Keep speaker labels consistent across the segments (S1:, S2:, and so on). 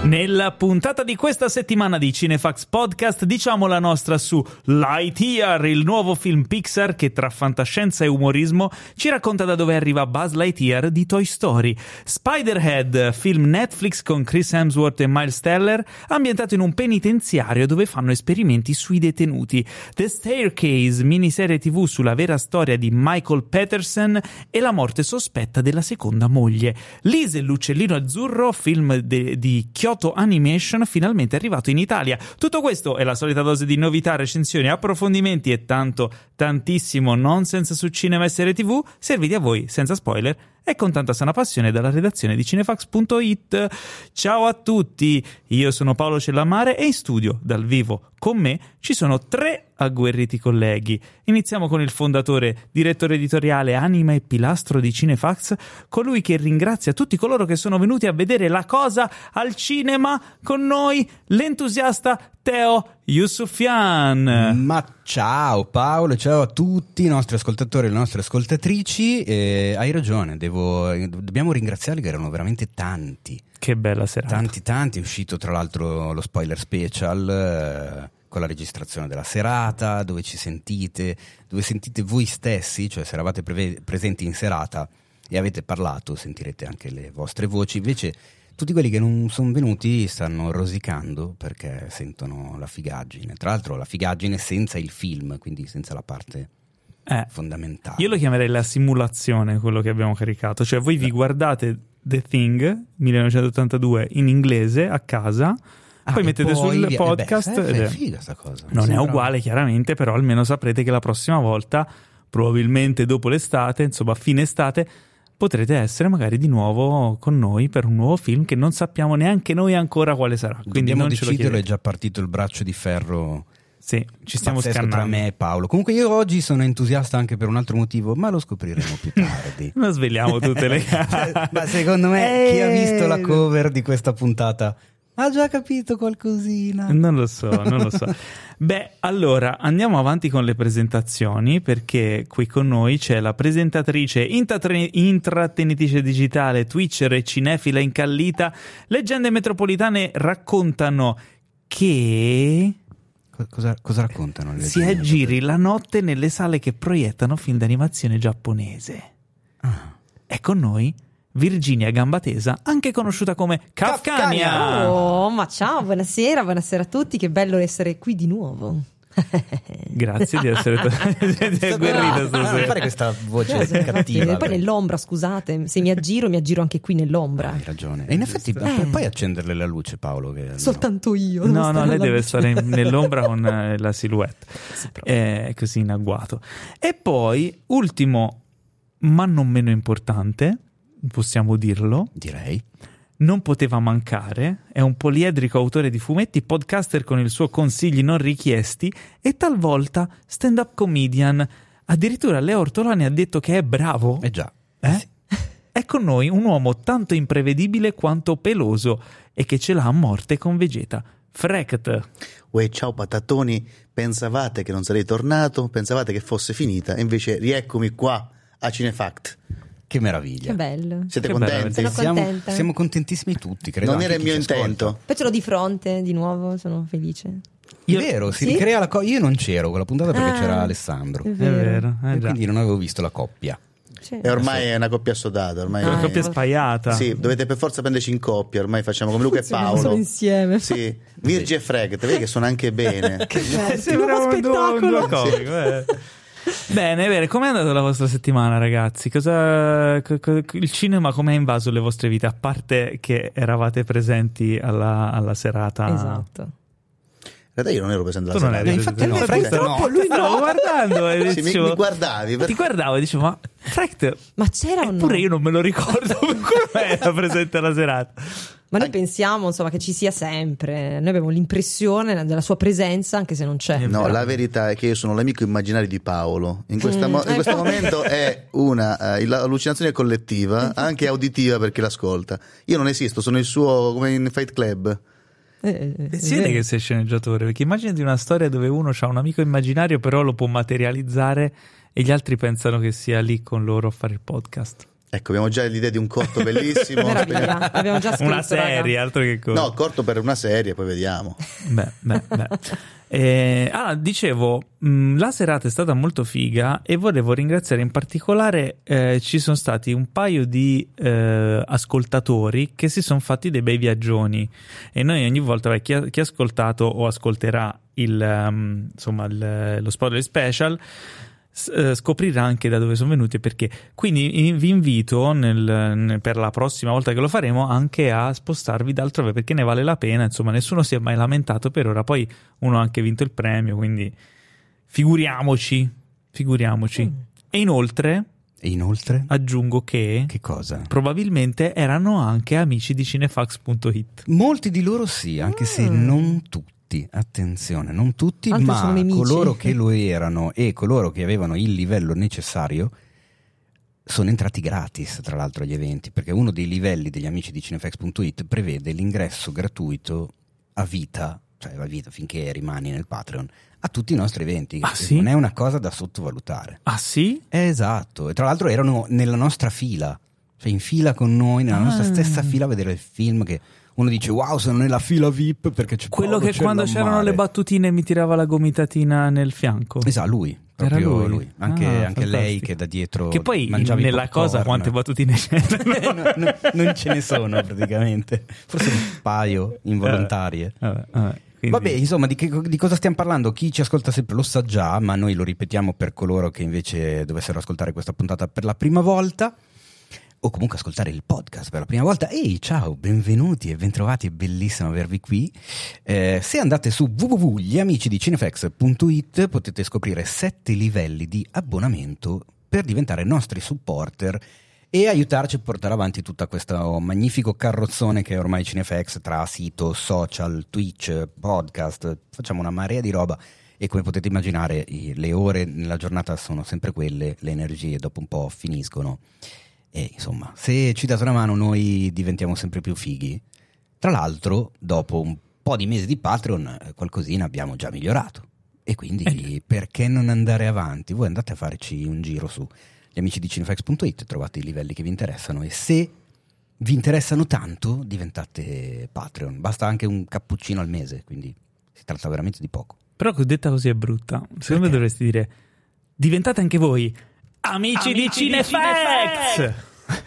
S1: Nella puntata di questa settimana di Cinefax Podcast diciamo la nostra su Lightyear, il nuovo film Pixar che tra fantascienza e umorismo ci racconta da dove arriva Buzz Lightyear di Toy Story, Spiderhead, film Netflix con Chris Hemsworth e Miles Teller, ambientato in un penitenziario dove fanno esperimenti sui detenuti, The Staircase, miniserie tv sulla vera storia di Michael Patterson e la morte sospetta della seconda moglie, Lise e l'uccellino azzurro, film de- di Kyoto Animation finalmente arrivato in Italia. Tutto questo è la solita dose di novità, recensioni, approfondimenti e tanto, tantissimo nonsense su cinema e serie tv, serviti a voi senza spoiler e con tanta sana passione dalla redazione di cinefax.it. Ciao a tutti, io sono Paolo Cellamare e in studio, dal vivo, con me ci sono tre agguerriti colleghi. Iniziamo con il fondatore, direttore editoriale, anima e pilastro di Cinefax, colui che ringrazia tutti coloro che sono venuti a vedere la cosa al cinema con noi, l'entusiasta Teo Yusufian.
S2: Ma ciao Paolo, ciao a tutti i nostri ascoltatori e le nostre ascoltatrici. Eh, hai ragione, devo- dobbiamo ringraziarli che erano veramente tanti.
S1: Che bella serata.
S2: Tanti, tanti. È uscito tra l'altro lo spoiler special. eh, Con la registrazione della serata, dove ci sentite, dove sentite voi stessi, cioè se eravate preve- presenti in serata e avete parlato, sentirete anche le vostre voci. Invece, tutti quelli che non sono venuti stanno rosicando perché sentono la figaggine. Tra l'altro, la figaggine senza il film, quindi senza la parte
S1: Eh,
S2: fondamentale.
S1: Io lo chiamerei la simulazione quello che abbiamo caricato, cioè voi vi guardate The Thing 1982 in inglese a casa,
S2: Ah,
S1: poi
S2: e
S1: mettete sul
S2: via- eh, beh,
S1: podcast
S2: sai,
S1: ed
S2: È
S1: è-
S2: figa sta cosa. mi
S1: non è
S2: sembra-
S1: uguale chiaramente, però almeno saprete che la prossima volta, probabilmente dopo l'estate, insomma a fine estate, potrete essere magari di nuovo con noi per un nuovo film che non sappiamo neanche noi ancora quale sarà, quindi
S2: Dobbiamo
S1: non ce lo
S2: deciderlo, è
S1: chiedete.
S2: già partito il braccio di ferro
S1: Sì, ci stiamo
S2: pazzesco tra
S1: scannando.
S2: me e Paolo. Comunque io oggi sono entusiasta anche per un altro motivo, ma lo scopriremo più tardi.
S1: Non svegliamo tutte le
S2: Cioè,
S1: Eh.
S2: Ma- ma secondo me chi ha visto la
S1: cosa
S2: cover di questa puntata ha già capito qualcosina.
S1: Non lo so, non lo so. Beh, allora andiamo avanti con le presentazioni perché qui con noi c'è la presentatrice, intratre- intrattenitrice digitale, twitcher e cinefila incallita. Leggende metropolitane raccontano che
S2: Co- Cosa, cosa raccontano le
S1: si
S2: leggende?
S1: aggiri la notte nelle sale che proiettano film d'animazione giapponese.
S2: Ah.
S1: È con noi Virginia Gambatesa, anche conosciuta come Kafkania.
S2: Kafkania.
S3: Oh, ma ciao, buonasera, buonasera a tutti, che bello essere qui di nuovo.
S1: Grazie di essere
S2: Sta-
S1: guerrita
S2: ah,
S1: stasera.
S2: non fare questa voce
S3: Cosa,
S2: cattiva.
S3: infatti, Poi nell'ombra, scusate, se mi aggiro, mi aggiro anche qui nell'ombra.
S2: Hai ragione. E in effetti
S3: Giusto.
S2: puoi
S1: Mm.
S3: Eh.
S2: puoi accenderle la luce Paolo che almeno-
S3: Soltanto io. devo
S1: No, no,
S3: stare
S1: lei
S3: alla
S1: deve
S3: luce.
S1: stare in- nell'ombra con eh, la silhouette,
S3: Sì, proprio.
S1: Eh, così in agguato. E poi, ultimo, ma non meno importante, possiamo dirlo,
S2: direi.
S1: non poteva mancare, è un poliedrico autore di fumetti, podcaster con il suo consigli non richiesti e talvolta stand-up comedian. Addirittura Leo Ortolani ha detto che è bravo.
S2: Eh già.
S1: Eh? È con noi un uomo tanto imprevedibile quanto peloso e che ce l'ha a morte con Vegeta. Frekt.
S4: Uè, ciao patatoni, pensavate che non sarei tornato, pensavate che fosse finita, e invece rieccomi qua a Cinefact.
S2: Che meraviglia.
S1: eh,
S3: Che bello.
S4: Siete
S1: Che bello,
S4: contenti?
S3: Sono
S2: Eh, Siamo,
S3: contenta.
S2: siamo contentissimi tutti, credo.
S4: Non
S2: anche
S4: era il
S2: chi
S4: mio
S2: ci ascolta.
S4: intento.
S3: Poi ce l'ho di fronte di nuovo, sono felice.
S2: È
S1: Io-
S2: vero, si
S3: Sì?
S2: ricrea la cosa. Io non c'ero quella puntata perché
S3: Ah,
S2: c'era
S3: È
S2: Alessandro.
S3: vero.
S1: È vero, eh
S2: E
S1: già.
S2: quindi non avevo visto la coppia.
S3: Sì.
S4: E ormai è una coppia assodata, ormai
S1: La
S3: Ah,
S1: coppia
S3: eh.
S1: spaiata.
S4: Sì, dovete per forza prenderci in coppia, ormai facciamo come Luca e
S3: Funzioniamo
S4: Paolo.
S3: solo insieme.
S4: Sì, Virgi e Freg, te vedi che sono anche bene.
S3: bello,
S1: Sembra
S3: nuovo
S1: un
S3: Cioè, spettacolo.
S1: duo comico, eh. Bene, bene, com'è andata la vostra settimana, ragazzi? Cosa, co- co- il cinema come ha invaso le vostre vite? A parte che eravate presenti alla, alla serata.
S3: Esatto.
S4: In realtà io non ero presente
S1: Tu
S4: alla
S1: non
S4: serata.
S1: eri
S2: Infatti
S1: presente,
S2: lui- purtroppo
S1: Te
S3: lui no.
S1: Esatto. stavo guardando e
S4: Sì, mi-
S1: dicevo-
S4: mi guardavi, per-
S1: Ti guardavo e dicevo, ma Frecht,
S3: Ma c'era un.
S1: eppure io non me lo ricordo come era presente alla serata.
S3: Ma noi pensiamo insomma che ci sia sempre. Noi abbiamo l'impressione della sua presenza, anche se non c'è.
S1: Eh,
S4: No,
S1: Bravo.
S4: la verità è che io sono l'amico immaginario di Paolo. In, questa
S3: Mm,
S4: mo- in
S3: eh,
S4: questo
S3: fa-
S4: momento è una eh, ill- allucinazione collettiva, anche auditiva per chi l'ascolta. Io non esisto, sono il suo come in Fight Club.
S3: Eh, eh,
S1: E
S3: è
S1: si vede
S3: vero.
S1: che sei sceneggiatore, perché immaginati una storia dove uno ha un amico immaginario, però lo può materializzare e gli altri pensano che sia lì con loro a fare il podcast.
S4: Ecco, abbiamo già l'idea di un corto bellissimo.
S3: Meraviglia, abbiamo già scritto.
S1: Una serie,
S3: raga.
S1: altro che cosa.
S4: No, corto per una serie, poi vediamo.
S1: Beh, beh, beh. Eh, ah, dicevo, mh, la serata è stata molto figa e volevo ringraziare in particolare eh, ci sono stati un paio di eh, ascoltatori che si sono fatti dei bei viaggioni e noi ogni volta beh, chi, ha, chi ha ascoltato o ascolterà il, ehm, insomma, il- lo spoiler special s- eh, scoprirà anche da dove sono venuti e perché quindi in- vi invito nel- nel- per la prossima volta che lo faremo anche a spostarvi da altrove perché ne vale la pena insomma nessuno si è mai lamentato per ora poi uno ha anche vinto il premio quindi figuriamoci figuriamoci
S3: Mm.
S1: e inoltre
S2: E inoltre,
S3: Ah.
S1: aggiungo che,
S2: che cosa?
S1: probabilmente erano anche amici di cinefax.it
S2: Molti di loro sì, anche se
S3: Mm.
S2: non tutti. Attenzione, non tutti,
S3: Altri sono
S2: ma
S3: nemici.
S2: coloro che lo erano e coloro che avevano il livello necessario sono entrati gratis, tra l'altro, agli eventi, perché uno dei livelli degli amici di cinefax.it prevede l'ingresso gratuito a vita, cioè a vita finché rimani nel Patreon, a tutti i nostri eventi.
S1: Ah, sì?
S2: Non è una cosa da sottovalutare.
S1: ah sì?
S2: Esatto, e tra l'altro erano nella nostra fila, cioè in fila con noi, nella nostra
S1: Ah.
S2: stessa fila a vedere il film che uno dice wow sono nella fila VIP perché c'è
S1: quello
S2: Paolo
S1: che quando c'erano
S2: Cellammare."
S1: le battutine mi tirava la gomitatina nel fianco
S2: Esatto, lui,
S1: Era
S2: proprio
S1: lui?
S2: lui, anche,
S1: Ah,
S2: anche lei
S1: fantastico.
S2: che da dietro
S1: Che poi
S2: mangiava i
S1: nella
S2: popcorn.
S1: cosa quante battutine c'erano?
S2: No, no, non ce ne sono praticamente, forse un
S1: Eh.
S2: paio involontarie.
S1: Vabbè, vabbè, quindi-
S2: Vabbè, insomma, di, che- di cosa stiamo parlando? Chi ci ascolta sempre lo sa già, ma noi lo ripetiamo per coloro che invece dovessero ascoltare questa puntata per la prima volta. O comunque ascoltare il podcast per la prima volta. Ehi, ciao, benvenuti e bentrovati, è bellissimo avervi qui. Eh, se andate su www.gliamicidicinefax.it potete scoprire sette livelli di abbonamento per diventare nostri supporter e aiutarci a portare avanti tutto questo magnifico carrozzone che è ormai Cinefax tra sito, social, Twitch, podcast, facciamo una marea di roba e come potete immaginare i- le ore nella giornata sono sempre quelle, le energie dopo un po' finiscono e insomma se ci date una mano noi diventiamo sempre più fighi. Tra l'altro dopo un po' di mesi di Patreon eh, qualcosina abbiamo già migliorato e quindi perché non andare avanti? Voi andate a farci un giro su gli amici di cinefax.it trovate i livelli che vi interessano e se vi interessano tanto diventate Patreon basta anche un cappuccino al mese quindi si tratta veramente di poco
S1: Però detta così è brutta. Secondo me
S2: Perché?
S1: dovresti dire diventate anche voi amici, di
S5: di
S1: Cinefax!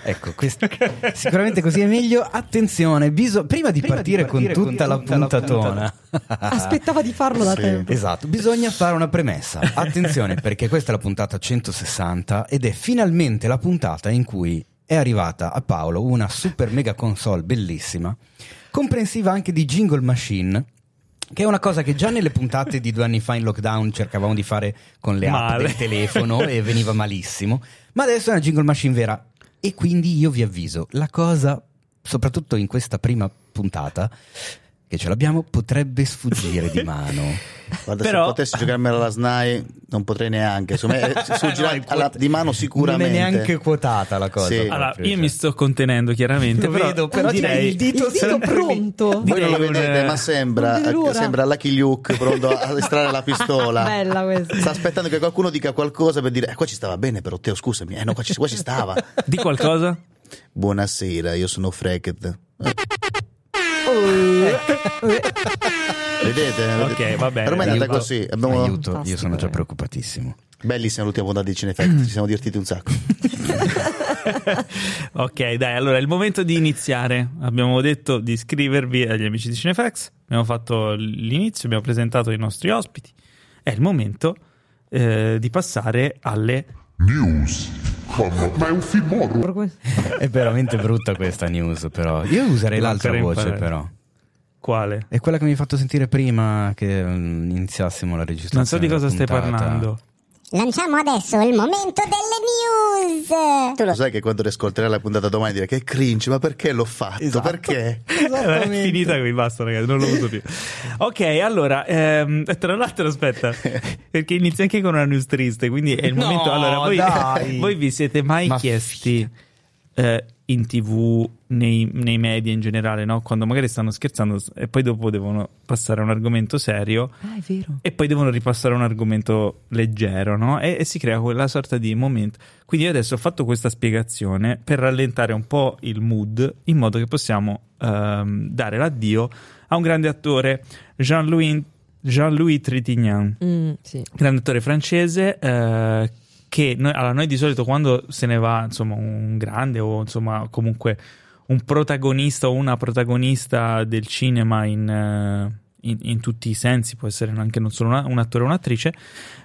S2: ecco questo sicuramente così è meglio attenzione biso- prima, di, partire con tutta la puntatona
S3: Ah, Aspettava di farlo da
S4: Sì.
S3: tempo.
S2: Esatto, bisogna fare una premessa. Attenzione perché questa è la puntata 160 ed è finalmente la puntata in cui è arrivata a Paolo una super mega console bellissima, comprensiva anche di Jingle Machine, che è una cosa che già nelle puntate di due anni fa in lockdown cercavamo di fare con le app
S1: Male.
S2: del telefono e veniva malissimo, ma adesso è una Jingle Machine vera. E quindi io vi avviso, la cosa, soprattutto in questa prima puntata, che ce l'abbiamo, potrebbe sfuggire di mano.
S4: Guarda,
S1: Però-
S4: se potessi giocarmela alla SNAI non potrei neanche. Secondo me eh, sfuggirà
S2: No, il quot-
S4: alla- di mano sicuramente.
S2: Non è neanche quotata la cosa.
S4: Sì.
S2: proprio,
S1: Allora,
S2: cioè.
S1: io mi sto contenendo chiaramente,
S2: Lo
S1: però,
S2: vedo, però c'hai
S1: direi
S2: il dito
S3: Il dito Ah,
S2: sempre lì.
S3: pronto.
S4: Voi non lo
S1: Direi un,
S4: vedete,
S1: eh,
S4: ma sembra,
S3: non vedo l'ora.
S4: sembra Lucky Luke pronto a estrarre la pistola.
S3: Bella
S1: Esatto.
S3: questa.
S4: Sta aspettando che qualcuno dica qualcosa per dire: Eh, qua ci stava bene, però Teo, scusami. Eh, no, qua ci, qua ci stava.
S1: di qualcosa?
S4: Buonasera, io sono Frecket.
S3: Eh,
S4: Vedete? Vedete?
S1: Ok, va bene.
S4: Ormai è
S1: Aiuto.
S4: andata così. Abbiamo...
S2: Aiuto, io
S3: Fantastico,
S2: sono già
S3: veramente.
S2: preoccupatissimo.
S4: Bellissima l'ultima puntata di Cinefact, ci siamo divertiti un sacco.
S1: ok, dai, allora è il momento di iniziare. Abbiamo detto di iscrivervi agli amici di Cinefax, abbiamo fatto l'inizio, abbiamo presentato i nostri ospiti. È il momento eh, di passare alle...
S6: News. Mamma, ma è un film horror.
S2: È veramente brutta questa news, però. Io userei
S1: Devo
S2: l'altra
S1: ancora
S2: voce,
S1: imparare.
S2: però.
S1: Quale?
S2: È quella che mi hai fatto sentire prima che mm, iniziassimo la registrazione.
S1: Non so di cosa stai
S2: della puntata.
S1: parlando.
S7: Lanciamo adesso il momento delle news.
S4: Lo sai che quando riascolterai la puntata domani direi che cringe, ma perché l'ho fatto?
S2: Esatto.
S4: Perché?
S1: Eh, È finita qui, basta ragazzi, non lo uso più. Ok, allora, ehm, tra l'altro aspetta, perché inizia anche con una news triste, quindi è il
S2: No,
S1: momento... Allora, voi,
S2: dai.
S1: voi vi siete mai
S2: Ma
S1: chiesti eh, in tv, nei, nei media in generale, no? quando magari stanno scherzando s- e poi dopo devono passare a un argomento serio
S3: Ah, è vero.
S1: e poi devono ripassare a un argomento leggero no? e, e si crea quella sorta di momento. Quindi io adesso ho fatto questa spiegazione per rallentare un po' il mood in modo che possiamo ehm, dare l'addio a un grande attore, Jean-Louis, Jean-Louis Trintignant
S3: Mm, sì.
S1: grande attore francese eh, che noi, allora, noi di solito quando se ne va insomma un grande o insomma comunque un protagonista o una protagonista del cinema in, eh, in- in tutti i sensi, può essere anche non solo una- un attore o un'attrice,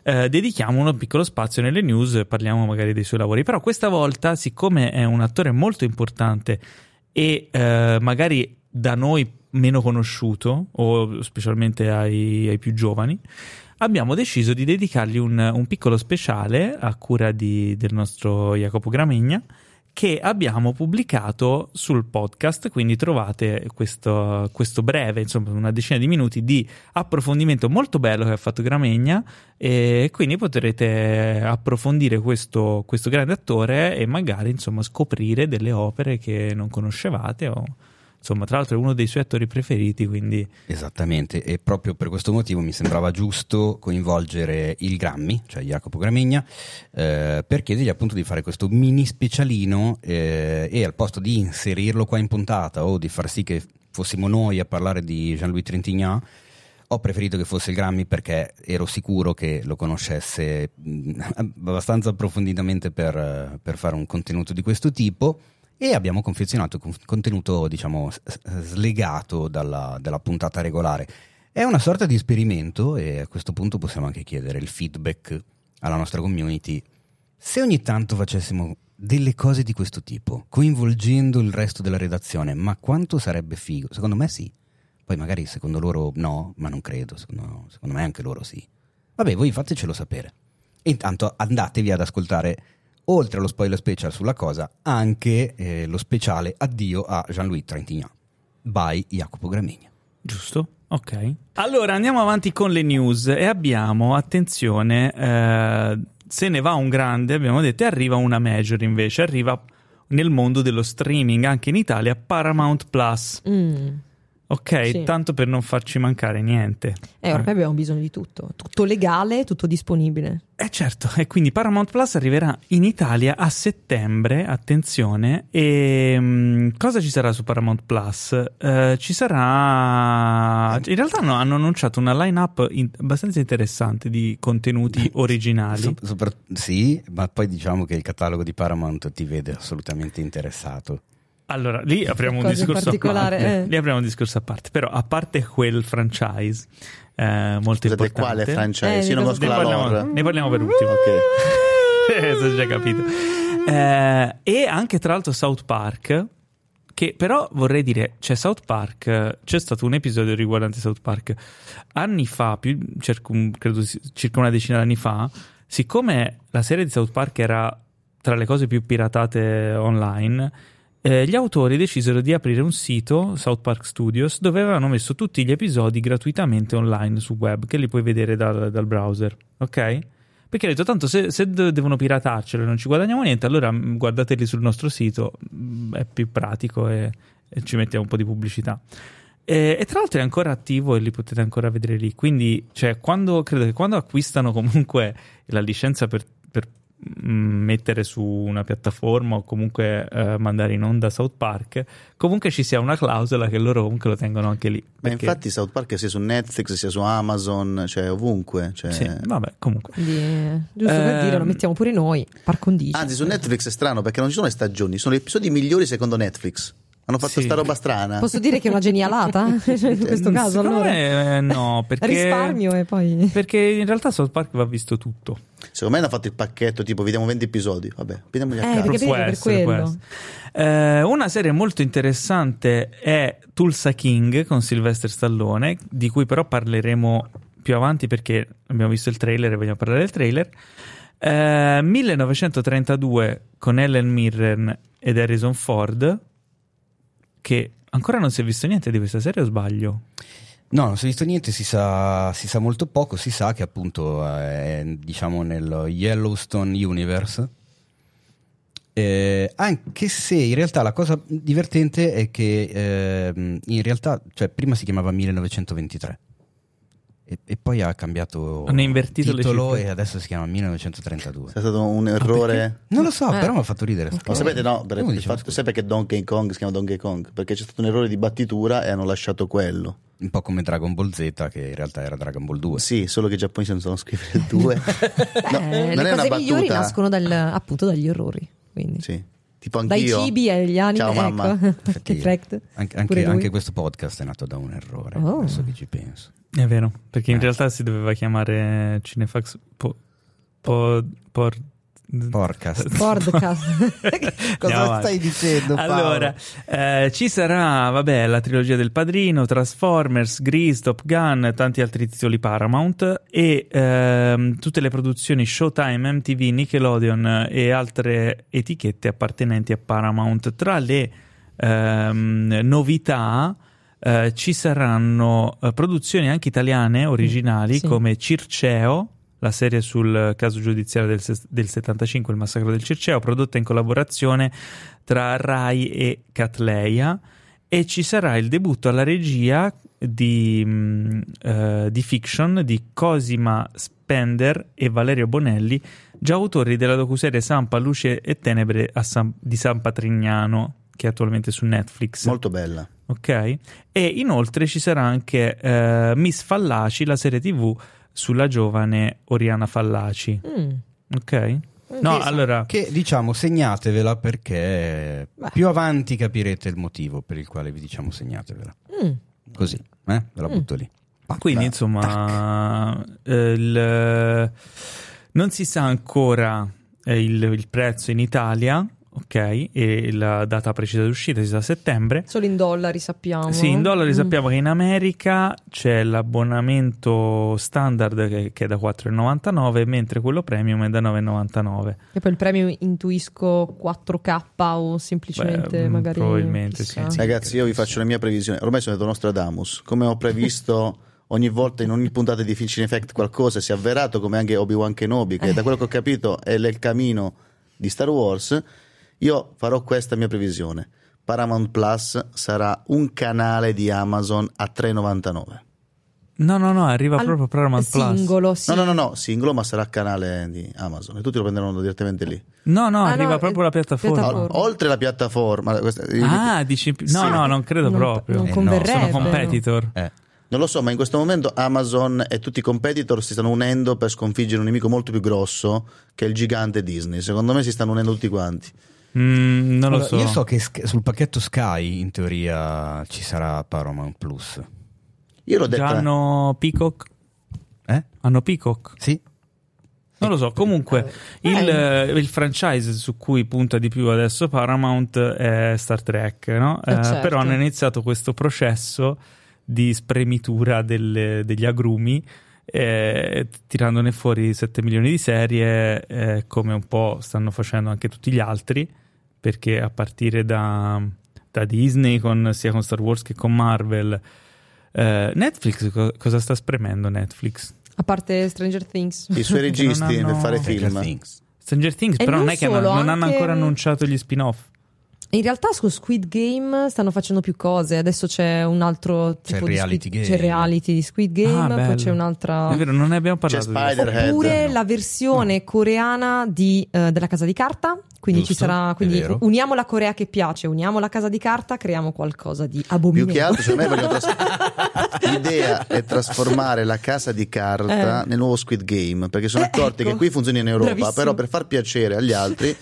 S1: eh, dedichiamo uno piccolo spazio nelle news, parliamo magari dei suoi lavori, però questa volta siccome è un attore molto importante e eh, magari da noi meno conosciuto o specialmente ai- ai più giovani, abbiamo deciso di dedicargli un, un piccolo speciale a cura di- del nostro Jacopo Gramegna che abbiamo pubblicato sul podcast, quindi trovate questo, questo breve, insomma una decina di minuti di approfondimento molto bello che ha fatto Gramegna e quindi potrete approfondire questo, questo grande attore e magari insomma scoprire delle opere che non conoscevate o insomma tra l'altro è uno dei suoi attori preferiti quindi
S2: Esattamente, e proprio per questo motivo mi sembrava giusto coinvolgere il Grammi, cioè Jacopo Gramegna, eh, per chiedergli appunto di fare questo mini specialino eh, e al posto di inserirlo qua in puntata o di far sì che fossimo noi a parlare di Jean-Louis Trintignant, ho preferito che fosse il Grammi perché ero sicuro che lo conoscesse mh, abbastanza approfonditamente per, eh, per fare un contenuto di questo tipo e abbiamo confezionato con- contenuto diciamo s- s- slegato dalla, dalla puntata regolare. È una sorta di esperimento e a questo punto possiamo anche chiedere il feedback alla nostra community. Se ogni tanto facessimo delle cose di questo tipo, coinvolgendo il resto della redazione, ma quanto sarebbe figo? Secondo me sì. Poi magari secondo loro no, ma non credo, secondo, secondo me anche loro sì. Vabbè, voi fatecelo sapere. E intanto andatevi ad ascoltare, oltre allo spoiler special sulla cosa, anche eh, lo speciale Addio a Jean-Louis Trintignant, by Jacopo Gramigna.
S1: Giusto? Ok. Allora andiamo avanti con le news e abbiamo, attenzione, eh, se ne va un grande, abbiamo detto, e arriva una major invece, arriva nel mondo dello streaming, anche in Italia, Paramount Plus.
S3: Mm.
S1: Ok,
S3: Sì.
S1: tanto per non farci mancare niente.
S3: Eh, ormai abbiamo bisogno di tutto. Tutto legale, tutto disponibile.
S1: Eh certo, e quindi Paramount Plus arriverà in Italia a settembre, attenzione, e mm, cosa ci sarà su Paramount Plus? Eh, ci sarà... In realtà no, hanno annunciato una line-up in- abbastanza interessante di contenuti originali.
S2: So- sopra- sì, ma poi diciamo che il catalogo di Paramount ti vede assolutamente interessato.
S1: Allora, lì apriamo un
S3: Cose in
S1: discorso a
S3: particolare,
S1: parte.
S3: eh.
S1: Lì apriamo un discorso a parte, però a parte quel franchise eh, molto
S4: Scusate,
S1: importante...
S4: quale franchise?
S3: Eh, di
S4: Io non conosco
S1: ne
S4: la
S1: parliamo,
S4: lore.
S1: ne parliamo per ultimo. Eh, si è già capito. Eh, e anche tra l'altro South Park, che però vorrei dire, c'è South Park, eh, c'è stato un episodio riguardante South Park anni fa, più, circa, un- credo si- circa una decina d'anni fa, siccome la serie di South Park era tra le cose più piratate online, eh, gli autori decisero di aprire un sito, South Park Studios, dove avevano messo tutti gli episodi gratuitamente online su web, che li puoi vedere dal, dal browser, ok? Perché ho detto, tanto se, se de- devono piratarcelo e non ci guadagniamo niente, allora mh, guardateli sul nostro sito, mh, è più pratico e, e ci mettiamo un po' di pubblicità. E, e tra l'altro è ancora attivo e li potete ancora vedere lì, quindi cioè, quando, credo che quando acquistano comunque la licenza per, per, mh, mettere su una piattaforma o comunque eh, mandare in onda South Park, comunque ci sia una clausola che loro comunque lo tengono anche lì.
S4: Ma
S1: perché-
S4: infatti South Park sia su Netflix, sia su Amazon, cioè ovunque. cioè-
S1: Sì, vabbè, comunque.
S3: Quindi, eh, giusto per
S1: Ehm.
S3: dire, lo mettiamo pure noi. Par condicio.
S4: Anzi, su Netflix è strano perché non ci sono le stagioni, sono gli episodi migliori secondo Netflix. Hanno fatto
S1: Sì.
S4: sta roba strana.
S3: Posso dire che è una genialata? In questo caso,
S1: Mm, Secondo
S3: allora.
S1: me, eh, no, perché...
S3: Risparmio e poi.
S1: Perché in realtà South Park va visto tutto.
S4: Secondo me hanno fatto il pacchetto tipo vediamo 20 episodi. Vabbè, vediamoli a
S3: Eh,
S4: caso.
S3: perché- capito,
S1: Può
S3: per
S1: essere, può
S3: quello.
S1: essere. Eh, una serie molto interessante è Tulsa King con Sylvester Stallone, di cui però parleremo più avanti perché abbiamo visto il trailer e vogliamo parlare del trailer. Eh, 1932 con Ellen Mirren ed Harrison Ford, che ancora non si è visto niente di questa serie o sbaglio?
S2: No, non si è visto niente, si sa, si sa molto poco, si sa che appunto eh, è diciamo nel Yellowstone Universe Eh, anche se in realtà la cosa divertente è che ehm, in realtà, cioè, prima si chiamava 1923 e, e poi ha cambiato
S1: Hanno invertito le
S2: titolo
S1: cifre.
S2: e adesso si chiama 1932.
S4: È stato un errore.
S2: Non lo so,
S3: Ah.
S2: però mi ha fatto ridere. sta
S4: Lo
S2: cosa.
S4: Eh. sapete, no, per-
S2: Uno
S4: il
S2: dice, ma
S4: fatto- sai perché Donkey Kong si chiama Donkey Kong? Perché c'è stato un errore di battitura e hanno lasciato quello.
S2: scusa, un po' come Dragon Ball Z, che in realtà era Dragon Ball 2.
S4: Sì, solo che i giapponesi non sanno scrivere il 2. No,
S3: Eh,
S4: non
S3: le
S4: è una
S3: cose migliori
S4: battuta.
S3: nascono dal- appunto dagli errori. Quindi.
S4: Sì. Tipo
S3: Dai
S4: anch'io.
S3: cibi agli anime.
S4: Ciao mamma.
S3: Ecco. che
S2: Infatti,
S3: frect.
S2: Anche,
S3: Pure
S2: anche,
S3: lui.
S2: anche questo podcast è nato da un errore,
S3: Oh.
S2: adesso che ci penso.
S1: È vero, perché in
S2: Eh.
S1: realtà si doveva chiamare Cinefax po, po, por-
S2: Podcast.
S3: Podcast.
S2: Cosa
S1: Andiamo
S2: stai
S1: avanti.
S2: dicendo, Paolo?
S1: Allora, eh, ci sarà, vabbè, la trilogia del padrino, Transformers, Grease, Top Gun, tanti altri titoli Paramount e ehm, tutte le produzioni Showtime, MTV, Nickelodeon e altre etichette appartenenti a Paramount. Tra le ehm, novità eh, ci saranno eh, produzioni anche italiane originali
S3: Sì.
S1: come Circeo, la serie sul caso giudiziario del, ses- del 75, il massacro del Circeo, prodotta in collaborazione tra Rai e Catleya e ci sarà il debutto alla regia di, mh, eh, di fiction di Cosima Spender e Valerio Bonelli, già autori della docuserie Sampa, Luce e Tenebre a San- di San Patrignano, che è attualmente su Netflix.
S4: Molto bella.
S1: Ok? E inoltre ci sarà anche eh, Miss Fallaci, la serie tv sulla giovane Oriana Fallaci.
S3: Mm,
S1: Ok? No,
S3: Che-
S1: allora...
S2: Che diciamo segnatevela perché
S3: Beh.
S2: più avanti capirete il motivo per il quale vi diciamo segnatevela.
S3: mm.
S2: Così, eh? ve la butto lì.
S1: Quindi, insomma, eh, il- non si sa ancora eh, il, il prezzo in Italia, ok? E la data precisa di uscita si sa a settembre.
S3: Solo in dollari sappiamo.
S1: Sì, in dollari
S3: Mm.
S1: sappiamo che in America c'è l'abbonamento standard che, che è da 4,99, mentre quello premium è da 9,99.
S3: E poi il premio intuisco 4K o semplicemente
S1: Beh, mm,
S3: magari.
S1: probabilmente
S3: chissà.
S1: sì.
S4: Ragazzi, io vi faccio la mia previsione. Ormai sono detto Nostradamus. Come ho previsto ogni volta in ogni puntata di Fiction Effect qualcosa si è avverato, come anche Obi-Wan Kenobi, che da quello che ho capito è il camino di Star Wars. Io farò questa mia previsione. Paramount Plus sarà un canale di Amazon a 3,99.
S1: No, no, no, arriva
S3: Al-
S1: proprio Paramount Plus.
S3: Singolo, sì.
S4: No, no, no, no, singolo, ma sarà canale di Amazon e tutti lo prenderanno direttamente lì.
S1: No, no,
S3: Ah,
S1: arriva
S3: no,
S1: proprio la
S3: eh,
S1: piattaforma.
S3: piattaforma.
S4: O- oltre la piattaforma, questa-
S1: Ah, dici... No,
S4: Sì.
S1: no, non credo
S3: Non-
S1: proprio.
S3: non
S2: Eh no,
S3: converrebbe,
S1: Sono
S2: sarebbe,
S1: competitor.
S2: Eh,
S4: Non lo so, ma in questo momento Amazon e tutti i competitor si stanno unendo per sconfiggere un nemico molto più grosso che è il gigante Disney. Secondo me si stanno unendo tutti quanti.
S1: Mm, non lo
S2: Allora,
S1: so.
S2: Io so che sc- sul pacchetto Sky in teoria ci sarà Paramount Plus.
S4: Io l'ho detto. eh.
S1: Già hanno Peacock?
S2: Eh?
S1: Hanno Peacock?
S2: Sì?
S1: Non lo so. Comunque, il, eh, il franchise su cui punta di più adesso Paramount è Star Trek, no?
S3: Eh, certo.
S1: Però hanno iniziato questo processo di spremitura del- degli agrumi. eh, tirandone fuori 7 milioni di serie eh, come un po' stanno facendo anche tutti gli altri perché a partire da, da Disney con- sia con Star Wars che con Marvel eh, Netflix co- cosa sta spremendo Netflix?
S3: A parte Stranger Things.
S4: I suoi
S1: Che non
S4: registi
S1: hanno-
S4: per fare
S2: Stranger
S4: film.
S2: Things.
S1: Stranger Things,
S3: E
S1: però non
S3: non
S1: è che
S3: solo,
S1: hanno- non hanno
S3: anche-
S1: ancora annunciato gli spin-off.
S3: In realtà su Squid Game stanno facendo più cose. Adesso c'è un altro
S2: C'è
S3: tipo
S2: il
S3: di
S2: reality
S3: Squid-
S2: game.
S3: C'è il reality di Squid Game,
S1: Ah,
S3: poi
S1: bello.
S3: c'è un'altra.
S1: È vero, non ne abbiamo
S4: C'è
S1: parlato. di-
S4: Spider-Head.
S3: Oppure
S2: no.
S3: la versione coreana di, eh, della Casa di Carta. Quindi
S2: Mm. Giusto,
S3: ci sarà.
S2: è
S3: Quindi
S2: vero.
S3: uniamo la Corea che piace, uniamo la Casa di Carta, creiamo qualcosa di
S4: Più
S3: abominevole.
S4: che altro, secondo me, vogliono tras- l'idea è trasformare la casa di carta
S3: Eh.
S4: nel nuovo Squid Game. Perché sono
S3: Eh,
S4: accorti
S3: ecco.
S4: che qui funziona in Europa,
S3: Bravissimo.
S4: però per far piacere agli altri.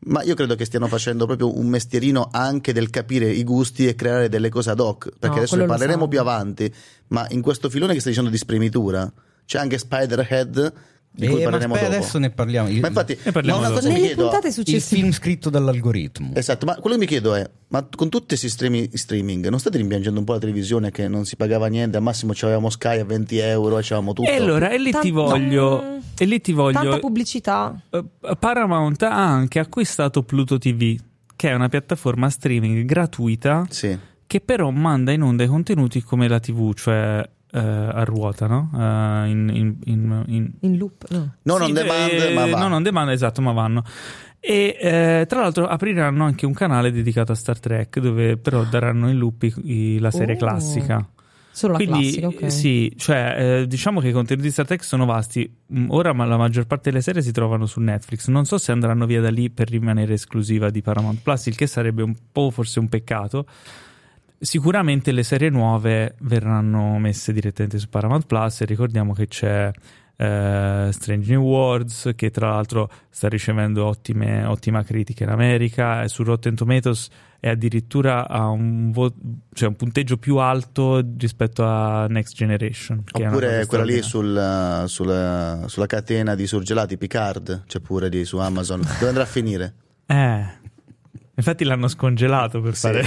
S4: Ma io credo che stiano facendo proprio un mestierino anche del capire i gusti e creare delle cose ad hoc. Perché
S3: No,
S4: adesso
S3: quello
S4: ne
S3: lo
S4: parleremo
S3: sanno.
S4: più avanti. Ma in questo filone che stai dicendo di spremitura c'è anche Spider-Head di
S2: Eh,
S4: cui
S2: ma
S4: parleremo
S2: aspetta,
S4: dopo.
S2: adesso ne parliamo. Il,
S4: Ma infatti,
S1: Ne parliamo
S4: ma una
S1: dopo.
S4: cosa mi
S3: Nelle
S4: chiedo.
S3: puntate
S2: il
S3: successive.
S2: film scritto dall'algoritmo.
S4: Esatto, ma quello che mi chiedo è, ma con tutti questi streami- streaming, non state rimpiangendo un po' la televisione che non si pagava niente, al massimo avevamo Sky a 20 euro e c'avevamo tutto?
S1: E allora, e lì
S3: Tan-
S1: ti
S3: no.
S1: voglio. E lì ti
S3: Tanta
S1: voglio.
S3: pubblicità.
S1: eh, Paramount ha anche acquistato Pluto TV, che è una piattaforma streaming gratuita
S4: Sì,
S1: che però manda in onda i contenuti come la TV, cioè eh, a ruota, no? Eh, in- in- in- in-
S3: In loop. no.
S4: non
S1: Sì,
S4: on demand,
S1: eh,
S4: ma va.
S1: Non on demand, esatto, ma vanno. E eh, tra l'altro apriranno anche un canale dedicato a Star Trek dove però daranno in loop i- i- la serie
S3: Oh.
S1: classica.
S3: Solo la
S1: Quindi
S3: classica, ok.
S1: sì, cioè eh, diciamo che i contenuti di Star Trek sono vasti. Mm, Ora ma la maggior parte delle serie si trovano su Netflix. Non so se andranno via da lì per rimanere esclusiva di Paramount Plus, il che sarebbe un po' forse un peccato. Sicuramente le serie nuove verranno messe direttamente su Paramount Plus e ricordiamo che c'è eh, Strange New Worlds che tra l'altro sta ricevendo ottime, ottima critica in America e su Rotten Tomatoes è addirittura a un, vo- cioè un punteggio più alto rispetto a Next Generation che è una
S4: Oppure
S1: cosa
S4: quella lì
S1: straordinaria.
S4: sul- sulla, sulla catena di surgelati Picard, c'è pure lì su Amazon. Dove andrà a finire?
S1: eh. Infatti l'hanno scongelato per fare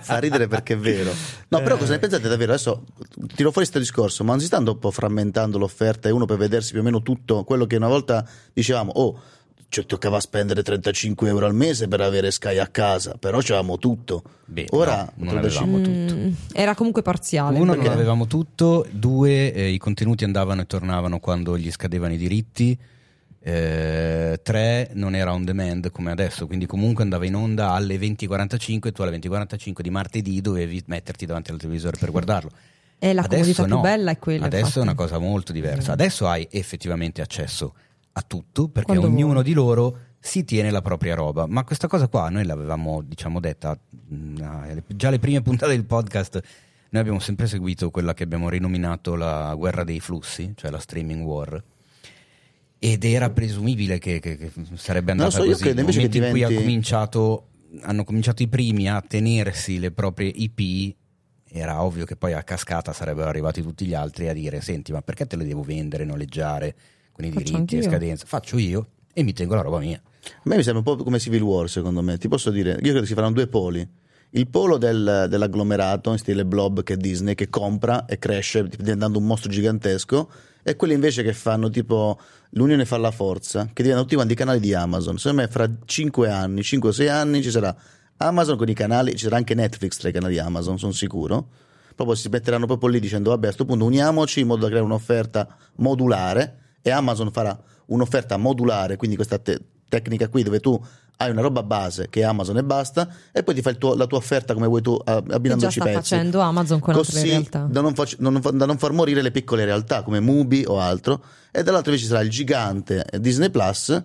S4: Fa ridere perché è vero. No, però
S2: Eh.
S4: cosa ne pensate davvero? Adesso tiro fuori questo discorso, ma non si stanno un po' frammentando l'offerta e uno per vedersi più o meno tutto quello che una volta dicevamo, oh, ci toccava spendere 35 euro al mese per avere Sky a casa, però c'avevamo tutto.
S2: Beh,
S4: Ora
S2: no, non
S4: 35
S2: avevamo tutto.
S3: Mm, era comunque parziale.
S2: Uno,
S3: perché-
S2: non avevamo tutto, due, eh, i contenuti andavano e tornavano quando gli scadevano i diritti, eh, tre, non era on demand come adesso, quindi comunque andava in onda alle 20.45 tu alle 20.45 di martedì dovevi metterti davanti al televisore per guardarlo.
S3: Eh, la comodità
S2: adesso
S3: più
S2: no.
S3: bella è quella.
S2: Adesso
S3: infatti. Mm.
S2: è una cosa molto diversa, adesso hai effettivamente accesso a tutto perché
S3: Quando
S2: ognuno
S3: vuoi.
S2: di loro si tiene la propria roba, ma questa cosa qua noi l'avevamo diciamo detta mh, alle- già le prime puntate del podcast noi abbiamo sempre seguito quella che abbiamo rinominato la guerra dei flussi, cioè la streaming war. Ed era presumibile che, che- che sarebbe
S4: Non lo
S2: andata
S4: so, io
S2: così.
S4: credo
S2: Nel
S4: invece che
S2: momento in cui ha
S4: diventi-
S2: cominciato, hanno cominciato i primi a tenersi le proprie IP, era ovvio che poi a cascata sarebbero arrivati tutti gli altri a dire: Senti, ma perché te le devo vendere, noleggiare con i
S3: Faccio
S2: diritti e
S3: anch'io."
S2: scadenza? Faccio io e mi tengo la roba mia.
S4: A me mi sembra un po' come Civil War, secondo me. Ti posso dire, io credo che si faranno due poli. Il polo del- dell'agglomerato, in stile blob che è Disney, che compra e cresce diventando un mostro gigantesco, e quelli invece che fanno tipo l'unione fa la forza, che diventano tutti quanti i canali di Amazon. Secondo me fra 5 anni, 5-6 anni ci sarà Amazon con i canali, ci sarà anche Netflix tra i canali Amazon, sono sicuro. Proprio si metteranno proprio lì dicendo vabbè a questo punto uniamoci in modo da creare un'offerta modulare e Amazon farà un'offerta modulare, quindi questa te- tecnica qui dove tu hai una roba base che è Amazon e basta e poi ti fai il tuo- la tua offerta come vuoi tu a-
S3: Che già
S4: abbinandoci
S3: sta
S4: pezzi.
S3: facendo Amazon con altre
S4: Così
S3: realtà.
S4: da non, fac- non- da non far morire le piccole realtà come Mubi o altro e dall'altro invece sarà il gigante eh, Disney Plus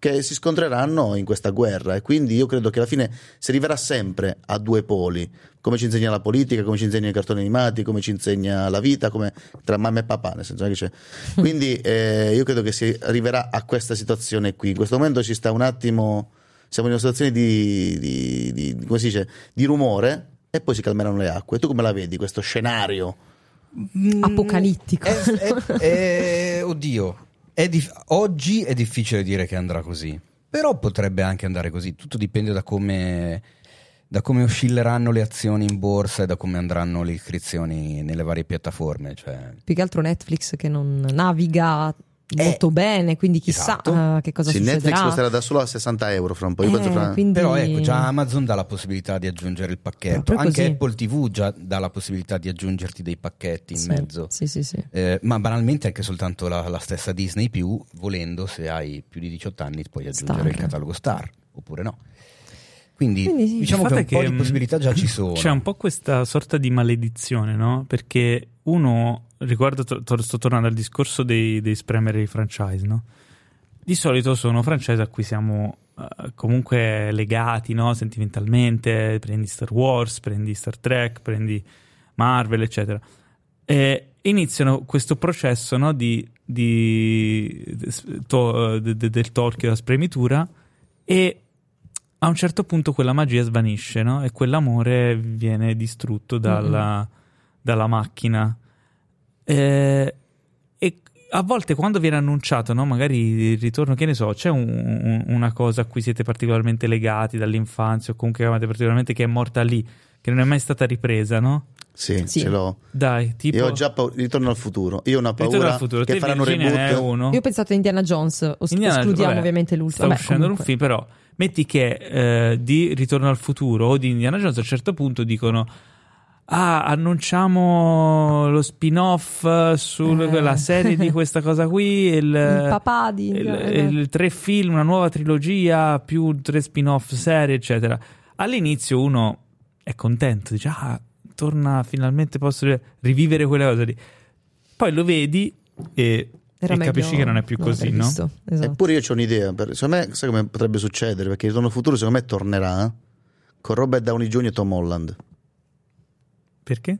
S4: che si scontreranno in questa guerra e quindi io credo che alla fine si arriverà sempre a due poli come ci insegna la politica come ci insegna i cartoni animati come ci insegna la vita come tra mamma e papà nel senso non è che
S3: Mm.
S4: c'è quindi eh, io credo che si arriverà a questa situazione qui in questo momento ci sta un attimo siamo in una situazione di, di- di- di- come si dice, di rumore e poi si calmeranno le acque. Tu come la vedi questo scenario?
S3: Mm, Apocalittico.
S2: È- è- è- oddio, È dif- oggi è difficile dire che andrà così, però potrebbe anche andare così. Tutto dipende da come, da come oscilleranno le azioni in borsa e da come andranno le iscrizioni nelle varie piattaforme. Cioè,
S3: Più che altro Netflix che non naviga molto bene, quindi chissà
S2: Eh. esatto.
S3: eh, che cosa
S4: Sì,
S3: succederà.
S4: Netflix costerà da solo a 60 euro fra un po'. Io
S3: Eh,
S4: penso fra-
S3: quindi-
S2: Però ecco, già Amazon dà la possibilità di aggiungere il pacchetto,
S3: Proprio
S2: anche
S3: così.
S2: Apple TV già dà la possibilità di aggiungerti dei pacchetti in
S3: Sì,
S2: mezzo.
S3: Sì, sì, sì.
S2: Eh, ma banalmente anche soltanto la, la stessa Disney più, volendo, se hai più di 18 anni, puoi aggiungere
S3: Star.
S2: il catalogo Star, oppure no. Quindi,
S3: Quindi sì.
S2: diciamo
S1: Il
S2: che
S1: fatto
S2: un
S1: è
S2: po' di
S1: mh,
S2: possibilità già ci sono.
S1: C'è un po' questa sorta di maledizione, no? Perché uno, riguardo, to- to- sto tornando al discorso dei, dei spremere i franchise, no? Di solito sono franchise a cui siamo eh, comunque legati, no? Sentimentalmente, prendi Star Wars, prendi Star Trek, prendi Marvel, eccetera. E iniziano questo processo, no? Di, di- to- de- de- del torchio, la spremitura, e a un certo punto quella magia svanisce, no? E quell'amore viene distrutto dalla, dalla macchina. Eh, e a volte quando viene annunciato, no? Magari il ritorno, che ne so, c'è un- un- una cosa a cui siete particolarmente legati dall'infanzia o comunque che amate particolarmente che è morta lì, che non è mai stata ripresa, no?
S4: Sì,
S3: Sì.
S4: ce l'ho.
S1: Dai, tipo...
S4: Io ho già paura. Ritorno al futuro. Io ho una
S1: Ritorno
S4: paura
S1: al futuro,
S4: che
S1: Te,
S4: faranno un
S1: Virginia, ne hai
S4: reboot.
S1: uno?
S3: Io ho pensato a Indiana Jones, os-
S1: Indiana-
S3: escludiamo
S1: vabbè,
S3: ovviamente l'ultimo.
S1: Sta
S3: Vabbè,
S1: uscendo
S3: comunque.
S1: un film, però metti che eh, di Ritorno al futuro o di Indiana Jones a un certo punto dicono ah, annunciamo lo spin-off eh, sulla
S3: Eh.
S1: serie di questa cosa qui, il,
S3: Il papà di-
S1: eh, il- il tre film, una nuova trilogia, più tre spin-off serie, eccetera. All'inizio uno è contento, dice, ah, torna, finalmente posso ri- rivivere quella cosa lì. Poi lo vedi e,
S3: Era
S1: e
S3: meglio
S1: capisci che non è più così,
S3: aver
S1: no?
S3: visto. Esatto.
S4: Eppure io ho un'idea, per- secondo me sai come potrebbe succedere? Perché il ritorno futuro secondo me tornerà eh, con Robert Downey Jr. e Tom Holland.
S1: Perché?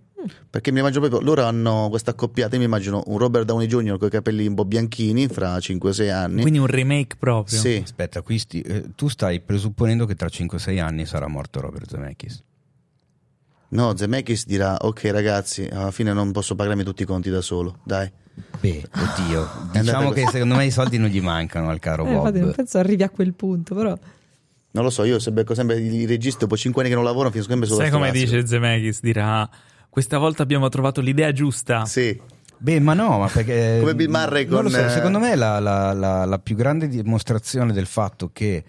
S4: Perché mi immagino proprio, loro hanno questa accoppiata, io mi immagino un Robert Downey Jr. con i capelli un po' bianchini fra 5-6 anni.
S1: Quindi un remake proprio.
S4: sì,
S2: Aspetta, qui sti- eh, tu stai presupponendo che tra 5-6 anni sarà morto Robert Zemeckis.
S4: no, Zemeckis dirà, ok ragazzi, alla fine non posso pagarmi tutti i conti da solo, dai.
S2: Beh, oddio,
S4: Andate
S2: diciamo
S4: così.
S2: che secondo me i soldi non gli mancano al caro
S3: Eh, infatti, non
S2: Bob.
S3: penso arrivi a quel punto, però
S4: Non lo so, io se becco sempre i registi dopo 5 anni che non lavoro finisco sempre solo
S1: Sai
S4: a
S1: come
S4: strazio.
S1: dice Zemeckis? Dirà, "Ah, questa volta abbiamo trovato l'idea giusta.
S4: Sì,
S2: Beh, ma no, ma perché...
S4: Come Bill Murray
S2: non lo
S4: con,
S2: so,
S4: eh,
S2: secondo me la, la- la- la più grande dimostrazione del fatto che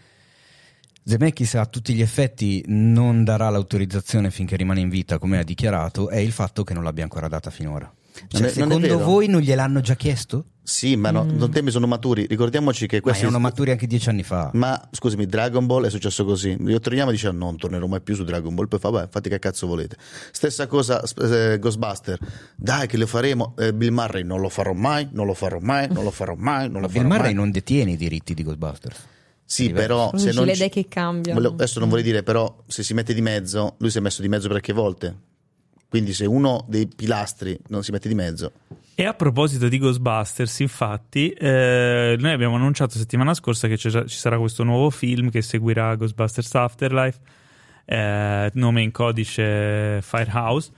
S2: Zemeckis a tutti gli effetti non darà l'autorizzazione finché rimane in vita, come ha dichiarato, è il fatto che non l'abbia ancora data finora. Cioè,
S4: Non è- non è
S2: secondo
S4: vero.
S2: voi non gliel'hanno già chiesto?
S4: sì, ma
S1: Mm.
S4: no, non temi sono maturi, ricordiamoci che
S2: Ma
S4: questi...
S2: erano maturi anche dieci anni fa.
S4: Ma scusami, Dragon Ball è successo così. Io torniamo e dice: Non tornerò mai più su Dragon Ball. Poi fa, vabbè, fate che cazzo volete. Stessa cosa, sp- eh, Ghostbuster. Dai, che lo faremo. Eh, Bill Murray, non lo farò mai, non lo farò mai, non lo farò mai. Mm, Non
S2: Ma
S4: lo
S2: Bill
S4: farò
S2: Murray
S4: mai.
S2: non detiene i diritti di Ghostbusters.
S4: Sì, però.
S3: Però
S4: Se
S3: dici
S4: non
S3: le
S4: ci-
S3: idee che cambiano.
S4: Volevo- Adesso non vorrei dire, però, se si mette di mezzo, lui si è messo di mezzo parecchie volte. Quindi, se uno dei pilastri non si mette di mezzo,
S1: E a proposito di Ghostbusters, infatti, eh, noi abbiamo annunciato settimana scorsa che c'è- ci sarà questo nuovo film che seguirà Ghostbusters Afterlife, eh, nome in codice Firehouse,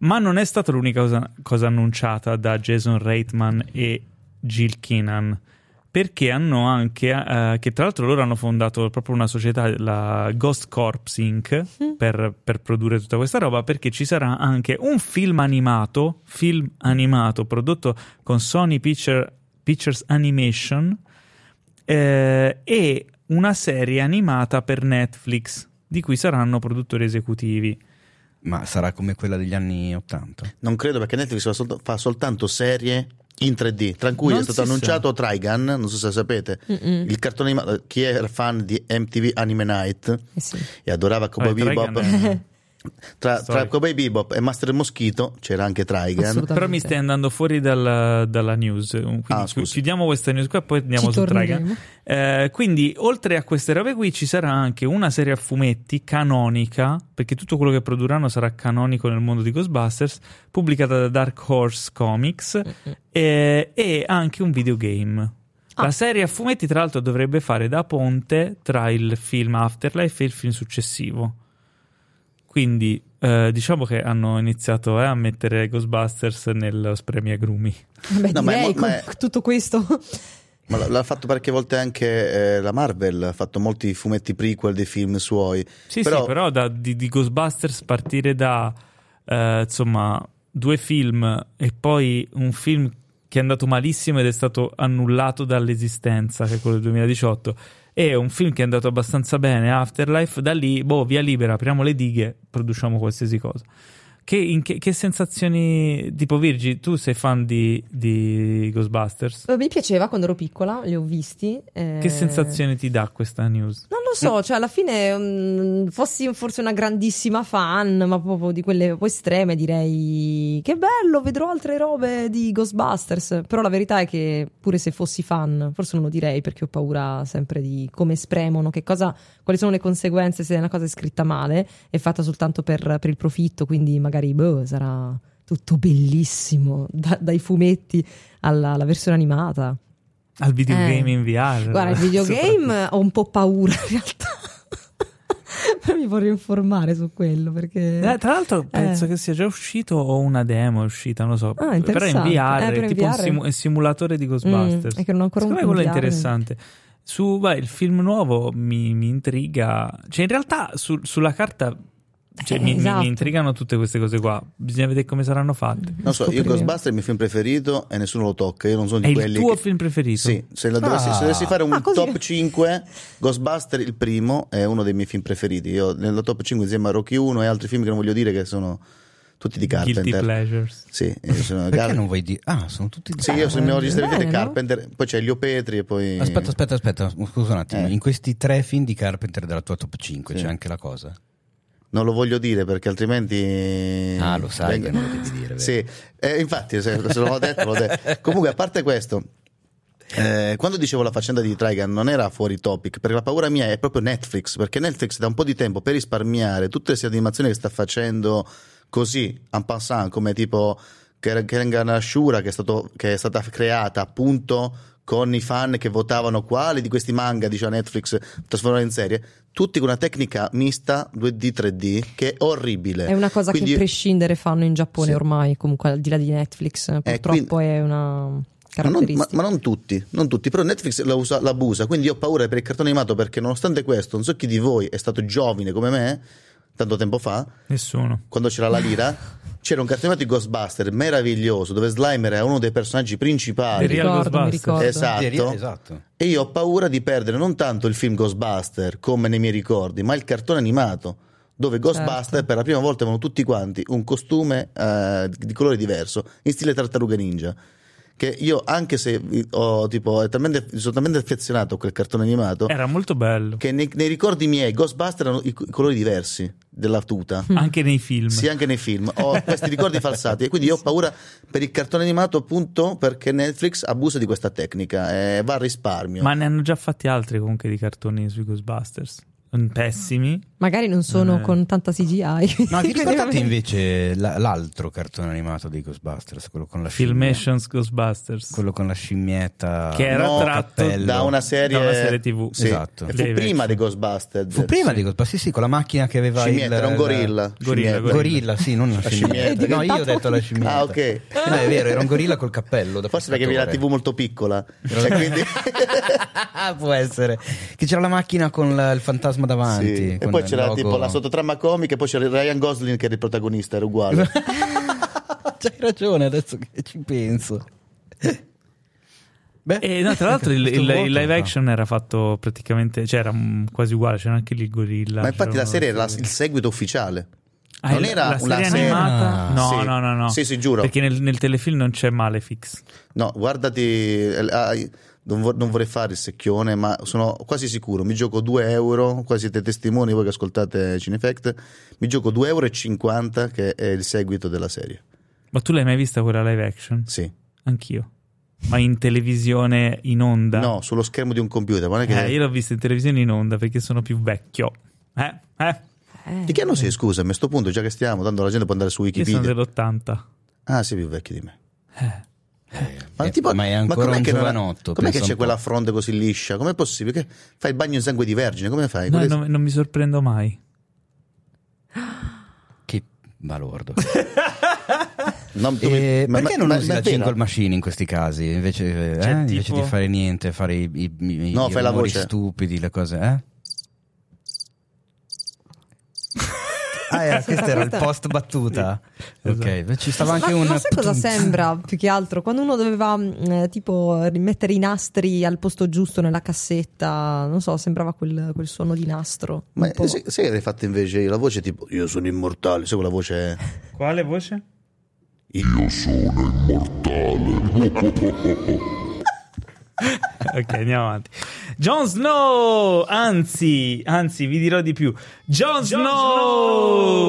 S1: ma non è stata l'unica cosa, cosa annunciata da Jason Reitman e Jill Keenan. Perché hanno anche, eh, che tra l'altro loro hanno fondato proprio una società, la Ghost Corps Inc.,
S3: Mhm.
S1: per, per produrre tutta questa roba, perché ci sarà anche un film animato, film animato prodotto con Sony Picture- Pictures Animation eh, e una serie animata per Netflix, di cui saranno produttori esecutivi.
S2: Ma sarà come quella degli anni 80.
S4: non credo perché Netflix fa, solt- fa soltanto serie. In 3D, tra cui
S1: Non
S4: è stato
S1: si sa.
S4: annunciato Trigun, non so se sapete,
S1: Mm.
S3: Mm-mm.
S4: il cartone animato, chi era fan di MTV Anime Night
S3: Eh sì.
S4: e adorava Cowboy
S1: Vabbè, Trigun
S4: Bebop
S1: è-
S4: tra, tra
S1: storico.
S4: Cowboy Bebop e Master Moschito c'era anche Trigun
S3: Assolutamente.
S1: Però mi stai andando fuori dalla, dalla news, quindi
S4: Ah,
S1: chi-
S4: scusa.
S1: chiudiamo questa news qua e poi andiamo
S3: Ci
S1: su Dragon.
S3: torneremo.
S1: Eh, quindi, oltre a queste robe qui, ci sarà anche una serie a fumetti canonica, perché tutto quello che produrranno sarà canonico nel mondo di Ghostbusters, pubblicata da Dark Horse Comics, eh, e anche un videogame.
S3: Ah.
S1: La serie a fumetti, tra l'altro, dovrebbe fare da ponte tra il film Afterlife e il film successivo. Quindi, eh, diciamo che hanno iniziato eh, a mettere Ghostbusters nello spremiagrumi.
S3: Beh,
S4: No, ma è
S3: direi
S4: mo-
S3: con
S4: ma è-
S3: tutto questo.
S4: ma l- l'ha fatto parecchie volte anche eh, la Marvel ha fatto molti fumetti prequel dei film suoi
S1: Sì,
S4: Però-
S1: sì, però da- di, di Ghostbusters partire da eh, insomma due film e poi un film che è andato malissimo ed è stato annullato dall'esistenza, che è quello del 2018, e un film che è andato abbastanza bene, Afterlife, da lì, boh, via libera, apriamo le dighe, produciamo qualsiasi cosa. Che, in che, che sensazioni, tipo Virgi, tu sei fan di, di Ghostbusters?
S3: Mi piaceva quando ero piccola, li ho visti. eh.
S1: Che sensazioni ti dà questa news?
S3: Non lo so, cioè alla fine mm, fossi forse una grandissima fan, ma proprio di quelle un po' estreme direi che bello, vedrò altre robe di Ghostbusters, però la verità è che pure se fossi fan forse non lo direi perché ho paura sempre di come spremono, che cosa, quali sono le conseguenze se una cosa è scritta male, è fatta soltanto per, per il profitto, quindi magari boh, sarà tutto bellissimo, da- dai fumetti alla alla versione animata.
S1: Al videogame
S3: Eh.
S1: in VR?
S3: Guarda, il
S1: soprattutto.
S3: videogame ho un po' paura in realtà. Però mi vorrei informare su quello perché.
S1: Eh, tra l'altro penso
S3: Eh.
S1: che sia già uscito o una demo è uscita, non lo so.
S3: Ah,
S1: però in VR,
S3: interessante. Eh, però
S1: è
S3: in
S1: tipo un
S3: VR.
S1: simu- un simulatore di Ghostbusters.
S3: Mm, è che non ho ancora
S1: Secondo
S3: un-
S1: me quello è
S3: un VR.
S1: interessante. Su, vai, il film nuovo mi, mi intriga. Cioè, in realtà su- sulla carta cioè,
S3: Eh,
S1: mi, mi- mi
S3: esatto. Mm.
S1: intrigano tutte queste cose qua. Bisogna vedere come saranno fatte.
S4: non so io
S3: Scopriremo.
S4: Ghostbuster è il mio film preferito e nessuno lo tocca io non sono
S1: È
S4: di
S1: il
S4: quelli
S1: tuo
S4: che-
S1: film preferito?
S4: sì, se, la dovessi,
S2: Ah.
S4: se dovessi fare un
S3: Ah, così.
S4: top 5 Ghostbuster il primo è uno dei miei film preferiti io nella top 5 insieme a Rocky 1 e altri film che non voglio dire che sono tutti di Carpenter.
S1: Guilty Pleasures.
S4: Sì, eh, sono
S2: Perché
S4: Gar-
S2: non vuoi dire? Ah, sono tutti
S4: Sì, io sono il mio regista
S3: Bene,
S4: di
S3: no?
S4: Carpenter, poi c'è Elio Petri e poi...
S2: Aspetta, aspetta, aspetta, scusa un attimo.
S4: Eh.
S2: In questi tre film di Carpenter della tua top 5
S4: Sì.
S2: c'è anche la cosa.
S4: Non lo voglio dire perché altrimenti...
S2: Ah, lo sai
S4: Venga-
S2: che non lo devi dire, vero?
S4: Sì, eh, infatti se, se l'ho detto, l'ho detto. Comunque, a parte questo, eh, quando dicevo la faccenda di Trigan non era fuori topic, perché la paura mia è proprio Netflix, perché Netflix da un po' di tempo per risparmiare tutte queste animazioni che sta facendo così, en passant, come tipo Ker- Kerengana Ashura che è, stato- che è stata creata appunto con i fan che votavano quali di questi manga, diceva Netflix, trasformare in serie, tutti con una tecnica mista 2D-3D che è orribile.
S3: È una cosa che
S4: Quindi-
S3: a prescindere fanno in Giappone
S4: Sì. Eh,
S3: ormai, comunque al di là di Netflix, purtroppo è una
S4: Ma non,
S3: caratteristica.
S4: ma- ma non tutti, non tutti, però Netflix la usa- l'abusa, quindi io ho paura per il cartone animato perché nonostante questo, non so chi di voi è stato giovane come me, tanto tempo fa,
S1: Nessuno.
S4: quando c'era la lira, c'era un cartone animato di Ghostbuster meraviglioso dove Slimer era uno dei personaggi
S1: The
S4: principali.
S1: Real
S3: ricordo, mi
S1: Ghostbusters.
S3: ricordo.
S4: Esatto.
S2: Esatto.
S4: E io ho paura di perdere non tanto il film Ghostbuster come nei miei ricordi, ma il cartone animato dove Ghostbuster per la prima volta avevano tutti quanti un costume eh, di colore diverso in stile tartaruga ninja. Che io, anche se ho, tipo, è talmente- sono talmente affezionato a quel cartone animato,
S1: Era molto bello.
S4: che nei, nei ricordi miei Ghostbuster erano i, co- i colori diversi della tuta.
S3: Mm.
S1: Anche nei film.
S4: Sì, anche nei film. Ho questi ricordi falsati e quindi io ho paura per il cartone animato appunto perché Netflix abusa di questa tecnica e va a risparmio.
S1: Ma ne hanno già fatti altri comunque di cartoni sui Ghostbusters. Mm, Pessimi.
S3: Magari non sono
S1: Eh.
S3: con tanta CGI.
S2: Ma vi ricordate invece la- l'altro cartone animato dei Ghostbusters? Quello con la scimmia-
S1: Filmations Ghostbusters.
S2: Quello con la scimmietta.
S1: Che era
S4: No,
S1: tratto
S2: cappello.
S4: da una serie,
S1: da una serie TV.
S4: Sì.
S2: Esatto.
S4: E Fu
S1: Dei
S4: prima
S1: vecchi.
S4: di Ghostbusters.
S2: Fu prima di Ghostbusters, sì, sì, con la macchina che aveva il...
S4: Scimmietta, era un
S2: la-
S4: gorilla.
S1: Gorilla,
S4: Scimmietta.
S1: gorilla.
S2: Gorilla, sì, non una
S4: La
S2: scimmietta.
S4: scimmietta.
S2: No, io ho detto la
S3: Ah,
S2: scimmietta.
S4: Ah, ok.
S2: No, è vero, era un gorilla col cappello. da
S4: Forse perché avevi la
S2: pescatore.
S4: TV molto piccola. Cioè, quindi...
S2: Ah, Può essere. Che c'era la macchina con la- il fantasma davanti.
S4: Sì. E
S2: con
S4: poi
S2: il
S4: c'era
S2: logo.
S4: tipo la sottotrama comica e poi c'era Ryan Gosling che era il protagonista, era uguale.
S2: C'hai ragione adesso che ci penso. Beh,
S1: E Eh, no, tra l'altro il,
S2: questo
S1: il- il
S2: vuoto,
S1: live
S2: no.
S1: action era fatto praticamente, cioè era mm, quasi uguale, c'era anche lì il gorilla.
S4: Ma infatti la
S1: c'erano-
S4: serie era la- il seguito ufficiale.
S1: Ah,
S4: non
S1: la-
S4: era
S1: la
S4: una
S1: serie
S4: serie.
S1: animata?
S2: Ah,
S1: No,
S4: sì.
S1: no, no, no.
S4: Sì, sì, giuro.
S1: Perché nel, nel telefilm non c'è Malefix.
S4: No, guardati, eh, ah, io non, vor- non vorrei fare il secchione, ma sono quasi sicuro. Mi gioco 2 euro. Qua siete testimoni voi che ascoltate Cinefact. Mi gioco 2,50 euro che è il seguito della serie.
S1: Ma tu l'hai mai vista quella live action?
S4: Sì.
S1: Anch'io. Ma in televisione in onda?
S4: No, sullo schermo di un computer. Ma non è che...
S1: Ah. Eh, io l'ho vista in televisione in onda perché sono più vecchio. Eh? Eh?
S3: Eh.
S4: Di che anno sei? Scusami, a questo punto, già che stiamo, tanto la gente può andare su
S1: Io sono
S4: Wikipedia.
S1: dell'80.
S4: Ah, sei più vecchio di me.
S2: Eh, ma è ancora
S4: com'è
S2: un
S4: che non ha-
S2: giovanotto,
S4: Com'è
S2: pensa
S4: che
S2: un
S4: c'è
S2: po'.
S4: quella fronte così liscia? Com'è possibile? Che fai il bagno in sangue di vergine? Come fai?
S1: No,
S4: Eh, Quelle-
S1: non, non mi sorprendo mai.
S2: Che balordo.
S4: non- tu mi-
S2: Eh,
S4: ma-
S2: perché
S4: ma-
S2: non
S4: ma-
S2: usi
S4: ma
S2: la
S4: appena-
S2: jingle machine in questi casi? Invece, eh,
S1: Cioè,
S2: invece
S1: tipo-
S2: di fare niente, fare i, i, i-
S4: No,
S2: i
S4: fai la
S2: rumori
S4: voce.
S2: stupidi, le cose, eh? Ah, era- questo era il post battuta.
S1: Esatto.
S2: Ok, ci stava anche
S3: ma,
S2: un
S3: ma sai cosa sembra più che altro? Quando uno doveva mh, eh, tipo rimettere i nastri al posto giusto nella cassetta, non so, sembrava quel, quel suono di nastro.
S4: Ma
S3: un po'.
S4: sai sai che avrei fatto invece la voce tipo Io sono immortale, sai quella voce
S1: Quale voce?
S6: Io sono immortale.
S1: ok, andiamo avanti. Jon Snow! Anzi, anzi, vi dirò di più. Jon Snow!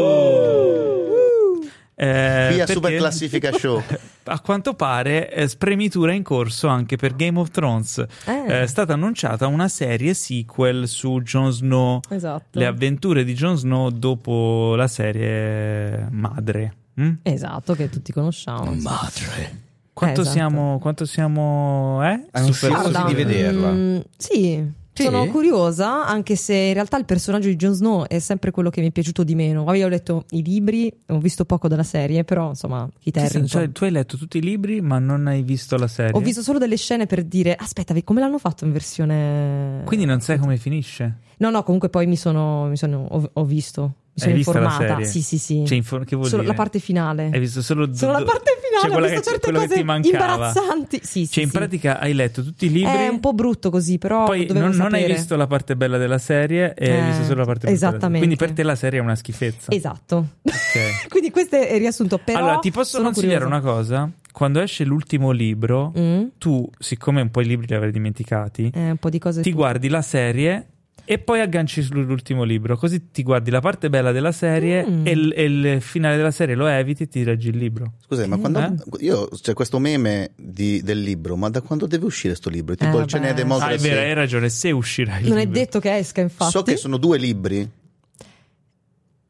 S1: Eh,
S4: Via
S1: perché-
S4: super classifica show
S1: A quanto pare, eh, spremitura in corso anche per Game of Thrones.
S3: Eh.
S1: Eh, È stata annunciata una serie sequel su Jon Snow,
S3: Esatto.
S1: le avventure di Jon Snow dopo la serie madre. Mm?
S3: Esatto, che tutti conosciamo.
S2: Madre.
S1: Quanto
S3: esatto.
S1: siamo, quanto siamo, eh?
S2: Ansiosi
S1: Super-
S2: di vederla.
S3: mm, sì.
S2: Sì?
S3: Sono curiosa, anche se in realtà il personaggio di Jon Snow è sempre quello che mi è piaciuto di meno. Vabbè, Io ho letto i libri, ho visto poco della serie, però insomma,
S1: Sì, sì,
S3: chi Terrington.
S1: cioè, eh. tu hai letto tutti i libri, ma non hai visto la serie.
S3: Ho visto solo delle scene per dire, aspetta, come l'hanno fatto in versione...
S1: Quindi non sai come finisce.
S3: No, no, comunque poi mi sono, mi sono- ho, ho visto Mi sono
S1: Hai visto la
S3: informata.
S1: serie?
S3: Sì, sì, sì.
S1: Cioè, infor- che vuol
S3: Solo
S1: dire?
S3: la parte finale.
S1: Hai visto solo, cioè,
S3: Solo la parte finale, ho
S1: quella
S3: visto certe
S1: quello
S3: cose
S1: ti mancava.
S3: imbarazzanti. Sì, sì,
S1: Cioè, in
S3: sì.
S1: pratica hai letto tutti i libri.
S3: È un po' brutto così, però
S1: Poi
S3: dovevo
S1: non, non hai
S3: sapere.
S1: visto la parte bella della serie e hai
S3: Eh,
S1: visto solo la parte brutta. della-
S3: esattamente.
S1: Quindi per te la serie è una schifezza.
S3: Esatto.
S1: Ok.
S3: Quindi questo è il riassunto. Però
S1: allora, ti posso
S3: sono
S1: consigliare
S3: curiosa.
S1: una cosa? Quando esce l'ultimo libro,
S3: Mm?
S1: tu, siccome un po' i libri li avrai dimenticati,
S3: Eh, un po' di cose.
S1: ti guardi la serie e poi agganci sull'ultimo libro. Così ti guardi la parte bella della serie
S3: Mm.
S1: e, l- e il finale della serie lo eviti e ti leggi il libro.
S4: Scusate, ma
S3: Eh.
S4: quando io c'è questo meme di- del libro, ma da quando deve uscire sto libro? Tipo
S3: Eh,
S4: il Cene
S3: vabbè.
S1: Ah, è
S4: Democracy.
S1: vero, hai ragione. Se uscirà il
S3: non è
S1: libro.
S3: detto che esca, infatti.
S4: so che sono due libri.
S1: Eh.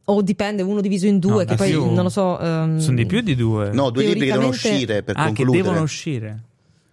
S3: O dipende, uno diviso in due,
S1: No,
S3: che
S1: di
S3: poi
S1: più.
S3: non lo so. ehm,
S1: Sono di più di due.
S4: No, due libri che devono
S3: Teoricamente-
S4: uscire per
S1: ah, che
S4: concludere.
S1: devono uscire.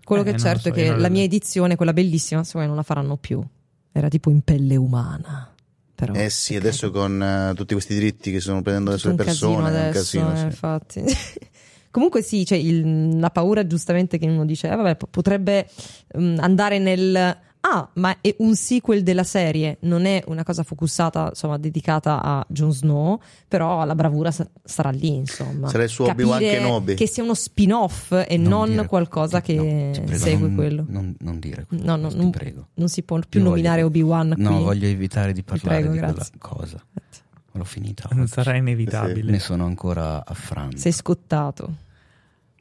S3: Quello
S1: Eh,
S3: che è
S1: non
S3: certo
S1: lo
S3: è
S1: so, io
S3: che
S1: non-
S3: la mia edizione, quella bellissima, secondo me non la faranno più. Era tipo in pelle umana. Però,
S4: Eh sì,
S3: ok.
S4: adesso con eh, tutti questi diritti che sono prendendo adesso
S3: Tutto
S4: le
S3: un casino
S4: persone, è un
S3: adesso,
S4: casino.
S3: eh,
S4: sì.
S3: infatti. Comunque sì, cioè il- la paura giustamente che uno dice, eh, vabbè, po- potrebbe mm, andare nel... Ah, ma è un sequel della serie, non è una cosa focussata, insomma, dedicata a Jon Snow, però la bravura sa- sarà lì, insomma.
S4: Sarà il suo
S3: Capire
S4: Obi-Wan Kenobi.
S3: Che sia uno spin-off e non,
S2: dire- Eh,
S3: qualcosa che
S2: no, ti prego,
S3: segue
S2: non-
S3: quello.
S2: Non, non dire quello,
S3: No, no,
S2: ti
S3: non-
S2: prego.
S3: Non si può più
S2: Io
S3: nominare
S2: voglio-
S3: Obi-Wan qui.
S2: No, voglio evitare di
S3: Ti
S2: parlare
S3: prego,
S2: di quella
S3: grazie.
S2: cosa. L'ho finita.
S1: Non
S2: oggi.
S1: sarà inevitabile.
S2: Ne sono ancora affranto.
S3: Sei scottato.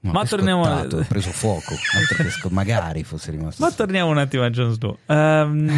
S2: Ma,
S1: Ma
S2: ho
S1: torniamo-
S2: scottato, Ho preso fuoco. altro che sco- magari fosse rimasto.
S1: Ma torniamo un attimo a Jon Snow. Ehm,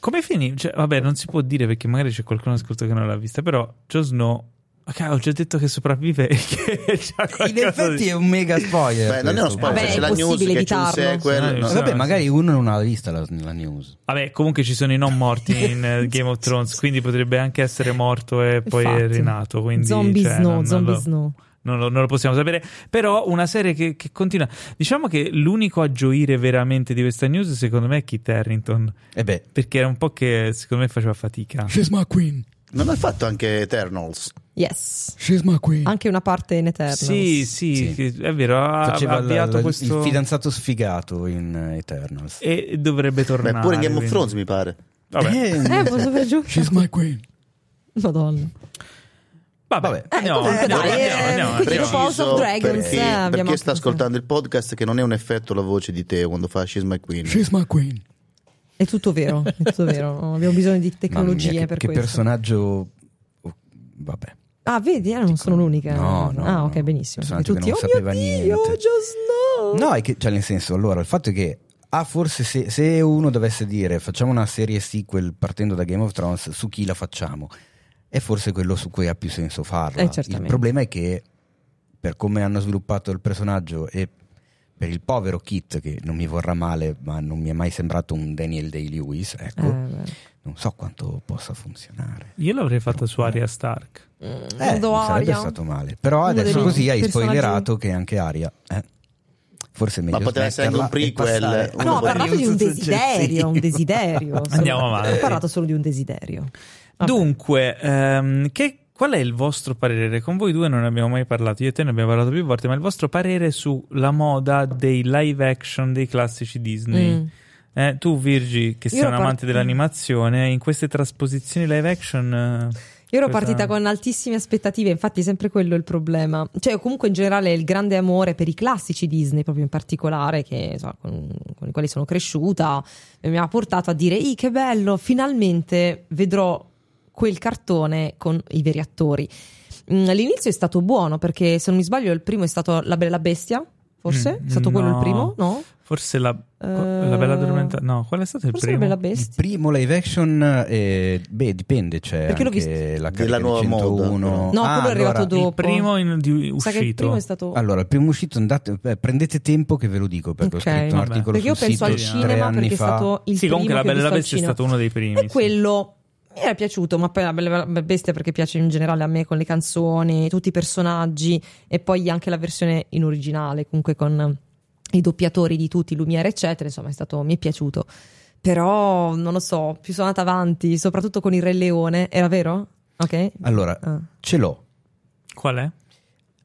S1: come finì? Cioè, vabbè, non si può dire perché magari c'è qualcuno ascolto che non l'ha vista, però Jon Snow... Ok, ho già detto che sopravvive. e che c'ha
S2: In
S1: qualcosa
S2: effetti
S1: di-
S2: è un mega spoiler.
S4: Beh, non è uno
S2: questo.
S4: spoiler,
S3: Vabbè,
S4: c'è
S3: è
S4: la news
S3: possibile
S4: che c'è un
S3: evitarlo.
S4: sequel.
S1: Sì,
S4: no.
S1: sì.
S2: Vabbè, magari uno non ha vista la, la news.
S1: Vabbè, comunque ci sono i non morti in eh, Game of Thrones, quindi potrebbe anche essere morto e poi è
S3: Infatti.
S1: rinato. Quindi,
S3: Zombie
S1: cioè,
S3: Snow,
S1: non- non
S3: Zombie
S1: lo-
S3: Snow.
S1: Non lo, non lo possiamo sapere, però una serie che, che continua. Diciamo che l'unico a gioire veramente di questa news, secondo me, è Kit Harrington.
S2: E Eh beh,
S1: Perché era un po' che secondo me faceva fatica.
S5: She's my queen.
S4: Non ha fatto anche Eternals.
S3: Yes.
S5: She's my queen.
S3: Anche una parte in eterno.
S1: Sì, sì,
S2: Sì.
S1: che- è vero. Ha, ha
S2: faceva la-
S1: avviato
S2: la-
S1: questo.
S2: il fidanzato sfigato in eh, Eternals.
S1: e dovrebbe
S4: Beh,
S1: tornare.
S4: pure in Game of
S1: quindi-
S4: Thrones mi pare.
S1: Vabbè.
S3: Eh, posso per giù?
S5: She's my queen.
S3: Madonna.
S1: Vabbè,
S2: Vabbè.
S1: andiamo,
S3: comunque
S1: andiamo,
S3: dai,
S1: andiamo,
S3: eh,
S1: andiamo,
S3: perché
S1: andiamo.
S3: dopo House of Dragons,
S4: perché,
S3: eh, abbiamo
S4: per chi
S3: anche questo.
S4: sta ascoltando il podcast che non è un effetto la voce di te quando fa She's My Queen.
S5: She's my queen.
S3: È tutto vero, è tutto vero. No, Abbiamo bisogno di
S2: Mamma mia,
S3: tecnologie
S2: che,
S3: per
S2: che
S3: questo.
S2: personaggio. oh, vabbè.
S3: ah, vedi, eh, non sono l'unica.
S2: No, no,
S3: ah, ok,
S2: no.
S3: benissimo. E
S2: Personaggio che
S3: tutti,
S2: non
S3: oh mio
S2: sapeva
S3: Dio,
S2: niente."
S3: Jon Snow!
S2: No, è che, cioè, nel senso, allora, il fatto è che. Ah, forse se, se uno dovesse dire facciamo una serie sequel partendo da Game of Thrones, su chi la facciamo? È forse quello su cui ha più senso farla.
S3: Eh,
S2: il
S3: certamente.
S2: problema è che per come hanno sviluppato il personaggio e per il povero Kit, che non mi vorrà male, ma non mi è mai sembrato un Daniel Day-Lewis, ecco,
S3: Eh,
S2: non so quanto possa funzionare.
S1: Io l'avrei fatta su Arya Stark.
S3: beh.
S2: Eh,
S3: Mondo
S2: non sarebbe
S3: Aria.
S2: stato male. Però
S3: Uno
S2: adesso
S3: dei
S2: così hai
S3: personaggi-
S2: spoilerato che anche Aria. eh, forse è meglio.
S4: Ma poteva essere anche un
S2: smetterla e
S4: prequel,
S2: passare
S4: uno
S2: a
S3: No, ha
S4: potrebbe-
S3: parlato di un
S2: successivo.
S3: desiderio, un desiderio.
S1: Andiamo
S3: Solo-
S1: avanti.
S3: Ha parlato solo di un desiderio. Vabbè.
S1: Dunque, ehm, che- qual è il vostro parere? Con voi due non ne abbiamo mai parlato, io e te ne abbiamo parlato più volte, ma il vostro parere sulla moda dei live action dei classici Disney?
S3: Mm.
S1: Eh, tu, Virgi, che
S3: Io
S1: sei un
S3: ero par-
S1: amante dell'animazione, in queste trasposizioni live action. eh,
S3: Io ero
S1: cosa-
S3: partita con altissime aspettative, infatti è sempre quello il problema. Cioè, comunque in generale il grande amore per i classici Disney, proprio in particolare, che, insomma, con, con i quali sono cresciuta, eh, mi ha portato a dire, "Ih, che bello, finalmente vedrò quel cartone con i veri attori. Mm, All'inizio è stato buono perché, se non mi sbaglio, il primo è stato La Bella Bestia, forse?
S1: Mm,
S3: è stato quello
S1: no.
S3: il primo? No?
S1: Forse la,
S3: Eh,
S1: la bella addormentata. No, qual è stato il
S3: Forse
S1: primo?
S3: La Bella
S2: Il
S3: Bestia.
S2: primo live action, eh, beh, dipende. C'è
S3: Perché l'ho
S2: anche la
S4: Della
S2: carica del
S4: nuova
S2: 101.
S4: moda,
S3: No,
S2: Ah,
S3: quello è arrivato
S2: allora,
S3: dopo.
S1: Il primo in- di-
S3: Sa che il
S1: uscito. Ah,
S3: primo è stato...
S2: Allora, il primo uscito, andate, eh, prendete tempo che ve lo dico perché
S3: Ok.
S2: ho scritto un
S1: Vabbè.
S2: articolo
S3: perché io
S2: sul
S3: penso al
S2: sito
S1: cinema
S2: tre
S3: cinema
S2: anni
S3: perché
S2: fa.
S3: è stato il
S1: sì,
S3: primo
S1: comunque la
S3: che ho
S1: bella e la bestia
S3: visto al
S1: è stato
S3: cinema.
S1: uno dei primi. sì.
S3: E quello mi era piaciuto, ma poi la bella Bella bestia perché piace in generale a me con le canzoni, tutti i personaggi e poi anche la versione in originale, comunque con i doppiatori di tutti, Lumiere eccetera, insomma è stato, mi è piaciuto. Però non lo so, più sono andata avanti, soprattutto con il Re Leone, era vero? Ok?
S2: Allora,
S3: Ah.
S2: ce l'ho.
S1: Qual è?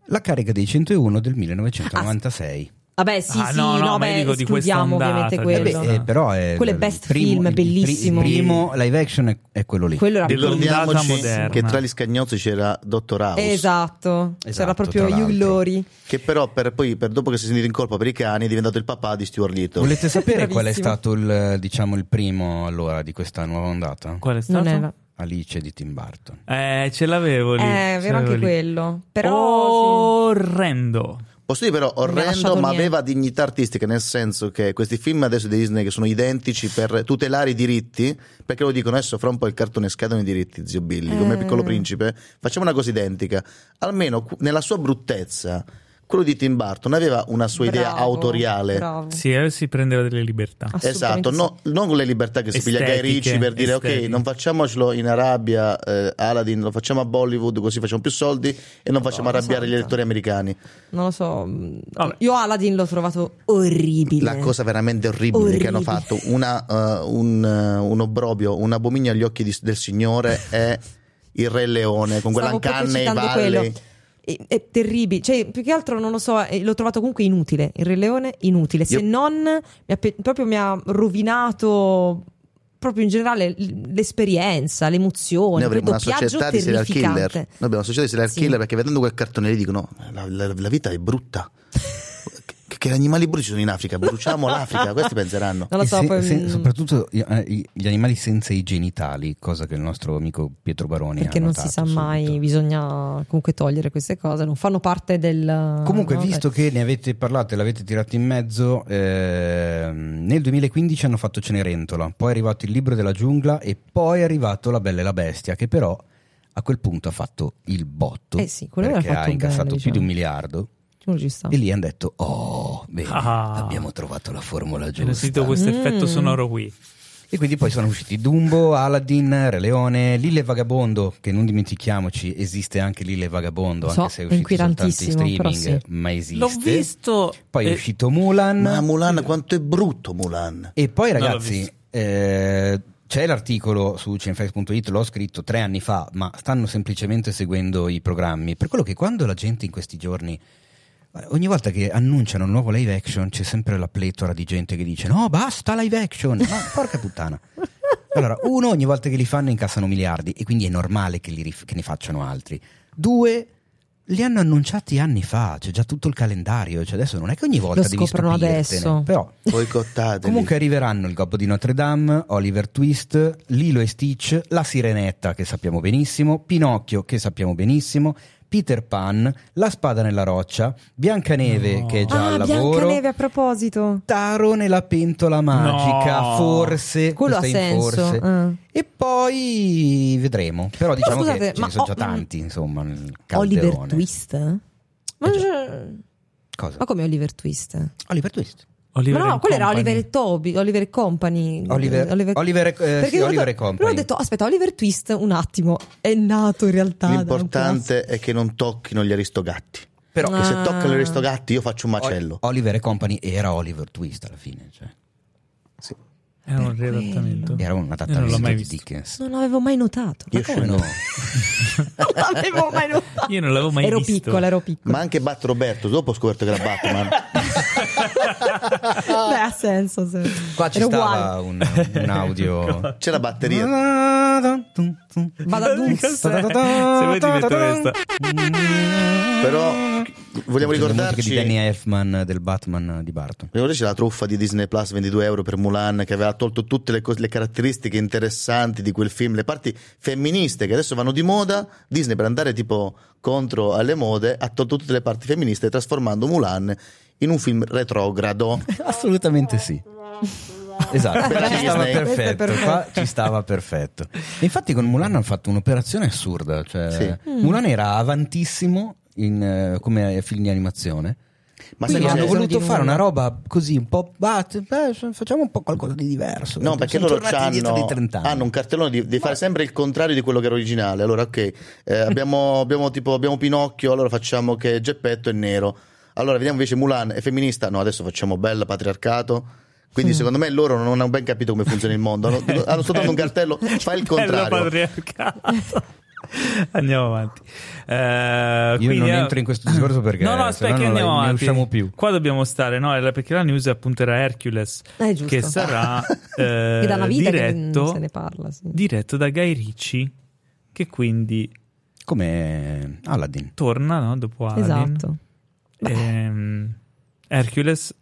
S2: La carica dei 101 del 1996.
S3: Vabbè, sì,
S1: Ah,
S3: sì,
S1: no, no, ma io
S3: beh,
S1: dico di questa
S3: escludiamo ovviamente
S1: ondata, cioè,
S2: Eh
S1: di
S3: quello.
S2: beh,
S1: questa-
S2: eh, però è
S3: Quello è
S2: il
S3: best
S2: primo-
S3: film,
S2: il pri-
S3: bellissimo.
S2: Il primo live action è, è quello lì.
S3: Quello era
S1: Dell'ondata
S4: Ricordiamoci
S1: moderna.
S4: che tra gli scagnozzi c'era Dottor House.
S3: Esatto, c'era
S2: Esatto,
S3: proprio
S2: tra l'altro.
S3: Yuglori.
S4: Che però per poi, per dopo che si è sentito in colpa per i cani, è diventato il papà di Stuart Little.
S2: Volete sapere qual è
S3: Bravissimo.
S2: stato il, diciamo, il primo allora di questa nuova ondata?
S1: Qual è stato?
S3: Non era.
S2: Alice di Tim Burton.
S1: Eh, ce l'avevo lì.
S3: Eh, è
S1: ce
S3: vero
S1: l'avevo
S3: anche
S1: lì.
S3: quello. Però
S4: Oh!
S1: Orrendo.
S4: Posso dire però
S3: Non mi ha
S4: orrendo,
S3: lasciato
S4: ma
S3: niente.
S4: aveva dignità artistica, nel senso che questi film adesso di Disney che sono identici per tutelare i diritti, perché lo dicono adesso fra un po' il cartone scadono i diritti, zio Billy, come
S3: Eh.
S4: piccolo principe, facciamo una cosa identica, almeno cu- nella sua bruttezza, quello di Tim Burton aveva una sua idea
S3: bravo,
S4: autoriale.
S3: Bravo.
S1: Sì, eh, si prendeva delle libertà.
S3: Ah,
S4: Esatto,
S3: Assolutamente sì.
S4: no- non le libertà che si piglia Guy
S1: Estetiche,
S4: Ricci per dire
S1: estetiche.
S4: ok, non facciamocelo in Arabia, eh, Aladdin, lo facciamo a Bollywood così facciamo più soldi e non facciamo
S3: Madonna
S4: arrabbiare gli
S1: esatto.
S3: santa.
S4: elettori americani.
S3: Non lo so. mh,
S1: Vabbè.
S3: Io Aladdin l'ho trovato oh, orribile.
S4: La cosa veramente orribile, che hanno fatto,
S3: Orribile.
S4: una, eh, un, eh, un obbrobio, un abominio agli occhi di- del Signore è il Re Leone con
S3: Stavo
S4: quell'ancanne
S3: proprio
S4: e i
S3: citando
S4: valli.
S3: quello. È, è terribile, cioè più che altro non lo so, eh, l'ho trovato comunque inutile, il Re Leone inutile, se
S4: Io-
S3: non mi ha pe- proprio mi ha rovinato proprio in generale l- l'esperienza, l'emozione,
S4: Noi avremo
S3: quel
S4: una società
S3: doppiaggio
S4: di serial killer. Noi
S3: terrificante.
S4: abbiamo una società di serial
S3: Sì.
S4: killer perché vedendo quel cartone lì dicono: "No, la, la- la vita è brutta. che, che animali brutti ci sono in Africa? Bruciamo l'Africa, questi penseranno.
S3: Non lo
S2: E
S3: so,
S2: se-
S3: poi,
S2: se-
S3: mh,
S2: soprattutto eh, i- gli animali senza i genitali, cosa che il nostro amico Pietro Baroni
S3: perché
S2: ha
S3: non si
S2: notato
S3: sa mai,
S2: subito.
S3: bisogna comunque togliere queste cose, non fanno parte del
S2: Comunque,
S3: Ah, no,
S2: visto
S3: del-
S2: che ne avete parlato e l'avete tirato in mezzo, ehm, nel 2015 hanno fatto Cenerentola, poi è arrivato il libro della giungla e poi è arrivato La Bella e la Bestia, che però a quel punto ha fatto il botto.
S3: Eh sì, quello
S2: perché
S3: aveva fatto
S2: ha incassato
S3: bene,
S2: più di un
S3: diciamo.
S2: miliardo
S3: Giuro ci sta.
S2: e lì hanno detto, oh, bene,
S1: Ah.
S2: abbiamo trovato la formula
S1: Ho sentito
S2: giusta.
S1: questo effetto
S3: Mm.
S1: sonoro qui.
S2: E quindi poi sono usciti Dumbo, Aladdin, Re Leone, Lille e Vagabondo, che non dimentichiamoci, esiste anche Lille e Vagabondo,
S3: So,
S2: anche se è uscito soltanto in
S3: inquietantissimo, però
S2: streaming,
S3: sì.
S2: ma esiste.
S1: L'ho visto.
S2: Poi è
S1: eh,
S2: uscito Mulan.
S4: Ma Mulan, quanto è brutto Mulan.
S2: E poi
S1: Non l'ho
S2: ragazzi,
S1: visto.
S2: eh, c'è l'articolo su cinefax.it, l'ho scritto tre anni fa, ma stanno semplicemente seguendo i programmi. Per quello che quando la gente in questi giorni, eh, ogni volta che annunciano un nuovo live action, c'è sempre la pletora di gente che dice no, basta live action, ma porca puttana. Allora, uno, ogni volta che li fanno incassano miliardi e quindi è normale che, li rif- che ne facciano altri. Due, li hanno annunciati anni fa, c'è già tutto il calendario, cioè adesso non è che ogni volta
S3: Lo
S2: devi
S3: scoprono
S2: stupirtene,
S3: adesso.
S2: Però
S4: Boicottateli.
S2: Comunque arriveranno il Gobbo di Notre Dame, Oliver Twist, Lilo e Stitch, La Sirenetta che sappiamo benissimo, Pinocchio che sappiamo benissimo, Peter Pan, La Spada nella Roccia, Biancaneve
S1: No.
S2: che è già
S3: ah,
S2: al lavoro,
S3: Biancaneve a proposito.
S2: Taro nella pentola magica,
S1: No.
S2: forse,
S3: Quello ha
S2: questa è in
S3: senso.
S2: forse.
S3: eh.
S2: E poi vedremo, però diciamo
S3: scusate,
S2: che ce
S3: ma
S2: ne sono
S3: ho- mm,
S2: già tanti, insomma, nel calderone. Eh
S3: Oliver Twist? Ma,
S2: Cosa?
S3: ma come Oliver Twist?
S2: Oliver Twist.
S1: Oliver
S3: ma no,
S1: and
S3: quello era
S1: Company.
S3: Oliver e Toby, Oliver e Company.
S2: Oliver- Oliver e- eh, sì,
S3: io ho
S2: Oliver
S3: detto-
S2: e Company.
S3: Però ho detto, aspetta, Oliver Twist, un attimo, è nato in realtà. da un
S4: L'importante è che non tocchino gli aristogatti.
S2: Però
S4: Che se
S3: Ah.
S4: toccano gli aristogatti io faccio un macello.
S2: Oliver e Company era Oliver Twist alla fine, cioè.
S1: Era un
S3: Per
S1: riadattamento. Certo. Io
S2: Era un
S1: non l'ho
S2: adattamento
S1: mai
S2: di
S1: visto.
S2: Dickens.
S3: colosso. Non l'avevo mai notato.
S4: Io
S2: Come
S4: scendo.
S2: no?
S3: non l'avevo mai notato.
S1: Io non l'avevo mai
S3: ero
S1: visto.
S3: piccola, ero piccola.
S4: Ma anche Bat Roberto, dopo ho scoperto che era Batman.
S3: Beh, ha senso. ha senso.
S2: Ah. Qua ci
S3: Era
S2: stava un, un audio.
S4: C'è la batteria.
S3: Vada dunque.
S1: Se vuoi ti metto questa.
S4: Però vogliamo
S2: Che di
S4: ricordarci
S2: Danny Elfman del Batman di Barton.
S4: vogliamo ricordarci la truffa di Disney Plus 22 euro per Mulan che aveva tolto tutte le, cose- le caratteristiche interessanti di quel film, le parti femministe che adesso vanno di moda. Disney per andare tipo contro alle mode ha tolto tutte le parti femministe trasformando Mulan in un film retrogrado.
S2: Assolutamente sì. Esatto,
S4: Bella
S2: ci stava
S3: Questo
S4: Disney.
S3: è
S2: perfetto,
S3: perfetto.
S2: qua ci stava perfetto. E infatti con Mulan hanno fatto un'operazione assurda, cioè
S4: Sì.
S2: Mulan era avantissimo in, eh, come film di animazione.
S4: Ma
S2: Quindi
S4: sai che
S2: hanno
S4: c'è?
S2: voluto
S3: di
S2: fare
S3: nulla.
S2: una roba così un po'. bah, t- beh, facciamo un po' qualcosa di diverso.
S4: No, perché
S2: Siamo
S4: loro
S2: tornati indietro di
S4: hanno,
S2: 30 anni.
S4: hanno un cartellone di, di fare sempre il contrario di quello che era originale. Allora, ok, eh, abbiamo, abbiamo tipo, abbiamo Pinocchio, allora facciamo che Geppetto è nero. Allora, vediamo invece Mulan è femminista. No, adesso facciamo bella patriarcato.
S2: Mm.
S4: Quindi, secondo me, loro non hanno ben capito come funziona il mondo. Hanno, hanno soltanto un cartello, fai il
S1: Bello
S4: contrario.
S1: patriarcato. Andiamo avanti. Eh, quindi,
S2: non
S1: eh,
S2: entro in questo discorso perché
S1: No, no,
S2: sennò
S1: aspetta, che
S2: non la-
S1: andiamo
S2: ne
S1: avanti.
S2: usciamo più.
S1: Qua dobbiamo stare, no? era- Perché la news appunto era Hercules,
S3: Eh, giusto.
S1: che sarà eh,
S3: È da una vita che non
S1: diretto,
S3: se ne parla. sì.
S1: diretto da Guy Ricci, che quindi
S2: Come Aladdin.
S1: torna no? dopo Aladdin.
S3: Esatto.
S1: Ehm, Hercules,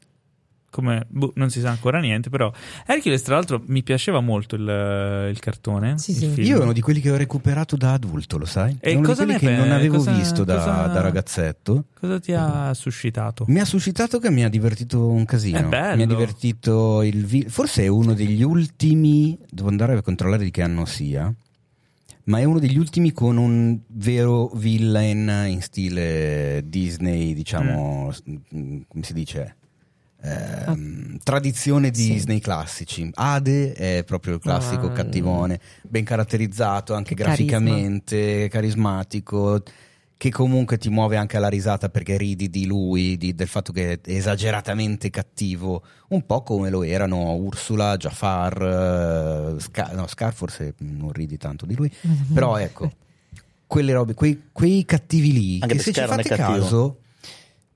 S1: come boh, non si sa ancora niente, però Hercules, tra l'altro, mi piaceva molto il, il cartone.
S3: Sì,
S1: il
S3: sì.
S1: film.
S2: Io è uno di quelli che ho recuperato da adulto, lo sai?
S1: E
S2: È uno
S1: cosa
S2: di
S1: ne
S2: quelli che
S1: pe-
S2: non avevo
S1: cosa-
S2: visto da,
S1: cosa-
S2: da ragazzetto.
S1: Cosa ti ha suscitato?
S2: Mi ha suscitato che mi ha divertito un casino.
S1: È bello.
S2: Mi ha divertito il vi- Forse è uno degli ultimi. Devo andare a controllare di che anno sia. Ma è uno degli ultimi con un vero villain in stile Disney, diciamo, s- mm, come si dice? Ehm, tradizione
S3: sì.
S2: Disney classici. Ade è proprio il classico
S3: Ah,
S2: cattivone, ben caratterizzato anche
S3: Che
S2: graficamente, carismatico, che comunque ti muove anche alla risata perché ridi di lui, di- del fatto che è esageratamente cattivo, un po' come lo erano Ursula, Jafar, eh, Scar, no, Scar forse non ridi tanto di lui, però ecco, quelle robe, quei, quei cattivi lì,
S4: Anche
S2: che se
S4: perché
S2: ci
S4: Scar non
S2: fate
S4: è cattivo.
S2: caso,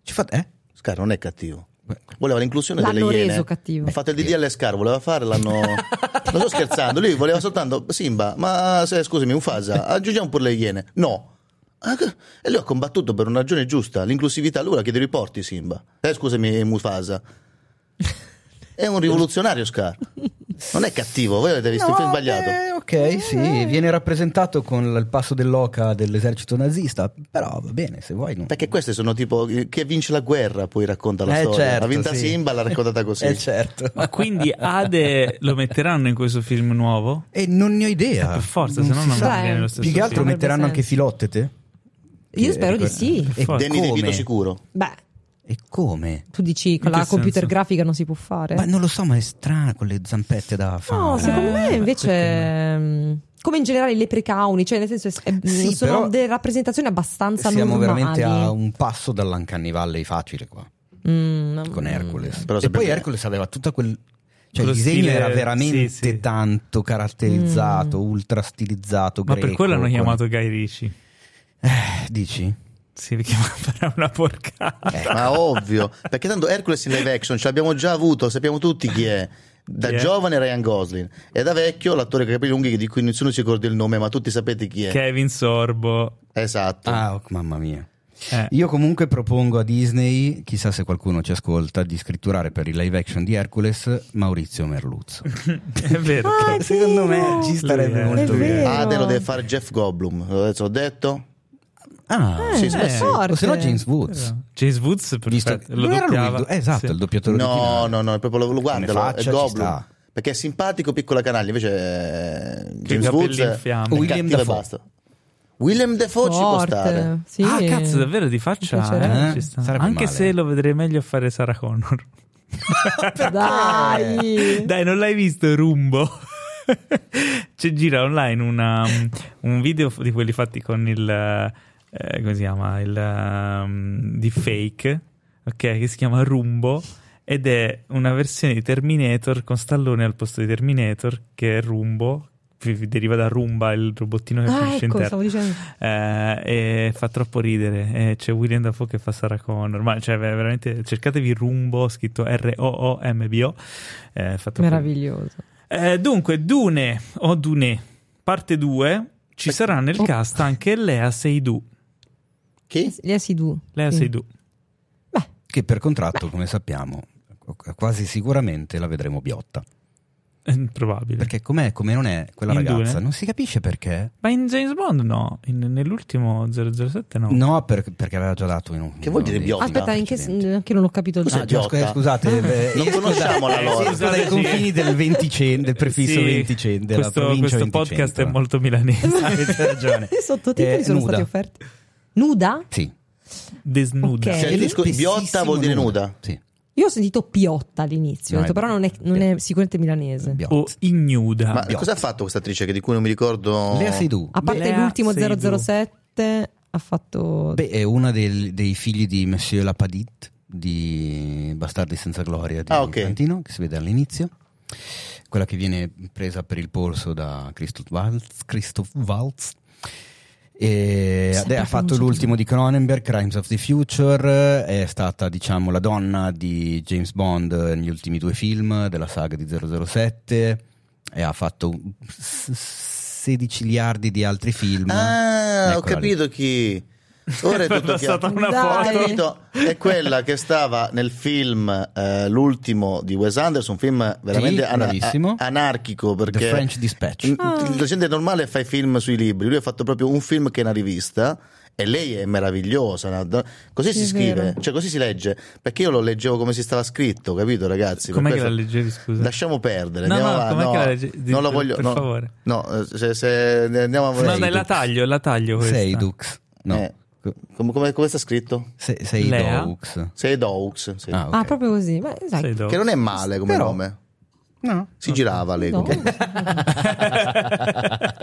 S2: ci fate... Eh?
S4: Scar non è cattivo.
S2: Beh.
S4: Voleva l'inclusione
S3: L'hanno
S4: delle iene.
S3: reso cattivo.
S4: Ha fatto il DD alle Scar, voleva fare, l'hanno... non sto scherzando, lui voleva soltanto... Simba, ma se, scusami, Ufasa, aggiungiamo pure le iene. No. Ah, che- E lui ha combattuto per una ragione giusta, l'inclusività, lui la chiede riporti Simba. Eh, scusami, Mufasa. È un rivoluzionario Scar. Non è cattivo, voi avete visto il film
S2: No, eh.
S4: sbagliato.
S2: beh, ok, sì, viene rappresentato con il passo dell'oca dell'esercito nazista, però va bene, se vuoi non...
S4: Perché queste sono tipo eh, che vince la guerra, poi racconta la
S2: Eh,
S4: storia.
S2: certo,
S4: ha vinta
S2: sì.
S4: Simba, l'ha raccontata così.
S2: Eh, certo.
S1: Ma quindi Ade lo metteranno in questo film nuovo?
S2: E non ne ho idea.
S1: Eh, per forza,
S2: Ah. Non
S1: se no
S2: si
S1: non
S2: sa.
S3: Beh,
S1: viene lo stesso
S2: Più che altro
S1: film.
S2: metteranno
S3: Avrebbe
S2: anche
S3: senso.
S2: Filottete?
S3: Io
S2: Che-
S3: spero di
S2: ricorda-
S3: sì.
S2: E
S1: Forza.
S4: Danny DeVito
S2: come?
S4: sicuro.
S3: Beh,
S2: E come?
S3: tu dici con
S1: In che
S3: la computer
S1: senso?
S3: grafica non si può fare.
S2: Ma non lo so, ma è strano con le zampette da fare.
S3: No, secondo me
S1: Eh,
S3: invece.
S1: perché
S3: ehm, Come in generale i leprecauni, cioè nel senso è- è-
S2: Eh, Sì,
S3: sono
S2: però
S3: delle rappresentazioni abbastanza
S2: Siamo
S3: normali.
S2: veramente a un passo dall'Uncanny Valley facile qua,
S3: Mm,
S2: con
S3: mm.
S2: Hercules.
S4: Però
S2: e
S4: sempre-
S2: poi Hercules aveva tutta quel... Cioè
S1: Quello
S2: il disegno
S1: stile-
S2: era veramente
S1: sì, sì.
S2: tanto caratterizzato,
S3: Mm.
S2: ultra stilizzato,
S1: Ma per
S2: greco,
S1: quello hanno
S2: con-
S1: chiamato Guy Ricci.
S2: Eh, dici?
S1: Sì, perché farà una porcata.
S2: Eh.
S4: Eh, Ma ovvio, perché tanto Hercules in live action ce l'abbiamo già avuto, sappiamo tutti chi è. Da
S1: Chi è?
S4: giovane Ryan Gosling e da vecchio l'attore con i capelli lunghi di cui nessuno si ricorda il nome, ma tutti sapete chi è.
S1: Kevin Sorbo.
S4: Esatto.
S2: Ah, oh, mamma mia.
S1: Eh.
S2: Io comunque propongo a Disney, chissà se qualcuno ci ascolta, di scritturare per il live action di Hercules Maurizio Merluzzo.
S1: È vero.
S3: Ah, è
S2: Secondo me
S3: vero!
S2: ci
S1: Lui
S2: starebbe
S1: è-
S2: molto
S1: è
S2: bene.
S3: vero.
S4: Ah, te lo deve fare Jeff Goldblum, adesso ho detto.
S2: Ah,
S3: Eh,
S4: Sì, sì,
S3: è
S4: sì.
S3: forte.
S2: o se no James Woods.
S1: Però- James Woods,
S2: Visto-
S1: perfetto, lo
S2: non era lui il
S1: doppiava.
S2: do- eh, esatto,
S1: Sì.
S2: il doppiatore
S4: No,
S2: originale.
S4: no, no, è proprio lo, lo guarda, lo-
S2: faccia
S4: è
S2: ci
S4: Goblum.
S2: sta.
S4: Perché è simpatico, piccola canaglia, invece eh,
S1: Che
S4: James
S1: capelli
S4: Woods
S1: in
S4: è
S1: fiamme.
S4: cattivo
S2: William
S4: e
S2: Dafoe.
S4: basta. William Defoe ci può
S3: Forte,
S4: stare.
S3: sì.
S1: Ah, cazzo, davvero di faccia.
S3: piacerebbe.
S1: eh, ci sta.
S2: Sarebbe
S1: Anche
S2: male.
S1: se lo vedrei meglio fare Sarah Connor.
S3: Dai.
S1: Dai, non l'hai visto Rumbo? C'è gira online una, un video di quelli fatti con il eh, come si chiama? Il ehm, di fake, ok, che si chiama Rumbo ed è una versione di Terminator con Stallone al posto di Terminator che è Rumbo, che deriva da Rumba, il robottino che
S3: Ah,
S1: finisce in
S3: ecco,
S1: terra.
S3: stavo dicendo.
S1: Eh, e fa troppo ridere. Eh, c'è William Dafoe che fa Sarah Connor. Ma cioè, ver- veramente cercatevi Rumbo, scritto R-O-O-M-B-O. Eh, fa troppo
S3: Meraviglioso.
S1: ridere. Eh, dunque, Dune o Dune, parte 2. Ci sarà nel
S3: Oh.
S1: cast anche Lea Seydoux.
S4: Chi?
S3: Yes, you do.
S1: Lea
S3: Sì.
S1: Seydoux.
S2: Che per contratto, come sappiamo, quasi sicuramente la vedremo biotta.
S1: Eh, Probabile.
S2: Perché com'è, come non è quella
S1: In
S2: ragazza,
S1: due?
S2: non si capisce perché.
S1: Ma in James Bond no, In- nell'ultimo 007 no.
S2: No, per- perché aveva già dato in un...
S4: Che vuol
S2: in uno
S4: dire
S2: dei
S4: biotta?
S2: film
S4: Aspetta,
S3: Aspetta, in che,
S2: precedenti.
S3: che non ho capito.
S4: Cos'è?
S2: Ah, già,
S4: Idiota.
S2: scusa- scusate, beh,
S4: Non
S2: io-
S4: conosciamo la
S1: Eh,
S4: loro.
S1: sì,
S2: Sì, scusa, i
S1: Scusateci.
S2: confini del venticen- del prefisso
S1: Eh, Sì,
S2: venticen- della
S1: questo,
S2: provincia
S1: questo
S2: venticento.
S1: podcast è molto milanese.
S2: Avete ragione.
S3: I sottotitoli
S2: Eh,
S3: sono
S2: nuda.
S3: stati offerti. Nuda?
S2: Sì.
S1: Desnuda.
S3: Ok.
S4: Se
S3: Eh,
S4: il disco- Cioè, biotta vuol dire nuda.
S2: Sì.
S3: Io ho sentito piotta all'inizio, ho
S2: No,
S3: detto,
S2: è-
S3: però non è, non è sicuramente milanese.
S2: Biotta.
S1: O ignuda.
S4: Ma cosa ha fatto questa attrice che di cui non mi ricordo?
S2: Lea Seydoux.
S3: A parte
S1: Lea
S3: l'ultimo
S1: Seydoux.
S3: 007 ha fatto...
S2: Beh, è una del- dei figli di Monsieur Lapadit di Bastardi senza gloria di
S4: Ah, ok.
S2: Tarantino, che si vede all'inizio. Quella che viene presa per il polso da Christoph Waltz, Christoph Waltz. E
S3: Sempre
S2: ade- ha fatto
S3: pronunciato
S2: l'ultimo di Cronenberg, Crimes of the Future, è stata diciamo la donna di James Bond negli ultimi due film della saga di 007 e ha fatto un- s- 16 miliardi di altri film.
S4: Ah, ho
S2: Eccola lì.
S4: capito chi. Ora è tutto
S1: È stata
S4: chiaro.
S1: una
S4: Ho
S3: Dai.
S1: foto.
S4: capito, è quella che stava nel film eh, l'ultimo di Wes Anderson, un film veramente ana-
S2: bravissimo.
S4: a- anarchico perché
S2: The French Dispatch.
S4: Mm,
S3: Ah.
S4: La gente normale fa i film sui libri, lui ha fatto proprio un film che è una rivista e lei è meravigliosa. una do- Così
S3: Sì,
S4: si
S3: è
S4: scrive,
S3: vero.
S4: cioè così si legge, perché io lo leggevo come si stava scritto, capito ragazzi? Per
S1: Com'è che
S4: questo-
S1: la leggevi, scusa?
S4: Lasciamo perdere,
S1: No,
S4: andiamo
S1: no,
S4: avanti.
S1: com'è
S4: no,
S1: che la legge-
S4: non lo
S1: per-
S4: voglio,
S1: per
S4: no,
S1: favore.
S4: No, eh, se, se ne andiamo avanti.
S2: Sei
S1: No, dai, la
S2: Dux.
S1: taglio, la taglio questa.
S2: Sei Dux. No.
S4: Eh, com- come, come sta scritto?
S2: Se- Ah, sei
S1: Lea?
S2: Dux.
S4: Sei Doux, sì.
S2: Ah, ok.
S3: Ah, proprio così. Beh,
S2: Ecco.
S3: sai.
S1: Sei Dux.
S4: che non è male come
S2: Però-
S4: nome.
S2: No.
S4: Si girava lei.
S3: No.
S4: comunque.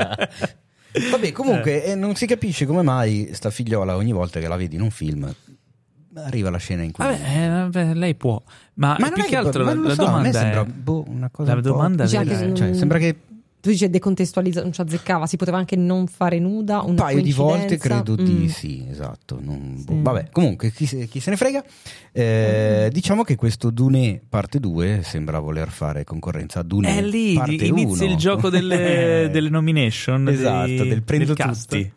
S2: Vabbè, comunque eh, non si capisce come mai sta figliola ogni volta che la vedi in un film arriva la scena in cui
S1: Vabbè, eh, vabbè, lei può. Ma,
S2: Ma non
S1: più
S2: è
S1: che
S2: che-
S1: altro
S2: ma
S1: la,
S2: non lo
S1: la
S2: so, a me
S1: domanda
S2: sembra,
S1: è...
S2: boh, una cosa
S1: La
S2: un po'-
S1: domanda
S3: Già
S1: vera
S3: che-
S1: è-
S2: cioè, sembra che
S3: Tu dici decontestualizzato, non ci azzeccava, si poteva anche non fare nuda.
S2: un
S3: Una
S2: paio di volte
S3: coincidenza.
S2: credo
S3: Mm.
S2: di sì, esatto. non- boh,
S3: Sì.
S2: Vabbè, comunque chi se, chi se ne frega. Eh, Diciamo che questo Dune parte 2 sembra voler fare concorrenza a Dune
S1: È lì,
S2: parte
S1: di- inizia
S2: uno.
S1: il gioco delle, delle nomination.
S2: Esatto,
S1: dei-
S2: del prendo
S1: cast.
S2: tutti.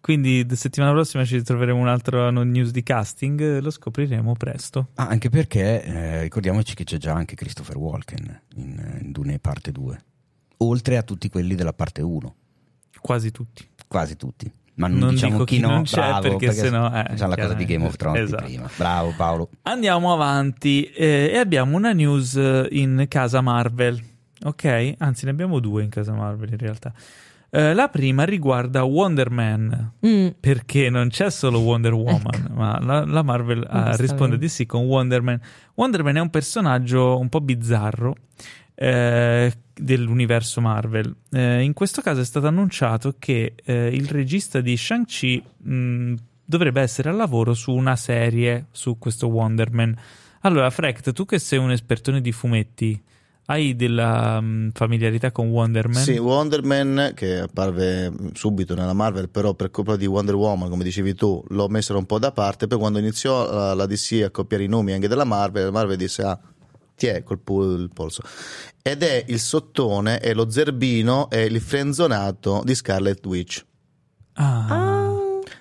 S1: Quindi d- settimana prossima ci troveremo un altro anno news di casting, eh, lo scopriremo presto.
S2: Ah, anche perché eh, ricordiamoci che c'è già anche Christopher Walken in, in Dune parte 2, oltre a tutti quelli della parte 1,
S1: Quasi tutti.
S2: quasi tutti. Ma non,
S1: Non
S2: diciamo
S1: dico
S2: chi,
S1: chi
S2: no,
S1: non c'è,
S2: bravo,
S1: perché sennò, eh,
S2: c'è la cosa di Game of Thrones
S1: esatto.
S2: di prima. Bravo Paolo.
S1: Andiamo avanti eh, e abbiamo una news eh, in casa Marvel. Ok, anzi ne abbiamo due in casa Marvel in realtà. Eh, la prima riguarda Wonder Man,
S3: Mm.
S1: perché non c'è solo Wonder Woman,
S3: Ecco.
S1: ma la, la Marvel ah,
S3: Giustamente.
S1: risponde di sì con Wonder Man. Wonder Man è un personaggio un po' bizzarro eh, dell'universo Marvel. Eh, in questo caso è stato annunciato che eh, il regista di Shang-Chi mh, dovrebbe essere al lavoro su una serie su questo Wonder Man. Allora, Frecht, tu che sei un espertone di fumetti, hai della mh, familiarità con Wonder Man?
S4: Sì, Wonder Man che apparve subito nella Marvel, però per colpa di Wonder Woman, come dicevi tu, l'ho messo un po' da parte. Poi quando iniziò la, la DC a copiare i nomi anche della Marvel, la Marvel disse: Ah, ti è col pu- il polso. Ed è il sottone, è lo zerbino, è il frenzonato di Scarlet Witch.
S1: Ah,
S3: Ah.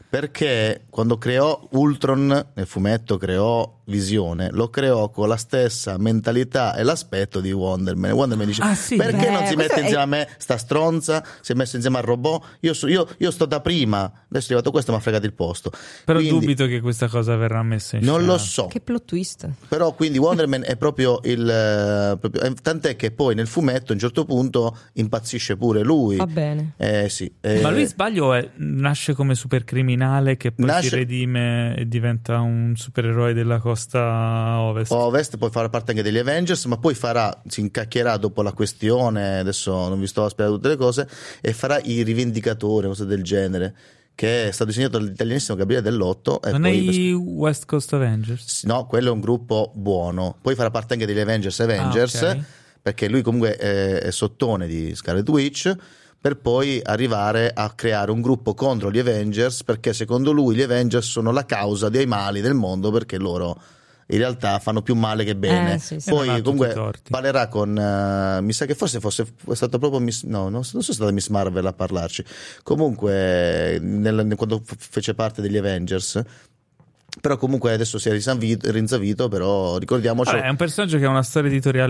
S4: Perché quando creò Ultron nel fumetto, creò Visione, lo creò con la stessa mentalità e l'aspetto di Wonder Man. Wonder Man dice:
S1: Ah, sì?
S4: Perché
S3: Eh,
S4: non
S3: questo
S4: si mette
S3: è-
S4: insieme a me sta stronza? Si è messo insieme al robot? Io, so- io- io sto da prima, adesso è arrivato questo e mi ha fregato il posto.
S1: però
S4: Quindi,
S1: dubito che questa cosa verrà messa in
S4: Non
S1: scena.
S4: lo so.
S3: Che plot twist.
S4: Però quindi Wonder Man è proprio il. eh, proprio- eh, tant'è che poi nel fumetto a un certo punto impazzisce pure lui.
S3: Va bene.
S4: Eh sì. eh,
S1: Ma lui sbaglio è- nasce come supercriminale che poi si
S4: Nasce- Oh,
S1: Ah,
S4: eh, eh,
S2: Ah, Eh,
S4: Ah, Mm. Eh, eh,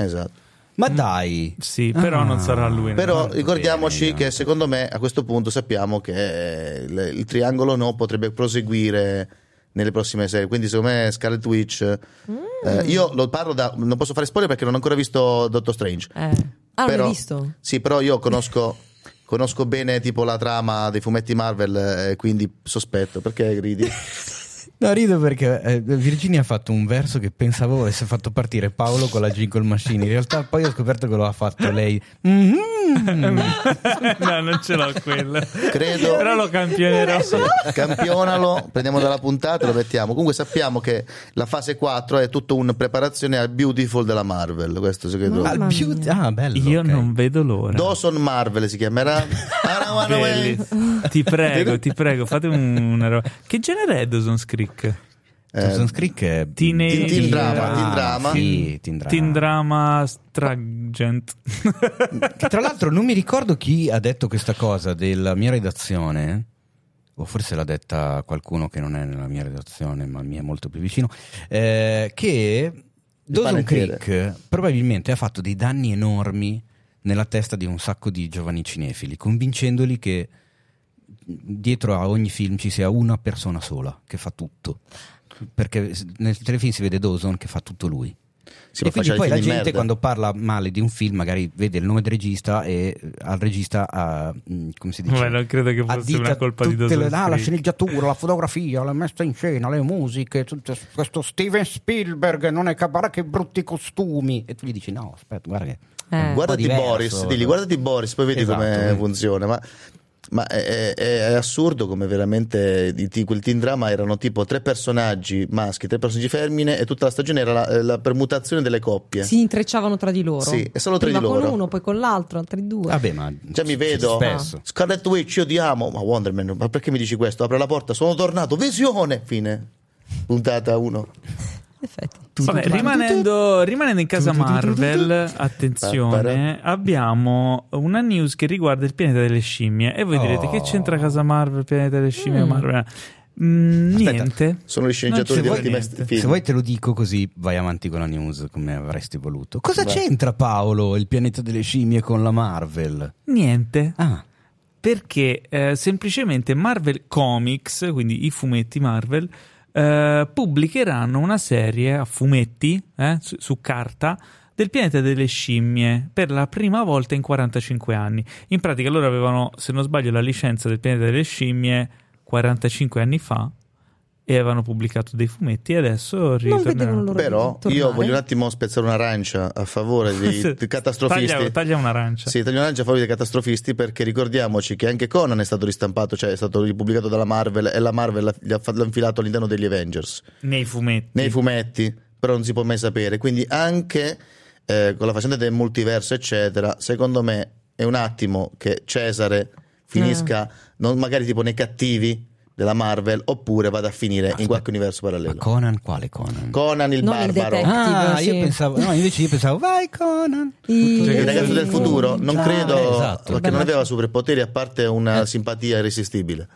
S4: Esatto.
S2: Ma dai,
S1: Sì, però
S2: Ah.
S1: non sarà lui.
S4: Però
S2: Molto
S4: ricordiamoci
S2: bene,
S4: che
S2: Jonathan.
S4: secondo me a questo punto sappiamo che il, il triangolo no potrebbe proseguire nelle prossime serie. Quindi secondo me Scarlet Witch. eh,
S3: Mm.
S4: io lo parlo da. Non posso fare spoiler perché non ho ancora visto Doctor Strange.
S3: Eh. Ah, non
S4: Però-
S3: l'hai visto?
S4: Sì, però io conosco. Conosco bene tipo la trama dei fumetti Marvel, eh, quindi sospetto perché gridi.
S2: No, rido perché eh, Virginia ha fatto un verso che pensavo avesse fatto partire Paolo con la jingle machine. In realtà poi ho scoperto che lo ha fatto lei. Mhm.
S1: no, non ce l'ho quello.
S4: Credo-
S1: Però lo campionerò.
S4: Campionalo, prendiamo dalla puntata e lo mettiamo. Comunque sappiamo che la fase 4 è tutto un preparazione al beautiful della Marvel. Questo credo.
S3: Mamma
S2: Al beauty- Ah, bello.
S1: Io
S2: ok.
S1: non vedo l'ora.
S4: Dawson Marvel si chiamerà. Ah, I don't wanna
S1: Belli.
S4: wait.
S1: Ti prego, ti prego, fate un- una roba. Che genere è Dawson's Creek?
S2: Thompson's
S4: Eh,
S2: Creek è
S1: Teenage-
S2: Teen-
S1: Teen
S4: drama, teen drama.
S2: Sì, teen drama.
S1: Teen drama Stragent.
S2: Che tra l'altro non mi ricordo chi ha detto questa cosa della mia redazione. O forse l'ha detta qualcuno che non è nella mia redazione, ma mi è molto più vicino. eh, che Dawson
S4: panettiere.
S2: Creek probabilmente ha fatto dei danni enormi nella testa di un sacco di giovani cinefili, convincendoli che dietro a ogni film ci sia una persona sola che fa tutto. Perché nel telefilm si vede Dawson che fa tutto lui
S4: si
S2: e
S4: può
S2: quindi
S4: fare
S2: poi la
S4: film di
S2: gente
S4: merda.
S2: quando parla male di un film magari vede il nome del regista e eh, al regista ha, mh, come si dice
S1: Vabbè, non credo che fosse
S2: addita
S1: una colpa di
S2: tutte
S1: Dawson's
S2: le- ah, la
S1: Creek.
S2: sceneggiatura, la fotografia, la messa in scena, le musiche, tutto- questo Steven Spielberg non è caparà che brutti costumi e tu gli dici no, aspetta, guarda che
S3: Eh.
S4: Guardati
S2: diverso,
S4: Boris, digli
S2: però.
S4: guardati Boris, poi vedi
S2: Esatto,
S4: come
S2: quindi.
S4: funziona. Ma, ma è, è- è assurdo come veramente i ti- quel teen drama erano tipo tre personaggi maschi, tre personaggi femmine e tutta la stagione era la, eh, la permutazione delle coppie.
S3: Si intrecciavano tra di loro.
S4: Sì, e solo tra
S3: Prima
S4: di loro.
S3: con uno, poi con l'altro, altri due.
S2: vabbè, ma
S4: Già mi
S2: c-
S4: vedo.
S2: spesso.
S4: Scarlet Witch, io ti amo. Ma Wonderman, ma perché mi dici questo? Apre la porta, sono tornato, visione! Fine. Puntata 1.
S3: In effetti.
S1: Vabbè, rimanendo, rimanendo in casa Marvel, attenzione, abbiamo una news che riguarda il pianeta delle scimmie. E voi
S2: Oh.
S1: direte che c'entra casa Marvel, pianeta delle scimmie? Marvel? Mm,
S2: Aspetta,
S1: niente.
S4: Sono gli
S1: Non
S4: sceneggiatori di
S1: ci vuole
S4: Ultimate
S1: niente.
S4: Film.
S2: Se vuoi te lo dico così vai avanti con la news come avresti voluto. Cosa
S4: Vai.
S2: c'entra Paolo, il pianeta delle scimmie con la Marvel?
S1: Niente.
S2: Ah,
S1: perché eh, semplicemente Marvel Comics, quindi i fumetti Marvel, eh, pubblicheranno una serie a fumetti eh, su, su carta del pianeta delle scimmie per la prima volta in 45 anni. In pratica loro avevano, se non sbaglio, la licenza del pianeta delle scimmie 45 anni fa e avevano pubblicato dei fumetti e adesso
S3: Non
S1: ritorneranno.
S3: vedevano loro.
S4: Però
S3: di
S4: io
S3: tornare.
S4: voglio un attimo spezzare un'arancia a favore dei dei catastrofisti.
S1: Taglia, taglia un'arancia.
S4: Sì, taglio un'arancia a favore dei catastrofisti perché ricordiamoci che anche Conan è stato ristampato, cioè è stato ripubblicato dalla Marvel e la Marvel l'ha- gli ha fa- l'ha infilato all'interno degli Avengers,
S1: Nei fumetti.
S4: nei fumetti, però non si può mai sapere. Quindi anche eh, con la faccenda del multiverso, eccetera, secondo me è un attimo che Cesare finisca non magari tipo nei cattivi della Marvel oppure vada a finire in qualche universo
S2: ma
S4: parallelo.
S2: Conan quale Conan?
S4: Conan il
S3: Non il
S4: barbaro.
S3: detective.
S2: Ah,
S3: Active,
S2: io
S3: sì.
S2: pensavo, no, invece io pensavo, vai Conan.
S3: I-
S4: Cioè, il ragazzo del futuro non
S2: Ah,
S4: credo
S2: esatto.
S4: perché
S3: Beh,
S4: non
S3: ma-
S4: aveva superpoteri a parte una simpatia irresistibile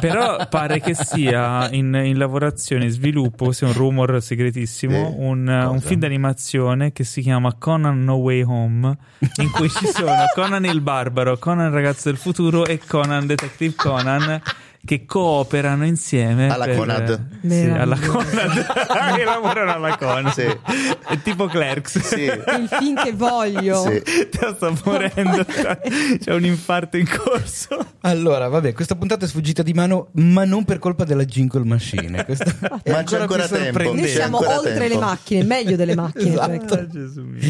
S1: Però pare che sia in, in lavorazione, sviluppo, questo è un rumor segretissimo,
S4: Eh,
S1: un, un
S4: cosa?
S1: film d'animazione che si chiama Conan No Way Home, in cui ci sono Conan il Barbaro, Conan il Ragazzo del Futuro e Conan Detective Conan che cooperano insieme
S4: Alla
S1: per-
S4: Conad.
S1: sì,
S3: Meraviglioso.
S1: alla Conad che lavorano alla Conad
S4: Sì.
S1: è tipo Clerks
S4: sì.
S3: Il film che voglio.
S4: Sì.
S1: Te sto morendo c'è un infarto in corso
S2: Allora, vabbè, questa puntata è sfuggita di mano, ma non per colpa della jingle machine. Questo è
S4: Ma c'è ancora
S2: più
S4: tempo.
S2: sorprendente.
S3: Noi
S4: C'è
S3: siamo
S4: ancora
S3: oltre
S4: tempo.
S3: le macchine, meglio delle macchine. cioè,
S2: Esatto.
S1: Ah,
S3: Jack.
S1: Gesù mio.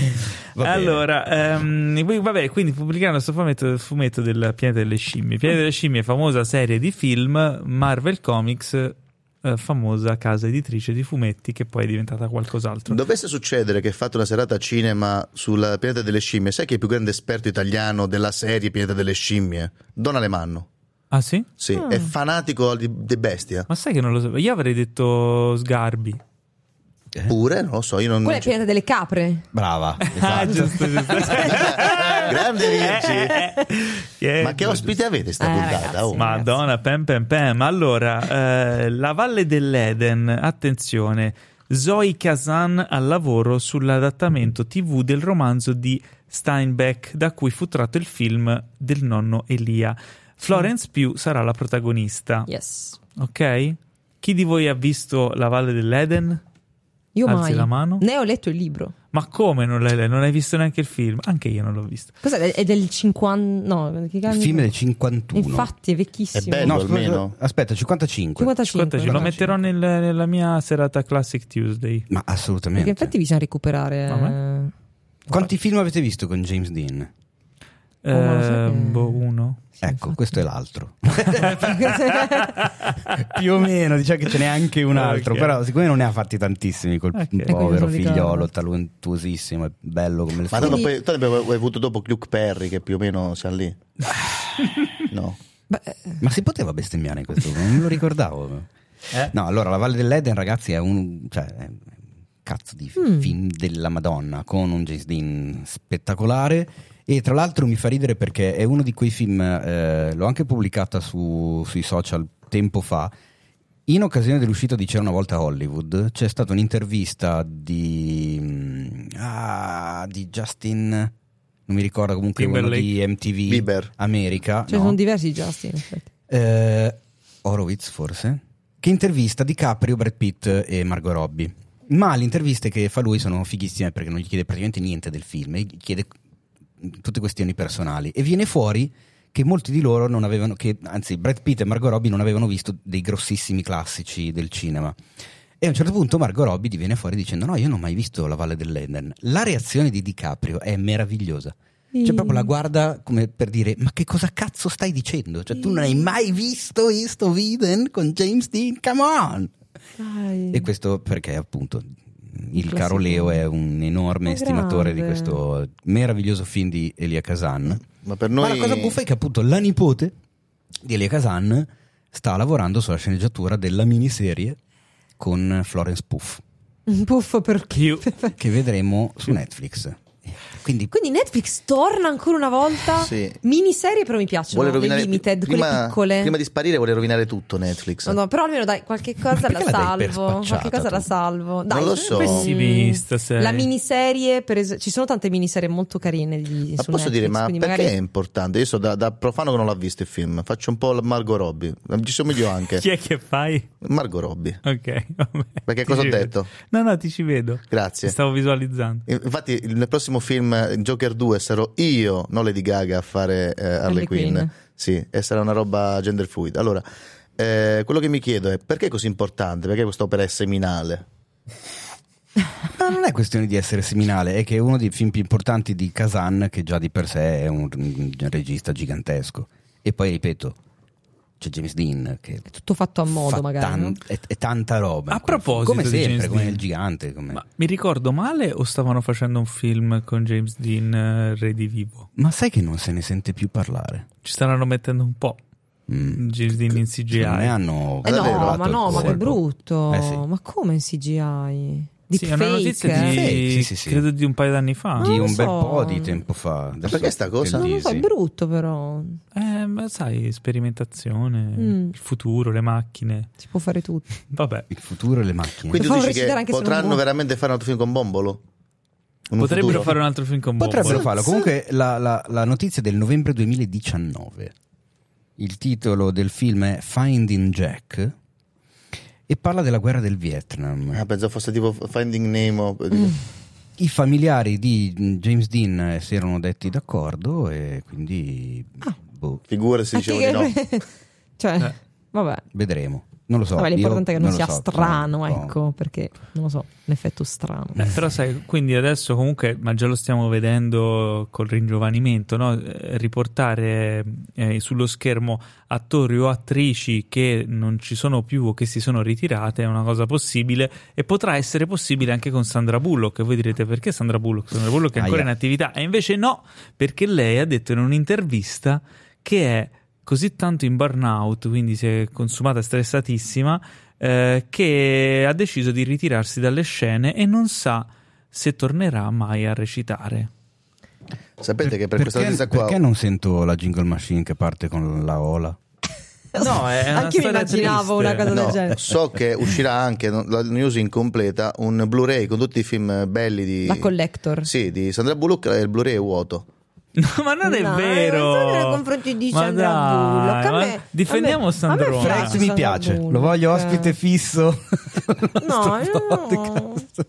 S2: Va bene.
S1: allora, ehm, voi- vabbè, quindi pubblicarono questo fumetto, fumetto del Pianeta delle Scimmie. Pianeta delle Scimmie, famosa serie di film, Marvel Comics, eh, famosa casa editrice di fumetti che poi è diventata qualcos'altro.
S4: dovesse succedere che fate una serata a cinema sul pianeta delle scimmie sai chi è il più grande esperto italiano della serie pianeta delle scimmie Don Alemanno
S1: ah Eh. sì?
S4: sì, è fanatico di, di bestia
S1: Ma sai che non lo so? Io avrei detto Sgarbi.
S4: pure non lo so io non
S3: Quella è il pianeta delle capre.
S2: Eh, Brava.
S1: Ah,
S2: esatto.
S1: giusto, giusto.
S4: grande Virgi
S1: Eh,
S4: ma che ospite avete sta
S3: Eh,
S4: puntata
S3: ragazzi.
S4: oh?
S1: Madonna, pam pam pam. Allora, eh, la Valle dell'Eden, attenzione, Zoe Kazan al lavoro sull'adattamento TV del romanzo di Steinbeck, da cui fu tratto il film del nonno Elia. Florence Pugh sarà la protagonista,
S3: Yes.
S1: ok? Chi di voi ha visto La Valle dell'Eden?
S3: Io
S1: Alzi
S3: mai.
S1: la mano.
S3: Ne ho letto il libro.
S1: Ma come non l'hai, non hai visto neanche il film? Anche io non l'ho visto.
S3: Cos'è? È- È del 50. No, che
S2: Il
S3: cazzo-
S2: film del 51.
S3: Infatti, è vecchissimo.
S4: È bello.
S2: No,
S4: Eh, Almeno.
S2: scusa, aspetta, 55.
S3: 55.
S1: 55. Lo metterò nel- nella mia serata Classic Tuesday.
S2: Ma
S3: Perché
S2: assolutamente.
S3: infatti bisogna recuperare.
S1: Vabbè.
S3: eh,
S2: Quanti film avete visto con James Dean?
S3: Oh, ma lo sai
S1: Eh,
S3: che-
S1: boh, uno.
S3: sì,
S2: Ecco,
S3: infatti.
S2: questo è l'altro.
S3: eh. Cioè,
S2: Più o meno, diciamo che ce n'è anche un altro,
S1: Ok.
S2: però siccome non ne ha fatti tantissimi col
S1: Ok.
S3: E quindi
S2: povero
S3: non ricordo.
S2: figliolo talentuosissimo e bello come le
S4: Ma
S2: sue-
S4: tanto
S3: Quindi-
S4: poi, tanto poi hai avuto dopo Luke Perry che più o meno siamo lì. No.
S3: Beh,
S2: Ma si poteva bestemmiare in questo? Non me lo ricordavo.
S1: Eh?
S2: No, allora, La Valle dell'Eden, ragazzi, è un cioè, è un cazzo di fi-
S3: Mm.
S2: film della Madonna con un James Dean spettacolare. E tra l'altro mi fa ridere perché è uno di quei film, eh, l'ho anche pubblicata su- sui social tempo fa. In occasione dell'uscita di C'era una volta a Hollywood c'è stata un'intervista di, mm, ah, di Justin, non mi ricordo comunque uno di MTV
S4: Bieber.
S2: America.
S3: cioè,
S2: no?
S3: sono diversi Justin. in effetti.
S2: Eh, Horowitz forse, che intervista DiCaprio, Brad Pitt e Margot Robbie. Ma le interviste che fa lui sono fighissime perché non gli chiede praticamente niente del film, gli chiede tutte questioni personali e viene fuori che molti di loro non avevano, che, anzi Brad Pitt e Margot Robbie non avevano visto dei grossissimi classici del cinema. E a un certo punto Margot Robbie gli viene fuori dicendo no, io non ho mai visto La Valle dell'Eden. La reazione di DiCaprio è meravigliosa. Cioè, proprio la guarda come per dire: Ma che cosa cazzo stai dicendo? Cioè, tu non hai mai visto East of Eden con James Dean? Come on!
S3: Dai.
S2: E questo perché, appunto, il
S3: Mm. classico.
S2: caro Leo è un enorme
S3: Ma
S2: estimatore di
S3: grande.
S2: questo meraviglioso film di Elia Kazan.
S4: Ma per
S2: Ma
S4: noi...
S2: la cosa buffa è che, appunto, la nipote di Elia Kazan sta lavorando sulla sceneggiatura della miniserie con Florence Puff,
S3: Puff perché?
S1: Io-
S2: che vedremo su Netflix. Quindi,
S3: Quindi Netflix torna ancora una volta.
S4: Sì.
S3: Miniserie, però mi piacciono.
S4: vuole
S3: le
S4: rovinare
S3: limited, quelle
S4: prima,
S3: piccole.
S4: prima di sparire vuole rovinare tutto Netflix.
S3: No, no, però almeno dai, qualche cosa la
S2: Perché la dai per
S3: salvo.
S2: spacciata,
S3: Qualche cosa la
S2: tu?
S3: salvo. Dai,
S4: Non lo
S3: sono
S4: so.
S1: Pessimista sei.
S3: La miniserie, per es- ci sono tante miniserie molto carine di,
S4: ma
S3: su
S4: posso dire,
S3: Netflix,
S4: ma
S3: quindi
S4: perché è
S3: magari-
S4: importante? Io so da, da profano che non l'ha visto il film, faccio un po' la Margot Robbie, ci somiglio anche.
S1: Chi è che fai?
S4: Margot Robbie,
S1: Ok, vabbè.
S4: perché
S1: Ti
S4: cosa ho
S1: ci vedo.
S4: detto?
S1: No, no, ti ci vedo. Ti
S4: Grazie.
S1: stavo visualizzando.
S4: Infatti nel prossimo film eh, Joker 2 sarò io, non Lady Gaga, a fare eh, Harley
S3: Harley
S4: Quinn.
S3: Quinn.
S4: Sì, e sarà una roba gender fluid. Allora, eh, quello che mi chiedo è perché è così importante? Perché questa opera è seminale?
S2: Ma non è questione di essere seminale, è che è uno dei film più importanti di Kazan, che già di per sé è un un regista gigantesco. E poi ripeto, c'è James Dean che
S3: è tutto fatto a modo,
S2: fa
S3: magari.
S2: tan-
S3: no?
S2: è, è tanta roba.
S1: A proposito
S2: come
S1: di
S2: sempre,
S1: James
S2: come
S1: Dean.
S2: il gigante. come-
S1: Ma
S2: Ma...
S1: mi ricordo male o stavano facendo un film con James Dean eh, redivivo?
S2: sai che non se ne sente più parlare?
S1: Ci staranno mettendo un po'.
S2: Mm.
S1: James Dean in
S2: Secondo me
S1: CGI.
S2: hanno
S3: Eh no,
S4: davvero?
S3: ma no, ma che brutto.
S2: Eh sì.
S3: Ma come in CGI? Di
S1: Sì, è una notizia
S3: fake,
S1: di,
S3: eh?
S2: Fake, sì, sì, sì.
S1: credo di un paio d'anni fa.
S3: Ah,
S2: Di
S3: non lo
S2: un bel
S3: so.
S2: po' di tempo fa. Adesso
S4: perché sta cosa?
S2: te
S3: Non lo so, è
S2: dici.
S3: brutto però.
S1: Eh, ma sai, sperimentazione,
S3: Mm.
S1: il futuro, le macchine.
S3: Si può fare tutto.
S1: Vabbè,
S2: Il futuro e le macchine.
S4: Quindi tu
S3: Lo fanno
S4: dici
S3: recitare
S4: che
S3: anche se non
S4: potranno
S3: vuoi.
S4: veramente fare un altro film con Bombolo? In un
S1: potrebbero
S4: futuro?
S1: fare un altro film con Bob.
S2: Potrebbero farlo. Comunque, la, la- la notizia è del novembre 2019. Il titolo del film è Finding Jack e parla della guerra del
S4: Ah,
S2: Vietnam.
S4: pensavo fosse tipo Finding Nemo.
S3: Mm.
S2: I familiari di James Dean eh, si erano detti d'accordo e quindi boh,
S4: Figura si
S3: Ah,
S4: diceva
S3: che-
S4: di no.
S3: cioè,
S1: Eh.
S3: vabbè.
S2: vedremo. Non lo so.
S3: Vabbè,
S2: Io
S3: l'importante è che non,
S2: lo
S3: sia
S2: so,
S3: strano,
S4: cioè,
S2: però, boh. no.
S3: ecco, perché non lo so, un effetto strano.
S1: Eh, però sai, quindi adesso comunque, ma già lo stiamo vedendo col ringiovanimento, no? Eh, riportare eh, sullo schermo attori o attrici che non ci sono più o che si sono ritirate è una cosa possibile e potrà essere possibile anche con Sandra Bullock. E Voi direte perché Sandra Bullock? Sandra Bullock è ancora
S2: Aia.
S1: in attività e invece no, perché lei ha detto in un'intervista che è così tanto in burnout, quindi si è consumata e stressatissima, eh, che ha deciso di ritirarsi dalle scene e non sa se tornerà mai a recitare.
S4: Sapete che per
S2: perché,
S4: questa notizia qua...
S2: perché non sento la jingle machine che parte con la ola?
S1: No, è una
S3: Anch'io
S1: storia
S3: immaginavo
S1: triste.
S3: una cosa
S4: No,
S3: del genere.
S4: so che uscirà anche no, la news incompleta un Blu-ray con tutti i film belli di,
S3: La collector.
S4: sì, di Sandra Bullock e il Blu-ray è vuoto.
S1: No, ma non è
S3: No, eh,
S1: vero.
S3: non so nei confronti di
S1: Ma
S3: Sandra
S1: dai,
S3: Bullock. A
S1: ma
S3: me- a
S1: difendiamo
S3: me- a me
S1: Sandrone.
S3: frega.
S2: Franz mi
S3: Sandra
S2: piace,
S3: Bullock.
S2: lo voglio ospite fisso.
S3: No,
S2: Sto
S3: no.
S2: podcast.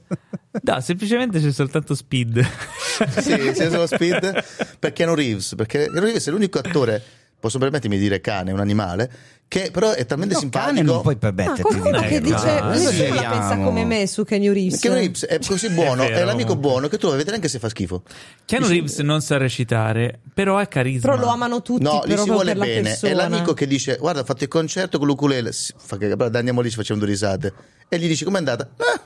S1: No, semplicemente c'è soltanto Speed.
S4: sì, c'è solo Speed per Keanu Reeves, perché Keanu Reeves è l'unico attore, posso permettermi di dire cane, un animale, che però è talmente
S2: No, cane
S4: simpatico.
S2: non puoi permetterti
S3: Ah, qualcuno
S2: di
S3: che
S2: dirlo.
S3: dice
S2: Ah,
S3: nessuno la
S2: esageriamo.
S3: pensa come me su Kenny Reeves.
S4: Keanu Reeves è così buono,
S1: È
S4: è,
S1: vero,
S4: l'amico
S1: comunque.
S4: buono che tu lo vedrai anche se fa schifo.
S1: Keanu Reeves non sa recitare, però ha carisma.
S3: Però lo amano tutti
S4: no, gli
S3: però
S4: si vuole
S3: per la
S4: bene.
S3: persona.
S4: È l'amico che dice: Guarda, ho fatto il concerto con l'ukulele. Sì, fa che- guarda, andiamo lì, ci facciamo due risate. E gli dici: Com'è andata? "Ah,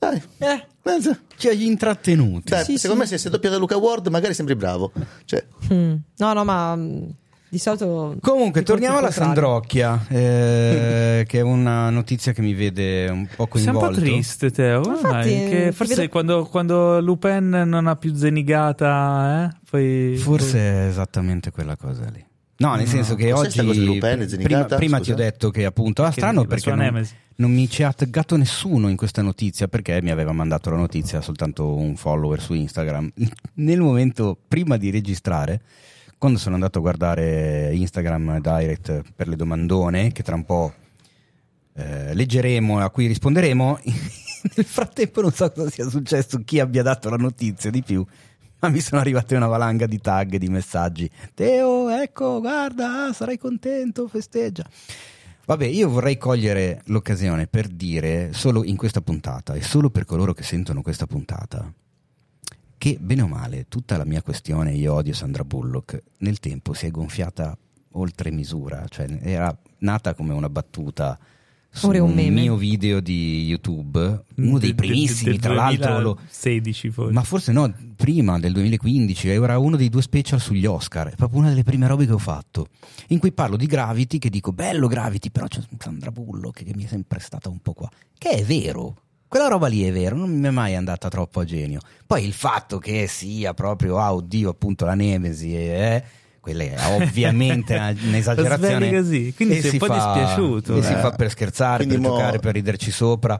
S4: dai,
S3: Eh.
S4: pensa.
S2: Cioè, gli intrattenuti.
S4: Dai,
S3: Sì,
S4: secondo
S3: sì.
S4: me, se sei doppia da Luca Ward, magari sembri bravo. Cioè,
S3: Mm. No, no, ma mm, di solito
S2: Comunque,
S3: di
S2: torniamo alla
S3: colpo il contrario.
S2: Sandrocchia, eh, che è una notizia che mi vede un po'
S1: Sei un po'
S2: coinvolto.
S1: triste, Teo. Come
S3: Infatti,
S1: mai? Che
S3: ti
S1: forse
S3: vedo-
S1: quando, quando Lupin non ha più zenigata, eh? poi.
S2: Forse è esattamente quella cosa lì. No, nel
S1: No.
S2: senso che
S4: Cos'è
S2: oggi.
S4: sta cosa di Lupin,
S2: pr- prima
S4: Zenigata?
S2: prima ti
S4: Scusa.
S2: ho detto che appunto. Ah,
S1: Che
S2: strano
S1: la
S2: perché
S1: sua
S2: non,
S1: nemesi.
S2: non mi ci ha taggato nessuno in questa notizia perché mi aveva mandato la notizia soltanto un follower su Instagram. Nel momento prima di registrare, quando sono andato a guardare Instagram Direct per le domandone, che tra un po' eh, leggeremo e a cui risponderemo, nel frattempo non so cosa sia successo, chi abbia dato la notizia di più. Ma mi sono arrivate una valanga di tag, di messaggi. Teo, ecco, guarda, sarai contento, festeggia. Vabbè, io vorrei cogliere l'occasione per dire, solo in questa puntata e solo per coloro che sentono questa puntata, che bene o male tutta la mia questione io odio Sandra Bullock nel tempo si è gonfiata oltre misura, cioè era nata come una battuta su
S3: Ora è un
S2: un
S3: meme.
S2: mio video di YouTube, uno dei
S1: Del- del-
S2: primissimi,
S1: del
S2: tra l'altro lo,
S1: 2016 forse.
S2: ma forse no, prima del 2015 era uno dei due special sugli Oscar, è proprio una delle prime robe che ho fatto, in cui parlo di Gravity, che dico bello Gravity, però c'è Sandra Bullock che mi è sempre stata un po' qua, che è vero, quella roba lì è vero, non mi è mai andata troppo a genio. Poi il fatto che sia proprio, ah oddio, appunto la Nemesi, eh, quella è ovviamente una-
S1: Lo sveli
S2: un'esagerazione.
S1: così, quindi
S2: E
S1: sei un
S2: si
S1: po' dispiaciuto,
S2: E
S4: eh.
S2: si fa per scherzare,
S4: Quindi
S2: per
S4: mo-
S2: giocare, per riderci sopra.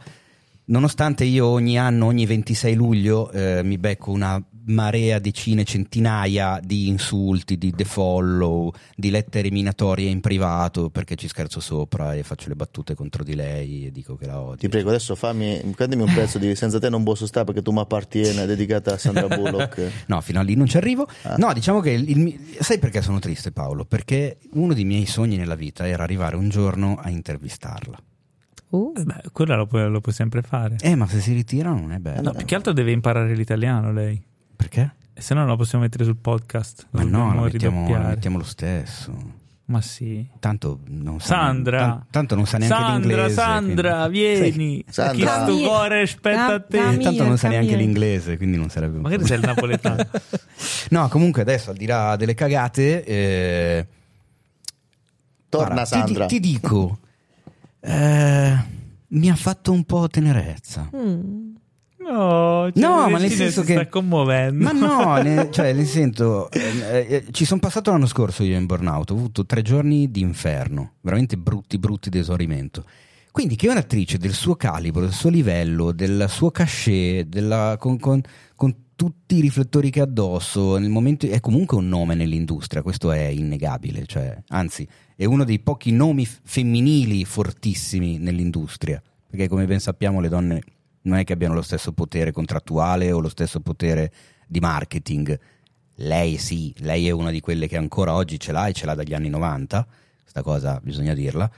S2: Nonostante io ogni anno, ogni 26 luglio, eh, mi becco una marea, decine, centinaia di insulti, di defollow, di lettere minatorie in privato perché ci scherzo sopra e faccio le battute contro di lei e dico che la odio.
S4: ti prego, adesso fammi. Prendimi un pezzo di Senza te non posso stare perché tu mi appartiene, dedicata a Sandra Bullock.
S2: No, fino a lì non ci arrivo.
S4: Ah.
S2: No, diciamo che il mi- sai perché sono triste Paolo? Perché uno dei miei sogni nella vita era arrivare un giorno a intervistarla.
S3: Uh,
S1: Beh, quella lo puoi, lo puoi sempre fare.
S2: Eh, ma se si ritira non è bello.
S1: No,
S4: Eh,
S1: più che altro deve imparare l'italiano lei.
S2: Perché?
S1: E se no non la possiamo mettere sul podcast.
S2: Ma no,
S1: dobbiamo
S2: la mettiamo, la
S1: ridoppiare.
S2: mettiamo lo stesso.
S1: Ma sì.
S2: Tanto non sa
S1: Sandra.
S2: tan- tanto non sa neanche
S1: Sandra,
S2: l'inglese.
S1: Sandra, vieni.
S4: Sandra.
S1: Chi sta tuo cuore aspetta a te.
S3: Dammi-
S2: quindi- Tanto non sa
S3: Camille.
S2: neanche l'inglese, quindi non sarebbe un
S1: Magari sei
S2: problema.
S1: il napoletano.
S2: No, comunque adesso al di là delle cagate eh,
S4: Torna
S2: guarda, ti di-
S4: Sandra.
S2: Ti, dico eh, mi ha fatto un po' tenerezza.
S3: mm.
S1: No, cioè,
S2: No, ma nel
S1: Regina
S2: senso
S1: si
S2: che
S1: sta commuovendo.
S2: Ma no, ne- cioè, nel senso, eh, eh, ci sono passato l'anno scorso io in burnout, ho avuto tre giorni di inferno, veramente brutti, brutti di esaurimento. Quindi che un'attrice del suo calibro, del suo livello, del suo cachet, della- con, con- con tutti i riflettori che ha addosso, nel momento è comunque un nome nell'industria, questo è innegabile, cioè, anzi è uno dei pochi nomi f- femminili fortissimi nell'industria, perché come ben sappiamo le donne non è che abbiano lo stesso potere contrattuale o lo stesso potere di marketing. Lei sì, lei è una di quelle che ancora oggi ce l'ha e ce l'ha dagli anni 90, questa cosa bisogna dirla.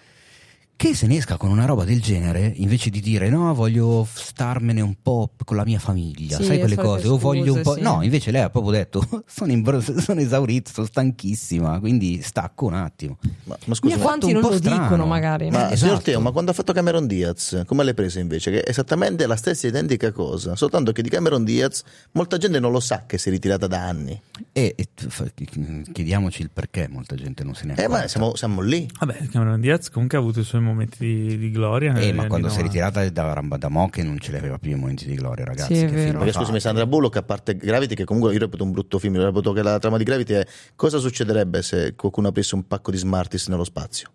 S2: Che se ne esca con una roba del genere invece di dire no, voglio starmene un po' con la mia famiglia,
S3: Sì,
S2: sai quelle
S3: solite
S2: cose, o voglio un po'.
S3: scuse, sì.
S2: No, invece lei ha proprio detto sono, in bro- sono esaurito, sono stanchissima, quindi stacco un attimo.
S4: Ma, ma
S2: Mi
S4: scusa,
S2: ha
S4: ma-
S3: Quanti
S2: fatto un
S3: non
S2: po'
S3: lo
S2: strano.
S3: dicono, magari.
S4: Ma
S2: Esatto.
S4: signor Teo, ma quando ha fatto Cameron Diaz, come l'hai presa invece? Che è esattamente la stessa identica cosa, soltanto che di Cameron Diaz molta gente non lo sa che si è ritirata da anni.
S2: E, e tu fa- chiediamoci il perché molta gente non se ne
S4: Eh,
S2: accorge.
S4: ma siamo, siamo lì.
S1: Vabbè, Cameron Diaz comunque ha avuto i suoi momenti di, di gloria.
S2: Eh,
S1: negli
S2: ma
S1: anni
S2: quando si
S1: 90.
S2: è ritirata da Ramba da Mo che non ce l'aveva più i momenti di gloria, ragazzi.
S3: Sì, è
S2: che
S3: vero.
S2: film ha
S4: Perché
S2: fatto?
S4: scusami, Sandra Bullock, a parte Gravity, che comunque io reputo un brutto film, io reputo che la trama di Gravity è cosa succederebbe se qualcuno aprisse un pacco di Smarties nello spazio?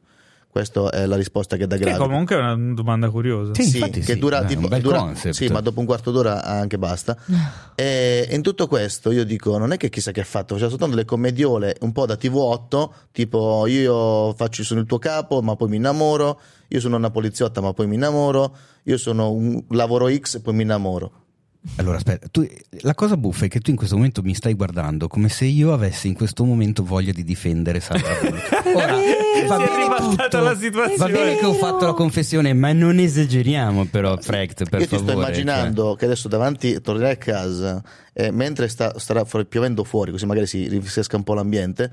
S4: Questa è la risposta che dà
S1: Che
S4: Gravitas.
S1: comunque è una domanda curiosa.
S2: Sì,
S4: Sì,
S2: infatti
S4: che
S2: sì, Ah,
S4: dura
S2: è
S4: tipo
S2: un bel
S4: dura-
S2: concept.
S4: Sì, ma dopo un quarto d'ora anche basta. e, e in tutto questo io dico, non è che chissà che ha fatto, faceva soltanto le commediole un po' da TV8, tipo io faccio, sono il tuo capo, ma poi mi innamoro, io sono una poliziotta, ma poi mi innamoro, io sono un lavoro X e poi mi innamoro.
S2: Allora, aspetta, tu- la cosa buffa è che tu in questo momento mi stai guardando come se io avessi in questo momento voglia di difendere Sandra Bullock. Ora, va
S3: vero, si è
S2: bene
S1: ribaltata
S2: tutto,
S1: la situazione.
S2: Va bene che ho fatto la confessione, ma non esageriamo però, Frecht, per
S4: io ti
S2: favore. cioè.
S4: sto immaginando
S1: cioè.
S4: che adesso davanti tornerai a casa e mentre sta, starà fuori- piovendo fuori, così magari si rinfresca un po' l'ambiente,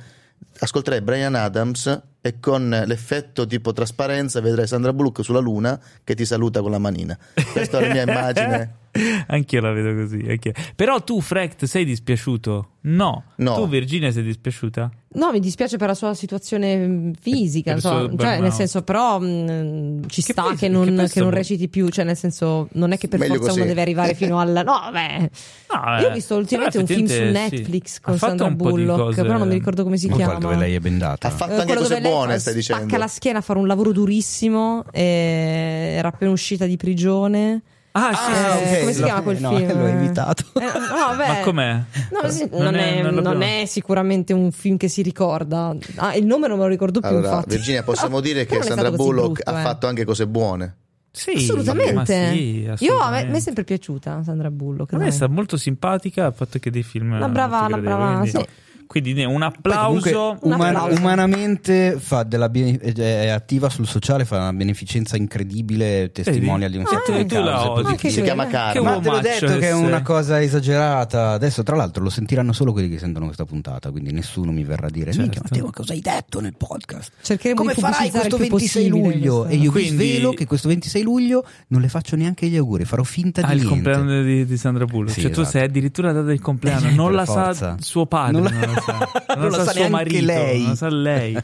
S4: ascolterai Brian Adams e con l'effetto tipo trasparenza vedrai Sandra Bullock sulla luna che ti saluta con la manina. Questa è la mia immagine.
S1: anch'io la vedo così. anch'io. Però tu, Frecht, sei dispiaciuto? No.
S4: No.
S1: Tu, Virginia, sei dispiaciuta?
S3: No, mi dispiace per la sua situazione mh, fisica,
S1: Per il
S3: insomma,
S1: suo
S3: cioè,
S1: burnout.
S3: nel senso, però mh, ci
S1: Che
S3: sta
S1: poi-
S3: che non,
S1: che poi
S3: che
S1: sta
S3: non
S1: mo-
S3: reciti più, cioè nel senso, non è che per
S4: Meglio
S3: forza
S4: così.
S3: uno deve arrivare fino al... No, vabbè.
S1: No,
S3: Io ho
S1: eh,
S3: visto ultimamente un
S1: però
S3: film su
S1: effettivamente
S3: Netflix
S1: sì. Ha
S3: con
S1: fatto
S3: Sandra
S1: un po' di
S3: Bullock,
S1: cose-
S3: però non mi ricordo come si
S2: Ma
S3: chiama.
S2: guarda dove lei è
S4: Ha
S2: bendata.
S4: fatto
S3: Eh,
S4: anche
S3: quello
S4: cose
S3: dove lei
S4: buone,
S3: fa-
S4: stai
S3: spacca
S4: dicendo.
S3: la schiena a fare un lavoro durissimo. eh, era appena uscita di prigione.
S1: Ah, sì,
S3: Ah,
S1: sì,
S3: ok.
S1: sì.
S3: come si chiama quel
S2: no,
S3: film?
S2: L'ho evitato.
S3: Eh, no, vabbè.
S1: Ma com'è?
S3: No, sì,
S1: Non
S3: non,
S1: è-
S3: è,
S1: non l'abbiamo-
S3: non è sicuramente un film che si ricorda. Ah, il nome non me lo ricordo più.
S4: Allora,
S3: infatti. Ah,
S4: Virginia, possiamo dire
S3: Però
S4: che
S3: non è
S4: Sandra
S3: stato così
S4: Bullock
S3: brutto,
S4: ha
S3: eh.
S4: fatto anche cose buone.
S1: Sì, ma
S3: assolutamente.
S1: sì,
S3: Io a me,
S1: assolutamente.
S3: mi è sempre piaciuta Sandra Bullock.
S1: A me
S3: dai.
S1: è stata molto simpatica il fatto che dei film.
S3: Una brava-
S1: molto
S3: una
S1: gradevoli,
S3: brava,
S1: quindi- Quindi ne- un
S2: Poi
S1: applauso.
S2: comunque,
S3: Un
S2: umana-
S3: applauso.
S2: umanamente fa della bene- eh, è attiva sul sociale, fa una beneficenza incredibile, testimonia di un
S3: Ah,
S2: sacco di
S3: tu
S1: la
S2: cause
S1: odi.
S2: positive.
S3: Anche
S4: Si
S3: Sì,
S4: chiama
S3: eh.
S1: Che
S4: Karma.
S2: Ma te l'ho
S1: uomaccio
S2: detto che è
S1: esse.
S2: una cosa esagerata. Adesso, tra l'altro, lo sentiranno solo quelli che sentono questa puntata, quindi nessuno mi verrà a dire:
S1: Certo.
S2: Minchia, Matteo, cosa hai detto nel podcast?
S3: Cercheremo
S2: Come
S3: di
S2: farai
S3: pubblicizzare
S2: questo
S3: il più
S2: 26
S3: possibile
S2: luglio?
S3: questa-
S2: E io
S1: Quindi-
S2: vi svelo che questo 26 luglio non le faccio neanche gli auguri, farò finta
S1: Ah,
S2: di
S1: il
S2: niente.
S1: compleanno di, di Sandra Bullock.
S2: Sì,
S1: cioè, tu
S2: esatto.
S1: sei addirittura la data del compleanno,
S2: Eh,
S1: non
S2: per
S1: la sa
S2: forza.
S1: suo padre, non
S2: Non
S1: la,
S2: la-
S1: sa, non
S2: non
S1: la
S2: la
S1: sa
S2: sa
S1: suo
S2: neanche
S1: marito,
S2: lei.
S1: non la sa lei.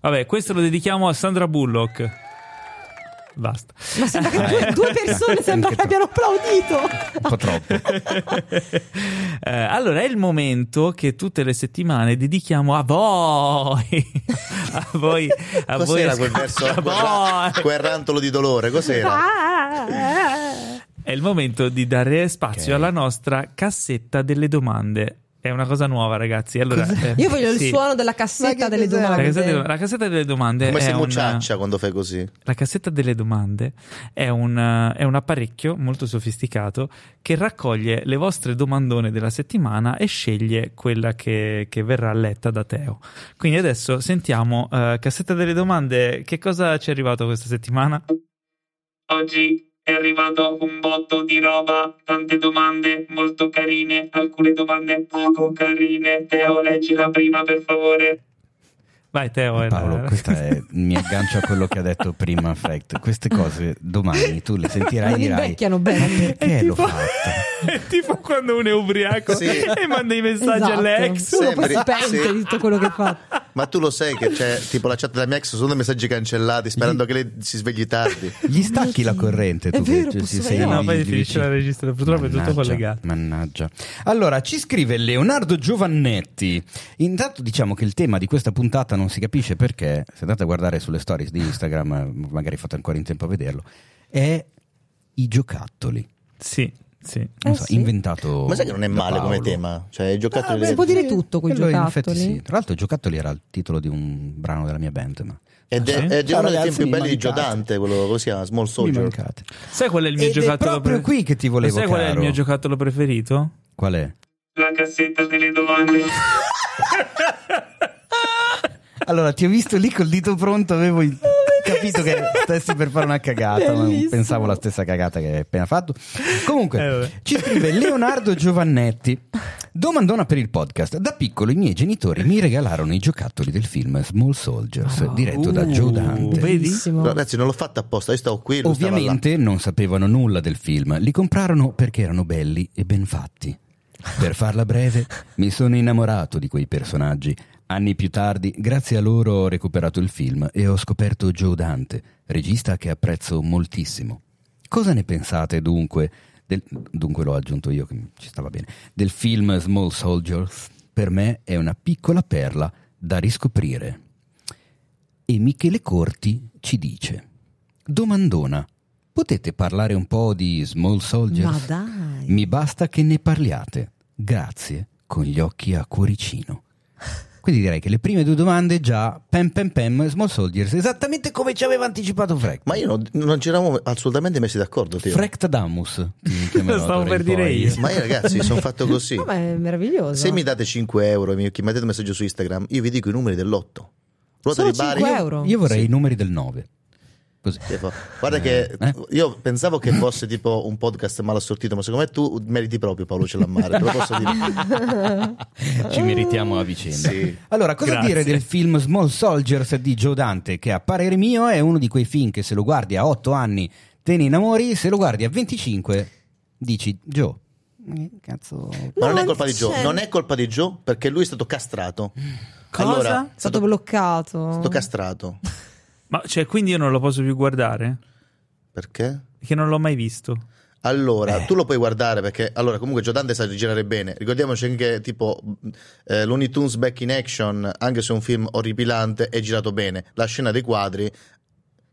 S1: Vabbè, questo lo dedichiamo a Sandra Bullock. Basta.
S3: Ma sembra che due, due persone sembra che abbiano applaudito.
S2: Un po' troppo.
S1: Eh, allora è il momento che tutte le settimane dedichiamo a voi, a voi, a voi.
S4: Cos'era quel
S1: ascol-
S4: verso?
S1: a
S4: quel ra-
S1: voi.
S4: quel rantolo di dolore,
S3: Ah.
S4: cos'era?
S1: È il momento di dare spazio
S2: Ok.
S1: alla nostra cassetta delle domande. È una cosa nuova, ragazzi. Allora, eh,
S3: Io voglio
S1: sì.
S3: il suono della
S2: Ma
S3: cassetta
S2: che
S3: delle
S2: cos'era?
S1: La
S3: domande.
S1: cassetta, delle- la cassetta delle domande
S4: Come
S1: è
S4: sei
S1: un-
S4: mucciaccia quando fai così.
S1: La cassetta delle domande è un, è un apparecchio molto sofisticato che raccoglie le vostre domandone della settimana e sceglie quella che, che verrà letta da Teo. Quindi adesso sentiamo, eh, cassetta delle domande, che cosa ci è arrivato questa settimana?
S5: Oggi è arrivato un botto di roba, tante domande molto carine, alcune domande poco carine. Teo, leggi la prima per favore.
S1: Vai Teo. eh,
S2: Paolo,
S1: la-
S2: questa è, mi aggancio a quello che ha detto prima Fact. Queste cose domani tu le sentirai e
S3: Non
S2: dirai
S3: invecchiano bene.
S2: "Ma perché
S1: È
S2: l'ho
S1: tipo-
S2: fatta?
S1: È tipo quando uno è ubriaco
S4: Sì.
S1: e manda i messaggi
S3: Esatto.
S1: all'ex.
S3: Uno poi
S4: Sembri-
S3: si pente
S4: sì.
S3: di tutto quello che fa.
S4: Ma tu lo sai che c'è tipo la chat della mia ex sono messaggi cancellati sperando che lei si svegli tardi.
S2: Gli stacchi la corrente tu
S3: È vero,
S2: che
S3: posso
S2: ci
S3: vedere?
S1: No,
S2: lì,
S1: poi
S2: gli
S1: finisce
S2: dici-
S1: la registra, purtroppo è tutto
S2: Mannaggia,
S1: collegato.
S2: Mannaggia. Allora, ci scrive Leonardo Giovannetti. Intanto diciamo che il tema di questa puntata non si capisce perché, se andate a guardare sulle stories di Instagram, eh, magari fate ancora in tempo a vederlo, è i giocattoli.
S1: Sì, sì.
S2: Non
S3: Eh
S2: so,
S3: sì.
S2: inventato
S4: Ma sai che non è
S2: da
S4: male come
S2: Paolo.
S4: tema? Cioè, i giocattoli
S3: Ah, beh,
S4: di-
S3: Si può dire tutto coi
S2: Quello in
S3: giocattoli?
S2: effetti sì. Tra l'altro, Giocattoli era il titolo di un brano della mia band. Ma
S4: Ed è,
S1: Ah, sì?
S4: è già
S2: Ciao,
S4: uno dei
S2: ragazzi,
S4: tempi
S2: mi
S4: belli di Gio
S2: mancate.
S4: Dante, quello come si chiama? Small
S2: Mi
S4: Soldier.
S2: mancate.
S1: Sai qual è il mio
S2: Ed è
S1: giocattolo
S2: proprio qui che ti volevo,
S1: Sai qual è il
S2: caro.
S1: mio giocattolo preferito?
S2: Qual è?
S5: La cassetta delle domande.
S2: Allora, ti ho visto lì col dito pronto, avevo il- capito che stessi per fare una cagata, ma non
S3: Bellissimo.
S2: pensavo la stessa cagata che hai appena fatto. Comunque,
S1: Eh, vabbè.
S2: ci scrive Leonardo Giovannetti. Domandona per il podcast. Da piccolo i miei genitori mi regalarono i giocattoli del film Small Soldiers,
S3: Ah.
S2: diretto da Joe
S3: Uh,
S2: Dante.
S1: Vedi?
S3: Bellissimo.
S4: No, ragazzi, non l'ho fatta apposta, io stavo qui. lui stava là.
S2: Ovviamente non sapevano nulla del film, li comprarono perché erano belli e ben fatti. Per farla breve, mi sono innamorato di quei personaggi. Anni più tardi, grazie a loro, ho recuperato il film e ho scoperto Joe Dante, regista che apprezzo moltissimo. Cosa ne pensate dunque? del- dunque l'ho aggiunto io che ci stava bene. Del film Small Soldiers? Per me è una piccola perla da riscoprire. E Michele Corti ci dice: Domandona, potete parlare un po' di Small
S3: Ma
S2: Soldiers?
S3: dai.
S2: Mi basta che ne parliate. Grazie, con gli occhi a cuoricino. Quindi direi che le prime due domande già pem pem pem Small Soldiers, esattamente come ci aveva anticipato Freck.
S4: Ma io non, non ci eravamo assolutamente messi d'accordo, Teo.
S2: Frectadamus. ti chiamerò
S1: Lo stavo
S2: d'ora in
S1: per dire
S2: poi.
S1: io.
S4: Ma io ragazzi sono fatto così.
S3: No, ma è meraviglioso.
S4: Se mi date 5 euro e mi mandate un messaggio su Instagram, io vi dico i numeri dell'otto. Ruota
S3: Solo
S4: di Bari.
S3: 5 euro.
S2: Io vorrei i numeri del 9. Così.
S4: Stefano, Guarda che
S2: Eh?
S4: io pensavo che fosse tipo un podcast mal assortito, ma secondo me tu meriti proprio Paolo Cellammare, te lo posso dire.
S2: Ci meritiamo a vicenda.
S4: Sì.
S2: Allora, cosa
S1: Grazie.
S2: dire del film Small Soldiers di Joe Dante, che a parere mio è uno di quei film che se lo guardi a 8 anni te ne innamori, se lo guardi a 25 dici Joe. eh, Cazzo.
S4: Ma non è
S3: No,
S4: colpa di Joe,
S3: c'è-
S4: non è colpa di Joe perché lui è stato castrato.
S1: Cosa?
S4: Allora,
S3: È
S4: è
S3: stato
S4: stato, è
S3: bloccato.
S4: stato castrato.
S1: Ma cioè, quindi io non lo posso più guardare?
S4: Perché?
S1: Perché non l'ho mai visto.
S4: Allora, tu lo puoi guardare perché allora comunque Joe Dante sa girare bene. Ricordiamoci anche tipo eh, Looney Tunes Back in Action, anche se è un film orripilante, è girato bene. La scena dei quadri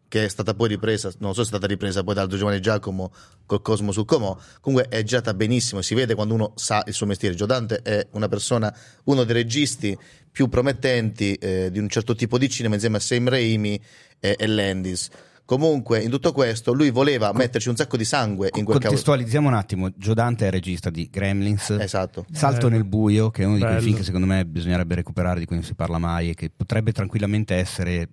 S4: che è stata poi ripresa, non so se è stata ripresa poi dal Giovanni Giacomo col Cosmo su Comò, comunque è girata benissimo, si vede quando uno sa il suo mestiere. Joe Dante è una persona, uno dei registi più promettenti eh, di un certo tipo di cinema insieme a Sam Raimi e, e Landis. Comunque, in tutto questo, lui voleva metterci un sacco di sangue in quel cavolo.
S2: Contestualizziamo un attimo, Joe Dante è regista di Gremlins.
S1: Eh
S4: Esatto.
S2: Salto
S1: Bello.
S2: nel buio, che è uno di quei
S1: Bello.
S2: film che secondo me bisognerebbe recuperare, di cui non si parla mai, e che potrebbe tranquillamente essere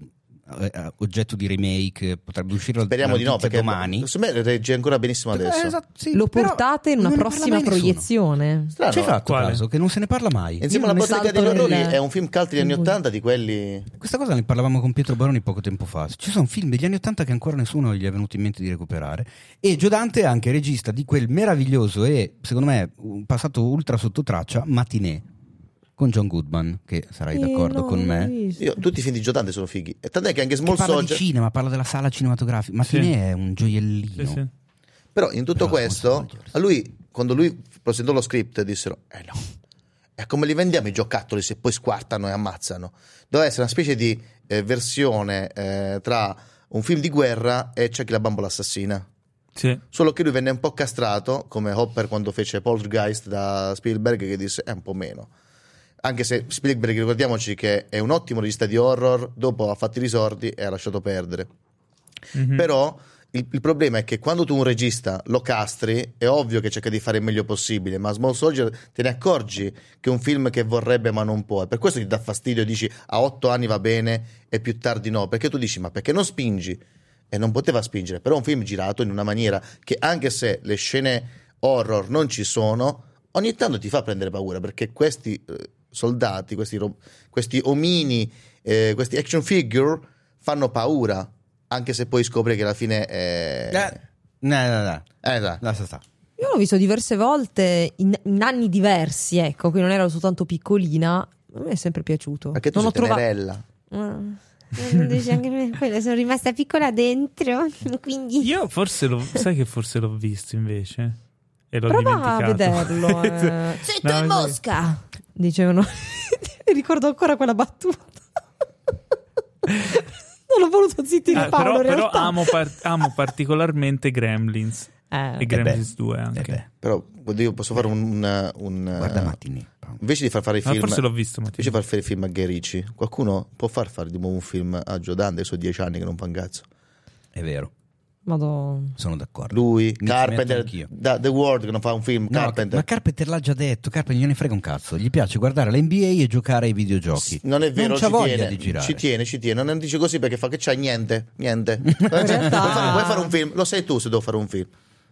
S2: eh, eh, oggetto di remake, potrebbe uscire la-
S4: Speriamo
S2: la
S4: di no,
S2: notizia
S4: perché
S2: domani.
S4: secondo me regge ancora benissimo adesso.
S2: Eh, esatto, sì,
S3: Lo
S2: però
S3: portate in una
S2: non ne parla
S3: prossima
S2: mai nessuno.
S3: proiezione.
S4: Strano. eh?
S2: Ci hai fatto
S1: Quale?
S2: caso che non se ne parla mai. Io
S4: Insieme alla
S2: non ne-
S4: bottega degli
S3: salto
S4: orrori
S3: nel-
S4: è un film cult degli anni
S3: nel-
S4: 80 di quelli...
S2: Questa cosa ne parlavamo con Pietro Baroni poco tempo fa. Ci sono film degli anni Ottanta che ancora nessuno gli è venuto in mente di recuperare. E Giodante è anche regista di quel meraviglioso e, secondo me, un passato ultra sottotraccia, Matinée, con John Goodman, che sarai
S3: Eh,
S2: d'accordo
S3: no,
S2: con
S3: non l'ho
S2: me.
S3: visto.
S4: Io- tutti i film di Joe Dante sono fighi. E tant'è che anche
S2: Che
S4: Small
S2: parla di
S4: Soldier...
S2: cinema, parla della sala cinematografica. Matinée è un gioiellino.
S1: Sì, sì.
S4: Però in tutto
S2: Però
S4: questo,
S2: Small Soldier.
S4: a lui, quando lui presentò lo script, dissero: Eh no, è come li vendiamo i giocattoli se poi squartano e ammazzano. Doveva essere una specie di eh, versione eh, tra un film di guerra e C'è chi la bambola assassina.
S1: Sì.
S4: Solo che lui venne un po' castrato, come Hopper quando fece Poltergeist da Spielberg, che disse: È un po' meno. Anche se Spielberg, ricordiamoci che è un ottimo regista di horror, dopo ha fatto i risordi e ha lasciato perdere.
S1: Mhm.
S4: Però il, il problema è che quando tu un regista lo castri, è ovvio che cerca di fare il meglio possibile, ma Small Soldier te ne accorgi che è un film che vorrebbe ma non può. E per questo ti dà fastidio e dici a otto anni va bene e più tardi no. Perché tu dici ma perché non spingi? E non poteva spingere, però è un film girato in una maniera che anche se le scene horror non ci sono, ogni tanto ti fa prendere paura perché questi eh, soldati, questi, ro- questi omini, eh, questi action figure fanno paura, anche se poi scopri che alla fine è...
S2: Eh, no, no, no.
S4: Eh, dai.
S2: Lascia sta.
S3: Io l'ho visto diverse volte in, in anni diversi, ecco, quindi non ero soltanto piccolina. A me è sempre piaciuto.
S4: Perché tu
S3: non Eh. ho
S4: sei
S3: trovato.
S4: tenerella.
S7: Quella sono rimasta piccola dentro, quindi...
S1: Io forse lo... Sai che forse l'ho visto invece? E l'ho
S3: Prova a
S1: dimenticato.
S3: vederlo. eh.
S7: Zitto
S1: No,
S7: in
S1: sì.
S7: mosca!
S3: Dicevano. Ricordo ancora quella battuta. non l'ho voluto zittire
S1: Ah,
S3: Paolo.
S1: però
S3: in
S1: però
S3: realtà.
S1: amo, par- amo particolarmente Gremlins
S3: Eh.
S1: e Gremlins 2 anche.
S2: Eh beh,
S4: Però io posso fare un... un- un- eh,
S2: guarda Matinée.
S4: Invece di far fare i
S1: Ma
S4: film...
S1: forse l'ho visto, ma
S4: Invece di far fare i film a Guy Ritchie, qualcuno può far fare di nuovo un film a Giordano dei suoi dieci anni che non fa un cazzo.
S2: È vero,
S3: Madonna.
S2: sono d'accordo.
S4: Lui,
S2: Mi ci metto
S4: Carpenter,
S2: anch'io.
S4: da- The World che non fa un film,
S2: No,
S4: Carpenter.
S2: ma Carpenter l'ha già detto, Carpenter gliene frega un cazzo, gli piace guardare la NBA e giocare ai videogiochi.
S4: Non è vero,
S2: non c'ha
S4: ci,
S2: voglia
S4: tiene,
S2: di girare.
S4: ci tiene, ci tiene. Non dice così perché fa che c'hai niente, niente.
S3: realtà-
S4: Cioè, vuoi, fare, vuoi fare un film? Lo sai tu se devo fare un film.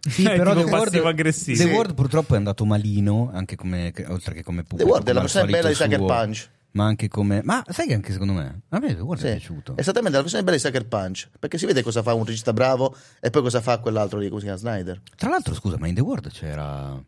S2: Sì,
S1: È
S2: però The
S1: tipo
S2: Ward,
S1: passivo-aggressivo.
S2: The
S1: Sì.
S2: Ward purtroppo è andato malino, anche come, che- oltre che come
S4: The
S2: pubblico.
S4: World è Eh, la
S2: come al
S4: versione bella di
S2: solito
S4: Sucker
S2: suo,
S4: Punch.
S2: Ma anche come... Ma sai che anche secondo me? A me The Ward
S4: Sì.
S2: è piaciuto.
S4: È esattamente la versione bella di Sucker Punch. Perché si vede cosa fa un regista bravo e poi cosa fa quell'altro lì, come si chiama Snyder.
S2: Tra l'altro, scusa, ma in The Ward c'era...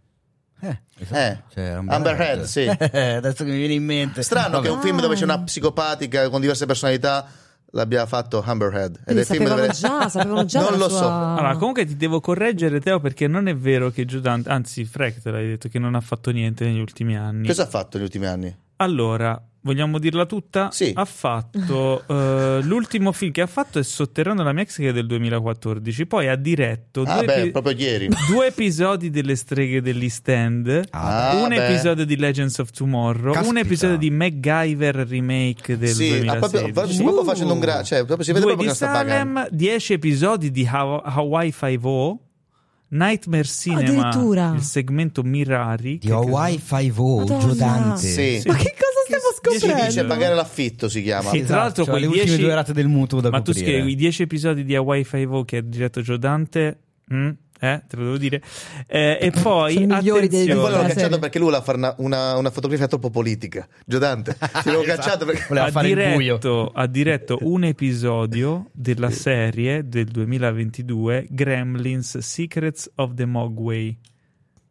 S2: Eh, esatto,
S4: Eh,
S2: c'era
S4: Amber Heard, sì.
S2: Adesso che mi viene in mente.
S4: Strano
S2: Vabbè.
S4: che un film dove c'è una psicopatica con diverse personalità l'abbia fatto Amberhead.
S3: Quindi
S4: il film
S3: sapevano già, sapevano già
S4: Non
S3: la
S4: lo
S3: sua-
S4: so.
S1: Allora,
S3: Ah.
S1: comunque ti devo correggere, Teo, perché non è vero che Giudante, anzi, Freck te l'hai detto che non ha fatto niente negli ultimi anni.
S4: Cosa ha fatto negli ultimi anni?
S1: Allora, vogliamo dirla tutta?
S4: Sì.
S1: Ha fatto eh, l'ultimo film che ha fatto è Sotterraneo la mia ex che è del 2014, poi ha diretto
S4: Ah,
S1: due,
S4: beh,
S1: epi-
S4: proprio ieri.
S1: due episodi delle streghe dell'East End.
S2: Ah,
S4: Ah,
S1: un
S4: beh.
S1: episodio di Legends of Tomorrow, un
S2: Caspita.
S1: episodio di MacGyver remake del
S4: Sì, ah,
S1: 2016.
S4: proprio, proprio- sto proprio
S2: Uh.
S4: facendo un gra... Cioè, proprio si vede
S1: Due
S4: proprio
S1: di
S4: che sta pagando.
S1: Salem, 10 episodi di Haw- Hawaii 5 Nightmare Cinema,
S3: Addirittura.
S1: il segmento Mirari.
S2: Di
S1: che-
S2: Hawaii 5
S3: Madonna.
S2: Giodante.
S4: Sì.
S3: Ma che cosa
S1: Che-
S3: stiamo
S4: Si
S3: scoprendo?
S4: dice pagare l'affitto, si chiama.
S1: Sì,
S2: Esatto,
S1: tra l'altro
S2: cioè
S1: quei
S2: le ultime
S1: 10
S2: due rate del mutuo da
S1: Ma tu
S2: coprire.
S1: scrivi i 10 episodi di Hawaii 5 che ha diretto Joe Dante. mm, eh, te lo devo dire. Eh, e poi
S3: Sono i migliori dei-
S4: E poi
S3: Della
S4: l'hanno
S1: attenzione,
S3: serie.
S4: cacciato perché lui voleva fare una, una, una fotografia troppo politica. Giodante. Ci l'ho
S2: Esatto.
S4: cacciato perché...
S2: Voleva
S1: ha,
S2: fare il buio.
S1: diretto, ha diretto un episodio della serie del 2022 Gremlins Secrets of the Mogwai.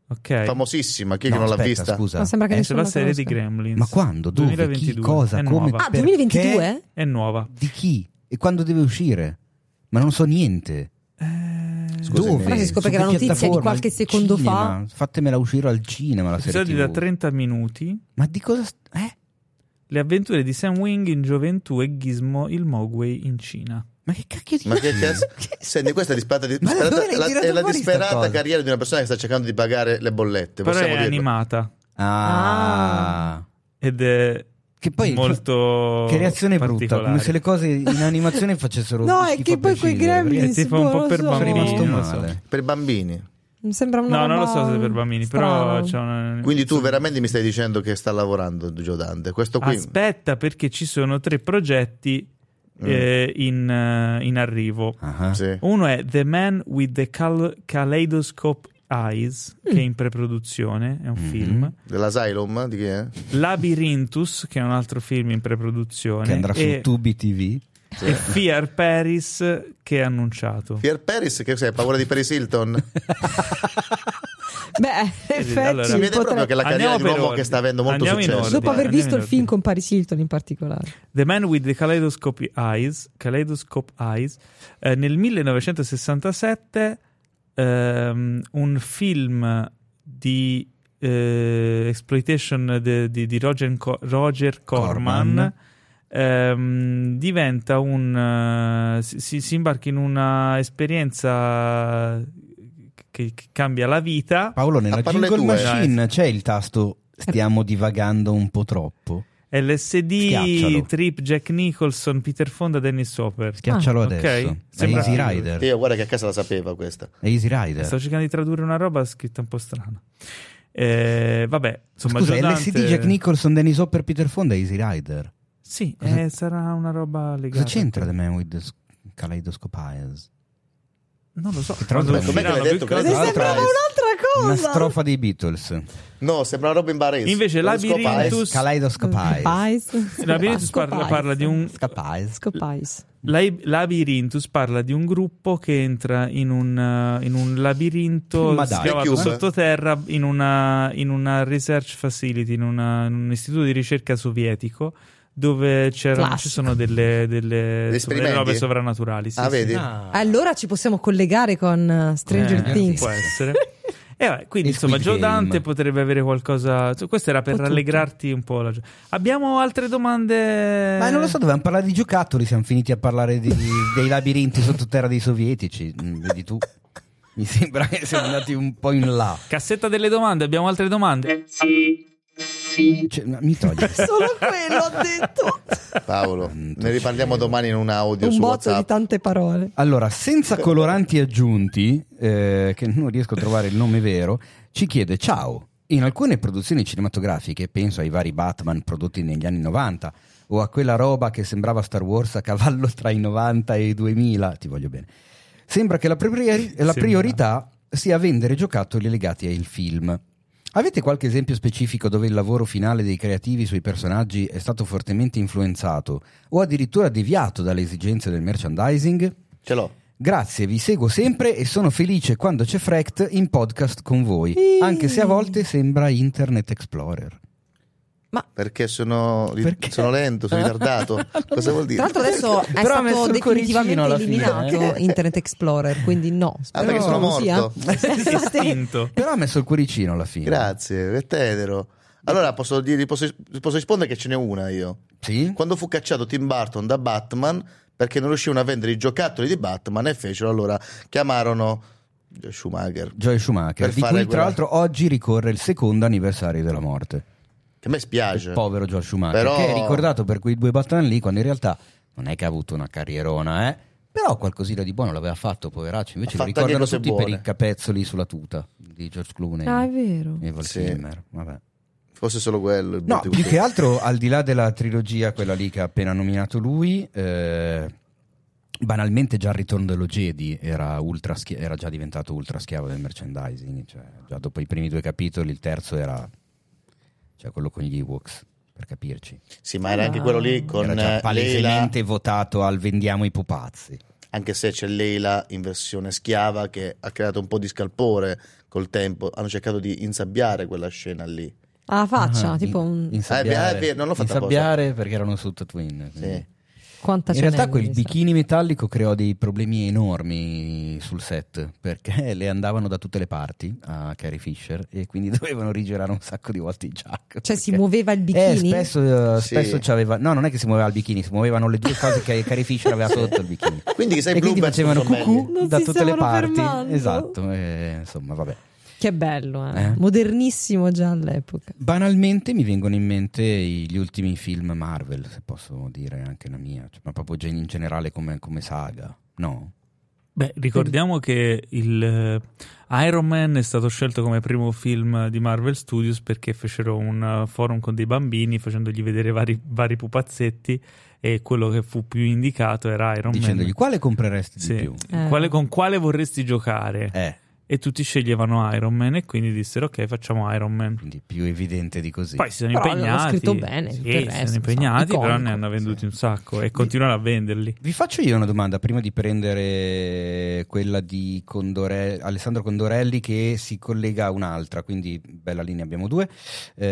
S1: Ok.
S4: Famosissima, chi
S2: No,
S4: che non l'ha
S2: aspetta,
S4: vista?
S2: scusa.
S3: Ma sembra che
S1: È
S3: nessuno
S1: sulla
S3: la
S1: serie di
S3: conosca.
S1: Gremlins.
S2: Ma quando? Dove? Chi?
S1: 2022.
S2: Cosa?
S1: È
S2: Come?
S1: nuova.
S3: Ah, 2022?
S1: È nuova.
S2: Di chi? E quando deve uscire? Ma non so niente.
S1: Eh,
S4: Scusami.
S2: Dove?
S4: Però si
S3: scopre
S2: Su
S3: che la
S2: che
S3: notizia è di
S2: piattaforma?
S3: qualche
S2: Al
S3: secondo fa.
S2: cinema? Fatemela uscire al cinema la serie
S1: Episodi
S2: TV.
S1: da 30 minuti.
S2: Ma di cosa... st- eh?
S1: Le avventure di Sam Wing in gioventù e Gizmo il Mogwai in Cina.
S2: Ma che cacchio dici?
S4: Ma che cazzo? Senti, questa è, disperata,
S2: Ma da dove
S4: disperata-
S2: l'hai
S4: la-
S2: tirata
S4: è la
S2: fuori sta
S4: disperata
S2: cosa?
S4: carriera di una persona che sta cercando di pagare le bollette.
S1: Però
S4: possiamo
S1: è
S4: dirlo.
S1: animata
S2: Ah.
S1: ed è
S2: Che poi...
S1: molto
S2: Che reazione brutta, come se le cose in animazione facessero
S3: No, è
S2: schifo
S3: che
S2: a
S3: poi quei
S2: prescindere,
S1: È
S2: perché
S3: gremlins
S1: tipo un
S3: boh,
S1: po'
S3: non
S1: per
S3: so.
S1: bambini.
S2: Sono rimasto
S1: Sì, non lo so.
S2: male.
S4: Per bambini.
S3: Mi sembra una
S1: No, non lo
S3: roba
S1: so se per bambini, però
S3: strana.
S1: c'è una-
S4: Quindi tu veramente mi stai dicendo che sta lavorando Giodante. Questo qui.
S1: Aspetta perché ci sono tre progetti
S4: Mm.
S1: eh, in, eh, in arrivo.
S2: Ah, ah.
S4: Sì.
S1: Uno è The Man with the Kal- Kaleidoscope Eyes,
S3: Mm.
S1: che è in preproduzione, è un
S4: Mm-hmm.
S2: Mhm.
S1: film.
S4: Dell'Asylum? Di chi è?
S1: Labyrinthus, che è un altro film in preproduzione.
S2: Che andrà
S1: e,
S2: su Tubi TV.
S1: e Fear Paris, che è annunciato.
S4: Pier Paris, che sei? Paura di Paris Hilton?
S3: Beh, in effetti
S1: allora-
S4: Si vede
S3: potrei-
S4: proprio che la carriera
S1: Andiamo
S4: di un
S1: per
S4: uomo
S1: ordine.
S4: che sta avendo molto
S1: Andiamo in
S4: successo.
S1: ordine.
S3: Dopo aver
S1: Andiamo
S3: visto
S1: in
S3: il film
S1: ordine.
S3: con Paris Hilton in particolare.
S1: The Man with the Kaleidoscope Eyes, Kaleidoscope Eyes eh, nel 1967 ehm, un film di eh, exploitation de- di, di Roger, Co- Roger Corman,
S2: Corman.
S1: ehm, diventa un... eh, si- si, si imbarca in una esperienza che, che cambia la vita.
S2: Paolo, nella
S4: A parole
S2: Jingle
S4: tue,
S2: Machine
S1: dai.
S2: c'è il tasto stiamo divagando un po' troppo.
S1: LSD,
S2: Schiaccialo.
S1: Trip, Jack Nicholson, Peter Fonda, Dennis Hopper.
S2: Schiaccialo
S1: Ah,
S2: adesso.
S1: ok.
S2: È
S1: Sembra-
S2: Easy Rider.
S4: Io guarda che a casa la sapeva questa.
S2: È Easy Rider.
S1: Sto cercando di tradurre una roba scritta un po' strana. Eh, vabbè, insomma,
S2: Scusa,
S1: Giordante-
S2: LSD Jack Nicholson, Dennis Hopper, Peter Fonda e Easy Rider.
S1: Sì,
S2: Cosa-
S1: eh, sarà una roba legata.
S2: Cosa c'entra The Man with the S- Kaleidoscope Eyes?
S1: Non lo so.
S2: Che tra l'altro-
S1: Quando
S4: Com'è che l'hai
S1: usciranno più
S4: detto?
S1: cose-
S3: Mi
S4: Tra l'altro
S3: sembrava
S4: hai-
S3: un'altra cosa.
S2: Una strofa dei Beatles.
S4: No, sembra una roba in Paris.
S1: Invece eh,
S4: Lo scopa- eh,
S1: Labyrinthus-
S2: Kaleidoscope Eyes.
S3: Pais.
S1: La Labyrinthus parla, parla di un
S2: Kaleidoscope Eyes.
S3: Scopais.
S1: Lab- Labyrinthus parla di un gruppo che entra in un, eh, in un labirinto
S2: Ma dai.
S1: scavato
S4: Chiuso.
S1: sottoterra in una, in una research facility, in, una- in un istituto di ricerca sovietico dove c'erano- ci
S3: Classico.
S1: sono delle, delle-
S4: Gli
S1: delle robe
S4: esperimenti?
S1: sovrannaturali. sì,
S4: Ah,
S1: sì.
S4: vedi?
S3: Allora ci possiamo collegare con eh, Stranger
S1: Eh,
S3: Things.
S1: Può essere. E vabbè, quindi
S2: E
S1: insomma,
S2: Squid
S1: Joe Dante
S2: Game.
S1: potrebbe avere qualcosa. cioè, Questo era per
S3: tutto.
S1: rallegrarti un po'. La... gio- Abbiamo altre domande?
S2: Ma non lo so, dovevamo parlare di giocattoli, siamo finiti a parlare di- dei labirinti sottoterra dei sovietici. Mm, Vedi tu, mi sembra che siamo andati un po' in là.
S1: Cassetta delle domande, abbiamo altre domande?
S5: Sì, sì.
S2: Cioè, ma mi togli.
S3: Solo quello ho detto.
S4: Paolo, ne riparliamo
S2: cielo.
S4: domani in un audio
S3: Un
S4: su
S3: botto di
S4: WhatsApp.
S3: tante parole.
S2: Allora, senza coloranti aggiunti, eh, che non riesco a trovare il nome vero, ci chiede ciao. In alcune produzioni cinematografiche, penso ai vari Batman prodotti negli anni 90 o a quella roba che sembrava Star Wars a cavallo tra i 90 e i 2000, ti voglio bene. Sembra che la, priori- la
S1: Sembra.
S2: priorità sia vendere giocattoli legati al film. Avete qualche esempio specifico dove il lavoro finale dei creativi sui personaggi è stato fortemente influenzato o addirittura deviato dalle esigenze del merchandising?
S4: Ce l'ho.
S2: Grazie, vi seguo sempre e sono felice quando c'è Frecht in podcast con voi, anche se a volte sembra Internet Explorer.
S4: Perché sono, ri-
S2: Perché?
S4: sono lento, sono ritardato. Cosa vuol dire?
S3: Tra l'altro adesso è
S2: Però ha messo
S3: stato
S2: il coricino
S3: definitivamente
S2: alla fine,
S3: eliminato
S2: eh.
S3: Internet Explorer, quindi no.
S4: Ah, perché
S3: spero
S4: sono
S3: non sia.
S4: morto.
S1: Estinto.
S2: Però ha messo il cuoricino alla fine.
S4: Grazie, è tenero. Allora posso, dirgli- posso- posso rispondere che ce n'è una io.
S2: Sì?
S4: Quando fu cacciato Tim Burton da Batman perché non riuscivano a vendere i giocattoli di Batman e fecero allora, chiamarono Schumacher,
S2: Joel Schumacher,
S4: Per
S2: di cui
S4: fare
S2: tra
S4: quella-
S2: l'altro oggi ricorre il secondo anniversario della morte.
S4: che a me spiace.
S2: Il povero Joel Schumacher,
S4: Però-
S2: che è ricordato per quei due battaglie lì, quando in realtà non è che ha avuto una carrierona, eh. Però qualcosina di buono l'aveva fatto, poveraccio. Invece
S4: Ha
S2: lo
S4: fatto anche
S2: ricordano
S4: cose
S2: tutti per
S4: buone.
S2: i capezzoli sulla tuta di George Clooney
S3: Ah, è vero.
S2: e Val
S4: Sì.
S2: Kilmer. Vabbè.
S4: Forse solo quello. il
S2: No,
S4: brutto
S2: più
S4: gusto.
S2: che altro al di là della trilogia, quella lì che ha appena nominato lui, eh, banalmente già il ritorno dello Jedi era, ultra schi- era già diventato ultra schiavo del merchandising, cioè già dopo i primi due capitoli il terzo era cioè, quello con gli Ewoks, per capirci.
S4: Sì, ma era anche
S3: Ah.
S4: quello lì con
S2: era già
S4: eh, Leila,
S2: palesemente votato al vendiamo i pupazzi.
S4: anche se c'è Leila in versione schiava che ha creato un po' di scalpore col tempo. Hanno cercato di insabbiare quella scena lì.
S3: Ah, la faccia,
S2: Ah,
S3: tipo
S2: in-
S3: un...
S2: insabbiare,
S4: Ah, è vero, non l'ho fatta
S2: insabbiare perché erano su Tatooine.
S4: Sì.
S2: quindi-
S3: quanta
S2: In
S3: ce n'è
S2: realtà quel
S3: questa?
S2: bikini metallico creò dei problemi enormi sul set perché le andavano da tutte le parti a Carrie Fisher e quindi dovevano rigirare un sacco di volte i jack.
S3: Cioè si
S2: perché-
S3: muoveva il
S2: Eh,
S3: bikini?
S2: spesso,
S4: Sì.
S2: spesso c'aveva- No, non è che si muoveva il bikini, si muovevano le due cose che Carrie Fisher aveva sotto il bikini.
S4: Quindi che sei
S2: e quindi
S4: Bloomberg,
S2: facevano
S4: tutto meglio.
S2: cucù
S3: Non
S2: da
S3: si
S2: tutte le
S3: stavano
S2: parti.
S3: fermando.
S2: Esatto, eh, insomma, vabbè.
S3: Che bello, eh.
S2: Eh?
S3: Modernissimo già all'epoca.
S2: Banalmente mi vengono in mente i- gli ultimi film Marvel, se posso dire anche la mia, Cioè, ma proprio già in generale come, come saga, no?
S1: Beh, ricordiamo che il, eh, Iron Man è stato scelto come primo film di Marvel Studios perché fecero un eh, forum con dei bambini facendogli vedere vari, vari pupazzetti e quello che fu più indicato era Iron
S2: dicendogli
S1: Man.
S2: quale compreresti
S1: Sì.
S2: di più?
S3: Eh.
S1: Quale- con quale vorresti giocare?
S2: Eh,
S1: E tutti sceglievano Iron Man e quindi dissero ok facciamo Iron Man.
S2: quindi più evidente di così.
S1: Poi si sono
S3: Però l'hanno
S1: impegnati.
S3: scritto bene,
S1: sì,
S3: tutto il
S1: si
S3: resto,
S1: sono
S3: insomma,
S1: impegnati, però ne
S3: iconico,
S1: hanno venduti
S2: sì.
S1: un sacco e continuano a venderli.
S2: Vi faccio io una domanda prima di prendere quella di Condore- Alessandro Condorelli che si collega a un'altra, quindi bella linea abbiamo due.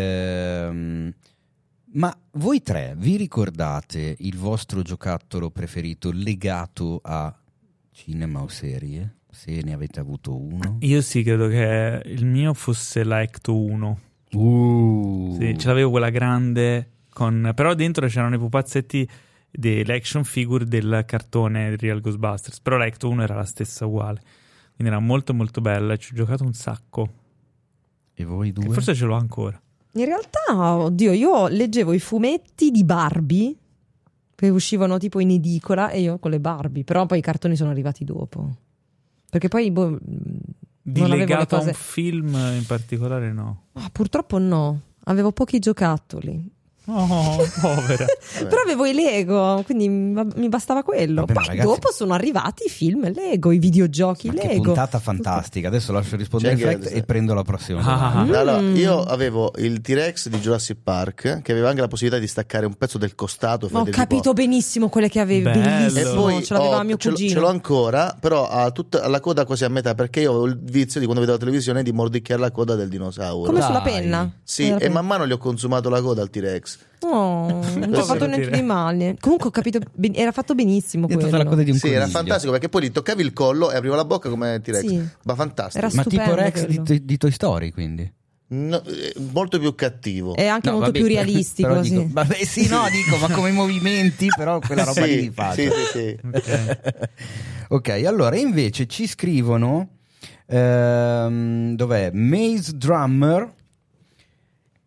S2: Ehm, ma voi tre vi ricordate il vostro giocattolo preferito legato a cinema o serie? Se ne avete avuto uno?
S1: Io sì, credo che il mio fosse la Ecto 1.
S2: Uh.
S1: Sì, ce l'avevo quella grande, con... però dentro c'erano i pupazzetti dell'action figure del cartone di Real Ghostbusters. Però la Ecto 1 era la stessa uguale. Quindi era molto molto bella, e ci ho giocato un sacco.
S2: E voi
S1: E
S2: due?
S1: forse ce l'ho ancora.
S3: In realtà, oddio, io leggevo i fumetti di Barbie che uscivano tipo in edicola e io con le Barbie, però poi i cartoni sono arrivati dopo. Perché poi boh, mh,
S1: Di
S3: non avevo le
S1: legato a
S3: cose.
S1: un film in particolare no.
S3: Ah, purtroppo no, avevo pochi giocattoli.
S1: Oh, povera.
S4: Vabbè.
S3: Però avevo i Lego, quindi mi va- mi bastava quello.
S2: Vabbè, ma
S3: poi
S2: ragazzi-
S3: dopo sono arrivati i film Lego, i videogiochi
S2: Ma che
S3: Lego.
S2: puntata fantastica. Adesso lascio rispondere
S4: C'è anche-
S2: Fleck e prendo la prossima.
S1: Ah.
S2: domanda.
S4: No, no,
S3: Mm.
S4: io avevo il T-Rex di Jurassic Park che aveva anche la possibilità di staccare un pezzo del costato.
S3: Ma ho
S4: fate tipo-
S3: capito benissimo quelle che avevi,
S1: Bello.
S4: E
S1: Sì,
S3: bellissimo,
S4: poi
S3: ce l'aveva
S4: ho-
S3: mio
S4: ce l'ho-
S3: cugino.
S4: ce l'ho ancora, però ha tutta, ha la coda quasi a metà perché io avevo il vizio di quando vedevo la televisione di mordicchiare la coda del dinosauro.
S3: Come sulla
S2: Dai.
S3: penna.
S4: Sì,
S3: Come la
S4: e
S3: penna.
S4: man mano gli ho consumato la coda al T-Rex.
S3: Oh, non ci ho
S4: Posso
S3: fatto niente
S1: sentire?
S3: di male. Comunque ho capito, ben- era fatto benissimo
S2: È diventata la
S3: quello.
S2: coda di un
S4: Sì, era
S2: coniglio.
S4: fantastico perché poi gli toccavi il collo e apriva la bocca come T-Rex.
S3: Sì.
S4: Ma fantastico.
S3: Era
S2: Ma
S3: Stupendo
S2: tipo Rex
S3: quello.
S2: di, Toy- di Toy Story, quindi.
S4: No, eh, molto più cattivo.
S3: È anche molto più realistico,
S2: Però
S3: sì.
S2: dico, vabbè, sì, no, dico, ma come movimenti, però quella roba
S4: sì,
S2: lì li faccio.
S4: Sì, sì, sì.
S1: Ok.
S2: Eh. ok, allora invece ci scrivono ehm, dov'è Maze Drummer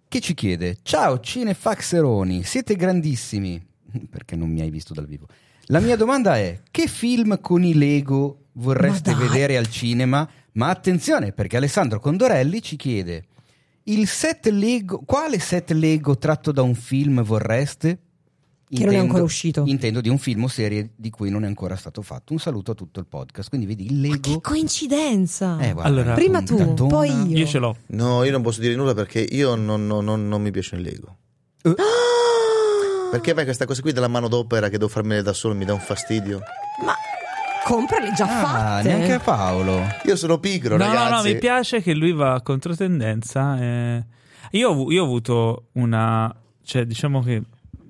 S2: che ci chiede: "Ciao Cinefaxeroni, siete grandissimi perché non mi hai visto dal vivo. La mia domanda è: che film con i Lego vorreste
S3: Ma dai.
S2: vedere al cinema? Ma attenzione, perché Alessandro Condorelli ci chiede: il set Lego, quale set Lego tratto da un film vorreste?
S3: Che non è ancora uscito.
S2: Intendo di un film o serie di cui non è ancora stato fatto. Un saluto a tutto il podcast. Quindi vedi il
S3: Ma che
S2: Lego.
S3: coincidenza!
S2: Eh, guarda,
S1: Allora,
S3: Prima tu,
S2: puntata.
S3: poi io.
S1: Io ce l'ho.
S4: No, io non posso dire nulla perché io non, non- non- non mi piace il Lego.
S2: Eh.
S3: Ah!
S4: Perché vai questa cosa qui della mano d'opera che devo farmene da solo mi dà un fastidio.
S3: Ma comprale già
S2: Ah,
S3: fatte.
S2: neanche a Paolo.
S4: Io sono pigro,
S1: no,
S4: ragazzi.
S1: no, no, mi piace che lui va contro tendenza. eh. Io, ho avu- io ho avuto una. cioè, diciamo che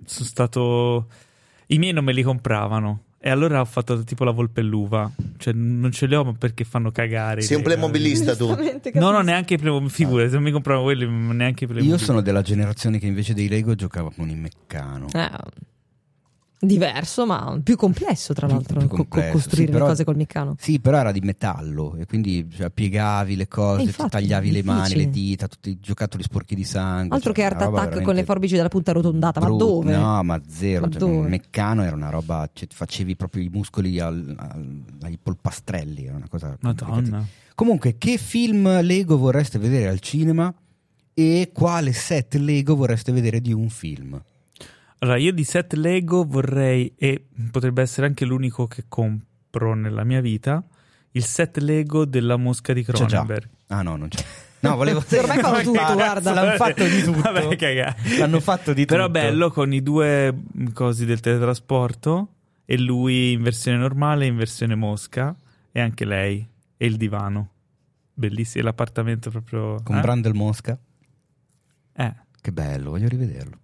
S1: sono stato. I miei non me li compravano. E allora ho fatto tipo la volpelluva. Cioè, non ce le ho ma perché fanno cagare.
S4: Sei un
S1: dai,
S4: playmobilista tu.
S3: Giustamente,
S1: No, no,
S3: capisco.
S1: neanche i Playmobil. Figure, se non mi compravo quelli, neanche i Playmobil.
S2: Io sono della generazione che invece dei Lego giocava con il meccano.
S3: Eh, diverso, ma più complesso, tra
S2: Più-
S3: l'altro,
S2: più
S3: co-
S2: complesso,
S3: costruire
S2: sì,
S3: le
S2: però-
S3: cose col meccano.
S2: Sì, però era di metallo e quindi cioè, piegavi le cose,
S3: Eh, infatti,
S2: tagliavi le mani,
S3: difficile.
S2: le dita, tutti i giocattoli sporchi di sangue. cioè,
S3: Altro che
S2: una
S3: Art
S2: roba
S3: Attack con le
S2: veramente
S3: forbici della punta arrotondata, ma
S2: brutta.
S3: dove?
S2: No, ma zero.
S3: Ma
S2: cioè,
S3: dove?
S2: con il meccano era una roba, cioè, ti facevi proprio i muscoli al- al- ai polpastrelli, era una cosa complicatissima.
S1: Madonna.
S2: Comunque, che film Lego vorreste vedere al cinema e quale set Lego vorreste vedere di un film?
S1: Allora, io di set Lego vorrei, e potrebbe essere anche l'unico che compro nella mia vita, il set Lego della mosca di
S2: C'è già.
S1: Cronenberg.
S2: Ah no, non c'è. No, volevo
S3: Eh, Ormai fanno tutto,
S2: Cazzo,
S3: guarda.
S2: L'hanno fatto di tutto.
S1: Vabbè, cagà.
S2: L'hanno fatto di tutto.
S1: Però bello con i due mm, cosi del teletrasporto e lui in versione normale, in versione mosca e anche lei e il divano. Bellissimo, e l'appartamento proprio...
S2: Con
S1: eh?
S2: Brandel Mosca.
S1: Eh,
S2: Che bello, voglio rivederlo.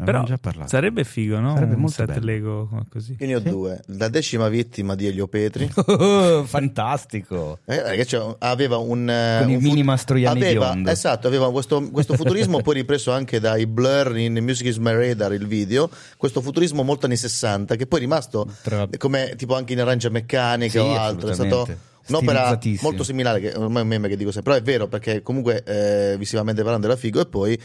S2: Avevamo
S1: Però
S2: già parlato.
S1: sarebbe figo, no?
S2: Sarebbe
S1: un
S2: molto
S1: set
S2: bello.
S1: Lego così.
S4: Io ne ho due. La decima vittima di Elio Petri.
S2: Oh, fantastico.
S4: Eh, raga, cioè, aveva un, eh,
S2: Con i
S4: un
S2: mini mastroianni
S4: aveva-
S2: biondo.
S4: Esatto, aveva questo, questo futurismo poi ripreso anche dai Blur in Music is My Radar il video, questo futurismo molto anni 60 che poi è rimasto
S2: Tra-
S4: come tipo anche in Arancia Meccanica
S2: Sì,
S4: o altro, è stato
S2: assolutamente.
S4: un'opera
S2: Stilizzatissimo.
S4: molto similare, che ormai è un meme che dico sempre, però è vero perché comunque eh, visivamente parlando era figo e poi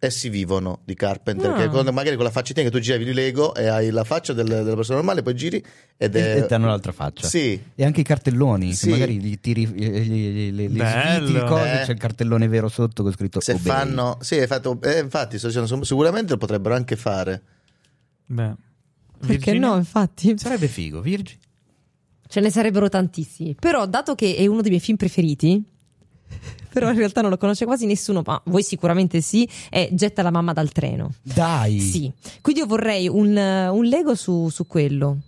S4: Essi vivono di Carpenter,
S3: Ah.
S4: che con- magari con la faccettina che tu giravi di Lego e hai la faccia del- della persona normale, poi giri ed
S2: E-
S4: è...
S2: e danno l'altra faccia.
S4: Sì,
S2: E anche i cartelloni,
S4: Sì.
S2: che magari gli tiri gli- gli- le, le
S1: Bello.
S2: sviti, le cose,
S4: Eh.
S2: c'è il cartellone vero sotto con scritto "Oh,
S4: se
S2: Obey.
S4: fanno sì, hai fatto- eh, infatti sto dicendo, sono- sicuramente lo potrebbero anche fare
S1: Beh.
S3: Perché
S1: Virginia?
S3: no, infatti.
S2: Sarebbe figo, Virgi.
S3: Ce ne sarebbero tantissimi. Però, dato che è uno dei miei film preferiti, però in realtà non lo conosce quasi nessuno, ma voi sicuramente sì, è Getta la mamma dal treno.
S2: Dai.
S3: Sì. Quindi io vorrei un, un Lego su, su quello.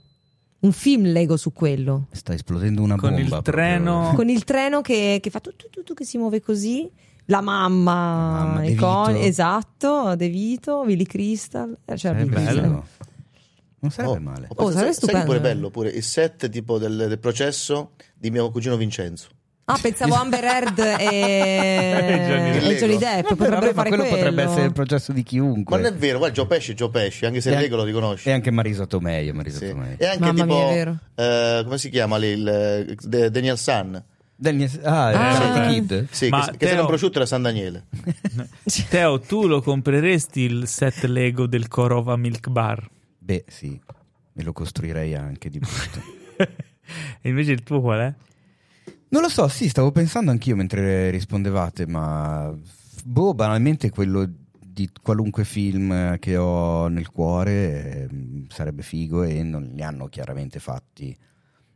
S3: Un film Lego su quello.
S2: Sta esplodendo una
S1: Con il
S2: bomba. proprio.
S1: treno.
S3: Con il treno che, che fa tutto, tutto, che si muove così. La
S2: La
S3: mamma,
S2: mamma, De
S3: i coni-
S2: Vito.
S3: esatto, De Vito, Billy Crystal. eh, Cioè,
S2: Sarebbe
S3: Billy Crystal.
S2: bello. Non sarebbe
S4: Oh,
S2: male.
S4: ho pensato-
S3: sarebbe
S4: sai- sai che
S3: stupendo.
S4: pure bello pure il set tipo del, del processo di mio cugino Vincenzo
S3: Ah, pensavo Amber Heard
S1: E Johnny
S3: e,
S4: Depp.
S3: e Johnny Depp. Potrebbero
S2: Vabbè, ma
S3: Eh, fare
S2: quello
S3: quello.
S2: potrebbe essere il processo di
S4: ma
S2: chiunque.
S4: non è vero guarda Joe Pesci è Joe Pesci anche se
S2: E
S4: il
S2: anche-
S4: Lego lo riconosci
S2: E anche Marisa Tomei. è Marisa
S4: Sì.
S2: Tomei.
S4: e anche
S3: Mamma
S4: tipo
S3: mia, è vero.
S4: eh, come si chiama lì il, eh, De- Daniel Sun
S2: Daniel- ah, era
S3: Ah.
S2: Karate
S1: Sì.
S2: Kid?
S4: sì,
S1: Ma
S4: che, che se
S1: Teo-
S4: non prosciutto era San Daniele
S1: Teo, tu lo compreresti il set Lego del Corova Milk Bar?
S2: Beh, sì, me lo costruirei anche di brutto.
S1: e invece il tuo qual è?
S2: non lo so, sì, stavo pensando anch'io mentre rispondevate, ma boh, banalmente quello di qualunque film che ho nel cuore eh, sarebbe figo e non li hanno chiaramente fatti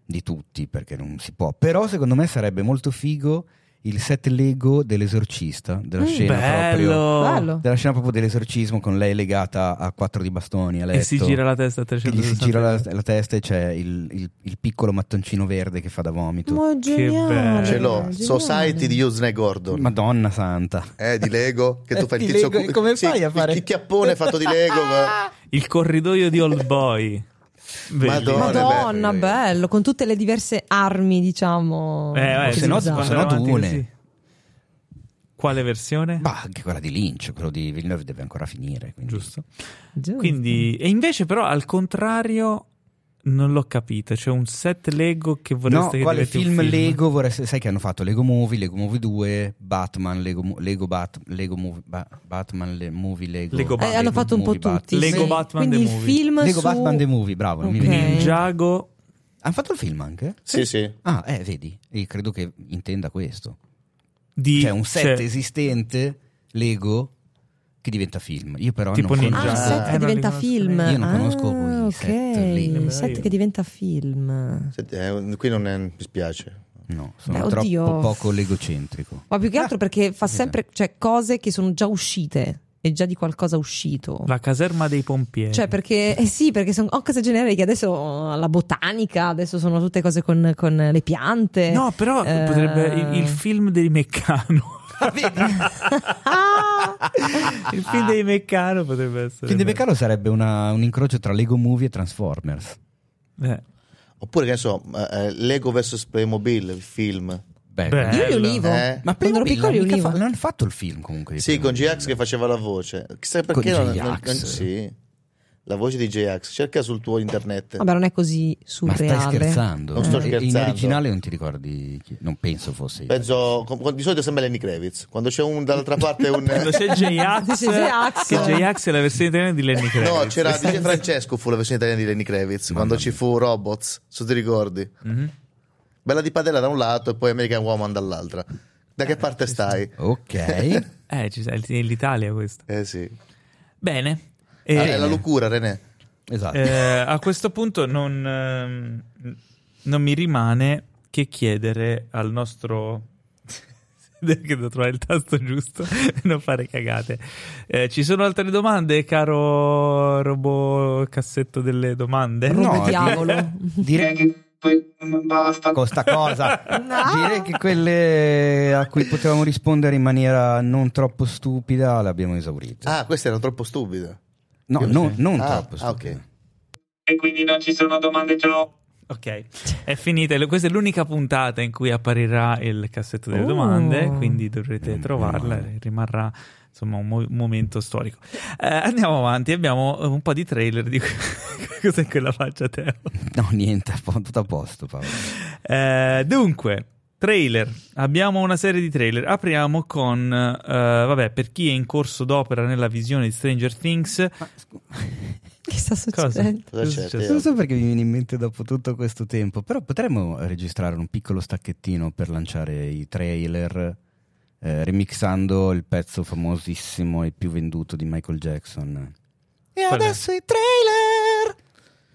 S2: di tutti perché non si può. Però secondo me sarebbe molto figo il set Lego dell'esorcista, della
S3: Mm,
S2: scena proprio
S3: Bello.
S2: della scena proprio dell'esorcismo con lei legata a quattro di bastoni a letto
S1: E si gira la testa a
S2: che gli si gira
S1: 360
S2: la, la testa e c'è il, il- il piccolo mattoncino verde Certo. che fa da vomito
S3: Ma è geniale.
S1: bello.
S4: ce l'ho
S3: geniale.
S4: Society di Usne Gordon
S2: madonna santa
S4: eh, di Lego che tu
S2: Eh,
S4: fai il
S2: di
S4: tizio
S2: Lego, e come
S4: sì,
S2: fai a fare-
S4: il chiappone fatto di Lego ma-
S1: Il corridoio di Old Boy. Bellissimo.
S4: Madonna.
S3: Madonna,
S4: Bello.
S3: bello, con tutte le diverse armi, diciamo.
S1: Eh, eh,
S2: O se no-
S1: utilizzava.
S2: o se no
S1: Avanti
S2: Dune.
S1: così. Quale versione?
S2: ma anche quella di Lynch quello di Villeneuve deve ancora finire quindi.
S1: Giusto.
S3: Giusto.
S1: Quindi, e invece però al contrario non l'ho capito, c'è un set Lego che
S2: No,
S1: vorreste che
S2: quale
S1: diventi un
S2: film, Lego vorreste? Sai che hanno fatto Lego Movie, Lego Movie 2, Batman, Lego, Mo- Lego, Bat- Lego Movie, Ba- Batman, Le- Movie Lego.
S1: Lego Eh,
S3: Eh,
S1: Batman.
S3: hanno fatto un po'
S2: Movie
S3: tutti.
S2: Batman.
S1: Lego
S3: sì.
S1: Batman
S3: Quindi
S1: the
S3: il
S1: Movie.
S3: film
S2: Lego
S3: su...
S2: Batman The Movie, bravo, non mi
S3: Ok.
S2: veniva. in giro.
S1: Ninjago
S2: Hanno fatto il film anche?
S4: sì sì
S2: Ah, eh, vedi, e credo che intenda questo.
S1: di
S2: Cioè, un set
S1: cioè,
S2: esistente, Lego, che diventa film. Io però
S1: Tipo
S2: non
S1: Ninja.
S3: Ah, il
S1: Già.
S2: conosco-
S3: set
S1: Eh,
S3: che
S1: non li
S3: diventa
S1: conosco
S3: film.
S1: neanche.
S2: Io non conosco
S3: ah,
S2: quei
S3: ok.
S2: set lì.
S3: Il set
S1: Io.
S3: che diventa film.
S4: Senti, eh, qui non è, mi spiace
S2: No, sono
S3: Beh,
S2: troppo
S3: oddio.
S2: poco legocentrico.
S3: Ma più che altro perché fa
S2: Ah. sì,
S3: sempre cioè, cose che sono già uscite. È già di qualcosa uscito.
S1: La caserma dei pompieri.
S3: Cioè, perché eh sì, perché sono cose generiche. Adesso oh, la botanica, adesso sono tutte cose con, con le piante.
S1: No, però
S3: Eh.
S1: potrebbe il, il film dei Meccano.
S3: ah,
S1: il film dei Meccano potrebbe essere.
S2: Quindi
S1: bello.
S2: Beccaro sarebbe una- un incrocio tra Lego Movie e Transformers.
S1: Eh.
S4: Oppure che ne so, eh, eh, Lego vs Playmobil, il film.
S2: Beh,
S1: Beh.
S3: Io li
S1: Bello.
S3: olivo.
S4: Eh?
S2: Ma
S3: Quando
S2: prima
S3: ero piccolo li olivo.
S2: non hanno fatto il film comunque. di
S4: Sì, con
S2: Playmobil.
S4: J-Ax che faceva la voce. Chissà perché
S2: Con
S4: non,
S2: J-Ax.
S4: non- Sì, la voce di J-Ax. Cerca sul tuo internet.
S3: Vabbè, non è così
S2: Ma
S3: surreale.
S2: stai scherzando?
S4: Non sto
S2: Eh, In
S4: scherzando.
S2: originale non ti ricordi chi? Non penso fosse.
S4: Penso, com- com- di solito sembra Lenny Kravitz. Quando c'è un dall'altra parte un...
S1: Quando Eh. c'è
S3: Sì, sì, J-Ax.
S1: J-Ax, che J-Ax è la versione italiana di Lenny Kravitz.
S4: No, c'era DJ Francesco fu la versione italiana di Lenny Kravitz
S2: Mamma
S4: quando
S2: mia.
S4: ci fu Robots, se ti ricordi.
S1: Mhm.
S4: Bella di padella da un lato e poi American Woman dall'altra. Da
S2: Eh,
S4: che parte stai?
S2: Oh. Ok.
S1: Eh, ci sa- è l'Italia questo.
S4: Eh sì.
S1: Bene.
S4: Ah,
S1: Eh,
S4: è la locura, René.
S2: Esatto.
S1: eh, a questo punto non, ehm, non mi rimane che chiedere al nostro... che devo trovare il tasto giusto e non fare cagate. Eh, ci sono altre domande, caro robot cassetto delle domande?
S2: No,
S3: Rubo
S2: di-
S3: diavolo.
S2: Direi
S5: mm, Basta.
S2: con sta cosa.
S3: No.
S2: Direi che quelle a cui potevamo rispondere in maniera non troppo stupida le abbiamo esaurite.
S4: Ah, questa era troppo stupida.
S2: no,
S4: io-
S2: non, non
S4: Ah,
S2: troppo
S4: ah,
S2: stupida.
S4: ok.
S5: E quindi non ci sono domande, ciao.
S1: Ok, è finita. Questa è l'unica puntata in cui apparirà il cassetto delle
S3: Oh.
S1: domande, quindi dovrete
S2: Mm,
S1: trovarla.
S2: meno male.
S1: Rimarrà insomma un, mo- momento storico. Eh, andiamo avanti, abbiamo un po' di trailer di cos'è quella faccia, Teo.
S2: No, niente, a po- tutto a posto Paolo.
S1: Eh, dunque, trailer. Abbiamo una serie di trailer. Apriamo con, eh, vabbè, per chi è in corso d'opera nella visione di Stranger Things,
S2: Ma scu-
S3: che sta
S1: cosa?
S3: succedendo?
S1: Cosa è
S4: Cosa c'è,
S1: successo?
S2: non so perché mi viene in mente dopo tutto questo tempo, però potremmo registrare un piccolo stacchettino per lanciare i trailer, eh, remixando il pezzo famosissimo e più venduto di Michael Jackson. E
S1: Qual è?
S2: adesso i trailer!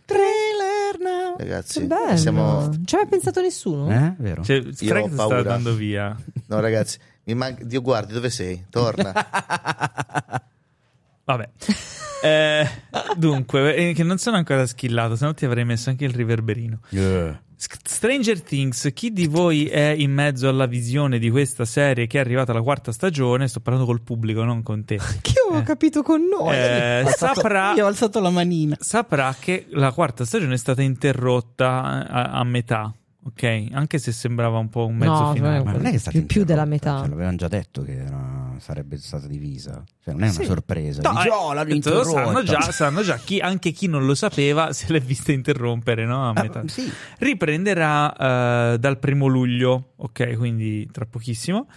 S2: Trailer now!
S3: Che
S4: Ragazzi,
S3: bello.
S4: siamo...
S3: Non ci aveva pensato nessuno?
S2: Eh, vero?
S1: cioè,
S4: ho
S1: Frank sta
S4: paura.
S1: andando via.
S4: No, ragazzi, mi manca... Dio guardi, dove sei? Torna.
S1: Vabbè. Eh, dunque, eh, che non sono ancora schillato, se no ti avrei messo anche il riverberino.
S2: Yeah.
S1: S- Stranger Things, chi di voi è in mezzo alla visione di questa serie che è arrivata alla quarta stagione? Sto parlando col pubblico, non con te.
S3: Che io ho
S1: Eh.
S3: capito con noi.
S1: Eh, saprà,
S2: Io ho alzato la manina.
S1: saprà che la quarta stagione è stata interrotta eh, a, a metà, ok? Anche se sembrava un po' un mezzo
S3: No,
S1: finale.
S2: Ma non è che è stata
S3: Più- più della
S2: interrotta,
S3: metà.
S2: cioè, l'avevano già detto che era- sarebbe stata divisa. Cioè, non è una
S1: Sì.
S2: sorpresa.
S1: No,
S2: Dici,
S1: eh,
S2: "Oh, l'hanno
S1: lo sanno
S2: interrotta".
S1: già, sanno già chi, anche chi non lo sapeva se l'è vista interrompere no? a
S2: Ah,
S1: metà.
S2: sì.
S1: riprenderà eh, dal primo luglio, ok, quindi tra pochissimo.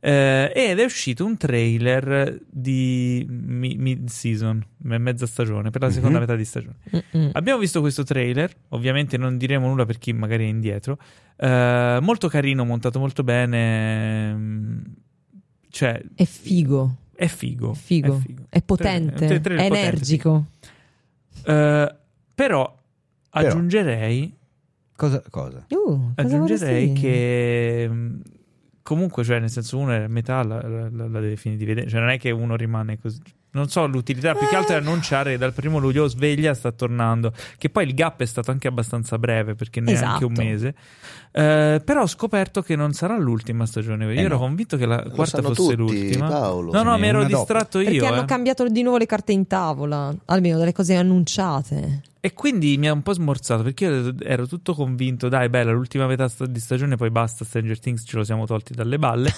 S1: Eh, ed è uscito un trailer di mi- mid-season, me- mezza stagione, per la seconda
S2: Mhm.
S1: metà di stagione.
S3: Mm-mm.
S1: Abbiamo visto questo trailer, ovviamente non diremo nulla per chi magari è indietro. Eh, molto carino, montato molto bene. mm, Cioè,
S3: È figo.
S1: è figo.
S3: È figo. È, potente.
S1: Tre- tre- trailer
S3: è
S1: potente,
S3: energico.
S1: sì. Eh, però aggiungerei
S2: Cosa? cosa?
S3: Uh, cosa
S1: Aggiungerei
S3: vorresti?
S1: che mh, comunque, cioè, nel senso, uno è a metà la, la, la- la deve finire di vedere, cioè, non è che uno rimane così. Non so, l'utilità più che altro
S3: Eh.
S1: è annunciare che dal primo luglio sveglia sta tornando. Che poi il gap è stato anche abbastanza breve perché neanche
S3: Esatto.
S1: un mese. Eh, però ho scoperto che non sarà l'ultima stagione. Io
S2: no.
S1: ero convinto che la
S4: Eh Lo
S1: quarta
S4: sanno
S1: fosse
S4: tutti,
S1: l'ultima.
S4: Paolo.
S1: No,
S2: Ce
S1: no,
S2: n'è
S1: mi ero
S2: una dopo.
S1: distratto
S3: Perché
S1: io.
S3: hanno
S1: eh.
S3: cambiato di nuovo le carte in tavola, almeno delle cose annunciate.
S1: E quindi mi ha un po' smorzato perché io ero tutto convinto, dai, bella, l'ultima metà sta- di stagione, poi basta, Stranger Things ce lo siamo tolti dalle balle.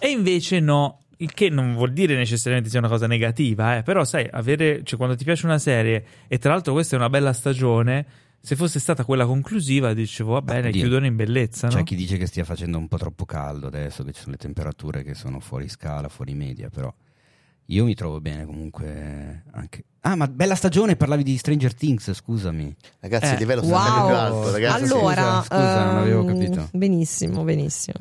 S1: e invece no, il che non vuol dire necessariamente sia una cosa negativa, eh, però sai, avere, cioè, quando ti piace una serie e tra l'altro questa è una bella stagione, se fosse stata quella conclusiva dicevo, va bene,
S2: oddio.
S1: chiudono in bellezza,
S2: C'è
S1: no?
S2: chi dice che stia facendo un po' troppo caldo adesso, che ci sono le temperature che sono fuori scala, fuori media, però io mi trovo bene comunque anche... Ah, ma bella stagione, parlavi di Stranger Things, scusami.
S4: Ragazzi,
S1: Eh,
S4: il livello sta andando
S3: Wow.
S4: più alto, ragazzi.
S3: allora,
S2: Scusa, scusa, non avevo
S3: ehm,
S2: capito.
S3: Benissimo, benissimo.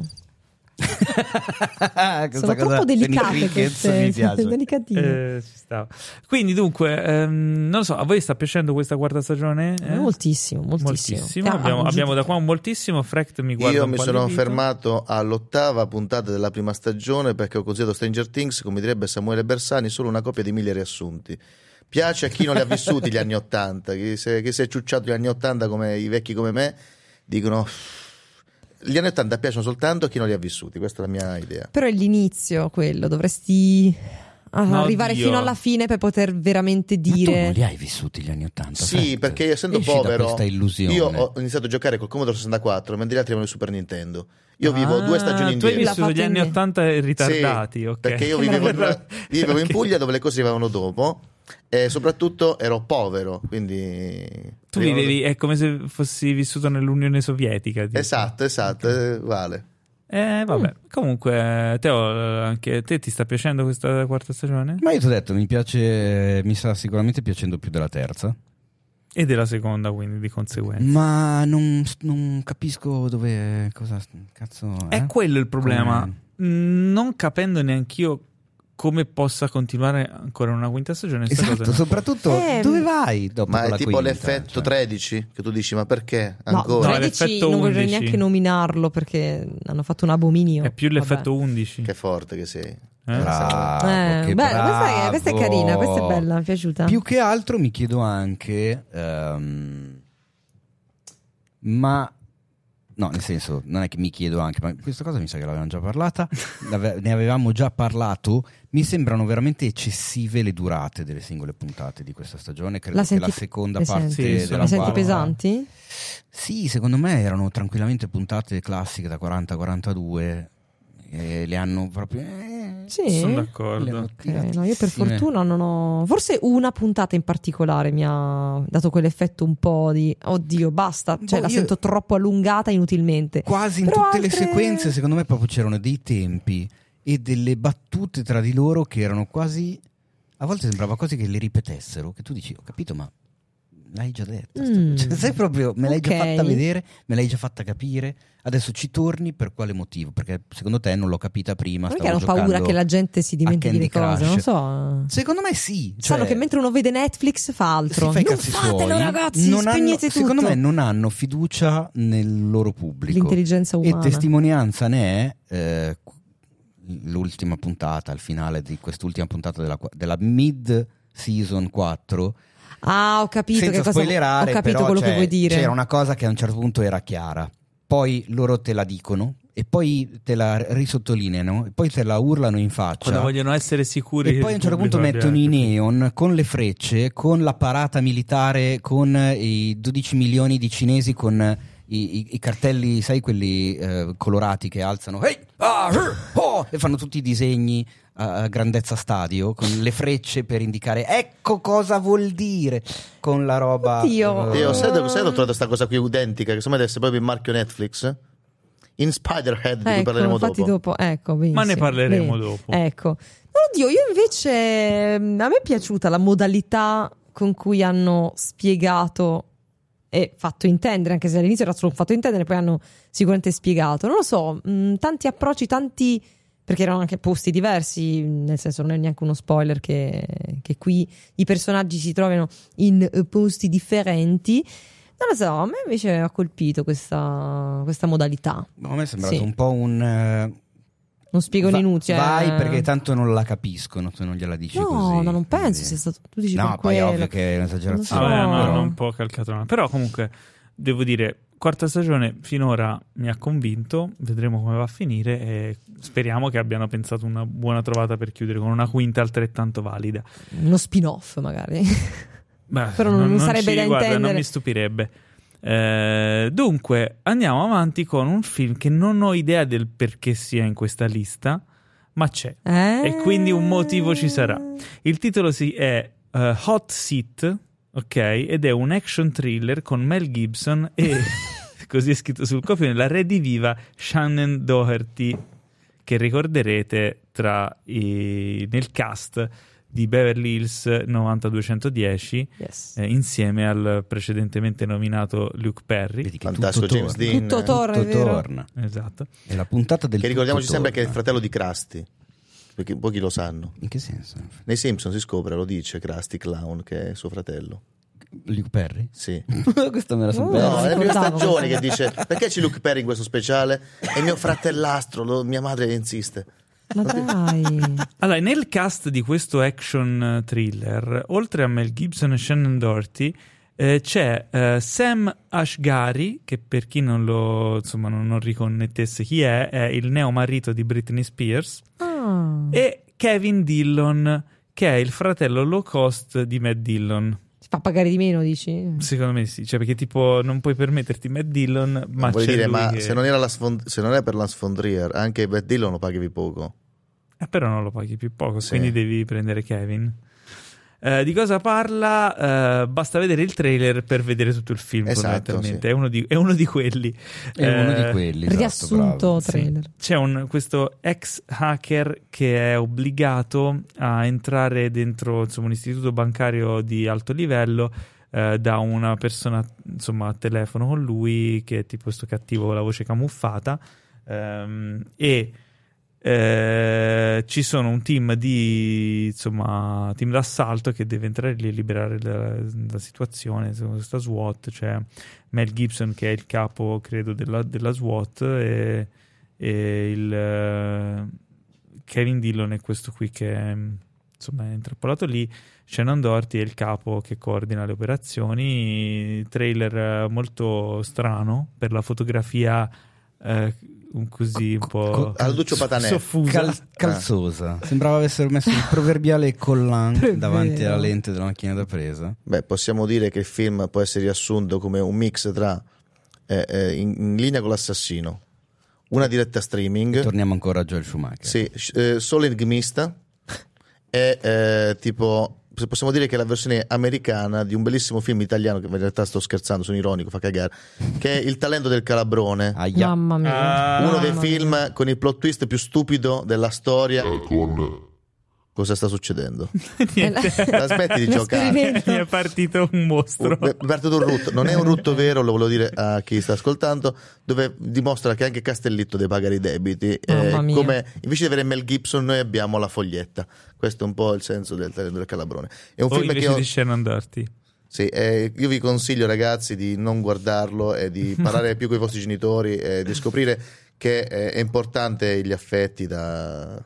S2: Questa
S3: Sono troppo
S2: cosa-
S3: delicate
S2: Lenny Kravitz,
S3: queste,
S2: mi piace.
S3: delicatine.
S1: Eh, ci stava. Quindi dunque, ehm, non lo so, a voi sta piacendo questa quarta stagione? Eh?
S3: Moltissimo, moltissimo. Eh,
S1: Abbiamo,
S3: aggiungi-
S1: abbiamo da qua un moltissimo. Fract mi guarda
S4: Io
S1: un
S4: mi
S1: po'
S4: sono
S1: allibito.
S4: fermato all'ottava puntata della prima stagione perché ho considerato Stranger Things, come direbbe Samuele Bersani, solo una copia di mille riassunti. Piace a chi non li ha vissuti gli anni Ottanta, chi, se- chi si è ciucciato gli anni Ottanta come i vecchi come me, dicono... Gli anni Ottanta piacciono soltanto a chi non li ha vissuti, questa è la mia idea.
S3: Però è l'inizio quello, dovresti a-
S1: No,
S3: arrivare
S1: Dio.
S3: fino alla fine per poter veramente
S2: Ma tu
S3: dire
S2: non li hai vissuti gli anni 80?
S4: Sì,
S2: Fred?
S4: perché essendo
S2: Esci da
S4: povero,
S2: questa illusione.
S4: io ho iniziato a giocare col Commodore 64, mentre gli altri avevano il Super Nintendo. Io
S3: Ah,
S4: vivo due stagioni
S1: tu hai
S4: indietro.
S3: L'ha
S1: vissuto
S3: fatto
S1: gli anni
S3: in me.
S1: 80 ritardati,
S4: Sì,
S1: ok.
S4: Perché io vivevo, in, vivevo in
S1: Ok.
S4: Puglia dove le cose arrivavano dopo e soprattutto ero povero, quindi...
S1: Tu vivevi, è come se fossi vissuto nell'Unione Sovietica. tipo.
S4: Esatto, esatto, eh, vale.
S1: Eh, vabbè. Comunque, Teo, eh, anche a te ti sta piacendo questa quarta stagione?
S2: Ma io ti ho detto, mi piace, mi sta sicuramente piacendo più della terza,
S1: E della seconda, quindi, di conseguenza.
S2: ma non, non capisco dove, cosa, cazzo
S1: È quello il problema.
S2: Come-
S1: Mm, Non capendo neanch'io come possa continuare ancora una quinta stagione. sta cosa
S2: Esatto,
S1: non-
S2: soprattutto
S3: Eh,
S2: dove vai dopo
S4: Ma è
S2: quella
S4: tipo
S2: quinta,
S4: l'effetto
S2: cioè?
S4: 13 che tu dici, ma perché
S3: No,
S4: ancora?
S1: No,
S3: 13
S1: l'effetto
S3: non vorrei
S1: 11.
S3: neanche nominarlo perché hanno fatto un abominio.
S1: È più l'effetto
S3: Vabbè.
S1: 11.
S4: Che forte che sei.
S1: eh?
S2: Bravo,
S3: Eh,
S2: Ah, che
S3: bella, questa, è,
S2: bravo.
S3: questa è carina, questa è bella, mi è piaciuta.
S2: Più che altro mi chiedo anche, ehm, ma no, nel senso, non è che mi chiedo anche, ma questa cosa mi sa che l'avevamo già parlata, l'ave- ne avevamo già parlato. Mi sembrano veramente eccessive le durate delle singole puntate di questa stagione. Credo
S3: La
S2: che
S3: senti-
S2: la seconda
S3: le
S2: parte
S1: senti? Sì, sono
S2: della
S3: la senti
S2: quarta-
S3: pesanti?
S2: Sì, secondo me erano tranquillamente puntate classiche da 40-42 e le hanno proprio. eh,
S3: Sì.
S1: Sono
S2: le
S1: d'accordo.
S2: hanno
S3: Ok, no, io per
S2: tiratissime.
S3: fortuna non ho. Forse una puntata in particolare mi ha dato quell'effetto un po' di oddio, basta. Cioè,
S2: Boh,
S3: la
S2: io-
S3: sento troppo allungata inutilmente.
S2: Quasi in
S3: Però
S2: tutte le
S3: altre-
S2: sequenze, secondo me, proprio c'erano dei tempi e delle battute tra di loro che erano quasi. A volte sembrava quasi che le ripetessero, che tu dici, ho capito, ma l'hai già detto.
S3: Mm.
S2: Cioè, sai proprio, me l'hai
S3: Ok.
S2: già fatta vedere, me l'hai già fatta capire, adesso ci torni per quale motivo? Perché secondo te non l'ho capita prima.
S3: Perché
S2: stavo
S3: hanno paura
S2: giocando
S3: che la gente si
S2: a
S3: dimentichi le
S2: Candy
S3: cose,
S2: Crush.
S3: non so.
S2: Secondo me sì. Cioè,
S3: Sanno che mentre uno vede Netflix fa
S2: si
S3: altro.
S2: fa i
S3: non
S2: cazzi
S3: fatelo,
S2: suoi.
S3: ragazzi,
S2: Non hanno-
S3: spegnete tutto.
S2: Secondo me non hanno fiducia nel loro pubblico.
S3: L'intelligenza umana.
S2: E testimonianza ne è eh, l'ultima puntata, al finale di quest'ultima puntata della, qua- della mid season 4.
S3: Ah, ho capito
S2: senza
S3: che cosa
S2: spoilerare,
S3: ho capito
S2: però,
S3: quello che
S2: cioè,
S3: vuoi dire.
S2: C'era una cosa che a un certo punto era chiara, poi loro te la dicono e poi te la risottolineano e poi te la urlano in faccia.
S1: Quando vogliono essere sicuri.
S2: E
S1: che
S2: poi
S1: il
S2: a un certo punto
S1: pubblico abbia-
S2: mettono i neon con le frecce, con la parata militare, con eh, i 12 milioni di cinesi con eh, i, i- i cartelli, sai, quelli eh, colorati che alzano "Ehi, ah, eh, oh", e fanno tutti i disegni a a grandezza stadio con le frecce per indicare ecco cosa vuol dire con la roba.
S3: Oddio.
S2: eh,
S4: Io sai
S3: Ah.
S4: dove sai dove ho trovato questa cosa qui identica, che secondo me deve essere proprio il marchio Netflix? In Spider-Head, di cui
S3: Ecco,
S4: parleremo
S3: infatti
S4: dopo.
S3: dopo. Ecco,
S1: Ma ne
S3: benissimo,
S1: parleremo
S3: bene.
S1: dopo.
S3: Ecco. Oddio, io invece mm, a me è piaciuta la modalità con cui hanno spiegato e fatto intendere, anche se all'inizio era solo fatto intendere, poi hanno sicuramente spiegato. Non lo so, mm, tanti approcci, tanti perché erano anche posti diversi, nel senso non è neanche uno spoiler che, che qui i personaggi si trovano in eh, posti differenti. Non lo so, a me invece ha colpito questa, questa modalità.
S2: no, a me è sembrato
S3: Sì.
S2: un po' un. eh,
S3: Non spiego
S2: va-
S3: l'inutile.
S2: Vai perché tanto non la capiscono, tu non gliela dici
S3: eh. No,
S2: così.
S3: ma non penso
S2: quindi-
S3: sia stato. Tu dici
S2: No,
S3: per
S2: poi è
S3: quello.
S2: ovvio che è
S1: Ah,
S2: un'esagerazione.
S1: beh,
S3: No.
S1: no,
S2: però-
S1: no, un po' calcato. no. Però comunque devo dire, quarta stagione finora mi ha convinto, vedremo come va a finire e speriamo che abbiano pensato una buona trovata per chiudere con una quinta altrettanto valida.
S3: Uno spin-off, magari.
S1: Beh,
S3: Però non- non sarebbe
S1: ci-
S3: da
S1: guarda,
S3: intendere.
S1: Non mi stupirebbe. Eh, dunque, andiamo avanti con un film che non ho idea del perché sia in questa lista, ma c'è.
S3: Eh?
S1: E quindi un motivo ci sarà. Il titolo si è eh, Hot Seat, ok? Ed è un action thriller con Mel Gibson e, così è scritto sul copione, la rediviva Shannon Doherty, che ricorderete tra i- nel cast di Beverly Hills 90210
S3: Yes.
S1: eh, insieme al precedentemente nominato Luke Perry.
S2: Vedi che
S4: Fantastico
S2: tutto
S4: James
S2: torna.
S4: Dean.
S3: Tutto torna.
S2: Tutto
S3: è vero.
S2: torna.
S1: Esatto.
S2: È la puntata del
S4: Che ricordiamoci
S2: tutto
S4: sempre che è il
S2: torna.
S4: fratello di Krusty, perché pochi lo sanno.
S2: In che senso?
S4: Nei Simpson si scopre, lo dice Krusty Clown, che è suo fratello.
S2: Luke Perry?
S4: Sì.
S2: Questa me la sono
S3: Oh,
S2: persa.
S4: No, è la prima
S3: Ricordavo,
S4: stagione che
S3: ricordavo.
S4: dice perché c'è Luke Perry in questo speciale? È mio fratellastro, lo- mia madre insiste.
S3: Ma dai.
S1: Allora, nel cast di questo action eh, thriller, oltre a Mel Gibson e Shannon Doherty, eh, c'è eh, Sam Ashgari, che per chi non lo insomma, non, non riconnettesse chi è, è il neo marito di Britney Spears,
S3: Ah.
S1: e Kevin Dillon, che è il fratello low cost di Matt Dillon.
S3: Si fa pagare di meno, dici?
S1: Secondo me sì, cioè perché tipo non puoi permetterti Matt Dillon, ma
S4: Vuol
S1: c'è
S4: dire,
S1: lui
S4: ma
S1: che-
S4: se, non era la sfond- se non è per la sfondrier, anche Bad Dillon lo paghi poco.
S1: Eh, però non lo paghi più poco,
S4: Sì.
S1: quindi devi prendere Kevin. Eh, di cosa parla? Eh, basta vedere il trailer per vedere tutto il film,
S4: Esatto,
S1: fondamentalmente.
S4: sì.
S1: È, uno di, è uno di quelli.
S2: È uno
S1: Eh,
S2: di quelli. esatto,
S3: Riassunto
S2: bravo.
S1: sì.
S3: trailer.
S1: C'è un- questo ex hacker che è obbligato a entrare dentro insomma, un istituto bancario di alto livello eh, da una persona insomma, a telefono con lui che è tipo questo cattivo con la voce camuffata ehm, e eh, ci sono un team di insomma team d'assalto che deve entrare lì e liberare la, la situazione insomma, questa SWAT c'è Mel Gibson che è il capo credo della, della SWAT e, e il eh, Kevin Dillon è questo qui che è, insomma è intrappolato lì Shannon Doherty è il capo che coordina le operazioni trailer eh, molto strano per la fotografia eh, un così un po'
S2: co-
S4: al Duccio Patanè.
S1: soffusa.
S4: Ah.
S2: Cal- calzosa. Sembrava avessero messo il proverbiale collan
S3: È
S2: davanti
S3: vero.
S2: alla lente della macchina da presa.
S4: Beh, possiamo dire che il film può essere riassunto come un mix tra eh, eh, in, in linea con l'assassino, una diretta streaming,
S2: Torniamo ancora a Joel Schumacher.
S4: sì, sh- eh, solo enigmista e eh, tipo se possiamo dire che è la versione americana di un bellissimo film italiano che in realtà sto scherzando, sono ironico, fa cagare, che è Il talento del calabrone.
S2: Aia.
S3: Mamma mia.
S1: Ah.
S4: Uno
S3: Mamma
S4: dei
S3: mia.
S4: film con il plot twist più stupido della storia.
S6: eh, con
S4: Cosa sta succedendo?
S1: Niente.
S4: La smetti di
S3: Un
S4: giocare.
S3: esperimento.
S1: Mi è partito un mostro.
S4: Oh, Beh, parte da un rutto. Non è un rutto vero, lo volevo dire a chi sta ascoltando, dove dimostra che anche Castellitto deve pagare i debiti. Eh,
S3: Mamma mia.
S4: come- invece di avere Mel Gibson, noi abbiamo la foglietta. Questo è un po' il senso del, del Calabrone. È un
S1: o
S4: film che
S1: invece
S4: io,
S1: di Shannon Doherty.
S4: sì, eh, io vi consiglio, ragazzi, di non guardarlo e di parlare più con i vostri genitori e di scoprire che eh, è importante gli affetti da.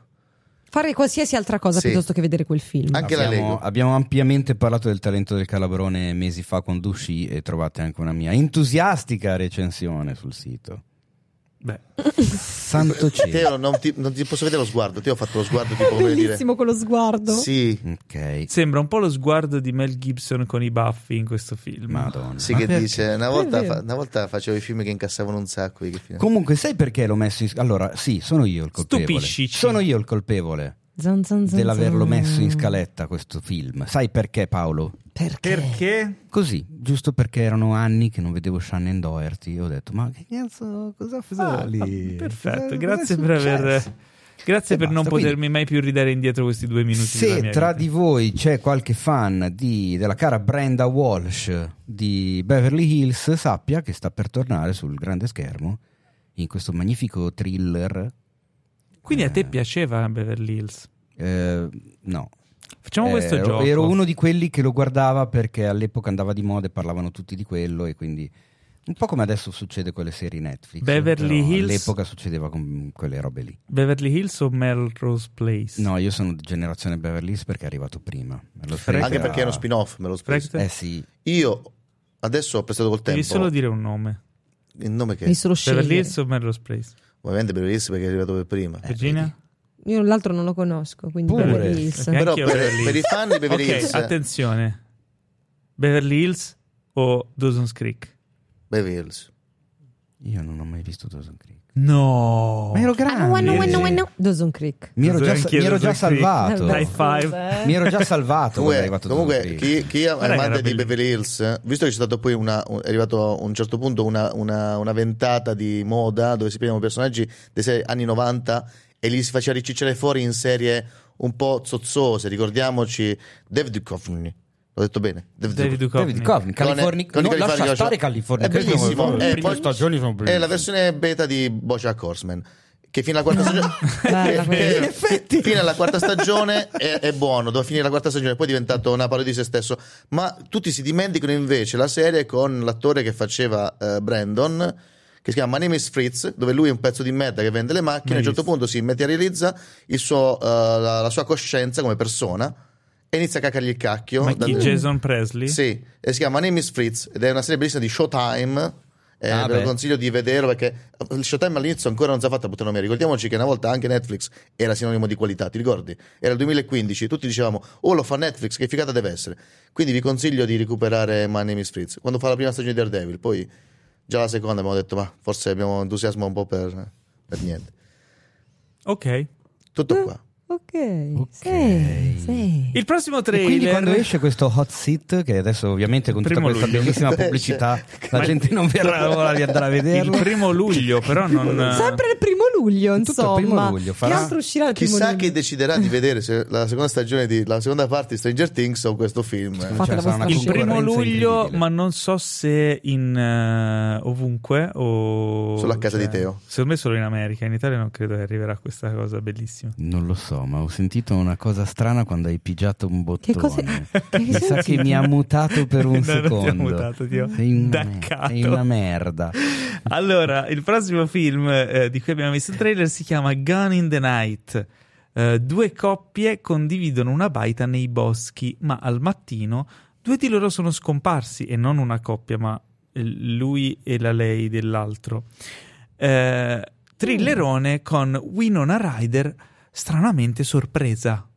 S3: Fare qualsiasi altra cosa
S4: Sì. Ah,
S3: piuttosto che vedere quel film.
S4: Anche la
S2: abbiamo,
S4: Lego.
S2: abbiamo ampiamente parlato del talento del Calabrone mesi fa con Dushi e trovate anche una mia entusiastica recensione sul sito.
S1: Beh,
S2: Santo cielo.
S4: Teo, non ti, non ti posso vedere lo sguardo. Ti ho fatto lo sguardo tipo come dire.
S3: Bellissimo quello sguardo.
S4: Sì,
S2: Ok.
S1: sembra un po' lo sguardo di Mel Gibson con i baffi in questo film.
S2: Madonna.
S4: sì
S2: Ma
S4: che
S2: perché?
S4: dice. Una volta,
S3: È vero.
S4: fa- una volta facevo i film che incassavano un sacco. io Che fine-
S2: Eh. Comunque, sai perché l'ho messo in... Allora, sì, sono io il colpevole.
S1: Stupiscici.
S2: Sono io il colpevole
S3: Zan, zan, zan,
S2: dell'averlo
S3: zan.
S2: messo in scaletta questo film. Sai perché, Paolo?
S3: Perché?
S1: Perché?
S2: Così, giusto perché erano anni che non vedevo Shannon Doherty, ho detto, ma che cazzo, cosa fa
S1: Ah,
S2: lì?
S1: perfetto,
S2: Cosa-
S1: grazie
S2: cosa è
S1: per aver-
S2: successo?"
S1: Grazie
S2: E
S1: per non
S2: basta,
S1: potermi
S2: quindi-
S1: mai più ridare indietro questi due minuti. della
S2: Se
S1: mia
S2: tra
S1: vita.
S2: di voi c'è qualche fan di- della cara Brenda Walsh di Beverly Hills, sappia che sta per tornare sul grande schermo in questo magnifico thriller.
S1: Quindi a te
S2: Eh.
S1: piaceva Beverly Hills?
S2: Eh, no,
S1: Facciamo
S2: Eh,
S1: questo
S2: ero,
S1: gioco.
S2: Ero uno di quelli che lo guardava perché all'epoca andava di moda e parlavano tutti di quello e quindi un po' come adesso succede con le serie Netflix.
S1: Beverly
S2: però
S1: Hills?
S2: All'epoca succedeva con quelle robe lì.
S1: Beverly Hills o Melrose Place?
S2: No, io sono di generazione Beverly Hills perché è arrivato prima. Lo
S1: Frega.
S4: Anche
S2: era-
S4: perché è uno spin-off, me lo spiego.
S1: Frega.
S2: Eh sì,
S4: Io adesso ho prestato col tempo
S1: Devi solo dire un nome.
S4: il nome che
S3: Devi solo
S1: Beverly
S3: scegliere.
S1: Hills o Melrose Place?
S2: Eh,
S4: ovviamente Beverly Hills perché è arrivato per prima.
S1: Virginia?
S3: Io l'altro non lo conosco, quindi
S2: Pure.
S3: Beverly Hills.
S1: Ok.
S4: Però
S1: Anch'io
S4: per,
S1: Beverly
S4: per i
S1: Hills.
S4: fan di Beverly
S1: ok,
S4: Hills,
S1: attenzione. Beverly Hills o Dawson's Creek?
S4: Beverly Hills.
S2: io non ho mai visto Dawson Creek.
S1: No.
S2: Ma ero
S7: Ah, no, no, no,
S2: grande.
S7: no, no.
S3: Dawson Creek.
S2: Mi ero già,
S1: Anch'io
S2: mi ero già
S1: Oh. Dawson Creek.
S2: salvato.
S1: Dai,
S3: Dai
S1: High five.
S2: Mi ero già salvato quando è
S4: Comunque,
S2: arrivato
S4: comunque,
S2: Dawson Creek.
S4: chi, chi è
S1: Guarda che
S4: amante
S1: era
S4: di Beverly Hills, eh, visto che c'è stato poi una, un- è arrivato a un certo punto una, una- una ventata di moda dove si prendevano personaggi dei se- anni 90 e li si faceva ricicciare fuori in serie un po' zozzose. Ricordiamoci David Duchovny, l'ho detto bene?
S1: David Duchovny.
S2: David Duchovny, California,
S4: Con-
S2: no,
S4: con
S2: lascia
S4: i California- cioè,
S2: stare California.
S4: È bellissimo.
S2: Le
S4: Eh,
S2: prime
S4: poi-
S2: stagioni sono
S4: È
S2: bellissime.
S4: la versione beta di Bojack Horseman. Che fino alla quarta stagione,
S3: Bella
S4: che- che-
S3: quella. In
S2: effetti.
S4: fino alla quarta stagione è, è buono, dove finire la quarta stagione, poi è diventato una parodia di se stesso. Ma tutti si dimenticano invece la serie con l'attore che faceva eh, Brandon, che si chiama My Name is Fritz, dove lui è un pezzo di merda che vende le macchine. A un certo punto si materializza il suo, eh, la, la sua coscienza come persona e inizia a caccargli il cacchio.
S1: Ma
S4: da-
S1: chi? Jason Presley?
S4: sì, e si chiama My Name is Fritz ed è una serie bellissima di Showtime Eh,
S2: Ah,
S4: ve
S2: beh.
S4: lo consiglio di vederlo perché eh, il Showtime all'inizio ancora non si è fatta buttare nome. Ricordiamoci che una volta anche Netflix era sinonimo di qualità, ti ricordi? Era il 2015, tutti dicevamo oh lo fa Netflix, che figata deve essere. Quindi vi consiglio di recuperare My Name is Fritz quando fa la prima stagione di Daredevil, poi già la seconda abbiamo detto ma forse abbiamo entusiasmo un po' per, per niente.
S1: Ok.
S2: Eh,
S4: Tutto qua.
S3: Ok.
S2: Ok.
S3: Sì, sì.
S1: Il prossimo
S2: E
S1: trailer.
S2: quindi quando esce questo hot seat, che adesso ovviamente con tutta
S1: Primo
S2: questa
S1: luglio.
S2: bellissima
S4: Esce.
S2: pubblicità la
S1: Ma-
S2: gente non verrà ora di andare a vederlo.
S1: Il primo luglio, però non.
S3: Sempre il primo
S2: Tutto eh,
S3: luglio,
S2: il
S3: insomma.
S2: primo luglio, farà-
S3: Che altro uscirà il primo
S4: Chissà
S3: luglio?
S4: che deciderà di vedere se la seconda stagione di la seconda parte di Stranger Things o questo film. eh.
S2: Cioè,
S3: Fate
S2: sarà
S3: la vostra-
S2: una
S1: Il primo
S2: concorrenza
S1: luglio,
S2: incredibile.
S1: ma non so se in eh, ovunque o. cioè,
S4: Solo a casa di Teo.
S1: Secondo me solo in America. In Italia non credo che arriverà questa cosa bellissima.
S2: Non lo so, ma ho sentito una cosa strana quando hai pigiato un bottone.
S3: cosa- che
S2: Mi sa
S3: cosa-
S2: che mi ha mutato per
S1: No,
S2: un
S1: non ti ha
S2: secondo.
S1: mutato, ti ho
S2: Sei una,
S1: daccato.
S2: sei una merda.
S1: Allora, il prossimo film eh, di cui abbiamo visto il trailer si chiama Gun in the Night. Eh, due coppie condividono una baita nei boschi, ma al mattino due di loro sono scomparsi e non una coppia, ma eh, lui e la lei dell'altro. Eh,
S2: Mm.
S1: thrillerone con Winona Ryder stranamente sorpresa.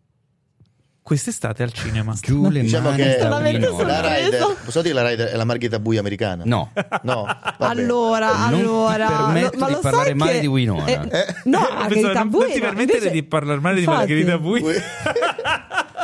S1: Quest'estate al cinema.
S2: Giù le
S4: Diciamo
S2: mani
S4: che
S2: da
S3: Solamente
S2: Winona.
S4: la
S3: sorpresa.
S4: Ryder, possiamo dire che la Ryder è la Margherita Bui americana?
S2: No,
S4: No, vabbè.
S3: Allora,
S2: Non ti
S3: allora,
S2: permetto
S3: ma
S2: di
S3: lo sai
S2: parlare male
S3: che- eh,
S2: di Winona.
S4: Eh.
S3: no,
S1: Pensavo,
S3: Margherita
S1: non,
S3: Bui,
S1: non ti
S3: no,
S1: permettere
S3: invece-
S1: di parlare male di
S3: Infatti.
S1: Margherita Bui.
S4: Bui.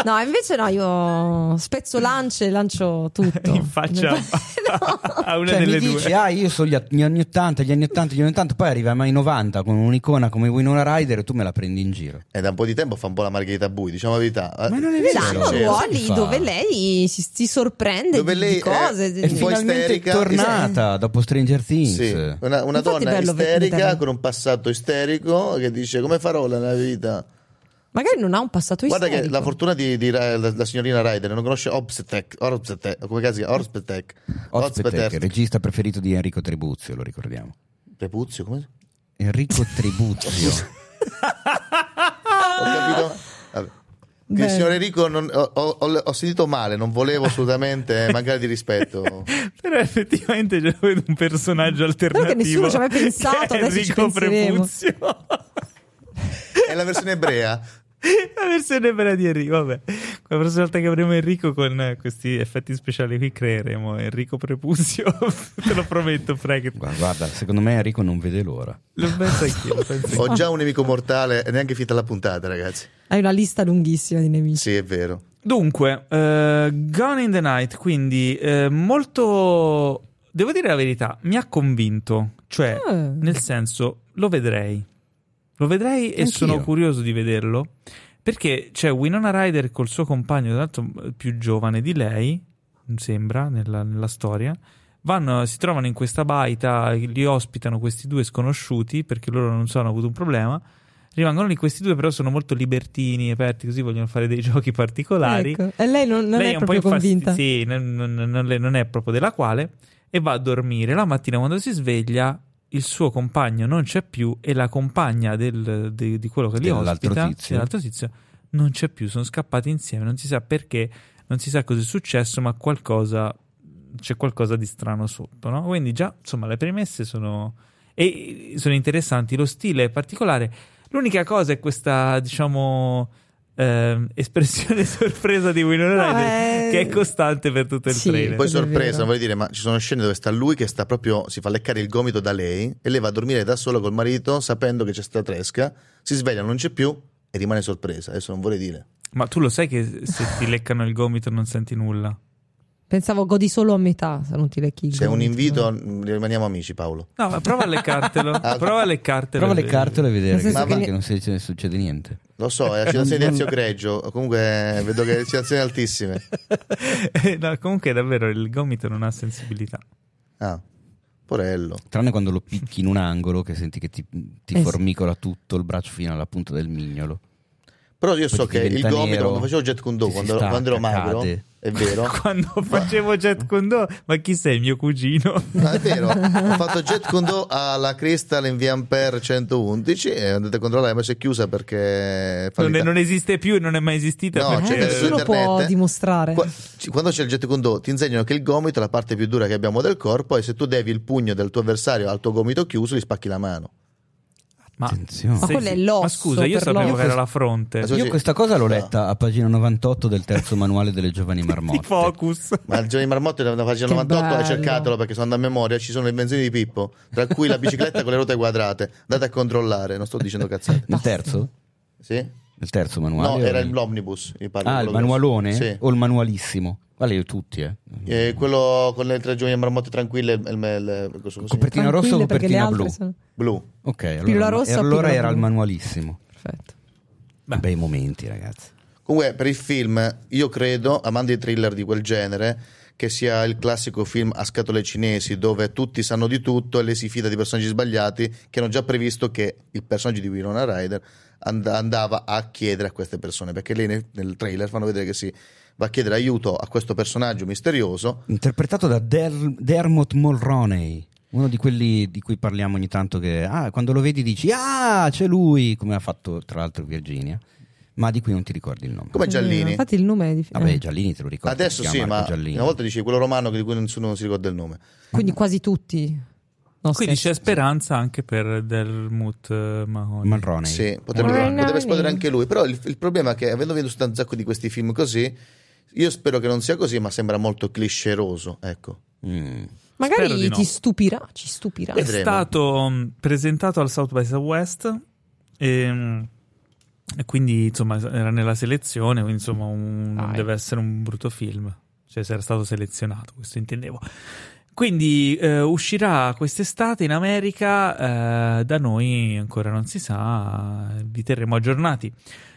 S3: No, invece no, io spezzo lance e lancio tutto.
S1: in faccia
S3: No.
S1: a una
S2: Cioè, mi
S1: delle
S2: dici,
S1: due.
S2: ah, io sono gli, a- gli anni 80, gli anni 80, gli anni 80, poi arriva mai 90 con un'icona come Winona Ryder e tu me la prendi in giro.
S4: È Eh, da un po' di tempo fa un po' la Margherita Bui, diciamo la verità.
S2: Ma non è vero.
S4: Eh, sì,
S3: Milano
S4: sì,
S2: Buono.
S4: sì.
S3: vuol lì
S2: Fa.
S3: dove lei si, si sorprende
S4: Dove
S3: di-
S4: lei
S3: di
S4: è-
S3: cose.
S4: è
S3: di-
S2: È
S4: un po'
S2: finalmente
S4: isterica,
S2: tornata dopo Stranger Things.
S4: Sì, una, una
S3: Infatti è
S4: donna
S3: bello
S4: isterica
S3: vedere.
S4: con un passato isterico che dice come farò la mia vita.
S3: Magari non ha un passato
S4: Guarda che
S3: isterico.
S4: la fortuna di, di Ra- la, la signorina Ryder non conosce Obstek, Orbstek, come cazzo si chiama? Orbstek.
S2: Ospite, il
S4: Orbstek.
S2: regista preferito di Enrico Tribuzio, lo ricordiamo.
S4: Prepuzio, come? si-
S2: Enrico Tribuzio. Ah!
S4: Ho capito? Vabbè. Quindi,
S3: Bene.
S4: signor Enrico, non- ho, ho- ho sentito male, non volevo assolutamente eh, mancare di rispetto.
S1: Però effettivamente già vedo un personaggio alternativo.
S3: Però che nessuno ci aveva
S1: che
S3: pensato,
S1: è
S3: adesso ci
S1: Enrico
S3: penseremo.
S1: Prepuzio.
S4: È la versione ebrea.
S1: La versione bella di Enrico, vabbè. La prossima volta che avremo Enrico con eh, questi effetti speciali qui creeremo Enrico Prepuzio, te lo prometto, Frank.
S2: Gua- Guarda, secondo me Enrico non vede l'ora.
S1: Lo penso anch'io, lo penso anch'io.
S4: Ho già un nemico mortale, e neanche finita la puntata, ragazzi.
S3: Hai una lista lunghissima di nemici.
S4: Sì, è vero.
S1: Dunque, eh, Gone in the Night, quindi eh, molto... Devo dire la verità, mi ha convinto, cioè
S3: Ah.
S1: nel senso lo vedrei, lo vedrei e
S2: Anch'io.
S1: sono curioso di vederlo perché c'è Winona Ryder col suo compagno, tra l'altro eh, più giovane di lei, mi sembra, nella, nella storia. Vanno, si trovano in questa baita, li ospitano questi due sconosciuti perché loro non so, hanno avuto un problema. Rimangono lì questi due, però sono molto libertini, aperti, così vogliono fare dei giochi particolari.
S3: Ecco. E lei non, non
S1: Lei
S3: è,
S1: un po'
S3: proprio
S1: infasti-
S3: convinta.
S1: Sì, non, non- non le- non è proprio della quale. E va a dormire. La mattina, quando si sveglia, il suo compagno non c'è più e la compagna del- di, di quello che li
S2: Dell'altro
S1: ospita,
S2: tizio.
S1: dell'altro tizio, non c'è più. Sono scappati insieme. Non si sa perché, non si sa cosa è successo, ma qualcosa c'è qualcosa di strano sotto. no? Quindi, già insomma, le premesse sono, e sono interessanti. Lo stile è particolare. L'unica cosa è questa, diciamo. ehm, espressione sorpresa di Winona
S3: No,
S1: Ryder
S3: è-
S1: che è costante per tutto il
S3: Sì.
S1: trailer
S4: Poi
S3: Quello è
S4: sorpresa,
S3: vero.
S4: non voglio dire, ma ci sono scene dove sta lui che sta proprio, si fa leccare il gomito da lei e lei va a dormire da sola col marito sapendo che c'è sta tresca, si sveglia, non c'è più e rimane sorpresa. Adesso non vorrei dire.
S1: Ma tu lo sai che se ti leccano il gomito non senti nulla?
S3: Pensavo godi solo a metà, se non ti lecchi. il
S4: Se è un
S3: gomito.
S4: invito, mh, rimaniamo amici Paolo.
S1: No, ma prova a leccartelo.
S4: Ah.
S1: prova a leccartelo.
S2: Prova le cartole e vedere
S3: Nel
S2: che,
S3: senso
S4: che-
S2: che non si- succede niente.
S4: Lo so, è la situazione di Ezio Greggio, comunque vedo che situazioni altissime.
S1: Eh, no, comunque davvero il gomito non ha sensibilità.
S4: Ah, porello.
S2: Tranne quando lo picchi in un angolo che senti che ti, ti
S3: Eh sì.
S2: formicola tutto il braccio fino alla punta del mignolo.
S4: Però io
S2: Poi
S4: so
S2: ti
S4: che il
S2: diventa
S4: gomito,
S2: nero,
S4: quando facevo Jet Kundo,
S2: ti si
S4: quando,
S2: stacca,
S4: quando ero magro,
S2: cade.
S8: è vero.
S1: Quando facevo Jet Kondo, ma chi sei, mio cugino?
S4: No, è vero, ho fatto jet condo alla Crystal in via Ampere 111 e andate a controllare, ma si è chiusa perché... è
S1: Non,
S4: fallita.
S1: non esiste più e non è mai esistita.
S4: No,
S1: perché-
S4: c'è adesso
S3: Eh, nessuno
S4: internet,
S3: può
S4: eh.
S3: dimostrare.
S4: Qua- ci- Quando c'è il jet condo ti insegnano che il gomito è la parte più dura che abbiamo del corpo e se tu devi il pugno del tuo avversario al tuo gomito chiuso gli spacchi la mano.
S1: Ma,
S2: Attenzione.
S3: Ma quello è l'osso,
S1: Ma scusa, io
S3: per
S1: sapevo
S3: l'osso.
S1: che era la fronte.
S4: Ma so-
S2: Io questa cosa l'ho
S4: No.
S2: letta a pagina 98 del terzo manuale delle giovani
S1: Di
S2: marmotte.
S1: focus.
S4: Ma il giorno di marmotto è una pagina
S3: Che
S4: 98,
S3: bello.
S4: cercatelo perché sono andato a memoria, ci sono le invenzioni di Pippo, tra cui la bicicletta con le ruote quadrate. Andate a controllare, non sto dicendo cazzate.
S2: Nel terzo?
S4: Sì?
S2: Nel terzo
S4: No,
S2: manuale?
S4: era
S2: o-
S4: il- l'omnibus, mi pare.
S2: Ah, il
S4: quello
S2: manualone?
S4: grosso. Sì.
S2: O il manualissimo? Vale io tutti, eh.
S4: Eh, quello con le tre giovani marmotte tranquille, il, il- il- cosa- cosa-
S2: Copertina rossa o
S3: Tranquille, perché le
S2: copertina
S3: altre
S2: blu?
S3: sono-
S4: blu.
S2: Ok, allora,
S3: Pillola rossa o
S2: allora
S3: pillola
S2: era il
S3: blu?
S2: manualissimo.
S3: Perfetto.
S1: Beh.
S2: Bei momenti, ragazzi.
S4: Comunque, per il film, io credo, amando i thriller di quel genere, che sia il classico film a scatole cinesi dove tutti sanno di tutto e le si fida di personaggi sbagliati che hanno già previsto che il personaggio di Winona Ryder and- andava a chiedere a queste persone. Perché lei nel, nel trailer fanno vedere che si va a chiedere aiuto a questo personaggio misterioso.
S2: Interpretato da Der- Dermot Mulroney, uno di quelli di cui parliamo ogni tanto che ah, quando lo vedi dici "Ah, c'è lui", come ha fatto tra l'altro Virginia, ma di cui non ti ricordi il nome.
S4: Come
S3: Eh,
S4: Giallini.
S3: Infatti il nome è difficile.
S2: Vabbè, Giallini te lo ricordi.
S4: Adesso
S2: si
S4: sì,
S2: chiama
S4: ma
S2: Marco Giallini.
S4: una volta dicevi quello romano che- di cui nessuno si ricorda il nome.
S3: Quindi quasi tutti. No,
S1: Quindi
S3: scherzo.
S1: c'è speranza anche per Delmut eh, Mahoney.
S2: Mulroney.
S4: Sì, potrebbe,
S3: Mulroney.
S4: potrebbe esplodere anche lui. Però il, il problema è che, avendo visto un sacco di questi film così, io spero che non sia così, ma sembra molto clisceroso. Ecco.
S2: Mm.
S3: Magari
S1: Spero di no. Eh.
S3: ti stupirà, ci stupirà.
S1: è
S4: Vedremo.
S1: stato mh, presentato al South by Southwest e, mh, e quindi insomma era nella selezione, quindi insomma un- non
S3: Dai.
S1: deve essere un brutto film, cioè se era stato selezionato, questo intendevo. Quindi eh, uscirà quest'estate in America, eh, da noi ancora non si sa, vi terremo aggiornati.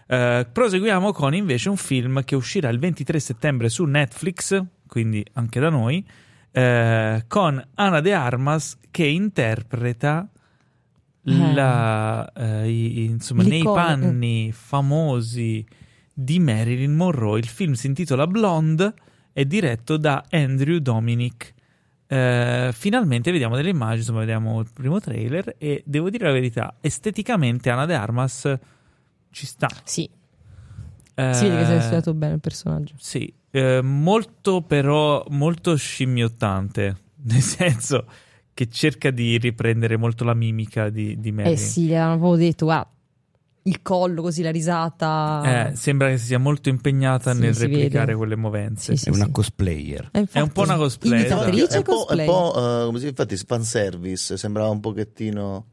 S1: Eh, proseguiamo con invece un film che uscirà il 23 settembre su Netflix, quindi anche da noi, eh, con Ana de Armas che interpreta la, eh, i- i- insomma, nei
S3: L'icona, eh.
S1: panni famosi di Marilyn Monroe. Il film si intitola Blonde, è diretto da Andrew Dominic. Eh, finalmente vediamo delle immagini, insomma, vediamo il primo trailer e devo dire la verità, esteticamente Ana de Armas ci sta.
S3: Sì, si vede che si
S1: Eh,
S3: è studiato bene il personaggio.
S1: sì, eh, molto però molto scimmiottante, nel senso che cerca di riprendere molto la mimica di, di Mary.
S3: Eh sì, gli avevano proprio detto, guarda, il collo così, la risata.
S1: Eh, sembra che si sia molto impegnata
S3: ah. Sì,
S1: nel
S3: si
S1: replicare
S3: vede.
S1: quelle movenze.
S3: Sì, sì,
S2: È una
S3: sì.
S2: cosplayer.
S3: Eh, infatti,
S1: un po' una cosplay, esatto.
S3: Imitatrice
S4: È un po', è un
S3: cosplay.
S4: po', eh, come si dice, infatti, fanservice. Sembrava un pochettino.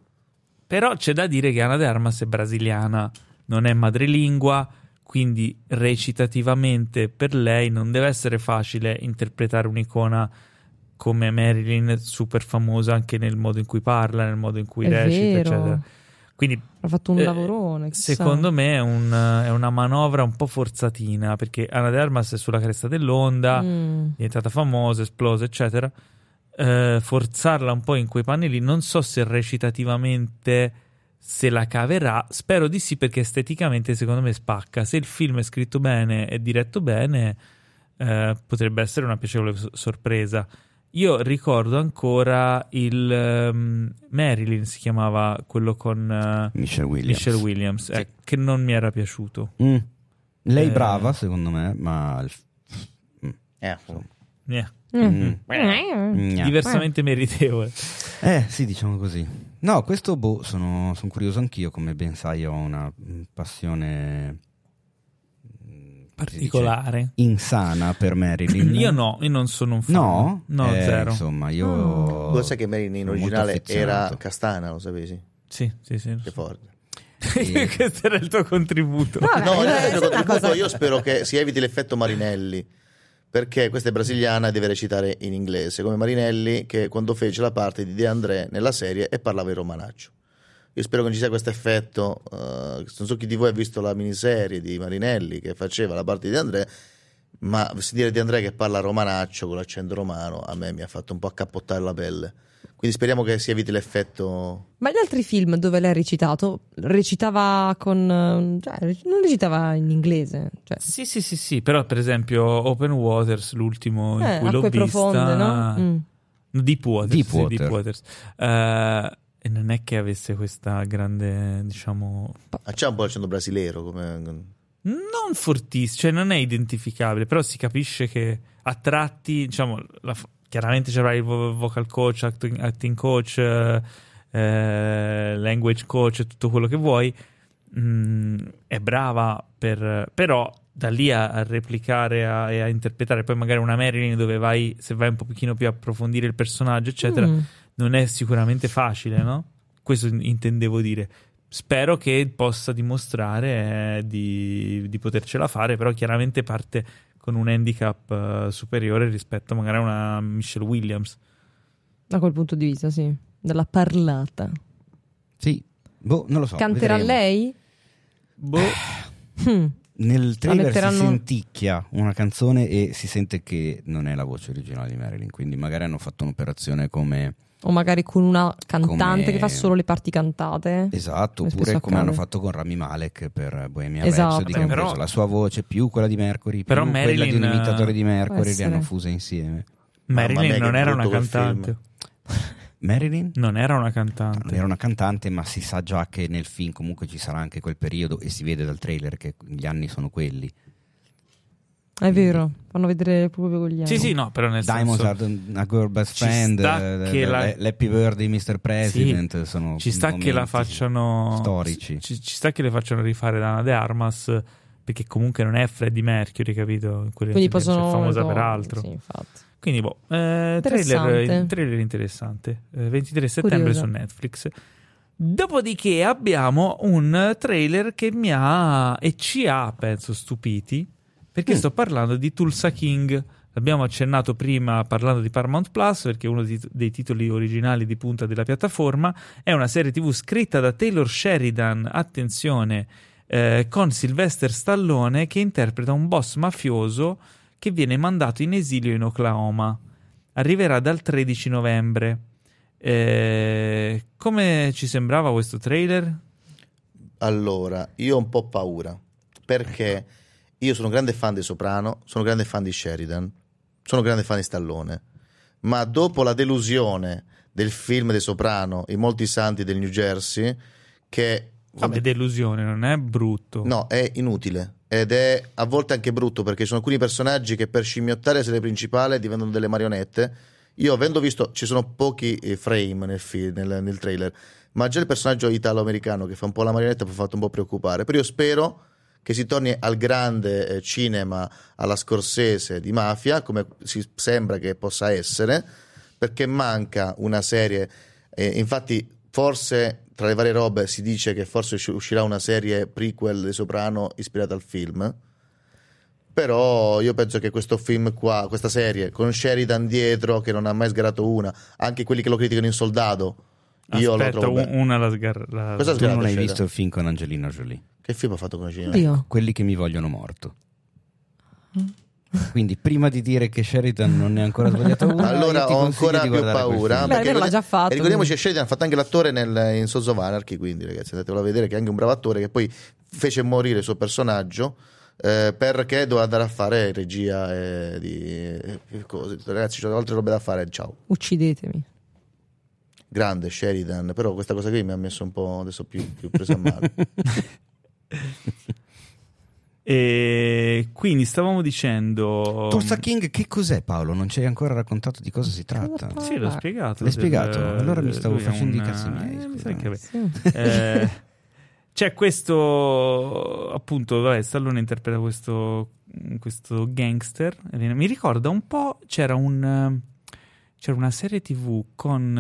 S1: Però c'è da dire che Ana de Armas è brasiliana, non è madrelingua, quindi recitativamente per lei non deve essere facile interpretare un'icona come Marilyn, super famosa anche nel modo in cui parla, nel modo in cui
S3: È
S1: recita,
S3: vero.
S1: eccetera. Quindi
S3: Ha fatto un
S1: Eh,
S3: lavorone. chissà.
S1: Secondo me è, un- è una manovra un po' forzatina perché Ana de Armas è sulla cresta dell'onda, è
S3: Mm.
S1: diventata famosa, esplosa, eccetera. Eh, forzarla un po' in quei panni lì, non so se recitativamente se la caverà. Spero di sì, perché esteticamente secondo me spacca. Se il film è scritto bene e diretto bene, eh, potrebbe essere una piacevole so- sorpresa. Io ricordo ancora il ehm, Marilyn si chiamava quello con. eh,
S2: Michelle Williams.
S1: Michelle Williams, eh, che non mi era piaciuto.
S2: Mm. Lei
S1: Eh.
S2: brava, secondo me, ma il-
S4: Eh,
S1: Eh,
S2: Mm.
S3: Mm.
S2: Gna.
S1: Diversamente meritevole.
S2: Eh sì, diciamo così. No, questo boh, sono, sono curioso anch'io, come ben sai ho una mm, passione mm, come si dice?
S1: Particolare.
S2: insana per Marilyn.
S1: Io no, io non sono un fan.
S2: No?
S1: No,
S2: Eh,
S1: zero.
S2: Insomma,
S3: Oh.
S2: io...
S4: Lo sai che Marilyn in
S2: sono molto
S4: originale era
S2: affezionato.
S4: castana, lo sapevi?
S1: Sì, sì, sì.
S4: Che forte.
S2: Sì.
S1: Questo era il tuo contributo.
S3: Vabbè,
S4: No,
S3: eh,
S4: nel senso
S3: sembra
S4: che
S3: una cosa-
S4: io spero che si eviti l'effetto Marinelli. Perché questa è brasiliana e deve recitare in inglese, come Marinelli che quando fece la parte di De André nella serie e parlava in romanaccio. Io spero che non ci sia questo effetto. eh, non so chi di voi ha visto la miniserie di Marinelli che faceva la parte di De André, ma sentire De André che parla romanaccio con l'accento romano a me mi ha fatto un po' accappottare la pelle. Quindi speriamo che si eviti l'effetto.
S3: Ma gli altri film dove lei ha recitato, recitava con. cioè, non recitava in inglese. Cioè.
S1: Sì, sì, sì, sì, però per esempio Open Waters, l'ultimo
S3: Eh,
S1: in cui l'ho
S3: acque
S1: vista.
S3: profonde, no? Mm.
S1: Deep Waters,
S2: Deep
S1: sì,
S2: Water.
S1: Deep Waters. Eh, e non è che avesse questa grande, diciamo,
S4: Ah, C'è un po' l'accento brasileiro. Come...
S1: non fortissimo, cioè non è identificabile, però si capisce che a tratti, diciamo, la f- chiaramente c'era il vo- vocal coach, acting, acting coach, eh, eh, language coach, tutto quello che vuoi. Mm, è brava, per- però da lì a, a replicare a- e a interpretare poi magari una Marilyn dove vai, se vai un pochino più a approfondire il personaggio, eccetera,
S3: Mm.
S1: non è sicuramente facile, no? Questo in- intendevo dire. Spero che possa dimostrare eh, di, di potercela fare, però chiaramente parte con un handicap eh, superiore rispetto magari a una Michelle Williams.
S3: Da quel punto di vista, sì. Dalla parlata.
S2: Sì, boh, non lo so.
S3: Canterà
S2: Boh, vedremo.
S3: lei?
S1: Boh,
S3: Mm.
S2: Nel trailer si
S3: metteranno-
S2: senticchia una canzone e si sente che non è la voce originale di Marilyn, quindi magari hanno fatto un'operazione come...
S3: O magari con una cantante
S2: Come-
S3: che fa solo le parti cantate.
S2: Esatto,
S3: Come
S2: oppure
S3: spesso
S2: come
S3: accade.
S2: hanno fatto con Rami Malek per Bohemian
S3: Esatto.
S2: Rhapsody, che
S1: Beh,
S2: hanno
S1: però-
S2: preso la sua voce più quella di Mercury, più
S1: Però
S2: quella di un
S1: Marilyn, eh,
S2: imitatore di
S3: può
S2: Mercury, le
S3: essere.
S2: hanno fuse insieme.
S4: Mamma
S1: Marilyn
S4: mia, che
S1: non era una
S4: brutto quel
S1: cantante.
S2: Marilyn?
S1: Non era una
S2: Non
S1: cantante.
S3: Eh,
S2: era una cantante, ma si sa già che nel film comunque ci sarà anche quel periodo e si vede dal trailer che gli anni sono quelli.
S3: È vero, fanno vedere proprio con gli anni.
S1: Sì, sì, no, però nel
S2: Diamonds
S1: senso...
S2: are the- a girl best
S1: Ci
S2: friend,
S1: sta
S2: eh,
S1: che la-
S2: l- l'happy birthday Mr. President,
S1: Sì,
S2: sono
S1: ci sta che la
S2: momenti
S1: facciano
S2: storici.
S1: Ci, ci sta che le facciano rifare da Ana De Armas perché comunque non è Freddie Mercury, capito? Quella
S3: Quindi
S1: che
S3: possono...
S1: è famosa per
S3: no,
S1: altro.
S3: Sì, infatti.
S1: Quindi boh, eh, trailer,
S3: Interessante.
S1: trailer interessante. Eh, 23 settembre
S3: Curioso.
S1: su Netflix. Dopodiché abbiamo un trailer che mi ha e ci ha, penso, stupiti, perché sto parlando di Tulsa King. L'abbiamo accennato prima parlando di Paramount Plus, perché è uno di- dei titoli originali di punta della piattaforma. È una serie TV scritta da Taylor Sheridan, attenzione, eh, con Sylvester Stallone che interpreta un boss mafioso che viene mandato in esilio in Oklahoma. Arriverà dal 13 novembre. Eh, come ci sembrava questo trailer?
S4: Allora, io ho un po' paura perché io sono un grande fan di Soprano, sono un grande fan di Sheridan, sono un grande fan di Stallone, ma dopo la delusione del film di Soprano, I molti santi del New Jersey, che
S1: Vabbè, delusione, non è brutto.
S4: no, è inutile ed è a volte anche brutto perché ci sono alcuni personaggi che per scimmiottare la serie principale diventano delle marionette. Io avendo visto, ci sono pochi eh, frame nel, fi- nel- nel trailer, ma già il personaggio italo-americano che fa un po' la marionetta mi ha fatto un po' preoccupare. Però io spero che si torni al grande eh, cinema, alla scorsese di mafia, come si sembra che possa essere, perché manca una serie. eh, infatti, forse tra le varie robe si dice che forse usci- uscirà una serie prequel di Soprano ispirata al film. Però io penso che questo film qua, questa serie, con Sheridan dietro, che non ha mai sgarato una, anche quelli che lo criticano in soldato, io lo
S1: Aspetta,
S4: trovo...
S1: un-
S4: be-
S1: una la sgarra.
S4: Cosa
S2: Tu non
S4: Guarda,
S2: hai
S4: c'era.
S2: visto il film con Angelina Jolie?
S4: Che film ha fatto con Gina?
S2: Ecco.
S3: Oddio.
S2: Quelli che mi vogliono morto.
S1: Mm.
S2: Quindi prima di dire che Sheridan non ne ha ancora sbagliato una, io
S4: Allora
S2: ti
S4: ho
S2: consiglio
S4: ancora
S2: di
S4: più
S2: guardare quel
S4: paura.
S2: film.
S3: Beh,
S4: perché
S3: almeno l'ha già fatto,
S4: e ricordiamoci
S3: quindi.
S4: che Sheridan ha fatto anche l'attore nel- in Sons of Anarchy, quindi ragazzi andatevelo a vedere che è anche un bravo attore che poi fece morire il suo personaggio eh, perché doveva andare a fare regia eh, di eh, cose. Ragazzi, ci sono altre robe da fare, ciao.
S3: Uccidetemi.
S4: Grande Sheridan, però questa cosa qui mi ha messo un po' adesso più, più presa a male.
S1: E Eh, quindi stavamo dicendo.
S2: Tulsa King, che cos'è Paolo? Non ci hai ancora raccontato di cosa si tratta.
S3: parla?
S1: Sì, l'ho spiegato.
S2: L'hai spiegato?
S1: Del-
S2: Allora mi stavo
S1: lui è
S2: facendo
S1: un-
S2: i cazzi miei,
S1: eh, mi sa
S2: scusa.
S1: che-
S3: Sì.
S1: Eh, c'è questo appunto, vabbè, Stallone interpreta questo, questo gangster. Mi ricorda un po', c'era un eh, c'era una serie TV con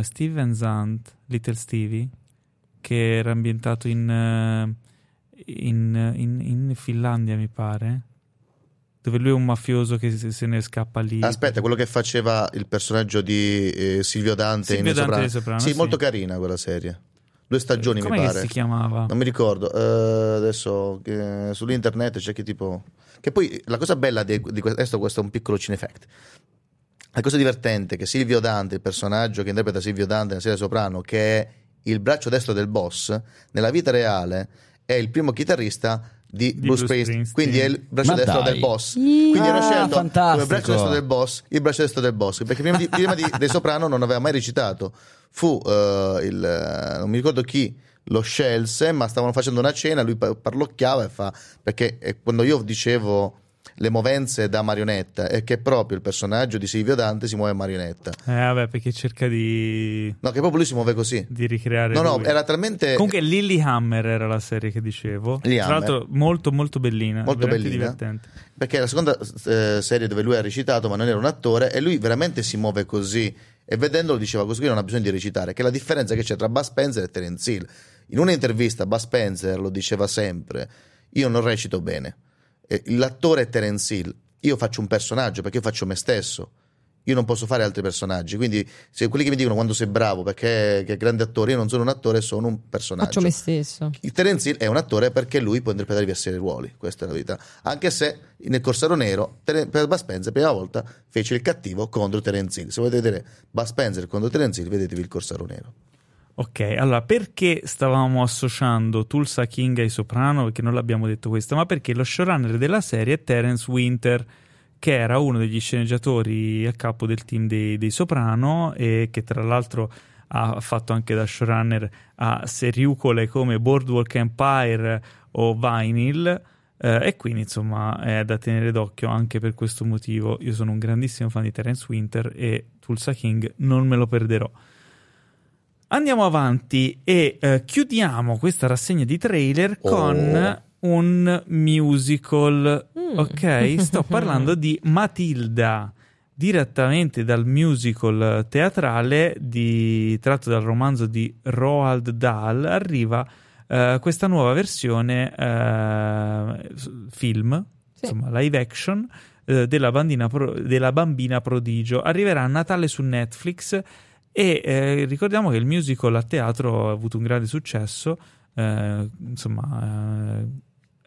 S1: eh, Steven Zant, Little Stevie, che era ambientato in eh, in, in- in Finlandia, mi pare. Dove lui è un mafioso che se se ne scappa lì.
S4: Aspetta, quello che faceva il personaggio di eh, Silvio Dante
S1: Silvio
S4: in
S1: Dante
S4: Soprano.
S1: di Soprano,
S4: Sì,
S1: sì.
S4: molto carina quella serie. Due stagioni
S1: Com'è
S4: mi
S1: che
S4: pare.
S1: si chiamava?
S4: Non mi ricordo, eh, adesso eh, sull'internet c'è che tipo... Che poi la cosa bella di, di questo, questo è un piccolo cinefact. La cosa divertente è che Silvio Dante, il personaggio che interpreta Silvio Dante nella serie Soprano, che è il braccio destro del boss, nella vita reale è il primo chitarrista di,
S1: Bruce
S4: Bruce, Springsteen,
S1: Springsteen.
S4: quindi è il braccio
S2: Ma
S4: destro
S2: dai.
S4: del boss.
S3: Ih.
S4: Quindi era
S2: Ah,
S4: scelto come
S2: fantastico.
S4: braccio destro del boss, il braccio destro del boss, perché prima di, prima di- dei Soprano non aveva mai recitato. Fu eh, il eh, non mi ricordo chi lo scelse, ma stavano facendo una cena, lui pa- parlocchiava e fa perché eh, quando io dicevo le movenze da marionetta è che proprio il personaggio di Silvio Dante si muove a marionetta.
S1: Eh, vabbè, perché cerca di,
S4: No, che proprio lui si muove così.
S1: di ricreare.
S4: No, no,
S1: lui.
S4: era talmente
S1: Comunque, Lily Hammer era la serie che dicevo.
S4: Lilyhammer.
S1: Tra l'altro, molto, molto bellina.
S4: Molto
S1: veramente
S4: bellina.
S1: divertente.
S4: perché è la seconda eh, serie dove lui ha recitato ma non era un attore e lui veramente si muove così e vedendolo diceva così non ha bisogno di recitare che è la differenza che c'è tra Buzz Spencer e Terence Hill in un'intervista Buzz Spencer lo diceva sempre io non recito bene E l'attore è Terence Hill io faccio un personaggio perché io faccio me stesso io non posso fare altri personaggi quindi se quelli che mi dicono quando sei bravo perché che grande attore io non sono un attore sono un personaggio
S3: Faccio me stesso.
S4: il Terence Hill è un attore perché lui può interpretare diversi ruoli, questa è la verità. Anche se nel Corsaro Nero, Tere- per Bud Spencer, prima volta fece il cattivo contro Terence Hill. Se volete vedere Bud Spencer contro Terence Hill, vedetevi il Corsaro Nero.
S1: Ok, allora perché stavamo associando Tulsa King ai Soprano? Perché non l'abbiamo detto questo, ma perché lo showrunner della serie è Terence Winter, che era uno degli sceneggiatori a capo del team dei, dei Soprano e che tra l'altro ha fatto anche da showrunner a seriucole come Boardwalk Empire o Vinyl. eh, e quindi insomma è da tenere d'occhio anche per questo motivo. Io sono un grandissimo fan di Terence Winter e Tulsa King non me lo perderò. Andiamo avanti e eh, chiudiamo questa rassegna di trailer
S4: Oh.
S1: con un musical.
S3: Mm.
S1: Ok, sto parlando di Matilda, direttamente dal musical teatrale di- tratto dal romanzo di Roald Dahl. Arriva eh, questa nuova versione eh, s- film,
S3: Sì.
S1: insomma live action, eh, della, bandina pro- della bambina prodigio. Arriverà a Natale su Netflix e eh, ricordiamo che il musical a teatro ha avuto un grande successo. eh, insomma, eh,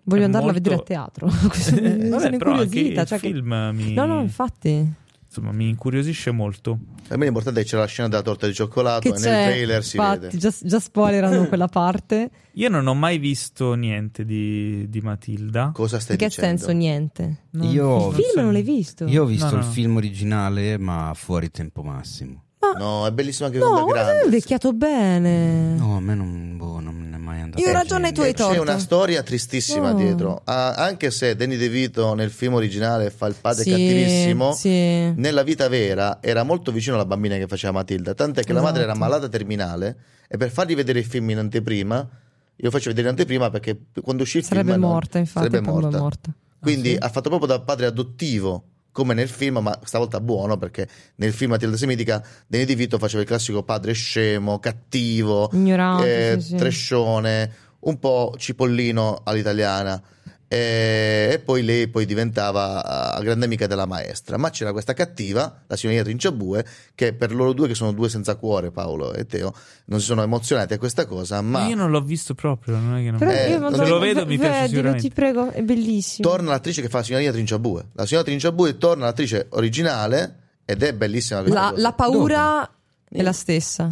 S3: Voglio
S1: è
S3: andarla
S1: molto-
S3: a vedere a teatro. Questo-
S1: Eh, vabbè,
S3: sono
S1: però anche
S3: incuriosita.
S1: il
S3: cioè che-
S1: film mi,
S3: No, no, infatti.
S1: insomma, mi incuriosisce molto.
S4: Per me l'importante è che c'è la scena della torta di cioccolato
S3: Che
S4: e
S3: c'è,
S4: Ah, nel trailer si
S3: infatti,
S4: vede.
S3: Già, già spoilerano quella parte.
S1: Io non ho mai visto niente di, di Matilda.
S4: Cosa stai
S3: In che
S4: dicendo?
S3: senso niente?
S1: Non-
S2: Io-
S1: non
S2: Il
S3: Il film
S1: so-
S3: non l'hai visto?
S2: Oh, Io ho visto
S1: No,
S2: il
S1: no.
S2: film originale, ma fuori tempo massimo.
S4: No, è bellissimo anche
S3: No, eh,
S4: quando è
S3: guarda, è
S4: grande.
S3: invecchiato
S1: Mm.
S3: bene.
S2: No, a me non, boh, non è mai andato.
S3: Io ho
S2: bene.
S3: ragione, tu
S4: E
S3: hai
S4: c'è
S3: torto.
S4: una storia tristissima
S3: No.
S4: dietro. Ah, anche se Danny DeVito nel film originale fa il padre
S3: Sì,
S4: cattivissimo,
S3: sì.
S4: nella vita vera era molto vicino alla bambina che faceva Matilda, tant'è che la madre era
S3: Esatto.
S4: malata terminale e per fargli vedere il film in anteprima, io lo faccio vedere in anteprima perché quando uscì il
S3: Sarebbe
S4: film no,
S3: morta, infatti.
S4: sarebbe
S3: poi
S4: morta.
S3: è morta.
S4: Quindi
S1: Ah, sì?
S4: ha fatto proprio da padre adottivo, come nel film, ma stavolta buono perché nel film Matilda Semitica Danny DeVito faceva il classico padre scemo, cattivo,
S3: Ignorante.
S4: eh,
S3: sì, sì.
S4: trescione, un po' cipollino all'italiana. E, e poi lei poi diventava eh, grande amica della maestra. Ma c'era questa cattiva, la signorina Trinciabue, che per loro due, che sono due senza cuore, Paolo e Teo, non si sono emozionati a questa cosa, ma
S1: Io non l'ho visto proprio. Non è che non...
S3: Però
S4: Eh,
S3: io non
S4: se
S3: so-
S1: lo vedo mi piace
S3: vedilo,
S1: sicuramente.
S3: ti prego, è bellissimo.
S4: torna l'attrice che fa la signorina Trinciabue. La signorina Trinciabue torna l'attrice originale ed è bellissima questa
S3: La,
S4: cosa.
S3: la paura è la stessa.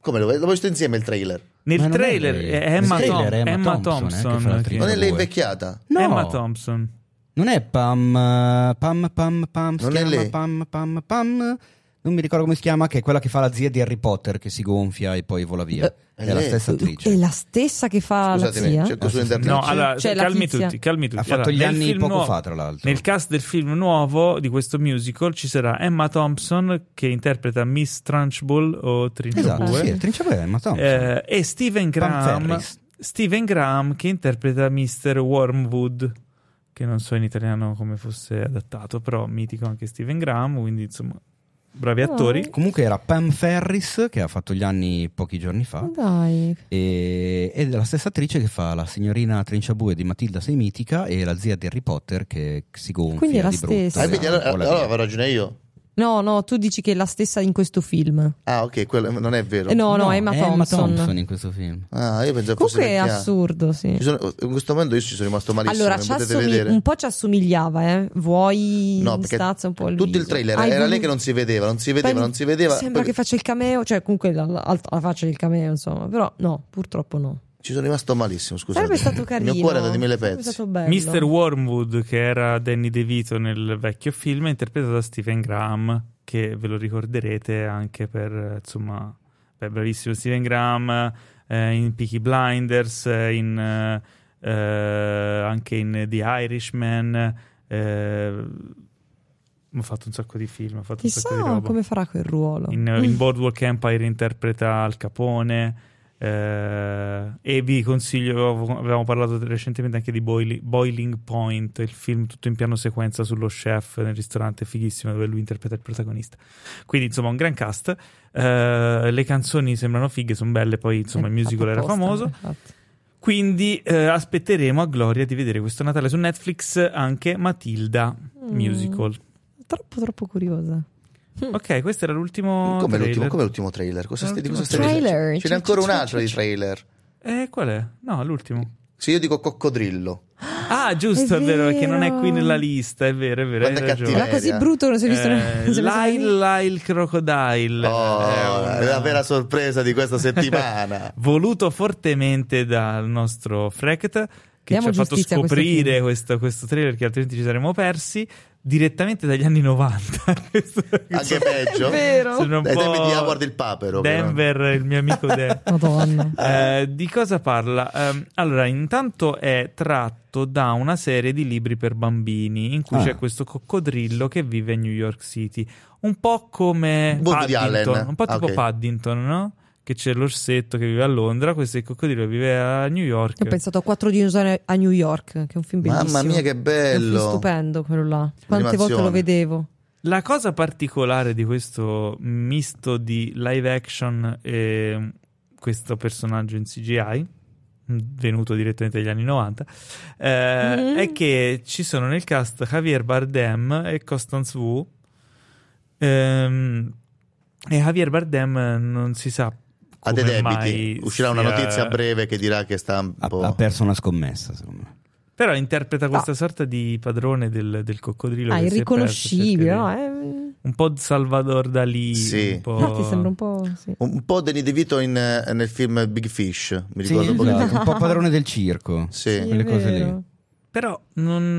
S4: Come lo vedo? L'ho visto insieme il trailer.
S1: Nel
S2: Ma non è
S1: trailer
S2: lei.
S1: è Emma,
S2: Nel
S1: Tom-
S2: trailer è Emma
S1: Emma
S2: Thompson, eh, che
S1: Thompson.
S2: fa la
S1: che-
S2: attrice.
S4: Non è lei
S2: Due.
S4: invecchiata?
S2: No,
S1: Emma Thompson.
S2: non è Pam. eh, Pam, Pam, Pam. Si
S4: Non è
S2: chiama
S4: lei.
S2: Pam, Pam, Pam. Non mi ricordo come si chiama, che è quella che fa la zia di Harry Potter che si gonfia e poi vola via.
S3: Eh,
S2: è
S4: è
S2: la
S4: lei.
S2: stessa attrice.
S3: È la stessa che fa la
S4: Scusatemi,
S3: zia.
S4: cerco su
S2: No,
S4: internet.
S1: Ah, No,
S2: Cioè,
S1: allora,
S3: la
S1: calmi
S3: tizia.
S1: tutti, calmi tutti.
S2: Ha fatto
S1: Allora,
S2: gli
S1: nel
S2: anni
S1: film
S2: poco
S1: nuovo-
S2: fa, tra l'altro.
S1: Nel cast del film nuovo di questo musical ci sarà Emma Thompson che interpreta Miss Trunchbull o
S2: Esatto,
S1: Trinciabue
S2: sì, è Trinciabue Emma Thompson.
S1: eh, e Steven Graham,
S2: Ferris.
S1: Steven Graham che interpreta Mr. Wormwood che non so in italiano come fosse adattato, però mitico anche Steven Graham, quindi insomma bravi
S3: Oh.
S1: attori.
S2: Comunque era Pam Ferris che ha fatto gli anni pochi giorni fa.
S3: Ma Dai,
S2: E, ed è la stessa attrice che fa la signorina Trinciabue di Matilda Sei Mitica e la zia di Harry Potter che si gonfia
S3: Quindi è la
S2: di brutto.
S3: stessa.
S4: Ah, vedi, allora,
S2: Vola via.
S4: allora avevo ragione io.
S3: No, no, tu dici che è la stessa in questo film.
S4: Ah, ok, quello non è vero.
S3: Eh, no, no, Emma,
S2: è
S3: Thompson.
S2: in questo film.
S4: Ah, io pensavo fosse
S3: Comunque è
S4: vecchia.
S3: assurdo, sì.
S4: Ci sono- in questo momento io ci sono rimasto malissimo,
S3: allora,
S4: mi
S3: ci
S4: potete
S3: assomig-
S4: vedere.
S3: un po' ci assomigliava, eh. Vuoi
S4: No, perché
S3: stazza un po' il
S4: Tutto il
S3: viso.
S4: trailer
S3: Hai
S4: era
S3: voluto-
S4: lei che non si vedeva, non si vedeva,
S3: Poi
S4: non si vedeva.
S3: Sembra
S4: Poi
S3: che faccia il cameo, cioè comunque la, la- la faccia del cameo, insomma, però no, purtroppo no.
S4: Ci sono rimasto malissimo, scusate.
S3: Sarebbe stato carino.
S4: Il mio cuore è andato in mille
S3: sarebbe
S4: pezzi.
S3: stato bello.
S1: Mr. Wormwood, che era Danny DeVito nel vecchio film, è interpretato da Stephen Graham, che ve lo ricorderete anche per, eh, insomma, beh, bravissimo Stephen Graham eh, in Peaky Blinders, eh, in, eh, eh, anche in The Irishman. eh, ha fatto un sacco di film, ha fatto un sacco di
S3: Chissà
S1: roba.
S3: come farà quel
S4: Certo.
S3: ruolo.
S1: In, eh, in Boardwalk Empire interpreta Al Capone. eh, e vi consiglio, avevo- avevamo parlato recentemente anche di Boili- Boiling Point, il film tutto in piano sequenza sullo chef nel ristorante fighissimo dove lui interpreta il protagonista. Quindi insomma un gran cast. Eh, le canzoni sembrano fighe, sono belle, poi insomma il
S3: Eh,
S1: musical
S3: fatto
S1: era
S3: apposta,
S1: famoso.
S3: infatti.
S1: Quindi eh, aspetteremo a gloria di vedere questo Natale su Netflix anche Matilda
S3: Mm.
S1: Musical.
S3: Troppo, troppo curiosa.
S1: Ok, questo era l'ultimo.
S4: Come l'ultimo,
S1: trailer.
S4: come l'ultimo trailer? Cosa stai, di cosa stai
S3: Trailer.
S4: dicendo? Ce n'è
S3: Ci-
S4: ancora
S3: ci-
S4: un altro
S3: ci-
S4: di
S3: ci-
S4: trailer.
S1: Eh, qual è? No, l'ultimo.
S4: Se io dico coccodrillo,
S1: Ah, giusto, è,
S3: È
S1: vero, perché non è qui
S3: vero.
S1: nella lista, è vero, è vero.
S4: Guarda
S1: hai
S4: che
S1: ragione.
S3: Era
S4: attiva-
S3: così
S4: Valeria.
S3: brutto che non si è visto
S1: Eh,
S3: non si è messo lì.
S1: Lyle il Crocodile.
S4: oh,
S1: È un-
S4: la vera sorpresa di questa settimana.
S1: Voluto fortemente dal nostro Frecht, che
S3: Diamo
S1: ci ha fatto
S3: giustizia a questo
S1: scoprire
S3: film.
S1: questo, questo trailer che altrimenti ci saremmo persi direttamente dagli anni 90. Questo-
S4: Anche peggio.
S3: È vero.
S1: sembra un
S4: Dai
S1: po'
S4: tempi di Howard il Papero. però.
S1: Denver, il mio amico Denver.
S3: Madonna.
S1: Eh, di cosa parla? Ehm, allora, intanto è tratto da una serie di libri per bambini in cui
S2: Ah.
S1: c'è questo coccodrillo che vive a New York City. Un po' come
S4: Woody
S1: Paddington,
S4: Allen.
S1: un po'
S4: Ah,
S1: tipo
S4: ok.
S1: Paddington, no? Che c'è l'orsetto che vive a Londra, questo è il coccodrillo che vive a New York.
S3: Io ho pensato a Quattro dinosauri a New York, che è un film bellissimo.
S4: Mamma mia, che
S3: È un film
S4: bello!
S3: stupendo quello là.
S4: Animazione.
S3: Quante volte lo vedevo.
S1: La cosa particolare di questo misto di live action e questo personaggio in CGI, venuto direttamente dagli anni 90, eh,
S3: Mm.
S1: è che ci sono nel cast Javier Bardem e Constance Wu. Ehm, e Javier Bardem eh, non si sa
S4: Ha dei
S1: come
S4: debiti.
S1: mai
S4: Uscirà una
S1: sia-
S4: notizia a breve che dirà che sta un
S2: Ha,
S4: po'.
S2: ha perso una scommessa, secondo me.
S1: Però interpreta questa sorta di padrone del, del coccodrillo.
S3: Ah,
S1: che si è perso,
S3: irriconoscibile,
S1: cerca di-
S3: no? Eh,
S1: Un po' Salvador Dalì.
S4: Sì.
S1: Un po'...
S3: infatti sembra un po'... sì.
S4: Un po' Danny DeVito in, eh, nel film Big Fish, mi
S2: Sì,
S4: ricordo poco.
S2: esatto, un po' padrone del circo.
S4: Sì.
S3: Sì, è
S2: quelle cose lì.
S3: vero.
S1: Però non.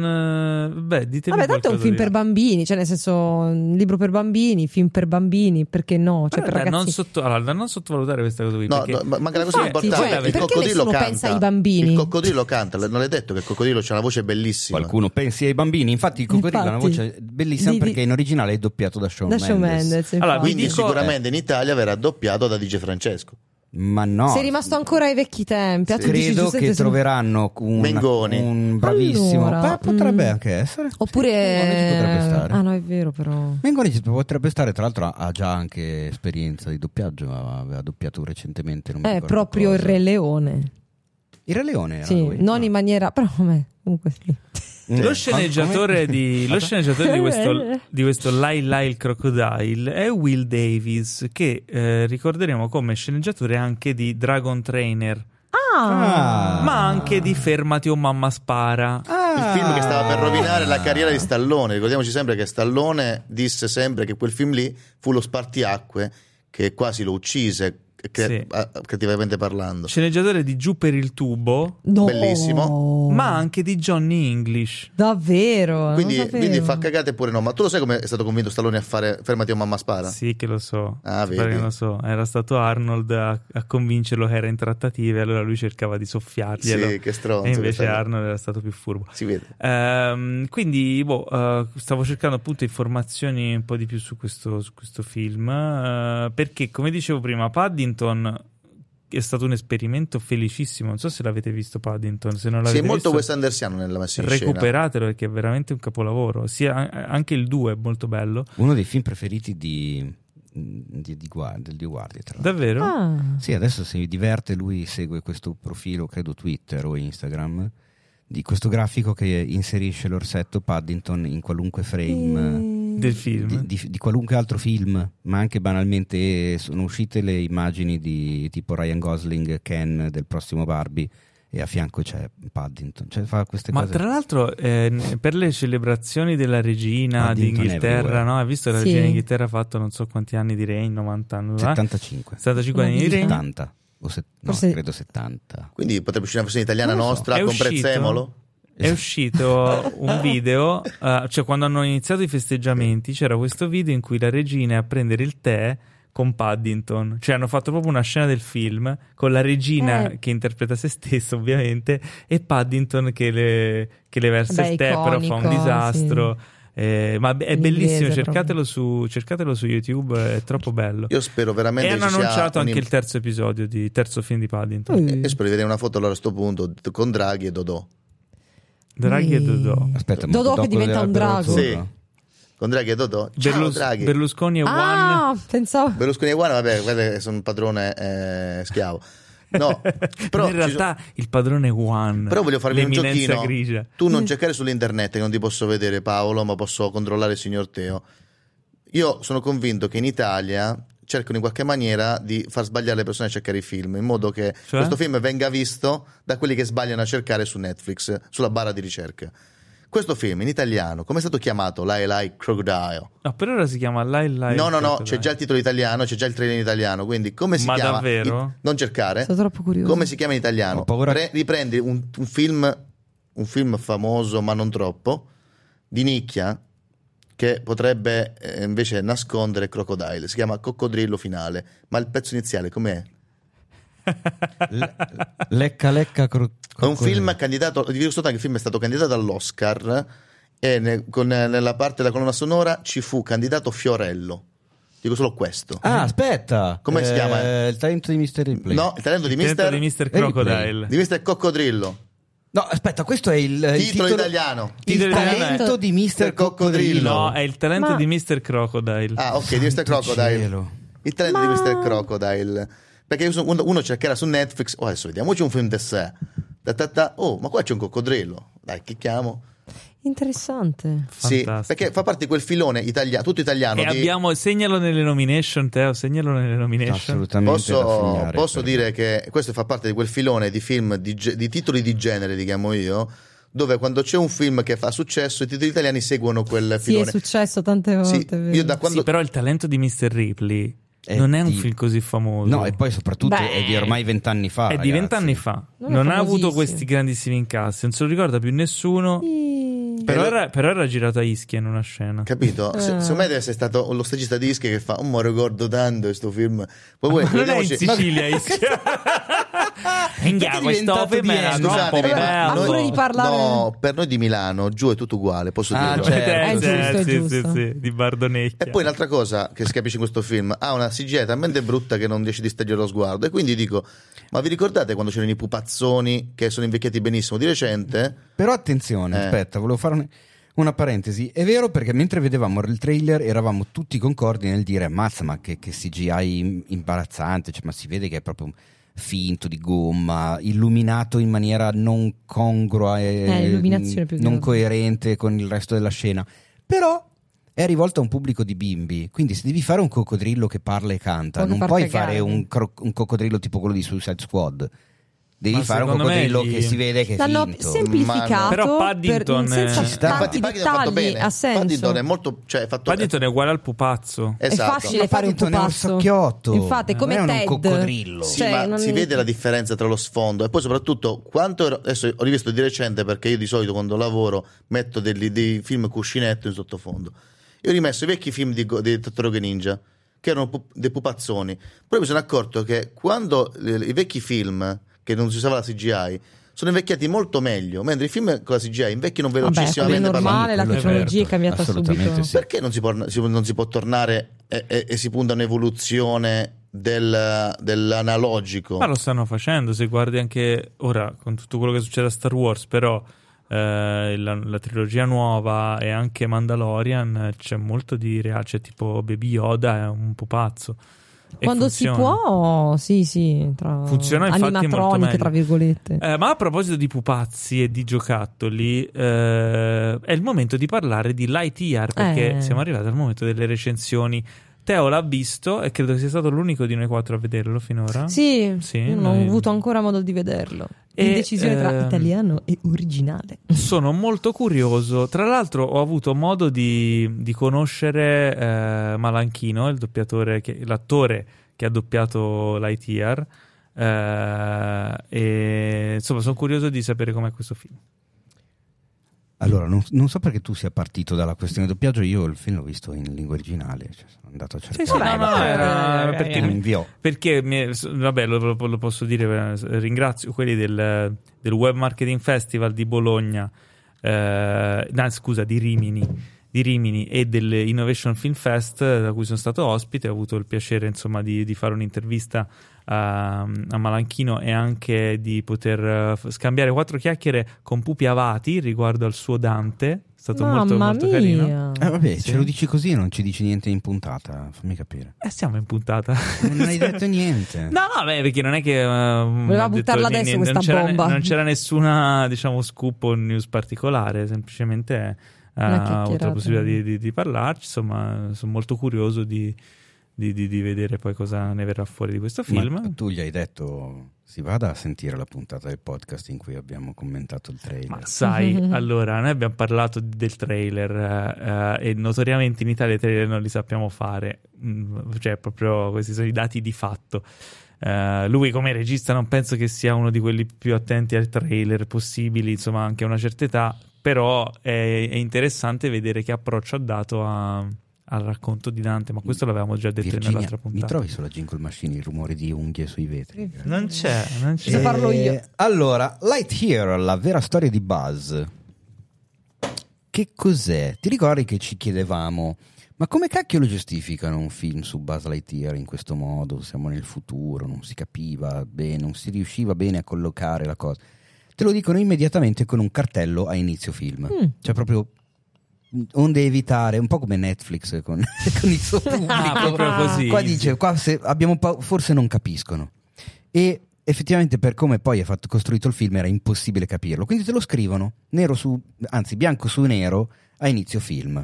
S1: eh, Beh, ditemi.
S3: Vabbè, tanto è
S1: qualcosa
S3: un film
S1: di-
S3: per bambini, cioè nel senso, un libro per bambini, film per bambini, perché no? Cioè,
S1: Però
S3: per
S1: da
S3: ragazzi.
S1: non, sotto- allora, da non sottovalutare questa cosa qui.
S4: No,
S1: perché-
S4: no, ma ma che la cosa
S1: Infatti,
S4: importante
S1: cioè,
S4: il
S1: perché
S4: coccodrillo
S3: nessuno
S4: canta.
S3: pensa ai bambini?
S4: Il coccodrillo canta, l- non l'hai detto che il coccodrillo c'ha una voce bellissima.
S2: Qualcuno pensi ai bambini. Infatti, il coccodrillo ha una
S3: Infatti.
S2: voce bellissima
S3: Di- di-
S2: perché in originale è doppiato da Shawn
S3: da
S2: Mendes.
S3: Shawn Mendes.
S1: Allora,
S3: infatti.
S4: Quindi
S1: Dico-
S4: sicuramente in Italia verrà doppiato da DJ Francesco.
S2: Ma no,
S3: Sei rimasto ancora ai vecchi tempi. a 13,
S2: credo che
S3: 17,
S2: troveranno un,
S4: Mengoni.
S2: un bravissimo.
S3: Allora,
S2: Beh, potrebbe
S3: mm.
S2: anche essere. Mengoni ci
S3: Oppure...
S2: potrebbe stare.
S3: Ah no, è vero però.
S2: Mengoni ci potrebbe stare, tra l'altro ha- ha già anche esperienza di doppiaggio, ma aveva doppiato recentemente. non mi
S3: È
S2: ricordo
S3: proprio il
S2: cosa.
S3: Re Leone.
S2: Il Re Leone era
S3: Sì,
S2: lui? Ah.
S3: non
S2: No.
S3: in maniera... Però vabbè, comunque sì.
S2: Mm.
S4: eh,
S1: Lo sceneggiatore,
S2: Come-
S1: di, lo sceneggiatore di
S3: Eh.
S1: questo, di questo Lai Lai il Crocodile è Will Davis, che eh, ricorderemo come sceneggiatore anche di Dragon Trainer,
S3: Ah!
S2: Ah.
S1: ma anche di Fermati o Mamma Spara.
S4: Il film che stava
S2: Ah.
S4: per rovinare la carriera di Stallone. Ricordiamoci sempre che Stallone disse sempre che quel film lì fu lo spartiacque che quasi lo uccise, cre-
S1: Sì.
S4: a- creativamente parlando.
S1: Sceneggiatore di Giù per il tubo,
S3: No.
S4: Bellissimo.
S1: ma anche di Johnny English. Ah,
S3: Davvero?
S4: Quindi,
S3: non sapevo.
S4: quindi fa cagate pure no. Ma tu lo sai come è stato convinto Stallone a fare Fermati o Mamma Spara?
S1: Sì, che lo so.
S4: Ah,
S1: Mi pare
S4: vedi.
S1: che lo so. Era stato Arnold a, a convincerlo che era in trattative, allora lui cercava di soffiarglielo.
S4: Sì, che stronzo.
S1: e invece
S4: questa-
S1: Arnold era stato più furbo.
S4: Si vede.
S1: Ehm, quindi, boh, eh, stavo cercando appunto informazioni un po' di più su questo, su questo film. eh, perché, come dicevo prima, Paddington è stato un esperimento felicissimo. Non so se l'avete visto, Paddington. Se non
S4: Sì,
S1: l'avete
S4: è molto
S1: visto,
S4: Wes Andersiano nella messa in scena.
S1: recuperatelo perché è veramente un capolavoro. Sia, anche il 2 è molto bello.
S2: Uno dei film preferiti di, di, di Gua- del Dio Guardi, tra l'altro.
S1: Davvero?
S3: Ah.
S2: Sì, adesso si diverte, lui segue questo profilo, credo Twitter o Instagram, di questo grafico che inserisce l'orsetto Paddington in qualunque frame.
S3: Eh,
S1: del Mm. film.
S2: di, di- di qualunque altro film, ma anche banalmente sono uscite le immagini di tipo Ryan Gosling, Ken del prossimo Barbie e a fianco c'è Paddington, cioè fa queste
S1: Ma
S2: cose.
S1: tra l'altro, eh, n- per le celebrazioni della regina
S2: Paddington
S1: d'Inghilterra,
S2: everywhere.
S1: no? hai visto che la
S3: Sì.
S1: regina d'Inghilterra ha fatto non so quanti anni di regno, 90 anni, eh?
S2: 75,
S1: 75 anni di
S3: Una vita.
S1: regno.
S2: 70 o se- no,
S3: Forse-
S2: credo 70.
S4: Quindi potrebbe uscire una versione italiana
S2: Non lo so.
S4: nostra
S1: È
S4: con
S1: uscito?
S4: prezzemolo?
S1: È uscito un video, eh, cioè quando hanno iniziato i festeggiamenti c'era questo video in cui la regina è a prendere il tè con Paddington, cioè hanno fatto proprio una scena del film con la regina
S3: Eh.
S1: che interpreta se stessa ovviamente e Paddington che le, che le versa
S3: Beh,
S1: il tè però fa un
S3: iconico,
S1: disastro. Eh, ma è
S3: In
S1: bellissimo,
S3: inglese
S1: cercatelo su, cercatelo su YouTube, è troppo bello.
S4: Io spero
S1: E
S4: veramente
S1: hanno
S4: ci sia
S1: annunciato
S4: un
S1: anche
S4: im-
S1: il terzo episodio, di terzo film di Paddington.
S3: Mm.
S4: E e spero di vedere una foto allora a sto punto d- con Draghi e Dodò.
S1: Draghi e Dodò.
S2: Aspetta, ma
S3: Dodò che
S2: quello
S3: diventa un
S2: dell'albero
S3: drago.
S4: Sì.
S2: azzurro?
S4: Con Draghi e Dodò. Ciao
S1: Berlus-
S4: Draghi.
S1: Berlusconi e One.
S3: Ah, pensavo.
S4: Berlusconi e Guano, vabbè, guarda che sono un padrone eh, schiavo. No, però
S1: in
S4: ci
S1: realtà il padrone è Juan.
S4: Però voglio farvi un
S1: l'eminenza
S4: giochino.
S1: grigia. Mm.
S4: Tu non cercare sull'internet, che non ti posso vedere Paolo, ma posso controllare il signor Teo. Io sono convinto che in Italia cercano in qualche maniera di far sbagliare le persone a cercare i film, in modo che
S1: Cioè?
S4: questo film venga visto da quelli che sbagliano a cercare su Netflix, sulla barra di ricerca. Questo film in italiano, come è stato chiamato? Lai Lai Crocodile.
S1: No, per ora si chiama Lai Lai.
S4: no, no, no,
S1: Crocodile.
S4: c'è già il titolo italiano, c'è già il trailer in italiano, quindi come si
S1: Ma
S4: chiama?
S1: davvero?
S4: In- non cercare.
S3: Sono troppo curioso.
S4: Come si chiama in italiano?
S2: Ho paura-
S4: Pre- riprendi un, un film, un film famoso, ma non troppo, di nicchia, che potrebbe eh, invece nascondere Crocodile. Si chiama Coccodrillo finale. Ma il pezzo iniziale com'è?
S2: Le- lecca lecca cro- Ah,
S4: È un film candidato, vi dico soltanto che il film è stato candidato all'Oscar e ne- con- nella parte della colonna sonora ci fu candidato Fiorello. Dico solo questo.
S2: Ah, aspetta.
S4: Come si chiama?
S2: Eh, Il talento di Mr. Ripley.
S4: No, il talento di
S1: Il talento
S4: Mister,
S1: di Mr.
S2: Ripley.
S1: Crocodile.
S4: di Mr. Coccodrillo.
S2: No, aspetta, questo è il, il
S4: Titolo italiano.
S1: Titolo
S2: Il
S1: italiano
S2: talento
S3: è-
S2: di Mr. Coccodrillo.
S1: No, è il talento
S3: Ma-
S1: di Mr. Crocodile.
S4: Ah, ok, di Mr. Crocodile.
S2: cielo.
S4: Il talento di
S3: Ma-
S4: Mr. Crocodile. Perché uno- uno cercherà su Netflix, oh, adesso vediamoci un film di sé. Ta ta ta, Oh, ma qua c'è un coccodrillo. Dai, che chiamo?
S3: Interessante.
S1: Fantastico.
S4: Sì, perché fa parte di quel filone italiano, tutto italiano.
S1: e
S4: di-
S1: abbiamo. Segnalo nelle nomination, Teo. Segnalo nelle nomination.
S2: Assolutamente. da
S4: Posso,
S2: segnare,
S4: posso
S2: per-
S4: dire che questo fa parte di quel filone di film, di, ge- di titoli di genere, li chiamo io, dove quando c'è un film che fa successo, i titoli italiani seguono quel
S3: Sì, è
S4: filone.
S3: successo tante volte.
S4: Sì,
S3: è vero.
S4: io da quando...
S1: Sì, però il talento di Mr. Ripley
S2: È
S1: non è un
S2: di-
S1: film così famoso.
S2: No, e poi soprattutto
S3: Beh.
S2: è di ormai vent'anni fa.
S1: è di
S2: ragazzi.
S1: vent'anni fa.
S3: Non
S1: Non,
S3: è
S1: ha avuto
S3: famosissimo.
S1: questi grandissimi incassi. Non se lo ricorda più nessuno.
S3: Sì.
S1: Per
S4: Però-
S1: ora, per ora ha girato a Ischia in una scena.
S4: Capito? Se-
S3: Eh.
S4: Secondo me deve essere stato lo stagista di Ischia che fa un mo ricordo tanto questo film. Poi voi,
S1: Ma non è in
S4: vediamoci-
S1: Sicilia Ischia. Venga,
S2: Perché è
S1: questo
S2: diventato
S1: film
S2: di-
S1: era troppo
S4: Scusatemi, ma
S3: Ma
S1: bello.
S3: Ah, pure
S4: noi-
S3: di parlare-
S4: No, per noi di Milano giù è tutto uguale, posso
S2: Ah,
S4: dirlo.
S2: certo.
S1: Eh,
S3: È giusto,
S1: eh,
S3: è
S1: sì, sì,
S3: giusto.
S1: sì, di Bardonecchia.
S4: E
S3: certo.
S4: poi un'altra cosa che si capisce in questo film, ha una CGI talmente brutta che non riesce a distogliere lo sguardo. E quindi dico, ma vi ricordate quando c'erano i pupazzoni che sono invecchiati benissimo di recente?
S2: Però attenzione,
S4: Eh.
S2: aspetta, volevo fare un- una parentesi. È vero perché mentre vedevamo il trailer eravamo tutti concordi nel dire ammazza, ma che, che CGI im- imbarazzante, cioè, ma si vede che è proprio finto di gomma, illuminato in maniera non congrua e
S3: Eh, illuminazione più che
S2: non
S3: altro.
S2: coerente con il resto della scena. Però è rivolto a un pubblico di bimbi, quindi se devi fare un coccodrillo che parla e canta,
S3: Può che
S2: non
S3: far
S2: puoi
S3: cagare.
S2: fare un, cro- un coccodrillo tipo quello di Suicide Squad. Devi
S1: Ma
S2: fare un
S1: secondo me
S2: coccodrillo
S1: gli-
S2: che si vede che è
S3: L'hanno
S2: finto.
S4: Ma no.
S3: semplificato
S1: Però Paddington
S3: per, senza
S1: è-
S2: Ci sta.
S3: tanti
S4: Infatti Paddington ha fatto
S3: dettagli
S4: bene.
S3: ha senso.
S4: Paddington è molto... Cioè, è fatto...
S1: Paddington è uguale al pupazzo.
S4: Esatto.
S3: È facile
S2: Ma
S3: fare un
S2: Paddington è un
S3: pupazzo.
S2: socchiotto.
S3: Infatti, è
S2: Eh,
S3: come
S2: non è un
S3: Ted.
S2: coccodrillo.
S4: Sì,
S3: Cioè,
S4: ma
S3: non-
S4: si vede la differenza tra lo sfondo e poi soprattutto quanto ero- adesso ho rivisto di recente perché io di solito quando lavoro metto degli- dei film cuscinetto in sottofondo. Io ho rimesso i vecchi film di, Go- di Tortorughe Ninja che erano pu- dei pupazzoni. Poi mi sono accorto che quando eh, i vecchi film che non si usava la CGI sono invecchiati molto meglio, mentre i film con la CGI invecchiano
S3: Vabbè, quello è
S4: velocissimamente parlando.
S3: normale, la
S2: Quello è
S3: tecnologia è
S2: certo,
S3: cambiata
S2: assolutamente
S3: subito.
S2: sì.
S4: Perché non si può, si- non si può tornare e, e- e si punta a un'evoluzione del- dell'analogico?
S1: Ma lo stanno facendo. Se guardi anche ora con tutto quello che succede a Star Wars, però eh, la, la trilogia nuova e cioè, anche Mandalorian eh, c'è molto di reale. C'è tipo Baby Yoda è un pupazzo. E
S3: Quando
S1: funziona.
S3: si può, sì, sì, tra
S1: Funziona infatti molto
S3: animatroniche,
S1: meglio.
S3: tra virgolette.
S1: Eh, ma a proposito di pupazzi e di giocattoli, eh, è il momento di parlare di Lightyear perché
S3: Eh.
S1: siamo arrivati al momento delle recensioni. Teo l'ha visto e credo sia stato l'unico di noi quattro a vederlo finora.
S3: Sì,
S1: Sì,
S3: io non
S1: noi-
S3: ho avuto ancora modo di vederlo.
S1: E,
S3: In decisione tra
S1: ehm,
S3: italiano e originale.
S1: Sono molto curioso. Tra l'altro, ho avuto modo di, di conoscere eh, Malanchino, il doppiatore, che- l'attore che ha doppiato Lightyear. Eh, e insomma, sono curioso di sapere com'è questo film.
S2: Allora, non, non so perché tu sia partito dalla questione doppiaggio, io il film l'ho visto in lingua originale, cioè sono andato a cercare. Eh,
S3: sì, no, no, era- era-
S1: perché
S2: mi
S1: mi-
S2: inviò.
S1: Perché, mi- vabbè, lo, lo- lo posso dire, eh, ringrazio quelli del, del Web Marketing Festival di Bologna, eh, no, scusa, di Rimini, di Rimini e dell'Innovation Film Fest, eh, da cui sono stato ospite. Ho avuto il piacere, insomma, di, di fare un'intervista a, a Malanchino e anche di poter eh, f- scambiare quattro chiacchiere con Pupi Avati riguardo al suo Dante. È stato molto,
S3: Mamma
S1: molto
S3: mia.
S1: carino.
S2: Eh, vabbè,
S1: Sì.
S2: ce lo dici così e non ci dici niente in puntata, fammi capire.
S1: Eh, siamo in puntata.
S2: Non hai detto niente.
S1: No, no, beh, perché non è che. eh, ho detto
S3: buttarla
S1: ni- ni-
S3: adesso
S1: non
S3: questa
S1: c'era ne-
S3: bomba.
S1: non c'era nessuna, diciamo, scoop o news particolare, semplicemente eh,
S3: Una
S1: ho avuto
S3: chiacchierata.
S1: la possibilità di, di- di parlarci. Insomma, sono molto curioso di, di- di- di vedere poi cosa ne verrà fuori di questo
S2: Ma
S1: film.
S2: tu gli hai detto si vada a sentire la puntata del podcast in cui abbiamo commentato il trailer.
S1: Ma sai, allora, noi abbiamo parlato di- del trailer eh, eh, e notoriamente in Italia i trailer non li sappiamo fare, Mm, cioè proprio questi sono i dati di fatto. Eh, lui come regista non penso che sia uno di quelli più attenti al trailer possibili, insomma anche a una certa età, però è, è interessante vedere che approccio ha dato a- al racconto di Dante, ma questo l'avevamo già detto
S2: Virginia,
S1: nell'altra
S2: mi
S1: puntata.
S2: trovi sulla Jingle Machine il rumore di unghie sui vetri? Eh,
S1: Non c'è, non c'è.
S3: Se parlo io.
S2: Allora, Lightyear, la vera storia di Buzz. Che cos'è? Ti ricordi che ci chiedevamo, ma come cacchio lo giustificano un film su Buzz Lightyear in questo modo? Siamo nel futuro, non si capiva bene, non si riusciva bene a collocare la cosa. Te lo dicono immediatamente con un cartello a inizio film.
S3: Mm.
S2: Cioè proprio mm, onde evitare, un po' come Netflix con, con il suo pubblico.
S1: Ah, proprio così.
S2: Qua dice, qua se abbiamo pau- forse non capiscono. E effettivamente per come poi è fatto, costruito il film era impossibile capirlo. Quindi te lo scrivono nero su, anzi bianco su nero a inizio film.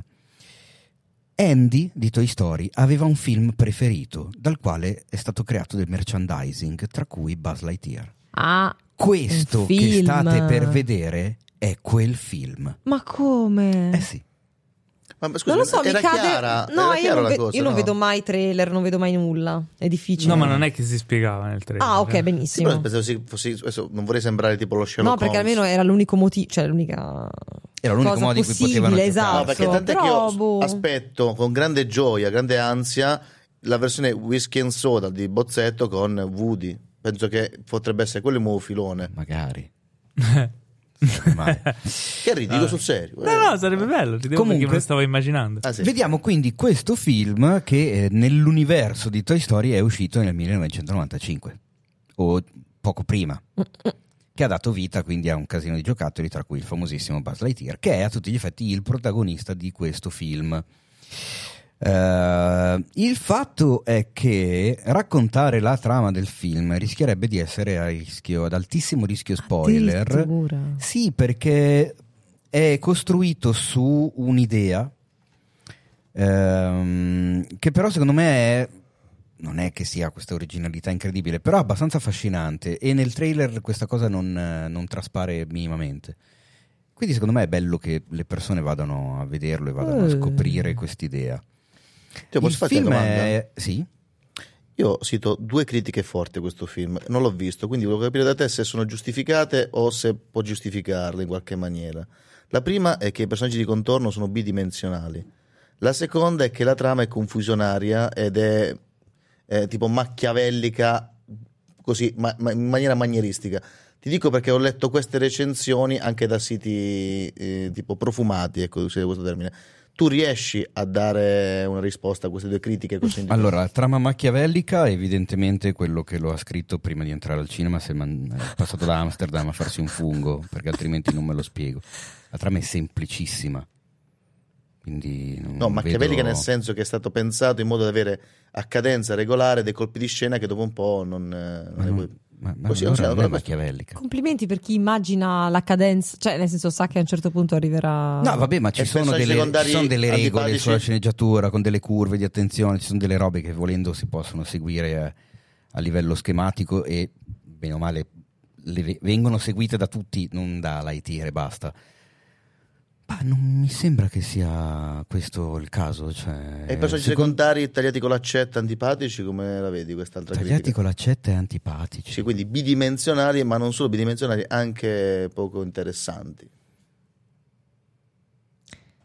S2: Andy di Toy Story aveva un film preferito dal quale è stato creato del merchandising, tra cui Buzz Lightyear.
S3: Ah,
S2: Questo
S3: Un
S2: che
S3: film.
S2: state per vedere è quel film.
S3: ma come?
S2: Eh sì.
S9: Ma, ma scusa,
S3: non lo so,
S9: era
S3: mi cade.
S9: chiara,
S3: no,
S9: era
S3: io,
S9: chiara
S3: non,
S9: la
S3: ve-
S9: cosa,
S3: io non
S9: no?
S3: vedo mai trailer, non vedo mai nulla. È difficile.
S1: No, ma non è cioè. che si spiegava nel trailer.
S3: Ah, ok,
S9: Sì,
S3: benissimo.
S9: però pensavo si- fossi- adesso non vorrei sembrare tipo lo Sherlock
S3: no, perché
S9: Holmes.
S3: almeno era l'unico motivo, cioè l'unica
S2: Era l'unico
S3: cosa
S2: modo in cui
S3: possibile,
S2: potevano
S3: esatto.
S9: No, perché
S3: Cazzo,
S9: tant'è che io
S3: però, boh.
S9: aspetto con grande gioia, grande ansia la versione whisky and soda di Bozzetto con Woody. Penso che potrebbe essere quello il nuovo filone.
S2: Magari.
S9: Che ridi, dico sul serio. eh.
S1: No, no, sarebbe bello, ti devo
S2: Comunque-
S1: perché me lo stavo immaginando.
S9: Ah, sì.
S2: Vediamo quindi questo film che eh, nell'universo di Toy Story è uscito nel 1995 o poco prima, che ha dato vita quindi a un casino di giocattoli, tra cui il famosissimo Buzz Lightyear, che è a tutti gli effetti il protagonista di questo film. Eh, il fatto è che raccontare la trama del film rischierebbe di essere a rischio, ad altissimo rischio spoiler.
S3: Addirittura.
S2: Sì, perché è costruito su un'idea ehm, che però secondo me è- non è che sia questa originalità incredibile, però è abbastanza affascinante e nel trailer questa cosa non, eh, non traspare minimamente. Quindi secondo me è bello che le persone vadano a vederlo e vadano a
S3: Eh.
S2: scoprire quest'idea.
S9: Teo, posso Cioè,
S2: Il
S9: farti una
S2: film
S9: domanda?
S2: è... Sì?
S9: Io cito due critiche forti a questo film, non l'ho visto, quindi volevo capire da te se sono giustificate o se può giustificarle in qualche maniera. La prima è che i personaggi di contorno sono bidimensionali, la seconda è che la trama è confusionaria ed è, eh, tipo macchiavellica, così, ma- ma- in maniera manieristica. Ti dico perché ho letto queste recensioni anche da siti eh, tipo profumati, ecco, se questo termine. Tu riesci a dare una risposta a queste due critiche così individuali?
S2: Allora, la trama machiavellica è evidentemente quello che lo ha scritto prima di entrare al cinema, se man- è passato da Amsterdam a farsi un fungo, perché altrimenti non me lo spiego. La trama è semplicissima. Quindi non
S9: No,
S2: vedo...
S9: machiavellica nel senso che è stato pensato in modo da avere a cadenza regolare dei colpi di scena che dopo un po' non, eh, non
S2: Ma
S9: ne
S2: non-
S9: vuoi
S2: ma- ma
S9: Così,
S2: allora
S9: cioè,
S2: non è
S9: allora-
S2: machiavellica.
S3: Complimenti per chi immagina la cadenza, cioè nel senso sa che a un certo punto arriverà...
S2: No, vabbè, ma ci
S9: E
S2: sono,
S9: personaggi
S2: delle,
S9: secondari
S2: ci sono delle regole
S9: antipatici?
S2: sulla sceneggiatura con delle curve di attenzione, ci sono delle robe che volendo si possono seguire eh, a livello schematico e bene o male le ve- vengono seguite da tutti, non dall'IT e basta. Ma non mi sembra che sia questo il caso. Cioè,
S9: E i personaggi
S2: secondo-
S9: secondari tagliati con l'accetta antipatici, come la vedi quest'altra
S2: tagliati
S9: critica?
S2: con l'accetta e antipatici.
S9: Sì, quindi bidimensionali, ma non solo bidimensionali, anche poco interessanti.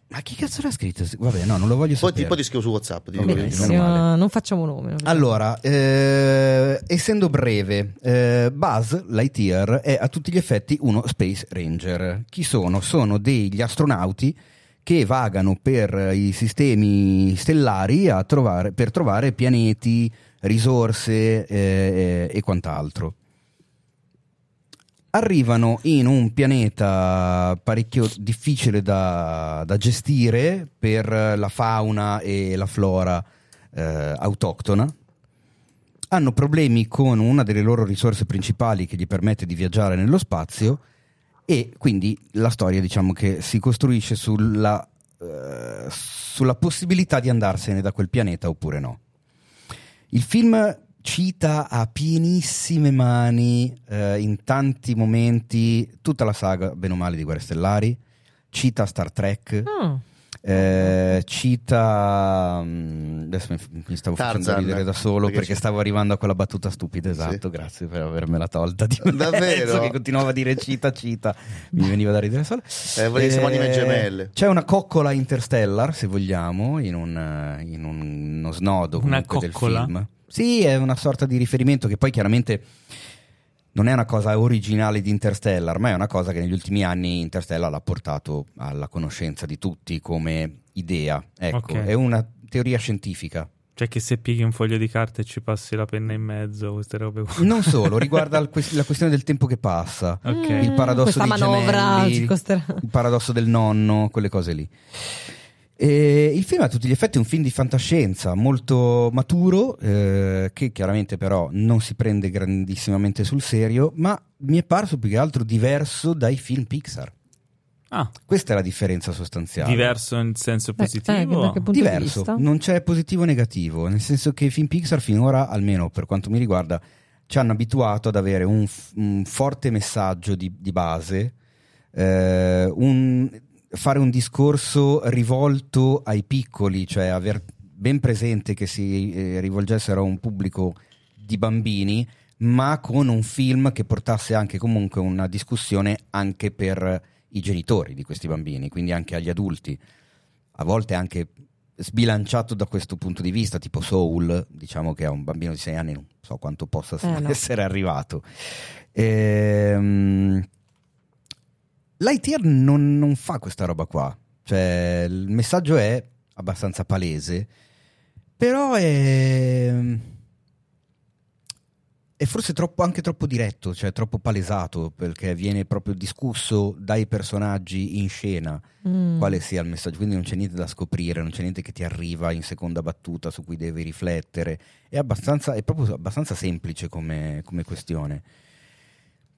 S2: Ma chi cazzo l'ha scritto? Vabbè, no, non lo voglio
S9: Poi
S2: sapere.
S9: ti, poi ti scrivo su WhatsApp. Ti dico
S2: Ok.
S9: che-
S2: Benissimo. meno
S3: Bellissima,
S2: male.
S3: non facciamo nome. non facciamo-
S2: Allora, eh, essendo breve, eh, Buzz Lightyear è a tutti gli effetti uno Space Ranger. Chi sono? Sono degli astronauti che vagano per i sistemi stellari a trovare- per trovare pianeti, risorse eh, e quant'altro. Arrivano in un pianeta parecchio difficile da, da gestire per la fauna e la flora eh, autoctona. Hanno problemi con una delle loro risorse principali che gli permette di viaggiare nello spazio e quindi la storia diciamo che si costruisce sulla, eh, sulla possibilità di andarsene da quel pianeta oppure no. Il film cita a pienissime mani eh, in tanti momenti tutta la saga, bene o male, di Guerre Stellari, cita Star Trek,
S3: Ah,
S2: eh, cita. mm, Adesso mi, f- mi stavo
S9: Tarzan.
S2: facendo ridere da solo
S9: Perché
S2: perché,
S9: c'è-
S2: stavo arrivando a quella battuta stupida. Esatto, grazie per avermela tolta. Di mezzo,
S9: Davvero?
S2: Che continuava a dire cita, cita. Mi veniva da ridere solo.
S9: Eh, volevi- siamo anime gemelle.
S2: C'è una coccola interstellar, se vogliamo, in, un, eh, in un- uno snodo
S1: Una
S2: comunque del
S1: coccola?
S2: film. Sì, è una sorta di riferimento che poi chiaramente non è una cosa originale di Interstellar, ma è una cosa che negli ultimi anni Interstellar l'ha portato alla conoscenza di tutti come idea. Ecco,
S1: Ok.
S2: è una teoria scientifica.
S1: Cioè che se pieghi un foglio di carta e ci passi la penna in mezzo, queste robe qua.
S2: Non solo, riguarda il quest- la questione del tempo che passa.
S1: Ok.
S2: Il paradosso
S3: Ah, mm, questa
S2: dei
S3: manovra
S2: gemelli.
S3: ci costerà.
S2: il paradosso del nonno, quelle cose lì. E il film a tutti gli effetti è un film di fantascienza molto maturo, eh, che chiaramente però non si prende grandissimamente sul serio, ma mi è parso più che altro diverso dai film Pixar.
S1: Ah,
S2: Questa è la differenza sostanziale.
S1: diverso in senso
S3: Beh, eh,
S1: positivo.
S3: da che punto di
S2: Diverso,
S3: vista?
S2: non c'è positivo e negativo, nel senso che i film Pixar finora, almeno per quanto mi riguarda, ci hanno abituato ad avere un, f- un forte messaggio di, di base, eh, un- fare un discorso rivolto ai piccoli, cioè aver ben presente che si eh, rivolgessero a un pubblico di bambini, ma con un film che portasse anche comunque una discussione anche per i genitori di questi bambini, quindi anche agli adulti, a volte anche sbilanciato da questo punto di vista, tipo Soul, diciamo che a un bambino di 6 anni non so quanto possa
S3: Eh, no.
S2: essere arrivato. Ehm, Lightyear non, non fa questa roba qua, cioè il messaggio è abbastanza palese, però è, è forse troppo- anche troppo diretto, cioè troppo palesato, perché viene proprio discusso dai personaggi in scena
S3: Mm.
S2: quale sia il messaggio, quindi non c'è niente da scoprire, non c'è niente che ti arriva in seconda battuta su cui devi riflettere, è, abbastanza, è proprio abbastanza semplice come, come questione.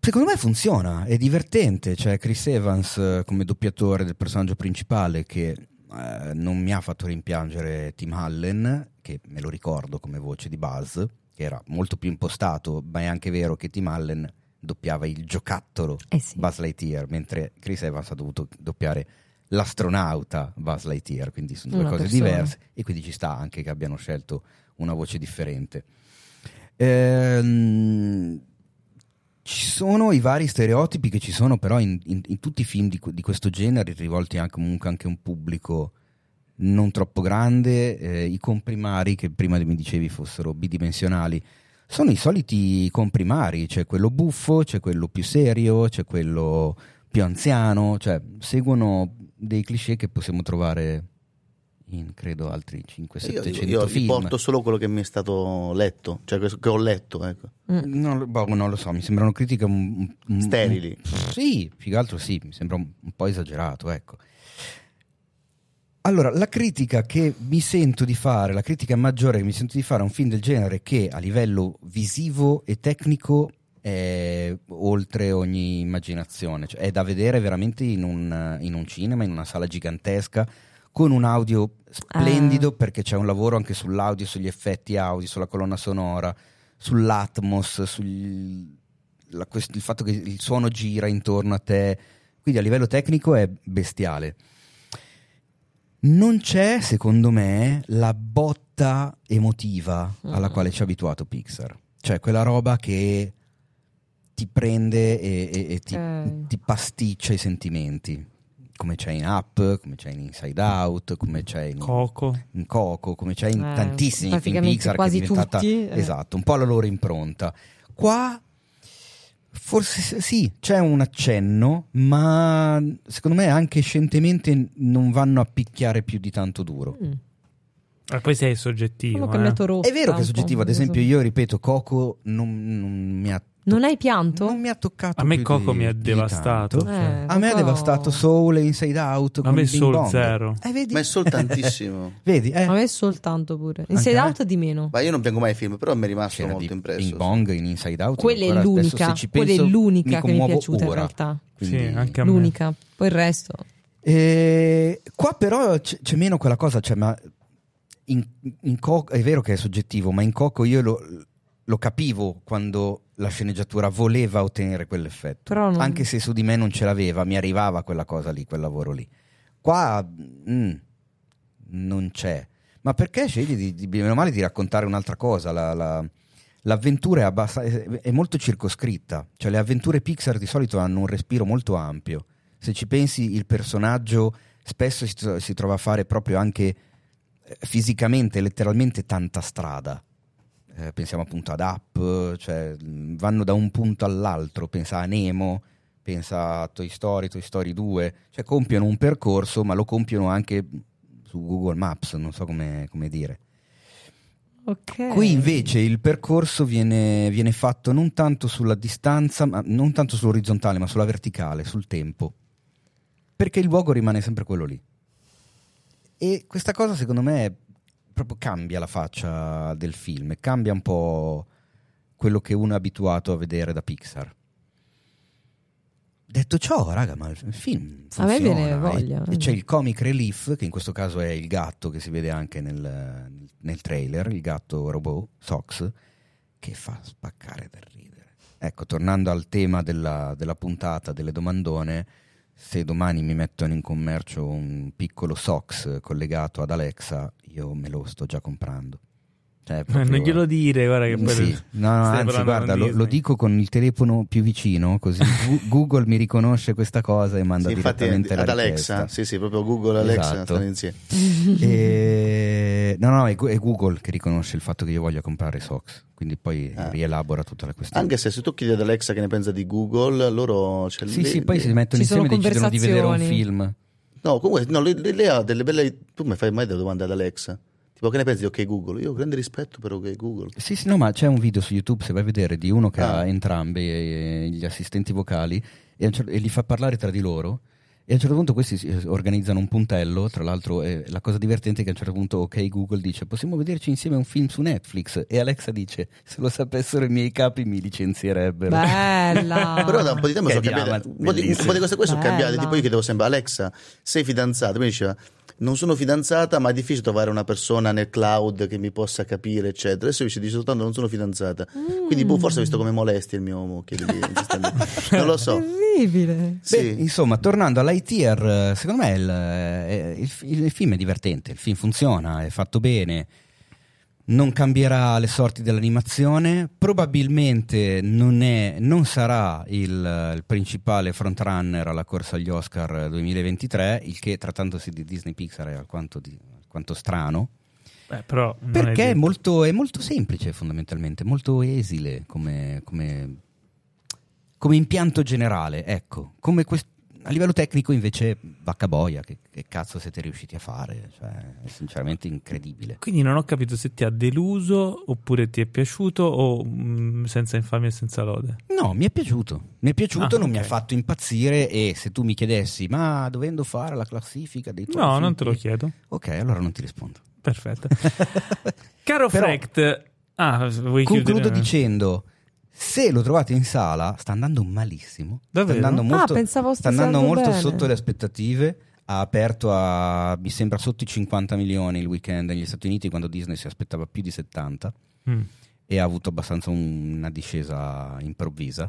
S2: Secondo me funziona, è divertente, c'è Chris Evans eh, come doppiatore del personaggio principale che eh, non mi ha fatto rimpiangere Tim Allen, che me lo ricordo come voce di Buzz, che era molto più impostato, ma è anche vero che Tim Allen doppiava il giocattolo
S3: Eh sì.
S2: Buzz Lightyear, mentre Chris Evans ha dovuto doppiare l'astronauta Buzz Lightyear, quindi sono due
S3: Una
S2: cose
S3: persona.
S2: diverse e quindi ci sta anche che abbiano scelto una voce differente. Ehm, ci sono i vari stereotipi che ci sono però in, in- in tutti i film di, que- di questo genere, rivolti anche, comunque anche a un pubblico non troppo grande, eh, i comprimari che prima mi dicevi fossero bidimensionali, sono i soliti comprimari, c'è quello buffo, c'è quello più serio, c'è quello più anziano, cioè seguono dei cliché che possiamo trovare in credo altri
S9: Io,
S2: 5-700
S9: io
S2: cioè, film.
S9: riporto solo quello che mi è stato letto, cioè questo che ho letto. Ecco.
S3: Mm.
S2: Non, lo- boh, non lo so, mi sembrano critiche un, un- un-
S9: Sterili.
S2: un- sì, più che altro sì, mi sembra un, un po' esagerato, ecco. Allora, la critica che mi sento di fare, la critica maggiore che mi sento di fare a un film del genere che a livello visivo e tecnico è oltre ogni immaginazione, Cioè, è da vedere veramente in un, in un cinema, in una sala gigantesca, con un audio splendido
S3: Ah.
S2: perché c'è un lavoro anche sull'audio, sugli effetti audio, sulla colonna sonora, sull'atmos, sul la quest- il fatto che il suono gira intorno a te, quindi a livello tecnico è bestiale. Non c'è, secondo me, la botta emotiva alla
S3: Mm.
S2: quale ci ha abituato Pixar. Cioè quella roba che ti prende e, e- e ti,
S3: Ok.
S2: ti pasticcia i sentimenti. Come c'è in Up, come c'è in Inside Out, come c'è in,
S1: Coco.
S2: in Coco, come c'è in
S3: Eh,
S2: tantissimi film
S3: praticamente
S2: Pixar
S3: quasi
S2: che è diventata
S3: tutti, eh.
S2: esatto, un po' la loro impronta. Qua forse s- sì, c'è un accenno, ma secondo me anche scientemente non vanno a picchiare più di tanto duro.
S3: Mm.
S1: E Ah, poi sei soggettivo.
S3: Hanno
S1: eh.
S3: cambiato rotta
S2: È vero che è
S3: un
S2: soggettivo,
S3: po',
S2: ad esempio,
S3: Oh, non
S2: io ripeto, Coco non, non mi ha
S3: so. Non hai pianto?
S2: non mi ha toccato
S1: A me
S2: più
S1: Coco
S2: di-
S1: mi ha
S2: di
S1: devastato.
S2: tanto. cioè,
S3: Eh,
S2: A me ha
S3: Coco-
S2: devastato Soul e Inside Out.
S1: A me
S2: Soul
S1: Soul zero.
S2: Eh, vedi?
S9: Ma è solo tantissimo.
S2: vedi? eh.
S3: A me soltanto pure. Inside
S2: Anche a me?
S3: Out di meno.
S9: Ma io non piango mai i film, però mi è rimasto
S2: C'era
S9: molto
S2: di
S9: impresso.
S2: Bing Bong in Inside Out.
S3: Quella è
S2: ancora adesso,
S3: l'unica,
S2: se ci
S3: quella è
S2: penso,
S3: l'unica
S2: mi
S3: che mi è
S2: commuovo
S3: piaciuta in
S2: ora.
S3: realtà.
S1: Sì,
S2: Quindi-
S1: anche a me.
S3: L'unica. Poi il resto.
S2: Eh, qua però c- c'è meno quella cosa, cioè, ma in, in Coco- è vero che è soggettivo, ma in Coco io lo, lo capivo quando la sceneggiatura voleva ottenere quell'effetto.
S3: Però non-
S2: Anche se su di me non ce l'aveva, mi arrivava quella cosa lì, quel lavoro lì. Qua mm, non c'è. Ma perché scegli di, di- meno male di raccontare un'altra cosa? La- la- l'avventura è, abbassa- è- è molto circoscritta, cioè le avventure Pixar di solito hanno un respiro molto ampio. Se ci pensi, il personaggio spesso si, tro- si trova a fare proprio anche eh, fisicamente, letteralmente tanta strada. Eh, pensiamo appunto ad Up, cioè mh, vanno da un punto all'altro, pensa a Nemo, pensa a Toy Story, Toy Story 2, cioè compiono un percorso ma lo compiono anche su Google Maps, non so come, come dire.
S3: Ok.
S2: Qui invece il percorso viene, viene fatto non tanto sulla distanza, ma non tanto sull'orizzontale, ma sulla verticale, sul tempo, perché il luogo rimane sempre quello lì. E questa cosa secondo me proprio cambia la faccia del film, e cambia un po' quello che uno è abituato a vedere da Pixar. Detto ciò, raga, ma il film
S3: A me
S2: funziona.
S3: viene
S2: e-
S3: voglia.
S2: E c'è il comic relief, che in questo caso è il gatto che si vede anche nel, nel trailer, il gatto robot, Sox, che fa spaccare dal ridere. Ecco, tornando al tema della, della puntata, delle domandone, se domani mi mettono in commercio un piccolo Sox collegato ad Alexa, io me lo sto già comprando. Cioè,
S1: Ma
S2: proprio-
S1: non glielo dire, guarda che poi...
S2: Eh, Sì. No, no,
S1: Stai
S2: anzi,
S1: parlando
S2: guarda,
S1: con
S2: lo, lo
S1: Disney.
S2: dico con il telefono più vicino, così Gu- Google mi riconosce questa cosa e manda
S9: Sì, infatti
S2: direttamente la
S9: ad Alexa,
S2: richiesta.
S9: sì, sì, proprio Google Alexa
S2: Esatto.
S9: stanno insieme.
S2: E- No, no, è, Gu- è Google che riconosce il fatto che io voglia comprare Sox, quindi poi
S9: Ah.
S2: rielabora tutta la questione.
S9: Anche se se tu chiedi ad Alexa che ne pensa di Google, loro cioè,
S2: Sì,
S9: le-
S2: sì, poi si mettono
S3: Ci sono
S2: insieme e decidono di vedere un
S3: conversazioni.
S2: film.
S9: No, comunque no, lei, lei ha delle belle tu mi fai mai delle domande ad Alexa. Tipo che ne pensi di OK Google? Io ho grande rispetto per OK Google.
S2: Sì, sì, no, ma c'è un video su YouTube, se vai a vedere, di uno che
S9: Ah.
S2: ha entrambi eh, gli assistenti vocali e, a un cer- e li fa parlare tra di loro. E a un certo punto questi si- eh, organizzano un puntello, tra l'altro eh, la cosa divertente è che a un certo punto ok Google dice possiamo vederci insieme un film su Netflix e Alexa dice se lo sapessero i miei capi mi licenzierebbero.
S4: Ah,
S3: Bella.
S9: Però da un po' di tempo
S2: Che
S9: sono cambiate.
S2: diamante,
S9: Un po' di, un po' di cose qua sono
S3: Bella.
S9: cambiate. Tipo io chiedevo sempre Alexa, sei fidanzata? Mi diceva non sono fidanzata, ma è difficile trovare una persona nel cloud che mi possa capire, eccetera. Adesso invece dice soltanto non sono fidanzata. Quindi boh, forse ho visto come molesti il mio uomo. che lì, giustamente. non lo so.
S3: Terribile.
S2: Beh,
S9: Sì.
S2: insomma, tornando all'ITR, secondo me il, eh, il fi- il film è divertente, il film funziona, è fatto bene, non cambierà le sorti dell'animazione, probabilmente non, è- non sarà il, il principale frontrunner alla corsa agli Oscar 2023, il che trattandosi di Disney Pixar è alquanto, di- alquanto strano,
S1: Beh, eh, però non è
S2: perché è
S1: detto.
S2: molto, è molto semplice fondamentalmente, molto esile come, come- come impianto generale, ecco, come quest- A livello tecnico invece vacca boia, che, che cazzo siete riusciti a fare? Cioè, è sinceramente incredibile.
S1: Quindi non ho capito se ti ha deluso oppure ti è piaciuto o mm, senza infamia e senza lode.
S2: No, mi è piaciuto, mi è piaciuto,
S1: Ah,
S2: non mi
S1: ok.
S2: ha fatto impazzire e se tu mi chiedessi ma dovendo fare la classifica dei tuoi
S1: No,
S2: film
S1: non te lo
S2: che-"
S1: chiedo.
S2: Ok, allora non ti rispondo.
S1: Perfetto. Caro
S2: Però-
S1: Frecht, ah, vuoi
S2: Concludo
S1: chiudere?
S2: dicendo, se lo trovate in sala sta andando malissimo,
S1: Davvero?
S2: sta andando molto,
S3: ah, pensavo
S2: sta
S3: stesse
S2: andando
S3: andando
S2: molto
S3: bene.
S2: sotto le aspettative. Ha aperto a mi sembra sotto i 50 milioni il weekend negli Stati Uniti quando Disney si aspettava più di 70
S1: Mm.
S2: e ha avuto abbastanza un- una discesa improvvisa.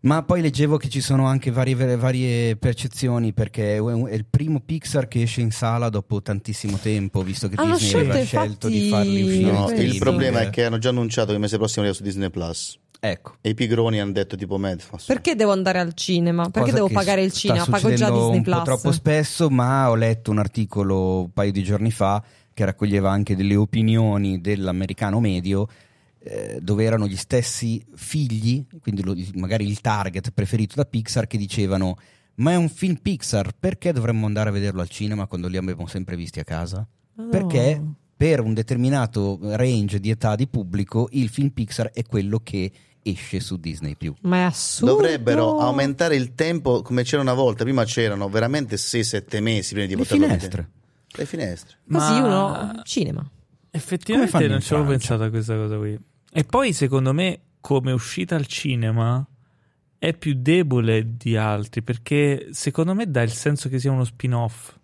S2: Ma poi leggevo che ci sono anche varie, varie percezioni perché è un- è il primo Pixar che esce in sala dopo tantissimo tempo, visto che
S3: Hanno
S2: Disney
S3: scelto,
S2: aveva scelto di
S3: infatti,
S2: farli uscire. in
S3: No,
S4: No,
S2: streaming.
S4: il problema è che hanno già annunciato che il mese prossimo arriva su Disney Plus
S2: Ecco.
S4: e i pigroni hanno detto tipo Medfast.
S3: Perché devo andare al cinema? Perché
S2: cosa
S3: devo
S2: che
S3: pagare il
S2: sta
S3: cinema? Pago già
S2: succedendo
S3: Disney
S2: un po'
S3: Plus.
S2: troppo spesso, ma ho letto un articolo un paio di giorni fa che raccoglieva anche delle opinioni dell'americano medio eh, dove erano gli stessi figli, quindi lo- il- magari il target preferito da Pixar, che dicevano ma è un film Pixar, perché dovremmo andare a vederlo al cinema quando li abbiamo sempre visti a casa?
S3: No.
S2: Perché per un determinato range di età di pubblico il film Pixar è quello che esce su Disney+.
S3: Ma è assurdo.
S4: Dovrebbero aumentare il tempo come c'era una volta, prima c'erano veramente 6-7 mesi prima di
S2: Le
S4: poterlo vedere.
S2: finestre.
S4: Le finestre.
S3: Così
S1: Ma-
S3: uno cinema.
S1: Effettivamente
S2: Come fanno
S1: non
S2: in
S1: ci avevo
S2: Francia?
S1: pensato a questa cosa qui. E poi secondo me come uscita al cinema è più debole di altri perché secondo me dà il senso che sia uno spin-off.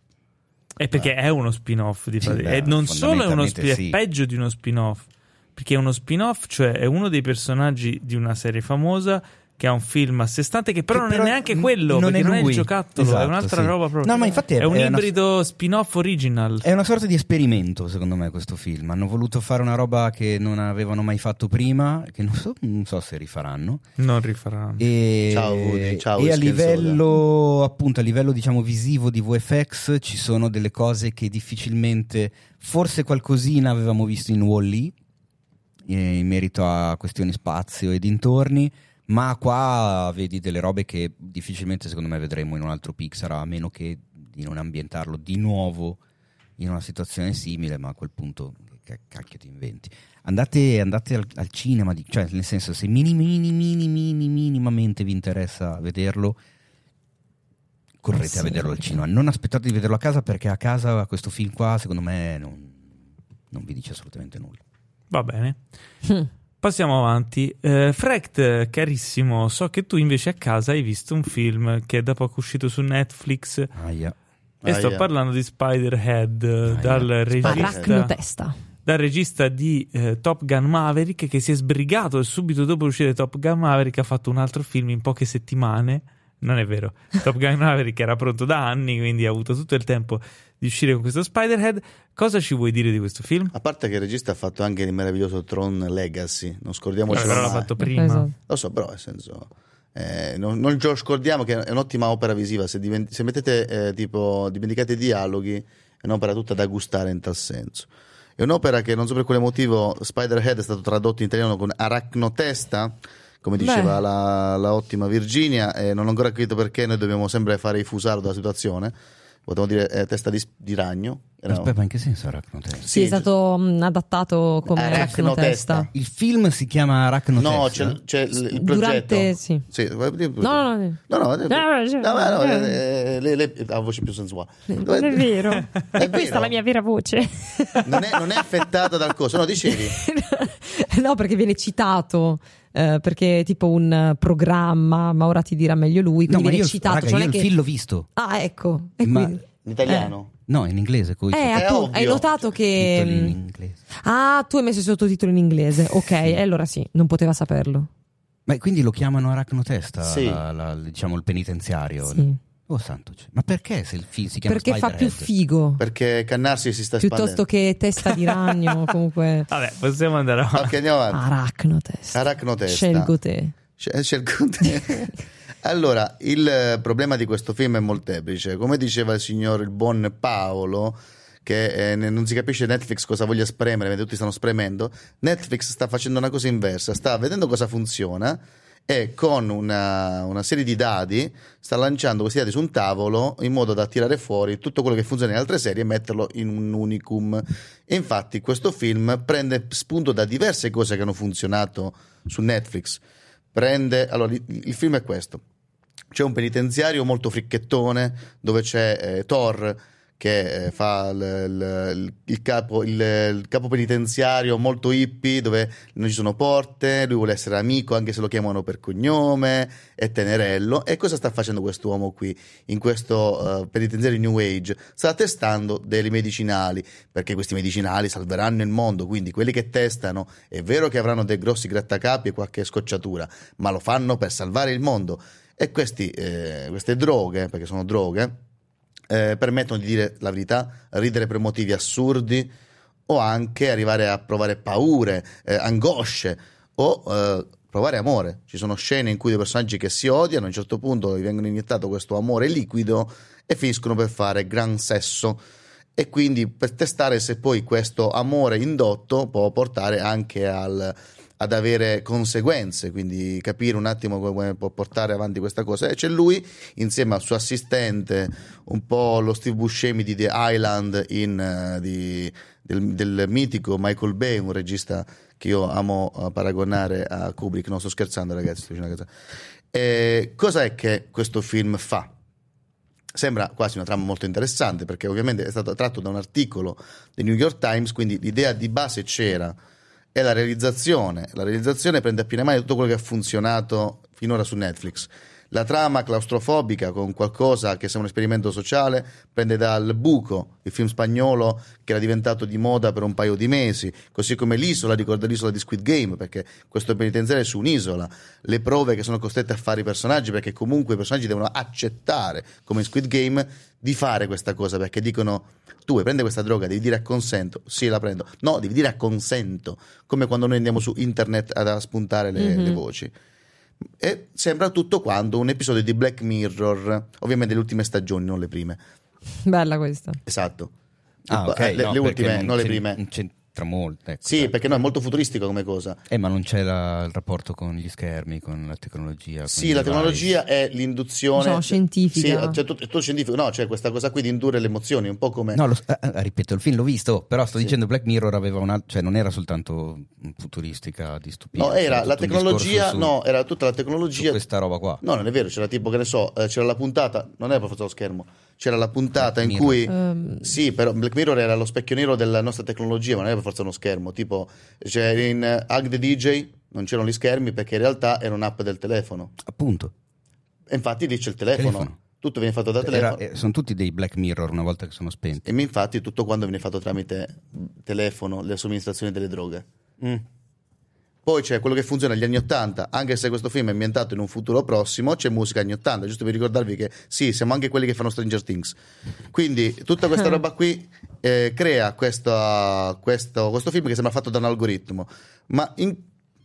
S1: E perché è uno spin-off di
S2: Sì,
S1: fatto.
S2: beh,
S1: E non solo è uno
S2: fondamentalmente
S1: spin-off,
S2: sì.
S1: è peggio di uno spin-off. Perché è uno spin-off, cioè è uno dei personaggi di una serie famosa che ha un film a sé stante che però
S2: Che
S1: non
S2: però
S1: è neanche
S2: n-
S1: quello,
S2: non
S1: perché
S2: è
S1: non è il
S2: lui.
S1: giocattolo, è
S2: Esatto,
S1: un'altra
S2: sì.
S1: roba proprio.
S2: No, ma infatti è-
S1: un
S2: è una- Eh.
S1: ibrido spin-off original.
S2: È una sorta di esperimento, secondo me, questo film. Hanno voluto fare una roba che non avevano mai fatto prima, che non so, non so se rifaranno.
S1: Non rifaranno.
S2: E,
S4: Ciao, Woody. Ciao,
S2: e a
S4: scherzola.
S2: livello, appunto, a livello diciamo visivo di VFX ci sono delle cose che difficilmente, forse qualcosina avevamo visto in Wall-E, eh, in merito a questioni spazio e dintorni. Ma qua vedi delle robe che difficilmente secondo me vedremo in un altro Pixar, a meno che di non ambientarlo di nuovo in una situazione simile, ma a quel punto che cacchio ti inventi. Andate, andate al, al cinema, di- cioè nel senso se mini, mini, mini, mini, minimamente vi interessa vederlo, correte a vederlo al cinema. Non aspettate di vederlo a casa perché a casa questo film qua secondo me non, non vi dice assolutamente nulla.
S1: Va bene.
S3: Hm.
S1: Passiamo avanti. Eh, Frecht, carissimo, so che tu invece a casa hai visto un film che è da poco uscito su Netflix e
S2: Aia.
S4: Ah,
S1: sto
S4: yeah.
S1: parlando di Spider-Head eh,
S2: Ah,
S1: dal,
S2: yeah.
S1: regista,
S3: Arachnotesta.
S1: dal regista di eh, Top Gun Maverick che si è sbrigato e subito dopo l'uscita di Top Gun Maverick ha fatto un altro film in poche settimane. Non è vero, Top Gun Maverick era pronto da anni, quindi ha avuto tutto il tempo di uscire con questo Spider-Head. Cosa ci vuoi dire di questo film?
S4: A parte che il regista ha fatto anche il meraviglioso Tron Legacy, non scordiamoci
S1: Eh, però l'ha
S4: mai.
S1: fatto prima.
S3: Esatto.
S4: Lo so, però nel senso. eh, non, non ci scordiamo che è un'ottima opera visiva. Se, diven- se mettete eh, tipo dimenticate i dialoghi, è un'opera tutta da gustare in tal senso. È un'opera che non so per quale motivo Spider-Head è stato tradotto in italiano con arachnotesta, come
S3: Beh.
S4: diceva la, la ottima Virginia, e non ho ancora capito perché noi dobbiamo sempre fare i fusaro della situazione. Potremmo dire eh, testa di, s- di ragno. Era-
S2: Aspetta, ma in che senso era Arachnotesta?
S3: Sì, è stato mh, adattato come
S4: Arachnotesta.
S3: Arachnotesta.
S2: Il film si chiama Arachnotesta?
S4: No, c'è, c'è il, il
S3: Durante,
S4: progetto.
S3: sì.
S4: Sì, vai-
S3: No, no, no.
S4: No, no, no,
S3: no,
S4: no, ma no,
S3: no. Eh,
S4: eh, le- le- ha una voce più sensuale.
S3: Non è vero.
S4: È
S3: E questa
S4: vero.
S3: è la mia vera voce.
S4: Non è, non è affettata dal coso, no, dicevi.
S3: no, perché viene citato. eh, perché è tipo un eh, programma, ma ora ti dirà meglio lui. Quindi
S2: No, ma
S3: viene
S2: io, il-
S3: citato.
S2: raga,
S3: cioè
S2: io
S3: non è
S2: il
S3: che-
S2: film l'ho visto.
S3: Ah, ecco. E
S2: Ma-
S3: quindi-
S4: In italiano.
S2: No, in inglese. Coi
S3: Eh, ehm, appunto,
S4: ovvio.
S3: hai notato che.
S2: sottotitoli in inglese.
S3: Ah, tu hai messo i sottotitoli in inglese. Ok,
S2: Sì.
S3: e allora sì, non poteva saperlo.
S2: Ma quindi lo chiamano Arachnotesta,
S4: Sì.
S2: la- la- diciamo il penitenziario.
S3: Sì.
S2: Oh santo, cielo. ma perché se il film si chiama
S3: Perché fa più
S2: Spider-Head?
S3: figo
S4: Perché Cannarsi si sta
S3: Eh. piuttosto
S4: espandendo.
S3: che testa di ragno. comunque,
S1: Vabbè, possiamo andare avanti.
S4: Ok, andiamo avanti.
S3: arachnotesta.
S4: Arachnotesta.
S3: Ah, Scelgo te.
S4: Sce- scelgo te. allora, il eh, problema di questo film è molteplice. Come diceva il signor, il buon Paolo, che eh, ne- non si capisce Netflix cosa voglia spremere, mentre tutti stanno spremendo, Netflix sta facendo una cosa inversa, sta vedendo cosa funziona e con una, una serie di dadi sta lanciando questi dadi su un tavolo in modo da tirare fuori tutto quello che funziona nelle altre serie e metterlo in un unicum. E infatti questo film prende spunto da diverse cose che hanno funzionato su Netflix. Prende, allora, il, il film è questo. C'è un penitenziario molto fricchettone dove c'è eh, Thor che eh, fa l- l- il, capo, il- il capo penitenziario molto hippie dove non ci sono porte, lui vuole essere amico anche se lo chiamano per cognome, è tenerello. E cosa sta facendo quest'uomo qui in questo eh, penitenziario New Age? Sta testando dei medicinali perché questi medicinali salveranno il mondo, quindi quelli che testano è vero che avranno dei grossi grattacapi e qualche scocciatura, ma lo fanno per salvare il mondo. E questi, eh, queste droghe, perché sono droghe, eh, permettono di dire la verità, ridere per motivi assurdi o anche arrivare a provare paure, eh, angosce o eh, provare amore. Ci sono scene in cui dei personaggi che si odiano, a un certo punto gli vengono iniettato questo amore liquido e finiscono per fare gran sesso. E quindi per testare se poi questo amore indotto può portare anche al, ad avere conseguenze, quindi capire un attimo come può portare avanti questa cosa. E c'è lui insieme al suo assistente, un po' lo Steve Buscemi di The Island in, eh, di- del, del mitico Michael Bay, un regista che io amo eh, paragonare a Kubrick. Non sto scherzando, ragazzi. Sto dicendo una cosa. Eh, cos'è che questo film fa? Sembra quasi una trama molto interessante perché ovviamente è stato tratto da un articolo del New York Times, quindi l'idea di base c'era, è la realizzazione. La realizzazione prende a piene mani tutto quello che ha funzionato finora su Netflix. La trama claustrofobica con qualcosa che sembra un esperimento sociale prende dal buco, il film spagnolo che era diventato di moda per un paio di mesi, così come l'isola ricorda l'isola di Squid Game perché questo penitenziario è su un'isola, le prove che sono costrette a fare i personaggi perché comunque i personaggi devono accettare, come in Squid Game, di fare questa cosa perché dicono tu vuoi prendere questa droga, devi dire acconsento, sì la prendo, no devi dire acconsento, come quando noi andiamo su internet ad- a spuntare le-
S3: Mhm.
S4: le voci e sembra tutto quanto un episodio di Black Mirror, ovviamente le ultime stagioni, non le prime.
S3: Bella questa.
S4: Esatto.
S2: Ah, ok.
S4: le,
S2: no,
S4: le
S2: perché
S4: ultime, non le
S2: c'en-
S4: prime.
S2: Non c'entra molto. Ecco,
S4: Sì,
S2: dai.
S4: perché no, è molto futuristico come cosa.
S2: Eh, ma non c'è la- il rapporto con gli schermi, con la tecnologia. con
S4: Sì,
S2: i
S4: la
S2: device.
S4: tecnologia è l'induzione.
S3: Sono scientifica.
S4: Sì, cioè, tutto, tutto scientifico. No, cioè questa cosa qui di indurre le emozioni, un po' come.
S2: No, lo- eh, eh, ripeto, il film l'ho visto, però sto dicendo Black Mirror aveva una, cioè non era soltanto mm, futuristica di stupidità.
S4: No, era
S2: tutto
S4: la
S2: un
S4: tecnologia,
S2: discorso su-
S4: no, era tutta la
S2: su
S4: tecnologia
S2: questa roba qua.
S4: No, non è vero, c'era tipo che ne so, eh, c'era la puntata, non era forza lo schermo, c'era la puntata
S2: Black Mirror.
S4: in cui
S3: Ehm.
S4: sì, però Black Mirror era lo specchio nero della nostra tecnologia, ma non era per forza uno schermo, tipo c'era in eh, Hug the DJ non c'erano gli schermi perché in realtà era un'app del telefono.
S2: Appunto.
S4: E infatti lì c'è il telefono.
S2: Telefono.
S4: Tutto viene fatto da telefono.
S2: Era- eh, sono tutti dei Black Mirror una volta che sono spenti.
S4: E infatti tutto quando viene fatto tramite telefono, le somministrazioni delle droghe. Poi c'è quello che funziona negli anni 80, anche se questo film è ambientato in un futuro prossimo, c'è musica anni 80, giusto per ricordarvi che sì, siamo anche quelli che fanno Stranger Things. Quindi tutta questa roba qui eh, crea questa- questo, questo film che sembra fatto da un algoritmo, ma in-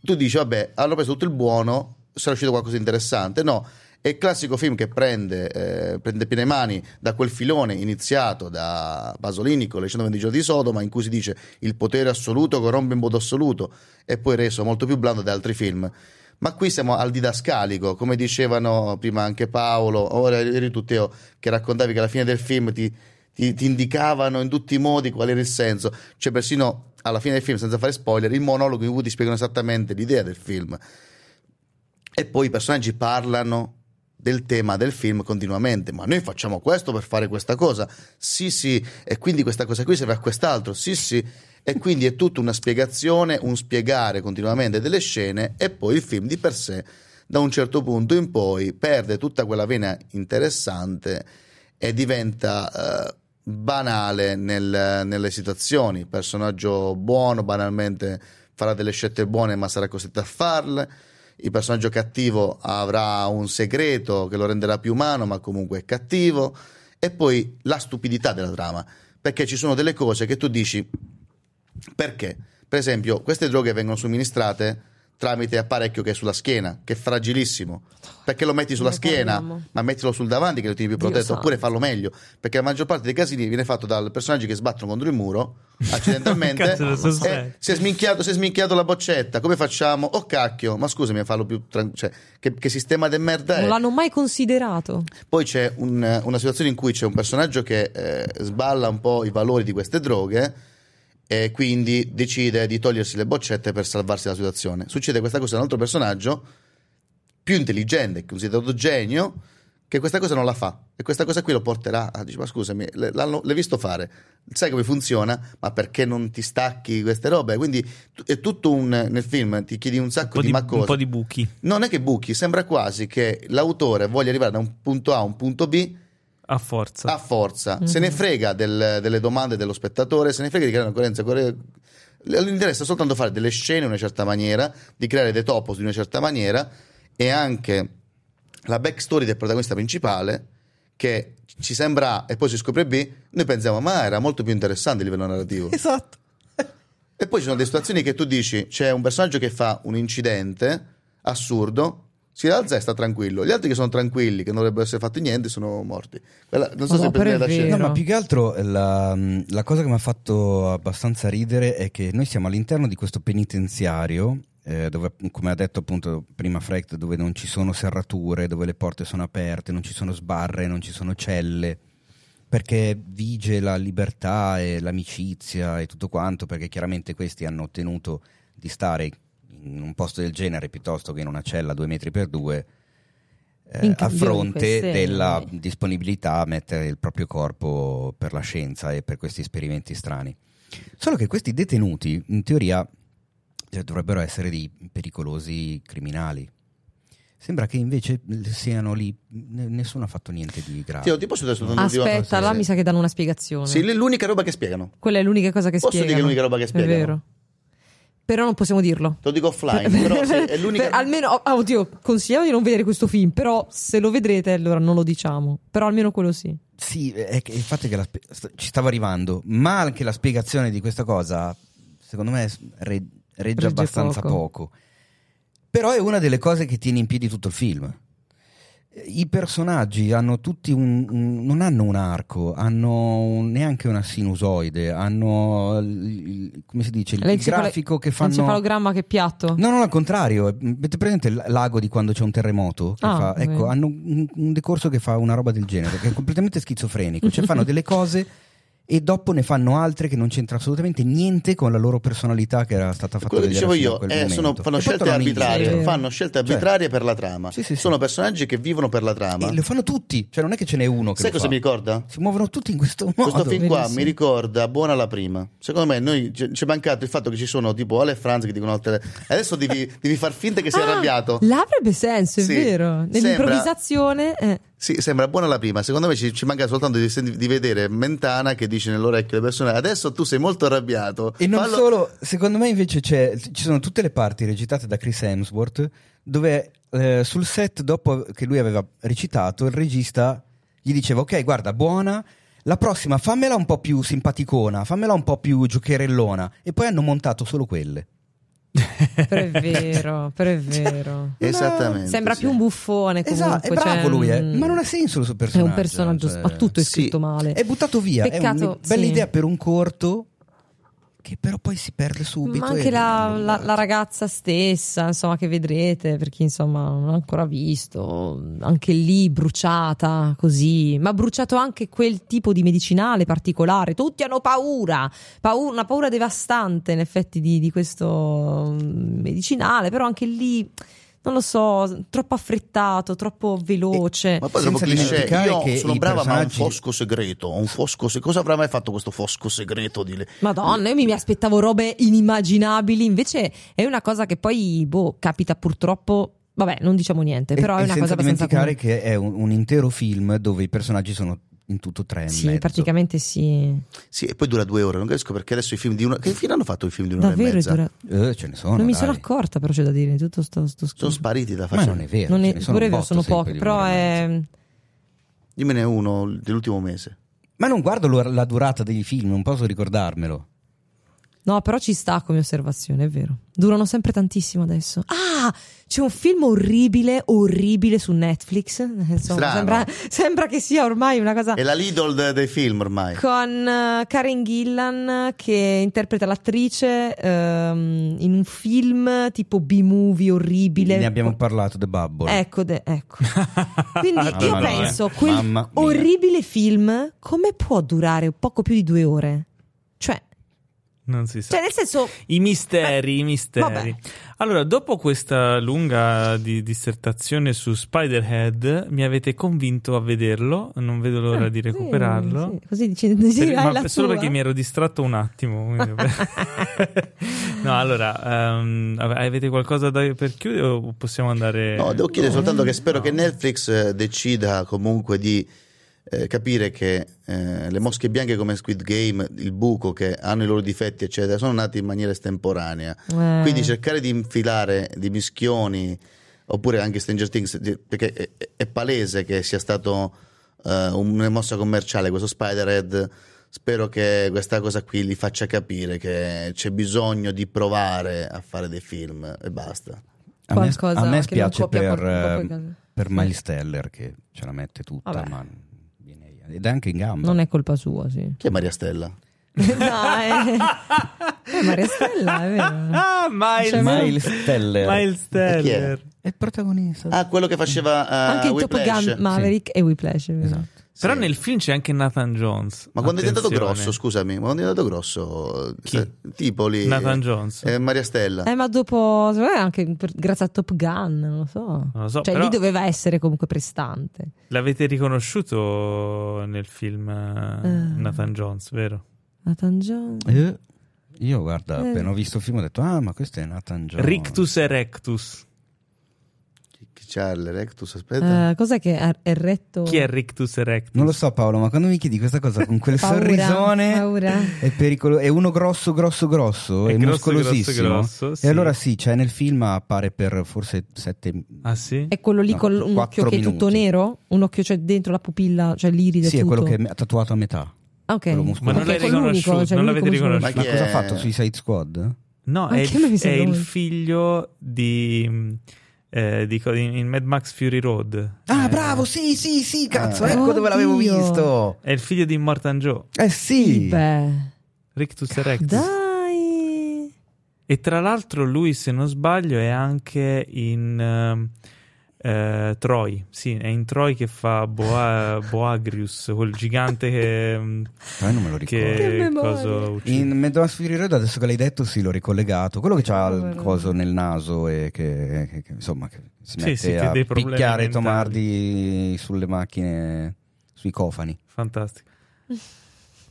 S4: tu dici vabbè, hanno preso tutto il buono, sarà uscito qualcosa di interessante, no? È il classico film che prende, eh, prende piene mani da quel filone iniziato da Pasolini con le 120 giorni di Sodoma, in cui si dice il potere assoluto corrompe in modo assoluto, e poi reso molto più blando da altri film. Ma qui siamo al didascalico, come dicevano prima anche Paolo, ora eri tu Teo, che raccontavi che alla fine del film ti, ti- ti indicavano in tutti i modi qual era il senso. Cioè, persino alla fine del film, senza fare spoiler, il monologo in cui ti spiegano esattamente l'idea del film. E poi i personaggi parlano del tema del film continuamente, ma noi facciamo questo per fare questa cosa, sì sì, e quindi questa cosa qui serve a quest'altro, sì sì, e quindi è tutta una spiegazione, un spiegare continuamente delle scene e poi il film di per sé da un certo punto in poi perde tutta quella vena interessante e diventa eh, banale nel- nelle situazioni, Il personaggio buono banalmente farà delle scelte buone ma sarà costretto a farle, il personaggio cattivo avrà un segreto che lo renderà più umano, ma comunque è cattivo. E poi la stupidità della trama, perché ci sono delle cose che tu dici perché. Per esempio, queste droghe vengono somministrate tramite apparecchio che è sulla schiena, che è fragilissimo. Perché lo metti sulla
S3: Ne
S4: schiena,
S3: parliamo.
S4: ma mettilo sul davanti che lo tieni più
S3: Dio
S4: protetto,
S3: santo.
S4: oppure farlo meglio, perché la maggior parte dei casini viene fatto dal personaggi che sbattono contro il muro accidentalmente
S1: Cazzo, lo so
S4: e
S1: sai.
S4: si è sminchiato, si è sminchiato la boccetta, come facciamo? Oh cacchio, ma scusami, fallo più tran- cioè, che, che sistema de merda
S3: Non
S4: è?
S3: l'hanno mai considerato.
S4: Poi c'è un- una situazione in cui c'è un personaggio che eh, sballa un po' i valori di queste droghe e quindi decide di togliersi le boccette per salvarsi dalla situazione. Succede questa cosa a un altro personaggio più intelligente, considerato genio, che questa cosa non la fa e questa cosa qui lo porterà a dice ma scusami, le- l'hanno- l'hai visto fare, sai come funziona, ma perché non ti stacchi queste robe? Quindi t- è tutto un nel film ti chiedi un
S1: Un
S4: sacco
S1: po'
S4: di,
S1: di,
S4: ma
S1: un
S4: cosa.
S1: po' di buchi.
S4: Non è che buchi, sembra quasi che l'autore voglia arrivare da un punto A a un punto B
S1: A forza.
S9: Ah.
S4: a forza.
S3: Mhm.
S4: Se ne frega del- delle domande dello spettatore, se ne frega di creare una coerenza. coere- Gli interessa soltanto fare delle scene in una certa maniera, di creare dei topos in una certa maniera e anche la backstory del protagonista principale che ci sembra A e poi si scopre B, noi pensiamo ma era molto più interessante a livello narrativo.
S2: Esatto.
S4: E poi ci sono delle situazioni che tu dici: c'è un personaggio che fa un incidente assurdo, si alza e sta tranquillo. Gli altri che sono tranquilli, che non dovrebbero essere fatti niente, sono morti. Quella- non so
S3: Ma
S4: se
S3: no, Oh, però
S4: prendere
S3: è
S4: la
S3: vero.
S4: scena.
S2: No, ma più che altro eh, la, la cosa che mi ha fatto abbastanza ridere è che noi siamo all'interno di questo penitenziario, eh, dove, come ha detto appunto prima Frecht, dove non ci sono serrature, dove le porte sono aperte, non ci sono sbarre, non ci sono celle, perché vige la libertà e l'amicizia e tutto quanto, perché chiaramente questi hanno ottenuto di stare in un posto del genere piuttosto che in una cella due metri per due. eh,
S3: In
S2: a
S3: cambio di
S2: fronte
S3: queste-
S2: della disponibilità a mettere il proprio corpo per la scienza e per questi esperimenti strani. Solo che questi detenuti, in teoria, cioè, dovrebbero essere dei pericolosi criminali. Sembra che invece eh, siano lì, ne- nessuno ha fatto niente di grave.
S4: Ti, ti posso dare soltanto un'ultima
S3: Aspetta,
S4: cosa?
S3: là mi sa che danno una spiegazione.
S4: Sì, lì è l'unica roba che spiegano.
S3: Quella è l'unica cosa che
S4: Posso
S3: spiegano.
S4: dire che è l'unica roba che spiegano?
S3: È vero. Però non possiamo dirlo.
S4: Te lo dico offline, però sì, è l'unica.
S3: Per- almeno, oh, oddio, consigliamo di non vedere questo film, però se lo vedrete allora non lo diciamo. Però almeno quello sì.
S2: Sì, è che- il fatto è che la spe- st- ci stavo arrivando, ma anche la spiegazione di questa cosa, secondo me, s- re- regge
S3: Regge
S2: abbastanza poco.
S3: poco.
S2: Però è una delle cose che tiene in piedi tutto il film. I personaggi hanno tutti un, un- non hanno un arco, hanno un- neanche una sinusoide, hanno il, il- come si dice, il, il
S3: L'encefalo-
S2: grafico che fanno
S3: L'encefalogramma che è piatto.
S2: No, no, al contrario. Eh, Avete presente il lago di quando c'è un terremoto? Che
S3: Ah,
S2: fa-
S3: ok.
S2: ecco, hanno un, un decorso che fa una roba del genere, che è completamente schizofrenico. Cioè fanno delle cose e dopo ne fanno altre che non c'entra assolutamente niente con la loro personalità che era stata fatta
S4: quello che
S2: vedere
S4: dicevo
S2: fino a
S4: io
S2: quel
S4: è, sono,
S2: momento.
S4: fanno
S2: E poi
S4: scelte
S2: tornano in
S4: arbitrarie,
S2: giro.
S4: fanno scelte
S2: Cioè,
S4: arbitrarie per la trama.
S2: Sì, sì, sì.
S4: Sono personaggi che vivono per la trama.
S2: e lo fanno tutti, cioè non è che ce n'è uno che
S4: Sai
S2: lo
S4: cosa
S2: fa.
S4: mi ricorda?
S2: Si muovono tutti in questo modo.
S4: Questo film qua
S3: Verissimo.
S4: mi ricorda buona la prima. Secondo me noi ci ci è mancato il fatto che ci sono tipo Ale e Franz che dicono altre. Adesso devi, devi far finta che sei
S3: Ah,
S4: arrabbiato.
S3: Là avrebbe senso, è
S4: Sì,
S3: vero. Nell'improvvisazione. eh.
S4: Sì, sembra buona la prima. Secondo me ci, ci manca soltanto di, senti- di vedere Mentana che dice nell'orecchio alle persone: Adesso tu sei molto arrabbiato.
S2: E non
S4: Fallo-
S2: solo, secondo me invece c'è- ci sono tutte le parti recitate da Chris Hemsworth dove eh, sul set dopo che lui aveva recitato il regista gli diceva ok guarda buona, la prossima fammela un po' più simpaticona, fammela un po' più giocherellona e poi hanno montato solo quelle.
S3: Però è vero, però è vero.
S4: Esattamente.
S3: Sembra
S4: sì.
S3: più un buffone comunque.
S2: Esatto, è bravo
S3: cioè,
S2: lui, eh.
S3: mm,
S2: ma non ha senso il suo
S3: È
S2: personaggio.
S3: un personaggio,
S2: cioè,
S3: ma tutto è
S4: sì.
S3: scritto male.
S2: È buttato via, è una
S3: Peccato,
S2: bella
S3: sì.
S2: idea per un corto che però poi si perde subito.
S3: Ma
S2: e
S3: anche la,
S2: viene
S3: la-
S2: annullato.
S3: la ragazza stessa, insomma, che vedrete per chi insomma non l'ha ancora visto, anche lì bruciata così, ma bruciato anche quel tipo di medicinale particolare. Tutti hanno paura, Pau- una paura devastante in effetti di, di questo mm, medicinale, però anche lì. Non lo so, troppo affrettato, troppo veloce.
S4: Ma poi dopo
S2: Senza
S4: cliché,
S2: dimenticare
S4: io
S2: che
S4: sono
S2: i
S4: brava, ma ho un
S2: personaggi-
S4: fosco segreto. ho Un fosco se- Cosa avrà mai fatto questo fosco segreto di lei?
S3: Madonna, io mi mi aspettavo robe inimmaginabili. Invece è una cosa che poi, boh, capita purtroppo. Vabbè, non diciamo niente,
S2: E-
S3: però
S2: e
S3: è una
S2: senza
S3: cosa abbastanza
S2: dimenticare che è un, un intero film dove i personaggi sono in tutto tre e
S3: comune.
S2: mezzo.
S3: Sì, praticamente sì.
S4: Sì, e poi dura due ore. Non capisco perché adesso i film di una. Che fine hanno fatto i film di un'ora e
S3: Davvero è
S4: mezza?
S3: dura.
S2: Eh, ce ne sono,
S3: non mi
S2: dai.
S3: sono accorta, però c'è da dire. Tutto sto, sto schifo.
S4: Sono spariti da
S2: Ma
S4: faccia.
S2: non è vero,
S3: Non
S2: ce
S3: è-
S2: ne
S3: pure
S2: cioè, un
S3: è vero,
S2: botto
S3: sono
S2: sempre
S3: pochi,
S2: di
S3: però
S2: un'ora e mezzo.
S3: è.
S4: Dimmene uno dell'ultimo mese.
S2: Ma non guardo l'ora- la durata dei film, non posso ricordarmelo.
S3: No, però ci sta come osservazione, è vero. Durano sempre tantissimo adesso. Ah, c'è un film orribile, orribile su Netflix. Insomma,
S9: Strano.
S3: sembra, sembra che sia ormai una cosa.
S9: È la Lidl de- dei film ormai.
S3: Con eh, Karen Gillan che interpreta l'attrice ehm, in un film tipo B-movie orribile.
S2: Ne abbiamo parlato, The Bubble.
S3: Ecco, de- ecco. Quindi
S2: Mamma
S3: io
S2: mia.
S3: penso, quel
S2: Mamma mia.
S3: orribile film come può durare poco più di due ore? Cioè,
S1: Non si sa.
S3: cioè nel senso...
S1: I misteri, i misteri.
S3: vabbè.
S1: Allora, dopo questa lunga di- dissertazione su Spider-Head, mi avete convinto a vederlo, non vedo l'ora di
S3: Ah, Sì,
S1: recuperarlo.
S3: sì, così dici, sì,
S1: Per-
S3: hai
S1: ma
S3: la
S1: per- solo
S3: tua.
S1: perché mi ero distratto un attimo. quindi- no, allora, ehm, av- avete qualcosa da, per chiudere o possiamo andare?
S9: No, devo chiedere soltanto che spero
S1: Eh. No.
S9: che Netflix eh, decida comunque di eh, capire che eh, le mosche bianche come Squid Game, il buco che hanno i loro difetti, eccetera, sono nati in maniera estemporanea.
S3: Eh.
S9: Quindi cercare di infilare di mischioni oppure anche Stranger Things, di- perché è, è palese che sia stato eh, una mossa commerciale questo Spider-Head. Spero che questa cosa qui li faccia capire che c'è bisogno di provare a fare dei film e basta.
S2: a me,
S3: qualcosa
S2: a me
S3: che non
S2: spiace
S3: copia
S2: per,
S3: qualche- qualche
S2: eh,
S3: cosa.
S2: per
S3: Sì.
S2: Miles Teller che ce la mette tutta,
S3: Vabbè.
S2: ma viene- ed è anche in gamba.
S3: Non è colpa sua, sì.
S9: Chi è Maria Stella?
S3: no, è... è Eh, Maria Stella, è vero.
S1: Ah, Miles,
S3: Cioè,
S2: Miles Teller.
S1: Miles
S9: E chi è?
S1: Teller.
S2: È il protagonista.
S9: Ah, quello che faceva eh,
S3: Anche in Top
S9: Whiplash.
S3: Gun Maverick e Whiplash. è vero.
S2: Esatto.
S1: Però
S9: Sì.
S1: nel film c'è anche Nathan Jones.
S9: Ma quando è diventato
S1: Attenzione.
S9: grosso, scusami, ma quando è diventato grosso,
S1: Chi?
S9: eh, tipo lì
S1: Nathan Jones.
S9: eh, Maria Stella.
S3: Eh, ma dopo, secondo me anche per- grazie a Top Gun, non lo so.
S1: Non lo so,
S3: cioè,
S1: Ah, però-
S3: lì doveva essere comunque prestante.
S1: L'avete riconosciuto nel film eh,
S3: Eh.
S1: Nathan Jones, vero?
S3: Nathan Jones.
S2: Eh, Io guarda,
S3: Eh.
S2: appena ho visto il film ho detto, ah ma questo è Nathan Jones.
S1: Rictus Erectus.
S9: Chi c'ha l'Erectus? Aspetta.
S3: Eh, cos'è che è, è retto?
S1: Chi è Rictus Erectus?
S2: Non lo so Paolo, ma quando mi chiedi questa cosa con quel
S3: Paura,
S2: sorrisone
S3: paura.
S2: è pericoloso, è uno grosso grosso grosso,
S1: È
S2: è,
S1: grosso,
S2: muscolosissimo.
S1: grosso, grosso, sì.
S2: E allora sì, cioè nel film appare per forse sette
S1: Ah sì?
S3: È quello lì
S2: No,
S3: con un
S2: quattro
S3: occhio che è tutto
S2: minuti.
S3: nero? Un occhio c'è dentro la pupilla, cioè l'iride
S2: Sì, è
S3: tutto.
S2: quello che è me- tatuato a metà.
S3: Ah, ok.
S2: quello
S1: Ma
S2: muscoloso.
S1: non
S3: Ok,
S1: l'hai
S3: è l'unico,
S1: riconosciuto,
S3: cioè
S1: non
S3: l'unico
S1: l'avete
S3: muscolo.
S9: Ma
S1: riconosciuto.
S2: Ma
S9: chi
S2: cosa
S9: è?
S2: ha fatto Suicide Squad?
S1: No, è
S3: Anche a me mi
S1: il, è
S3: sembra
S1: il
S3: lui.
S1: figlio di, eh, di co- in in Mad Max Fury Road.
S2: Ah,
S1: Eh,
S2: bravo, sì, sì, sì, cazzo,
S3: Ah.
S2: ecco dove l'avevo
S3: Oddio.
S2: visto.
S1: È il figlio di Immortan Joe,
S2: Eh sì.
S3: Beh,
S1: Rictus Erectus.
S3: dai.
S1: E tra l'altro lui, se non sbaglio, è anche in ehm, eh, Troy. Sì, è in Troy che fa Boa- Boagrius, quel gigante che... mm,
S2: Poi non me lo ricordo.
S3: Che
S1: che
S3: memoria.
S1: cosa uccide.
S2: In Medoas Fury Road, adesso che l'hai detto, sì, l'ho ricollegato. Quello che ha il
S3: Povero.
S2: coso nel naso e che, che- che, insomma, che si
S1: Sì,
S2: mette
S1: sì, che
S2: a
S1: dei problemi
S2: picchiare
S1: mentali.
S2: Tomardi sulle macchine, sui cofani.
S1: Fantastico.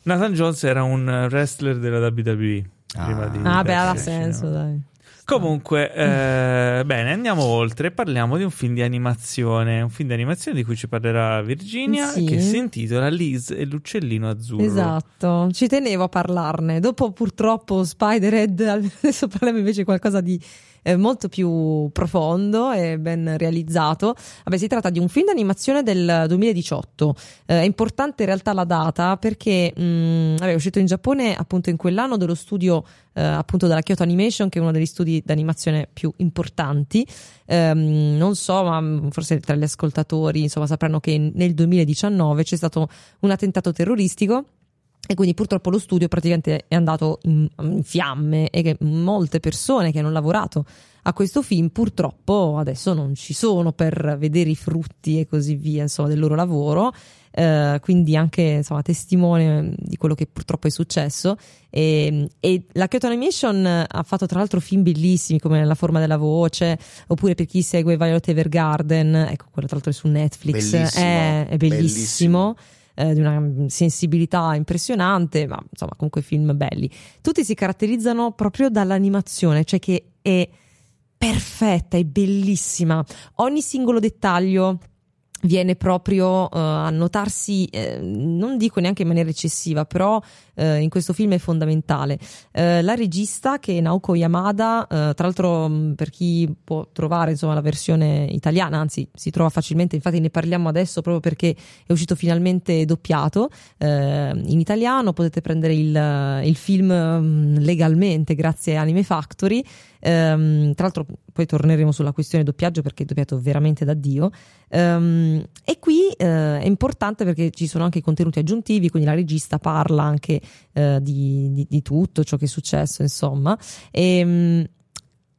S1: Nathan Jones era un wrestler della WWE.
S2: Ah.
S1: prima di-
S3: Ah, beh,
S1: del
S3: ha
S2: sì,
S1: cinema.
S3: senso, dai.
S1: Comunque, eh,
S3: Mm.
S1: bene, andiamo oltre. Parliamo di un film di animazione. Un film di animazione di cui ci parlerà Virginia,
S3: Sì.
S1: che si intitola Liz e l'uccellino azzurro.
S3: Esatto, ci tenevo a parlarne. Dopo purtroppo Spider-Head, adesso parliamo invece di qualcosa di eh, molto più profondo e ben realizzato. Vabbè, si tratta di un film d'animazione del 2018. Eh, è importante in realtà la data perché mh, vabbè, è uscito in Giappone appunto in quell'anno dello studio eh, appunto della Kyoto Animation, che è uno degli studi d'animazione più importanti. Ehm, non so, ma mh, forse tra gli ascoltatori insomma sapranno che nel 2019 c'è stato un attentato terroristico. E quindi purtroppo lo studio praticamente è andato in, in fiamme e che molte persone che hanno lavorato a questo film purtroppo adesso non ci sono per vedere i frutti e così via insomma, del loro lavoro. Eh, quindi anche insomma, testimone mm, di quello che purtroppo è successo e, e la Kyoto Animation ha fatto tra l'altro film bellissimi come La forma della voce oppure per chi segue Violet Evergarden ecco quello tra l'altro è su Netflix Eh,
S9: Bellissimo,
S3: è, è bellissimo
S9: bellissimo.
S3: eh, di una mm, sensibilità impressionante, ma insomma, comunque film belli. Tutti si caratterizzano proprio dall'animazione, cioè che è perfetta, è bellissima. Ogni singolo dettaglio viene proprio eh, a notarsi, eh, non dico neanche in maniera eccessiva, però eh, in questo film è fondamentale. Eh, la regista che è Naoko Yamada, eh, tra l'altro mh, per chi può trovare insomma, la versione italiana, anzi si trova facilmente, infatti ne parliamo adesso proprio perché è uscito finalmente doppiato eh, in italiano, potete prendere il, il film mh, legalmente grazie a Anime Factory. Ehm, tra l'altro poi torneremo sulla questione doppiaggio perché è doppiato veramente da Dio. Ehm, e qui eh, è importante perché ci sono anche i contenuti aggiuntivi, quindi la regista parla anche eh, di, di- di tutto ciò che è successo, insomma. Ehm,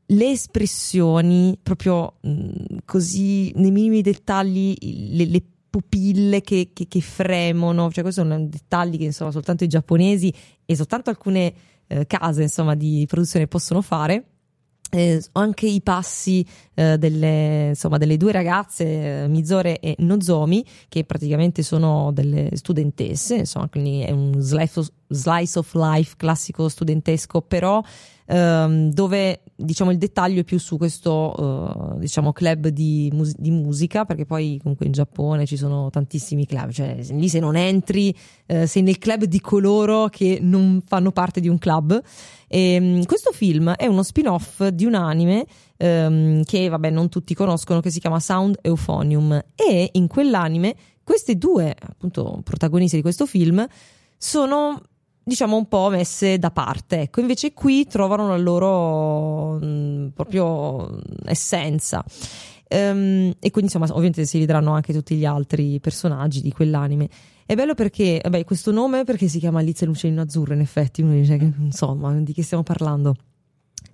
S3: le espressioni, proprio mh, così nei minimi dettagli, le, le pupille che, che- che fremono, cioè questi sono dettagli che insomma soltanto i giapponesi e soltanto alcune eh, case insomma, di produzione possono fare. Eh, anche i passi eh, delle, insomma, delle due ragazze, eh, Mizore e Nozomi, che praticamente sono delle studentesse, insomma, quindi è un slice of, slice of life classico studentesco, però ehm, dove diciamo il dettaglio è più su questo eh, diciamo club di, mus- di musica, perché poi comunque in Giappone ci sono tantissimi club, cioè se- lì se non entri eh, sei nel club di coloro che non fanno parte di un club. E, mm, questo film è uno spin-off di un anime ehm, che vabbè non tutti conoscono che si chiama Sound Euphonium e in quell'anime queste due appunto protagoniste di questo film sono diciamo un po' messe da parte ecco invece qui trovano la loro mh, proprio mh, essenza Ehm, e quindi insomma ovviamente si vedranno anche tutti gli altri personaggi di quell'anime è bello perché vabbè, questo nome perché si chiama Alice e l'uccellino azzurro in effetti uno dice che, insomma di che stiamo parlando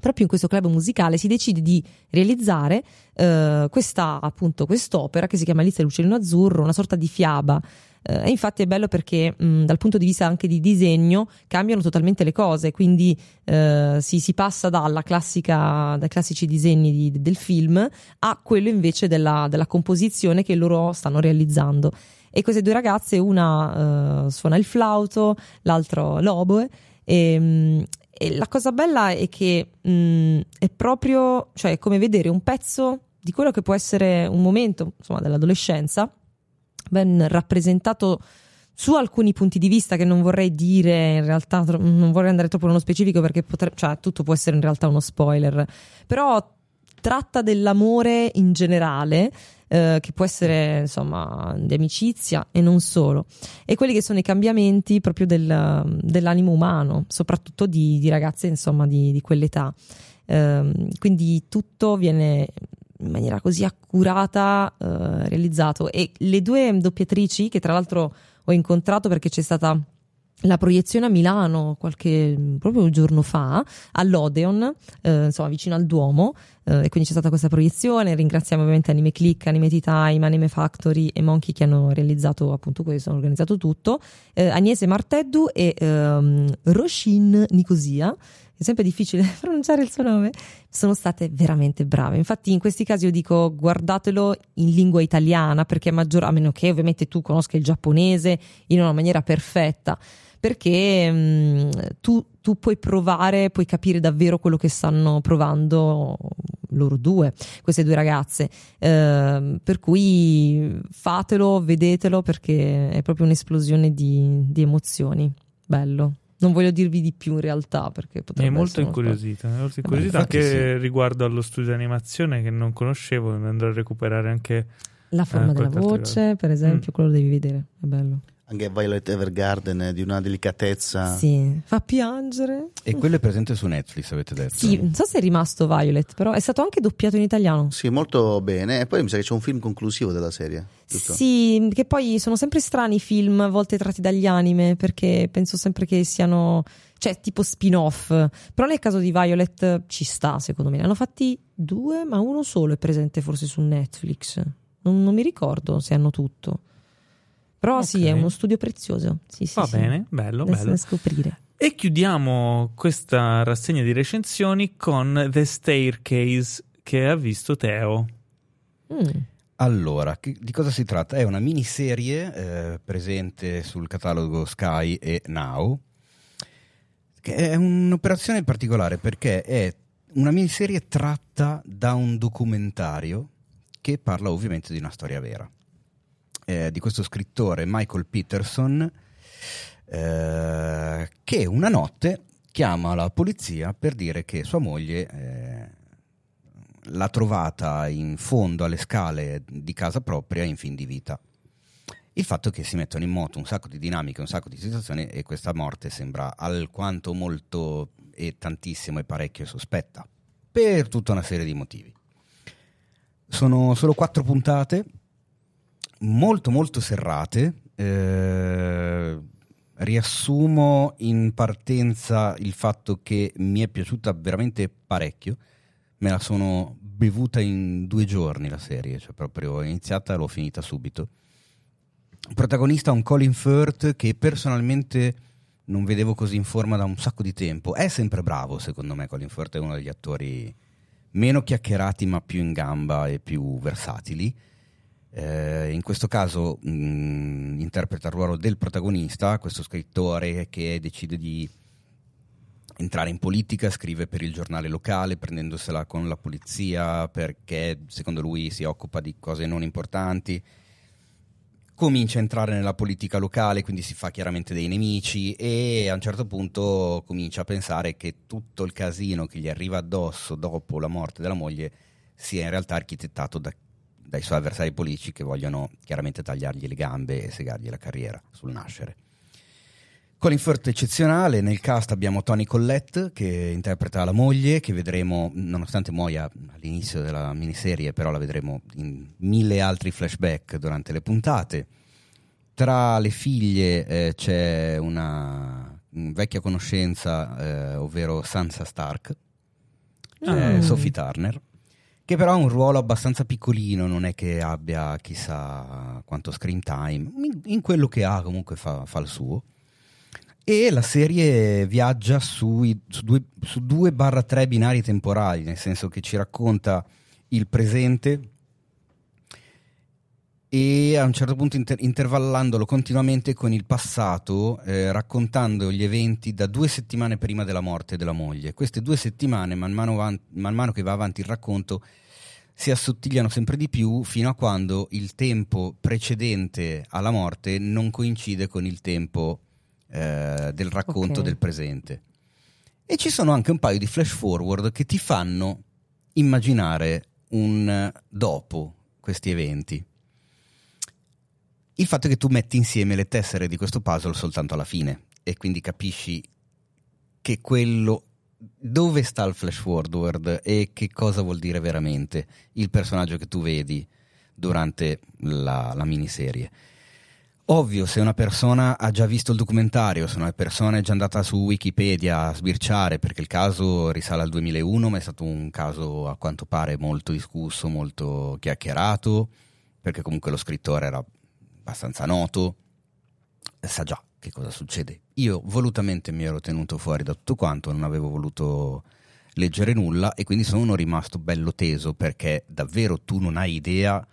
S3: proprio in questo club musicale si decide di realizzare eh, questa appunto quest'opera che si chiama Alice e l'uccellino azzurro, una sorta di fiaba. Eh, e infatti è bello perché mh, dal punto di vista anche di disegno cambiano totalmente le cose, quindi eh, si, si passa dalla classica, dai classici disegni di- del film a quello invece della, della composizione che loro stanno realizzando. E queste due ragazze, una eh, suona il flauto, l'altro l'oboe, e, mh, e la cosa bella è che mh, è proprio, cioè, è come vedere un pezzo di quello che può essere un momento, insomma, dell'adolescenza, ben rappresentato su alcuni punti di vista che non vorrei dire, in realtà tro- non vorrei andare troppo nello specifico perché potre- cioè, tutto può essere in realtà uno spoiler, però tratta dell'amore in generale, eh, che può essere insomma di amicizia e non solo e quelli che sono i cambiamenti proprio del- dell'animo umano, soprattutto di, di ragazze insomma di, di quell'età. Ehm, quindi tutto viene in maniera così accurata eh, realizzato e le due doppiatrici che tra l'altro ho incontrato perché c'è stata la proiezione a Milano qualche proprio un giorno fa all'Odeon, eh, insomma vicino al Duomo eh, e quindi c'è stata questa proiezione, ringraziamo ovviamente Anime Click, Anime Tea Time, Anime Factory e Monkey che hanno realizzato appunto questo, hanno organizzato tutto, eh, Agnese Marteddu e ehm, Roshin Nicosia, è sempre difficile pronunciare il suo nome, sono state veramente brave. Infatti, in questi casi io dico guardatelo in lingua italiana, perché a maggior, a meno che ovviamente tu conosca il giapponese in una maniera perfetta, perché mm, tu, tu puoi provare, puoi capire davvero quello che stanno provando loro due, queste due ragazze. Ehm, per cui fatelo, vedetelo, perché è proprio un'esplosione di, di emozioni. Bello. Non voglio dirvi di più in realtà perché
S1: Mi
S3: potrebbe
S1: è molto
S3: essere uno spoiler.
S1: incuriosita, mi è molto incuriosita
S2: infatti
S1: anche
S2: sì.
S1: riguardo allo studio di animazione che non conoscevo, mi andrò a recuperare anche
S3: La forma
S1: Eh,
S3: della
S1: qualche altra
S3: voce, per esempio,
S1: Mm.
S3: quello lo devi vedere, è bello.
S9: Anche Violet Evergarden è di una
S4: Ah.
S9: delicatezza.
S3: Sì, fa piangere.
S2: E quello è presente su Netflix, avete detto?
S3: Sì, non so se è rimasto Violet, però è stato anche doppiato in italiano.
S9: Sì, molto bene. E poi mi sa che c'è un film conclusivo della serie. giusto?
S3: Sì, che poi sono sempre strani i film a volte tratti dagli anime, perché penso sempre che siano, cioè, tipo spin-off. Però nel caso di Violet eh, ci sta, secondo me. Ne hanno fatti due, ma uno solo è presente forse su Netflix. Non, non mi ricordo se hanno tutto. Però sì,
S1: Ok.
S3: è uno studio prezioso. Sì, sì,
S1: Va
S3: sì.
S1: bene, bello,
S3: Da-
S1: bello.
S3: da scoprire.
S1: E chiudiamo questa rassegna di recensioni con The Staircase che ha visto Teo.
S3: Mm.
S2: Allora, che- di cosa si tratta? È una miniserie eh, presente sul catalogo Sky e Now, che è un'operazione particolare perché è una miniserie tratta da un documentario che parla ovviamente di una storia vera. eh, di questo scrittore Michael Peterson eh, che una notte chiama la polizia per dire che sua moglie eh, l'ha trovata in fondo alle scale di casa propria in fin di vita. Il fatto è che si mettono in moto un sacco di dinamiche, un sacco di situazioni e questa morte sembra alquanto molto e tantissimo e parecchio sospetta per tutta una serie di motivi. Sono solo quattro puntate, molto molto serrate. Eh, riassumo in partenza il fatto che mi è piaciuta veramente parecchio. Me la sono bevuta in due giorni la serie, cioè proprio ho iniziata e l'ho finita subito. Protagonista è un Colin Firth che personalmente non vedevo così in forma da un sacco di tempo. È sempre bravo, secondo me. Colin Firth è uno degli attori meno chiacchierati, ma più in gamba e più versatili. Eh, in questo caso mh, interpreta il ruolo del protagonista, questo scrittore che decide di entrare in politica, scrive per il giornale locale, prendendosela con la polizia perché secondo lui si occupa di cose non importanti comincia a entrare nella politica locale, quindi si fa chiaramente dei nemici e a un certo punto comincia a pensare che tutto il casino che gli arriva addosso dopo la morte della moglie sia in realtà architettato da, dai suoi avversari politici che vogliono chiaramente tagliargli le gambe e segargli la carriera sul nascere. Colin Firth eccezionale, nel cast abbiamo Tony Collette che interpreta la moglie, che vedremo, nonostante muoia all'inizio della miniserie, però la vedremo in mille altri flashback durante le puntate. Tra le figlie eh, c'è una vecchia conoscenza, eh, ovvero Sansa Stark, cioè
S3: Ah.
S2: Sophie Turner, che però ha un ruolo abbastanza piccolino, non è che abbia chissà quanto screen time, in, in quello che ha comunque fa- fa il suo. E la serie viaggia sui, su due- su 2-3 binari temporali, nel senso che ci racconta il presente e a un certo punto inter- intervallandolo continuamente con il passato, eh, raccontando gli eventi da due settimane prima della morte della moglie. Queste due settimane, man mano, avan- man mano che va avanti il racconto, si assottigliano sempre di più fino a quando il tempo precedente alla morte non coincide con il tempo eh, del racconto
S3: Ok.
S2: del presente. E ci sono anche un paio di flash forward che ti fanno immaginare un eh, dopo questi eventi. Il fatto è che tu metti insieme le tessere di questo puzzle soltanto alla fine e quindi capisci che quello dove sta il flash forward e che cosa vuol dire veramente il personaggio che tu vedi durante la, la miniserie. Ovvio, se una persona ha già visto il documentario, se una persona è già andata su Wikipedia a sbirciare, perché il caso risale al 2001, ma è stato un caso a quanto pare molto discusso, molto chiacchierato, perché comunque lo scrittore era abbastanza noto, sa già che cosa succede. Io volutamente mi ero tenuto fuori da tutto quanto, non avevo voluto leggere nulla e quindi sono rimasto bello teso perché davvero tu non hai idea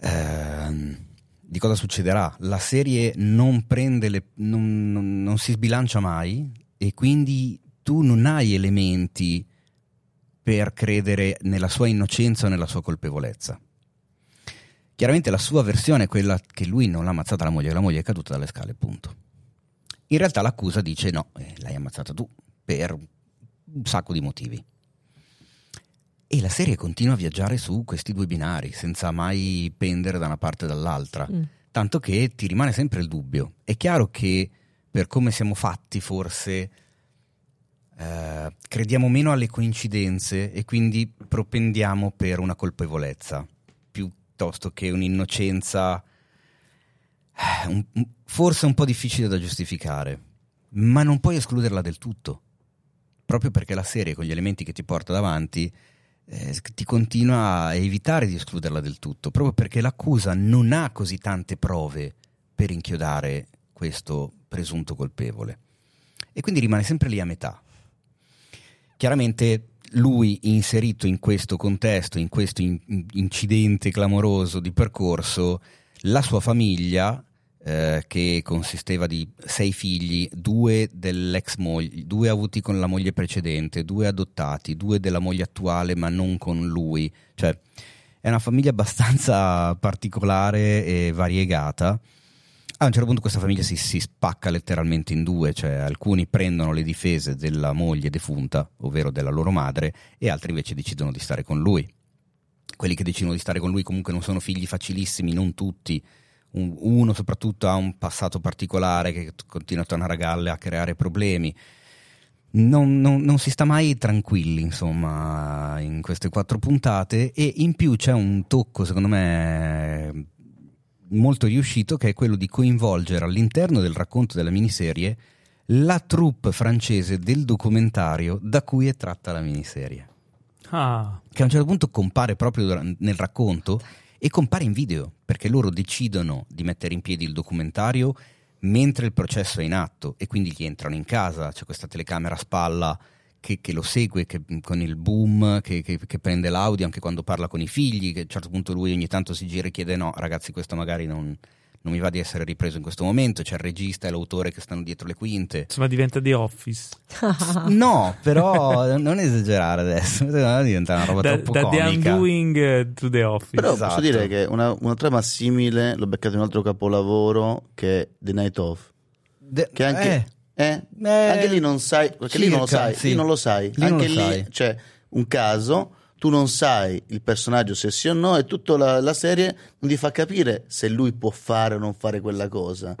S2: ehm, di cosa succederà. La serie non prende le, non, non- non si sbilancia mai e quindi tu non hai elementi per credere nella sua innocenza o nella sua colpevolezza. Chiaramente la sua versione è quella che lui non l'ha ammazzata la moglie, che la moglie è caduta dalle scale, punto. In realtà l'accusa dice no, eh, l'hai ammazzata tu per un sacco di motivi. E la serie continua a viaggiare su questi due binari senza mai pendere da una parte o dall'altra,
S3: Mm.
S2: tanto che ti rimane sempre il dubbio. È chiaro che per come siamo fatti forse eh, crediamo meno alle coincidenze e quindi propendiamo per una colpevolezza piuttosto che un'innocenza eh, un- un- forse un po' difficile da giustificare, ma non puoi escluderla del tutto, proprio perché la serie con gli elementi che ti porta davanti eh, sc- ti continua a evitare di escluderla del tutto, proprio perché l'accusa non ha così tante prove per inchiodare questo presunto colpevole. E quindi rimane sempre lì a metà. Chiaramente lui inserito in questo contesto, in questo in- in- incidente clamoroso di percorso, la sua famiglia, eh, che consisteva di sei figli, due dell'ex moglie, due avuti con la moglie precedente, due adottati, due della moglie attuale ma non con lui, cioè È una famiglia abbastanza particolare e variegata. A un certo punto questa famiglia si, si spacca letteralmente in due, cioè alcuni prendono le difese della moglie defunta, ovvero della loro madre, e altri invece decidono di stare con lui. Quelli che decidono di stare con lui comunque non sono figli facilissimi, non tutti, un- uno soprattutto ha un passato particolare che t- continua a tornare a galle a creare problemi. Non, non- non si sta mai tranquilli, insomma, in queste quattro puntate. E in più c'è un tocco, secondo me, molto riuscito, che è quello di coinvolgere all'interno del racconto della miniserie la troupe francese del documentario da cui è tratta la miniserie.
S1: Ah,
S2: Che a un certo punto compare proprio dura- nel racconto e compare in video perché loro decidono di mettere in piedi il documentario mentre il processo è in atto e quindi gli entrano in casa, c'è questa telecamera a spalla che, che lo segue che- con il boom, che, che- che prende l'audio anche quando parla con i figli, che a un certo punto lui ogni tanto si gira e chiede no ragazzi questo magari non, non mi va di essere ripreso in questo momento, c'è il regista e l'autore che stanno dietro le quinte.
S1: insomma diventa The Office.
S3: Ah.
S1: Ah.
S2: No, però non esagerare adesso, diventa una roba
S1: da,
S2: troppo
S1: da The
S2: comica.
S1: Undoing eh, to The Office.
S4: Però
S2: Esatto.
S4: posso dire che una, una trama simile l'ho beccata in un altro capolavoro che è The Night Of.
S2: De-
S4: Che anche,
S2: eh.
S4: eh?
S2: Eh,
S4: Anche lì non sai, perché lì non lo
S2: circa,
S4: sai,
S2: sì.
S4: lì non lo sai.
S2: Lì non
S4: anche
S2: lo
S4: lì
S2: sai.
S4: c'è un caso, tu non sai il personaggio se sì o no, e tutta la, la serie non ti fa capire se lui può fare o non fare quella cosa.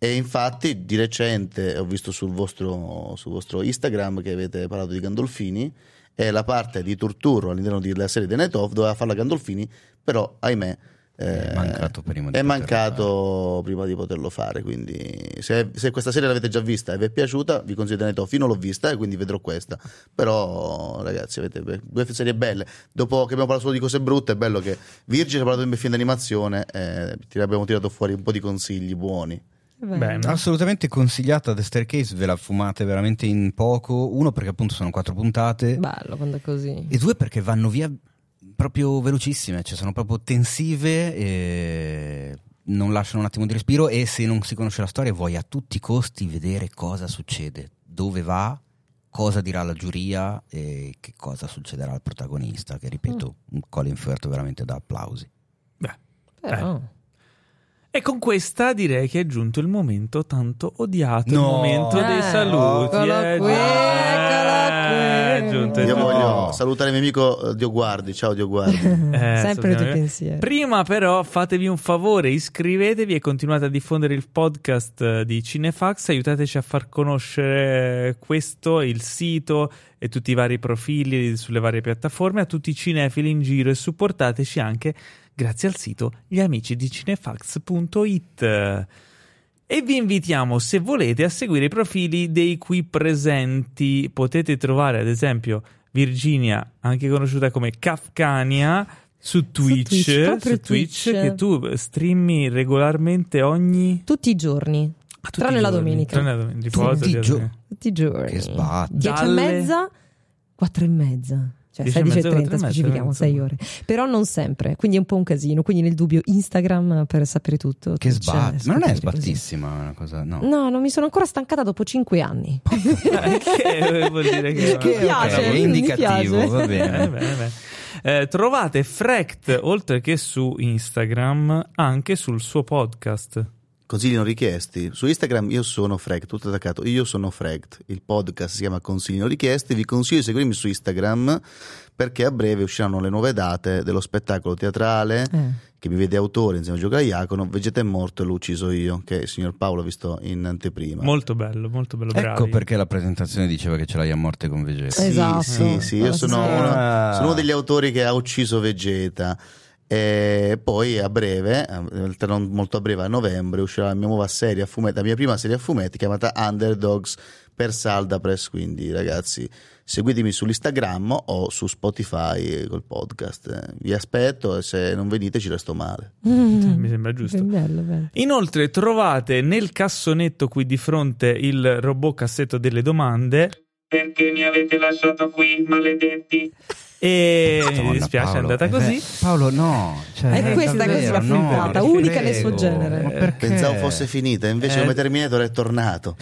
S4: E infatti di recente ho visto sul vostro, sul vostro Instagram che avete parlato di Gandolfini e la parte di Turturro all'interno della serie The Night Of doveva farla Gandolfini, però ahimè
S2: È
S4: eh,
S2: mancato prima di
S4: è
S2: poterlo
S4: mancato prima di poterlo fare. Quindi, se, se questa serie l'avete già vista e vi è piaciuta, vi consiglio di andare fino l'ho vista e quindi vedrò questa. Però, ragazzi, avete be- due serie belle. Dopo che abbiamo parlato solo di cose brutte, è bello che Virgil ha parlato di un film d'animazione e ti abbiamo tirato fuori un po' di consigli buoni.
S3: Mm.
S1: Bene.
S2: eh, Assolutamente consigliata The Staircase, ve la fumate veramente in poco. Uno perché appunto sono quattro puntate
S3: Bello quando è così.
S1: Eh.
S2: e due perché vanno via proprio velocissime, cioè sono proprio tensive e non lasciano un attimo di respiro e se non si conosce la storia vuoi a tutti i costi vedere cosa succede, dove va, cosa dirà la giuria e che cosa succederà al protagonista, che ripeto, un Colin Firth veramente da applausi.
S1: Beh,
S3: Però,
S1: eh. E con questa direi che è giunto il momento tanto odiato,
S2: No.
S1: il momento dei
S3: Eh,
S1: saluti.
S3: eccolo
S1: eh,
S3: qui,
S1: giunto-
S3: eccolo
S1: eh,
S3: qui.
S1: giunto,
S3: Eh,
S4: Io
S1: giunto.
S4: voglio salutare il mio amico eh, Dio Guardi. Ciao, Dio Guardi.
S1: Eh,
S3: Sempre i tuoi
S1: sappiamo che-
S3: pensieri.
S1: Prima però fatevi un favore, iscrivetevi e continuate a diffondere il podcast eh, di Cinefax, aiutateci a far conoscere eh, questo, il sito e tutti i vari profili sulle varie piattaforme a tutti i cinefili in giro e supportateci anche grazie al sito gliamicidicinefacts.it. E vi invitiamo, se volete, a seguire i profili dei qui presenti. Potete trovare, ad esempio, Virginia, anche conosciuta come Kafkania, su Twitch,
S3: Twitch, proprio
S1: su Twitch,
S3: Twitch.
S1: che tu streami regolarmente ogni...
S3: Tutti i giorni.
S1: a tutti
S3: Tranne
S1: i
S3: la
S1: giorni.
S3: domenica.
S1: Tranne la domenica.
S2: Tutti
S1: riposati,
S2: i gio-
S3: Tutti i giorni.
S2: Che sbatti.
S3: 10
S1: Dalle-
S3: e mezza, 4 e mezza. Cioè,
S1: 10 e
S3: 16 e
S1: mezza, 4
S3: 30,
S1: e mezza,
S3: specifichiamo,
S1: insomma.
S3: 6 ore. Però non sempre, quindi è un po' un casino. Quindi nel dubbio Instagram per sapere tutto.
S2: Che
S3: Twitch,
S2: sbatti, ma non è
S3: scoprire così.
S2: sbattissima una cosa, no.
S3: No, non mi sono ancora stancata dopo 5 anni.
S1: Che vuol dire che-
S3: Mi
S1: Ok,
S3: piace,
S2: è
S3: mi
S2: indicativo,
S3: piace.
S2: va bene.
S1: Eh, bene, bene. Eh, trovate Frecht, oltre che su Instagram, anche sul suo podcast.
S4: Consigli non richiesti. Su Instagram io sono Fregt, tutto attaccato. Io sono Fregt. Il podcast si chiama Consigli non richiesti. Vi consiglio di seguirmi su Instagram perché a breve usciranno le nuove date dello spettacolo teatrale
S3: Eh.
S4: che mi vede autore insieme a Gioca Iacono. Vegeta è morto e l'ho ucciso io, che il signor Paolo ha visto in anteprima.
S1: Molto bello, molto bello, bravi.
S2: Ecco perché la presentazione diceva che ce l'hai a morte con Vegeta.
S4: sì,
S3: Esatto.
S4: sì, sì, io sono
S3: Sì.
S4: uno, sono uno degli autori che ha ucciso Vegeta. E poi a breve, eh, in realtà non molto a breve, a novembre uscirà la mia nuova serie a fumetti, la mia prima serie a fumetti chiamata Underdogs per Salda Press. Quindi ragazzi, seguitemi sull'Instagram o su Spotify eh, col podcast. eh. Vi aspetto e se non venite ci resto male.
S1: Mi sembra giusto.
S3: Eh. Bello, bello.
S1: Inoltre trovate nel cassonetto qui di fronte il robot cassetto delle domande
S5: Perché mi avete lasciato qui, maledetti?
S1: e
S2: Madonna,
S1: Eh, mi dispiace
S2: Paolo,
S1: è andata
S2: eh,
S1: così.
S2: beh, Paolo, no. Cioè,
S3: È
S2: eh,
S3: questa
S2: davvero,
S3: la puntata,
S2: no,
S1: unica
S2: ti
S1: nel suo
S2: prego.
S3: genere.
S4: Eh.
S2: Ma perché?
S4: Pensavo fosse finita, invece
S1: Eh.
S4: come Terminator è tornato.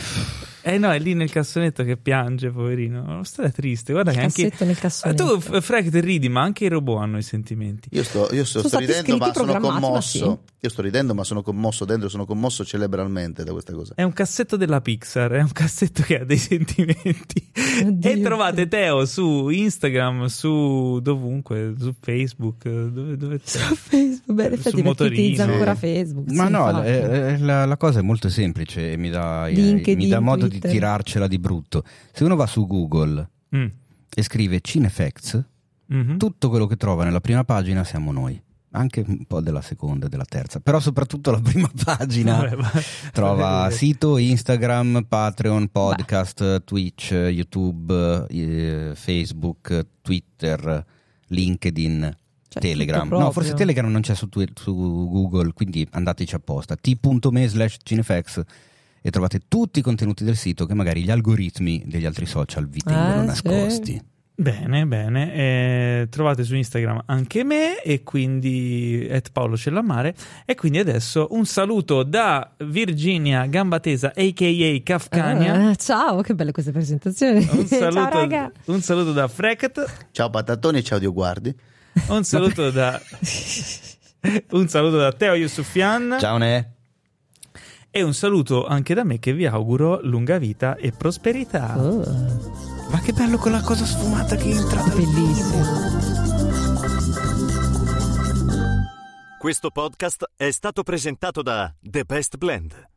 S1: Eh no, è lì nel cassonetto che piange, poverino. Stai triste, guarda che anche... Ah,
S3: Cassetto nel cassonetto.
S1: Tu, F- Frank, ti ridi, ma anche i robot hanno i sentimenti.
S9: Io sto, io sto-
S3: Sono
S9: sto
S3: stati
S9: ridendo,
S3: scritti,
S9: ma sono
S3: programmati, ma
S9: commosso. Io sto ridendo, ma sono commosso dentro, sono commosso cerebralmente da questa cosa.
S1: È un cassetto della Pixar, è un cassetto che ha dei sentimenti.
S3: Oddio.
S1: e trovate Teo su Instagram, su dovunque, su Facebook, dove, dove c'è?
S3: Su Facebook, beh, in
S1: Sul
S3: effetti perché
S1: motorino.
S3: utilizza ancora Facebook.
S2: Ma
S3: sì,
S2: no,
S3: infatti.
S2: eh, eh, la, la cosa è molto semplice e mi dà, eh,
S3: LinkedIn,
S2: mi dà modo
S3: Twitter.
S2: di tirarcela di brutto. Se uno va su Google
S1: Mm.
S2: e scrive Cinefacts,
S1: Mhm.
S2: tutto quello che trova nella prima pagina siamo noi. Anche un po' della seconda e della terza, però soprattutto la prima pagina
S1: Vabbè, Eh, va-
S2: trova
S1: vabbè.
S2: sito, Instagram, Patreon, podcast, Twitch, eh, YouTube, eh, Facebook, eh, Twitter, LinkedIn,
S3: Cioè,
S2: Telegram.
S3: tutto proprio.
S2: No, forse Telegram non c'è su, Twi- su Google, quindi andateci apposta. t.me slash cinefx e trovate tutti i contenuti del sito che magari gli algoritmi degli altri social vi tengono
S3: Eh,
S2: nascosti.
S1: Bene, bene. Eh, trovate su Instagram anche me e quindi at Paolo Cellamare. E quindi adesso un saluto da Virginia Gambatesa, a.k.a. Kafkania.
S3: Ah, ciao, che belle queste presentazioni.
S1: Un
S3: ciao,
S1: saluto,
S3: raga.
S1: un saluto da Freket,
S9: Ciao patatoni, ciao Dio guardi.
S1: un saluto da, un saluto da Teo Yusufian
S2: Ciao Ne!
S1: e un saluto anche da me che vi auguro lunga vita e prosperità.
S3: Oh,
S2: Ma che bello quella cosa sfumata che entra dal
S3: bellissimo.
S10: Questo podcast è stato presentato da The Best Blend,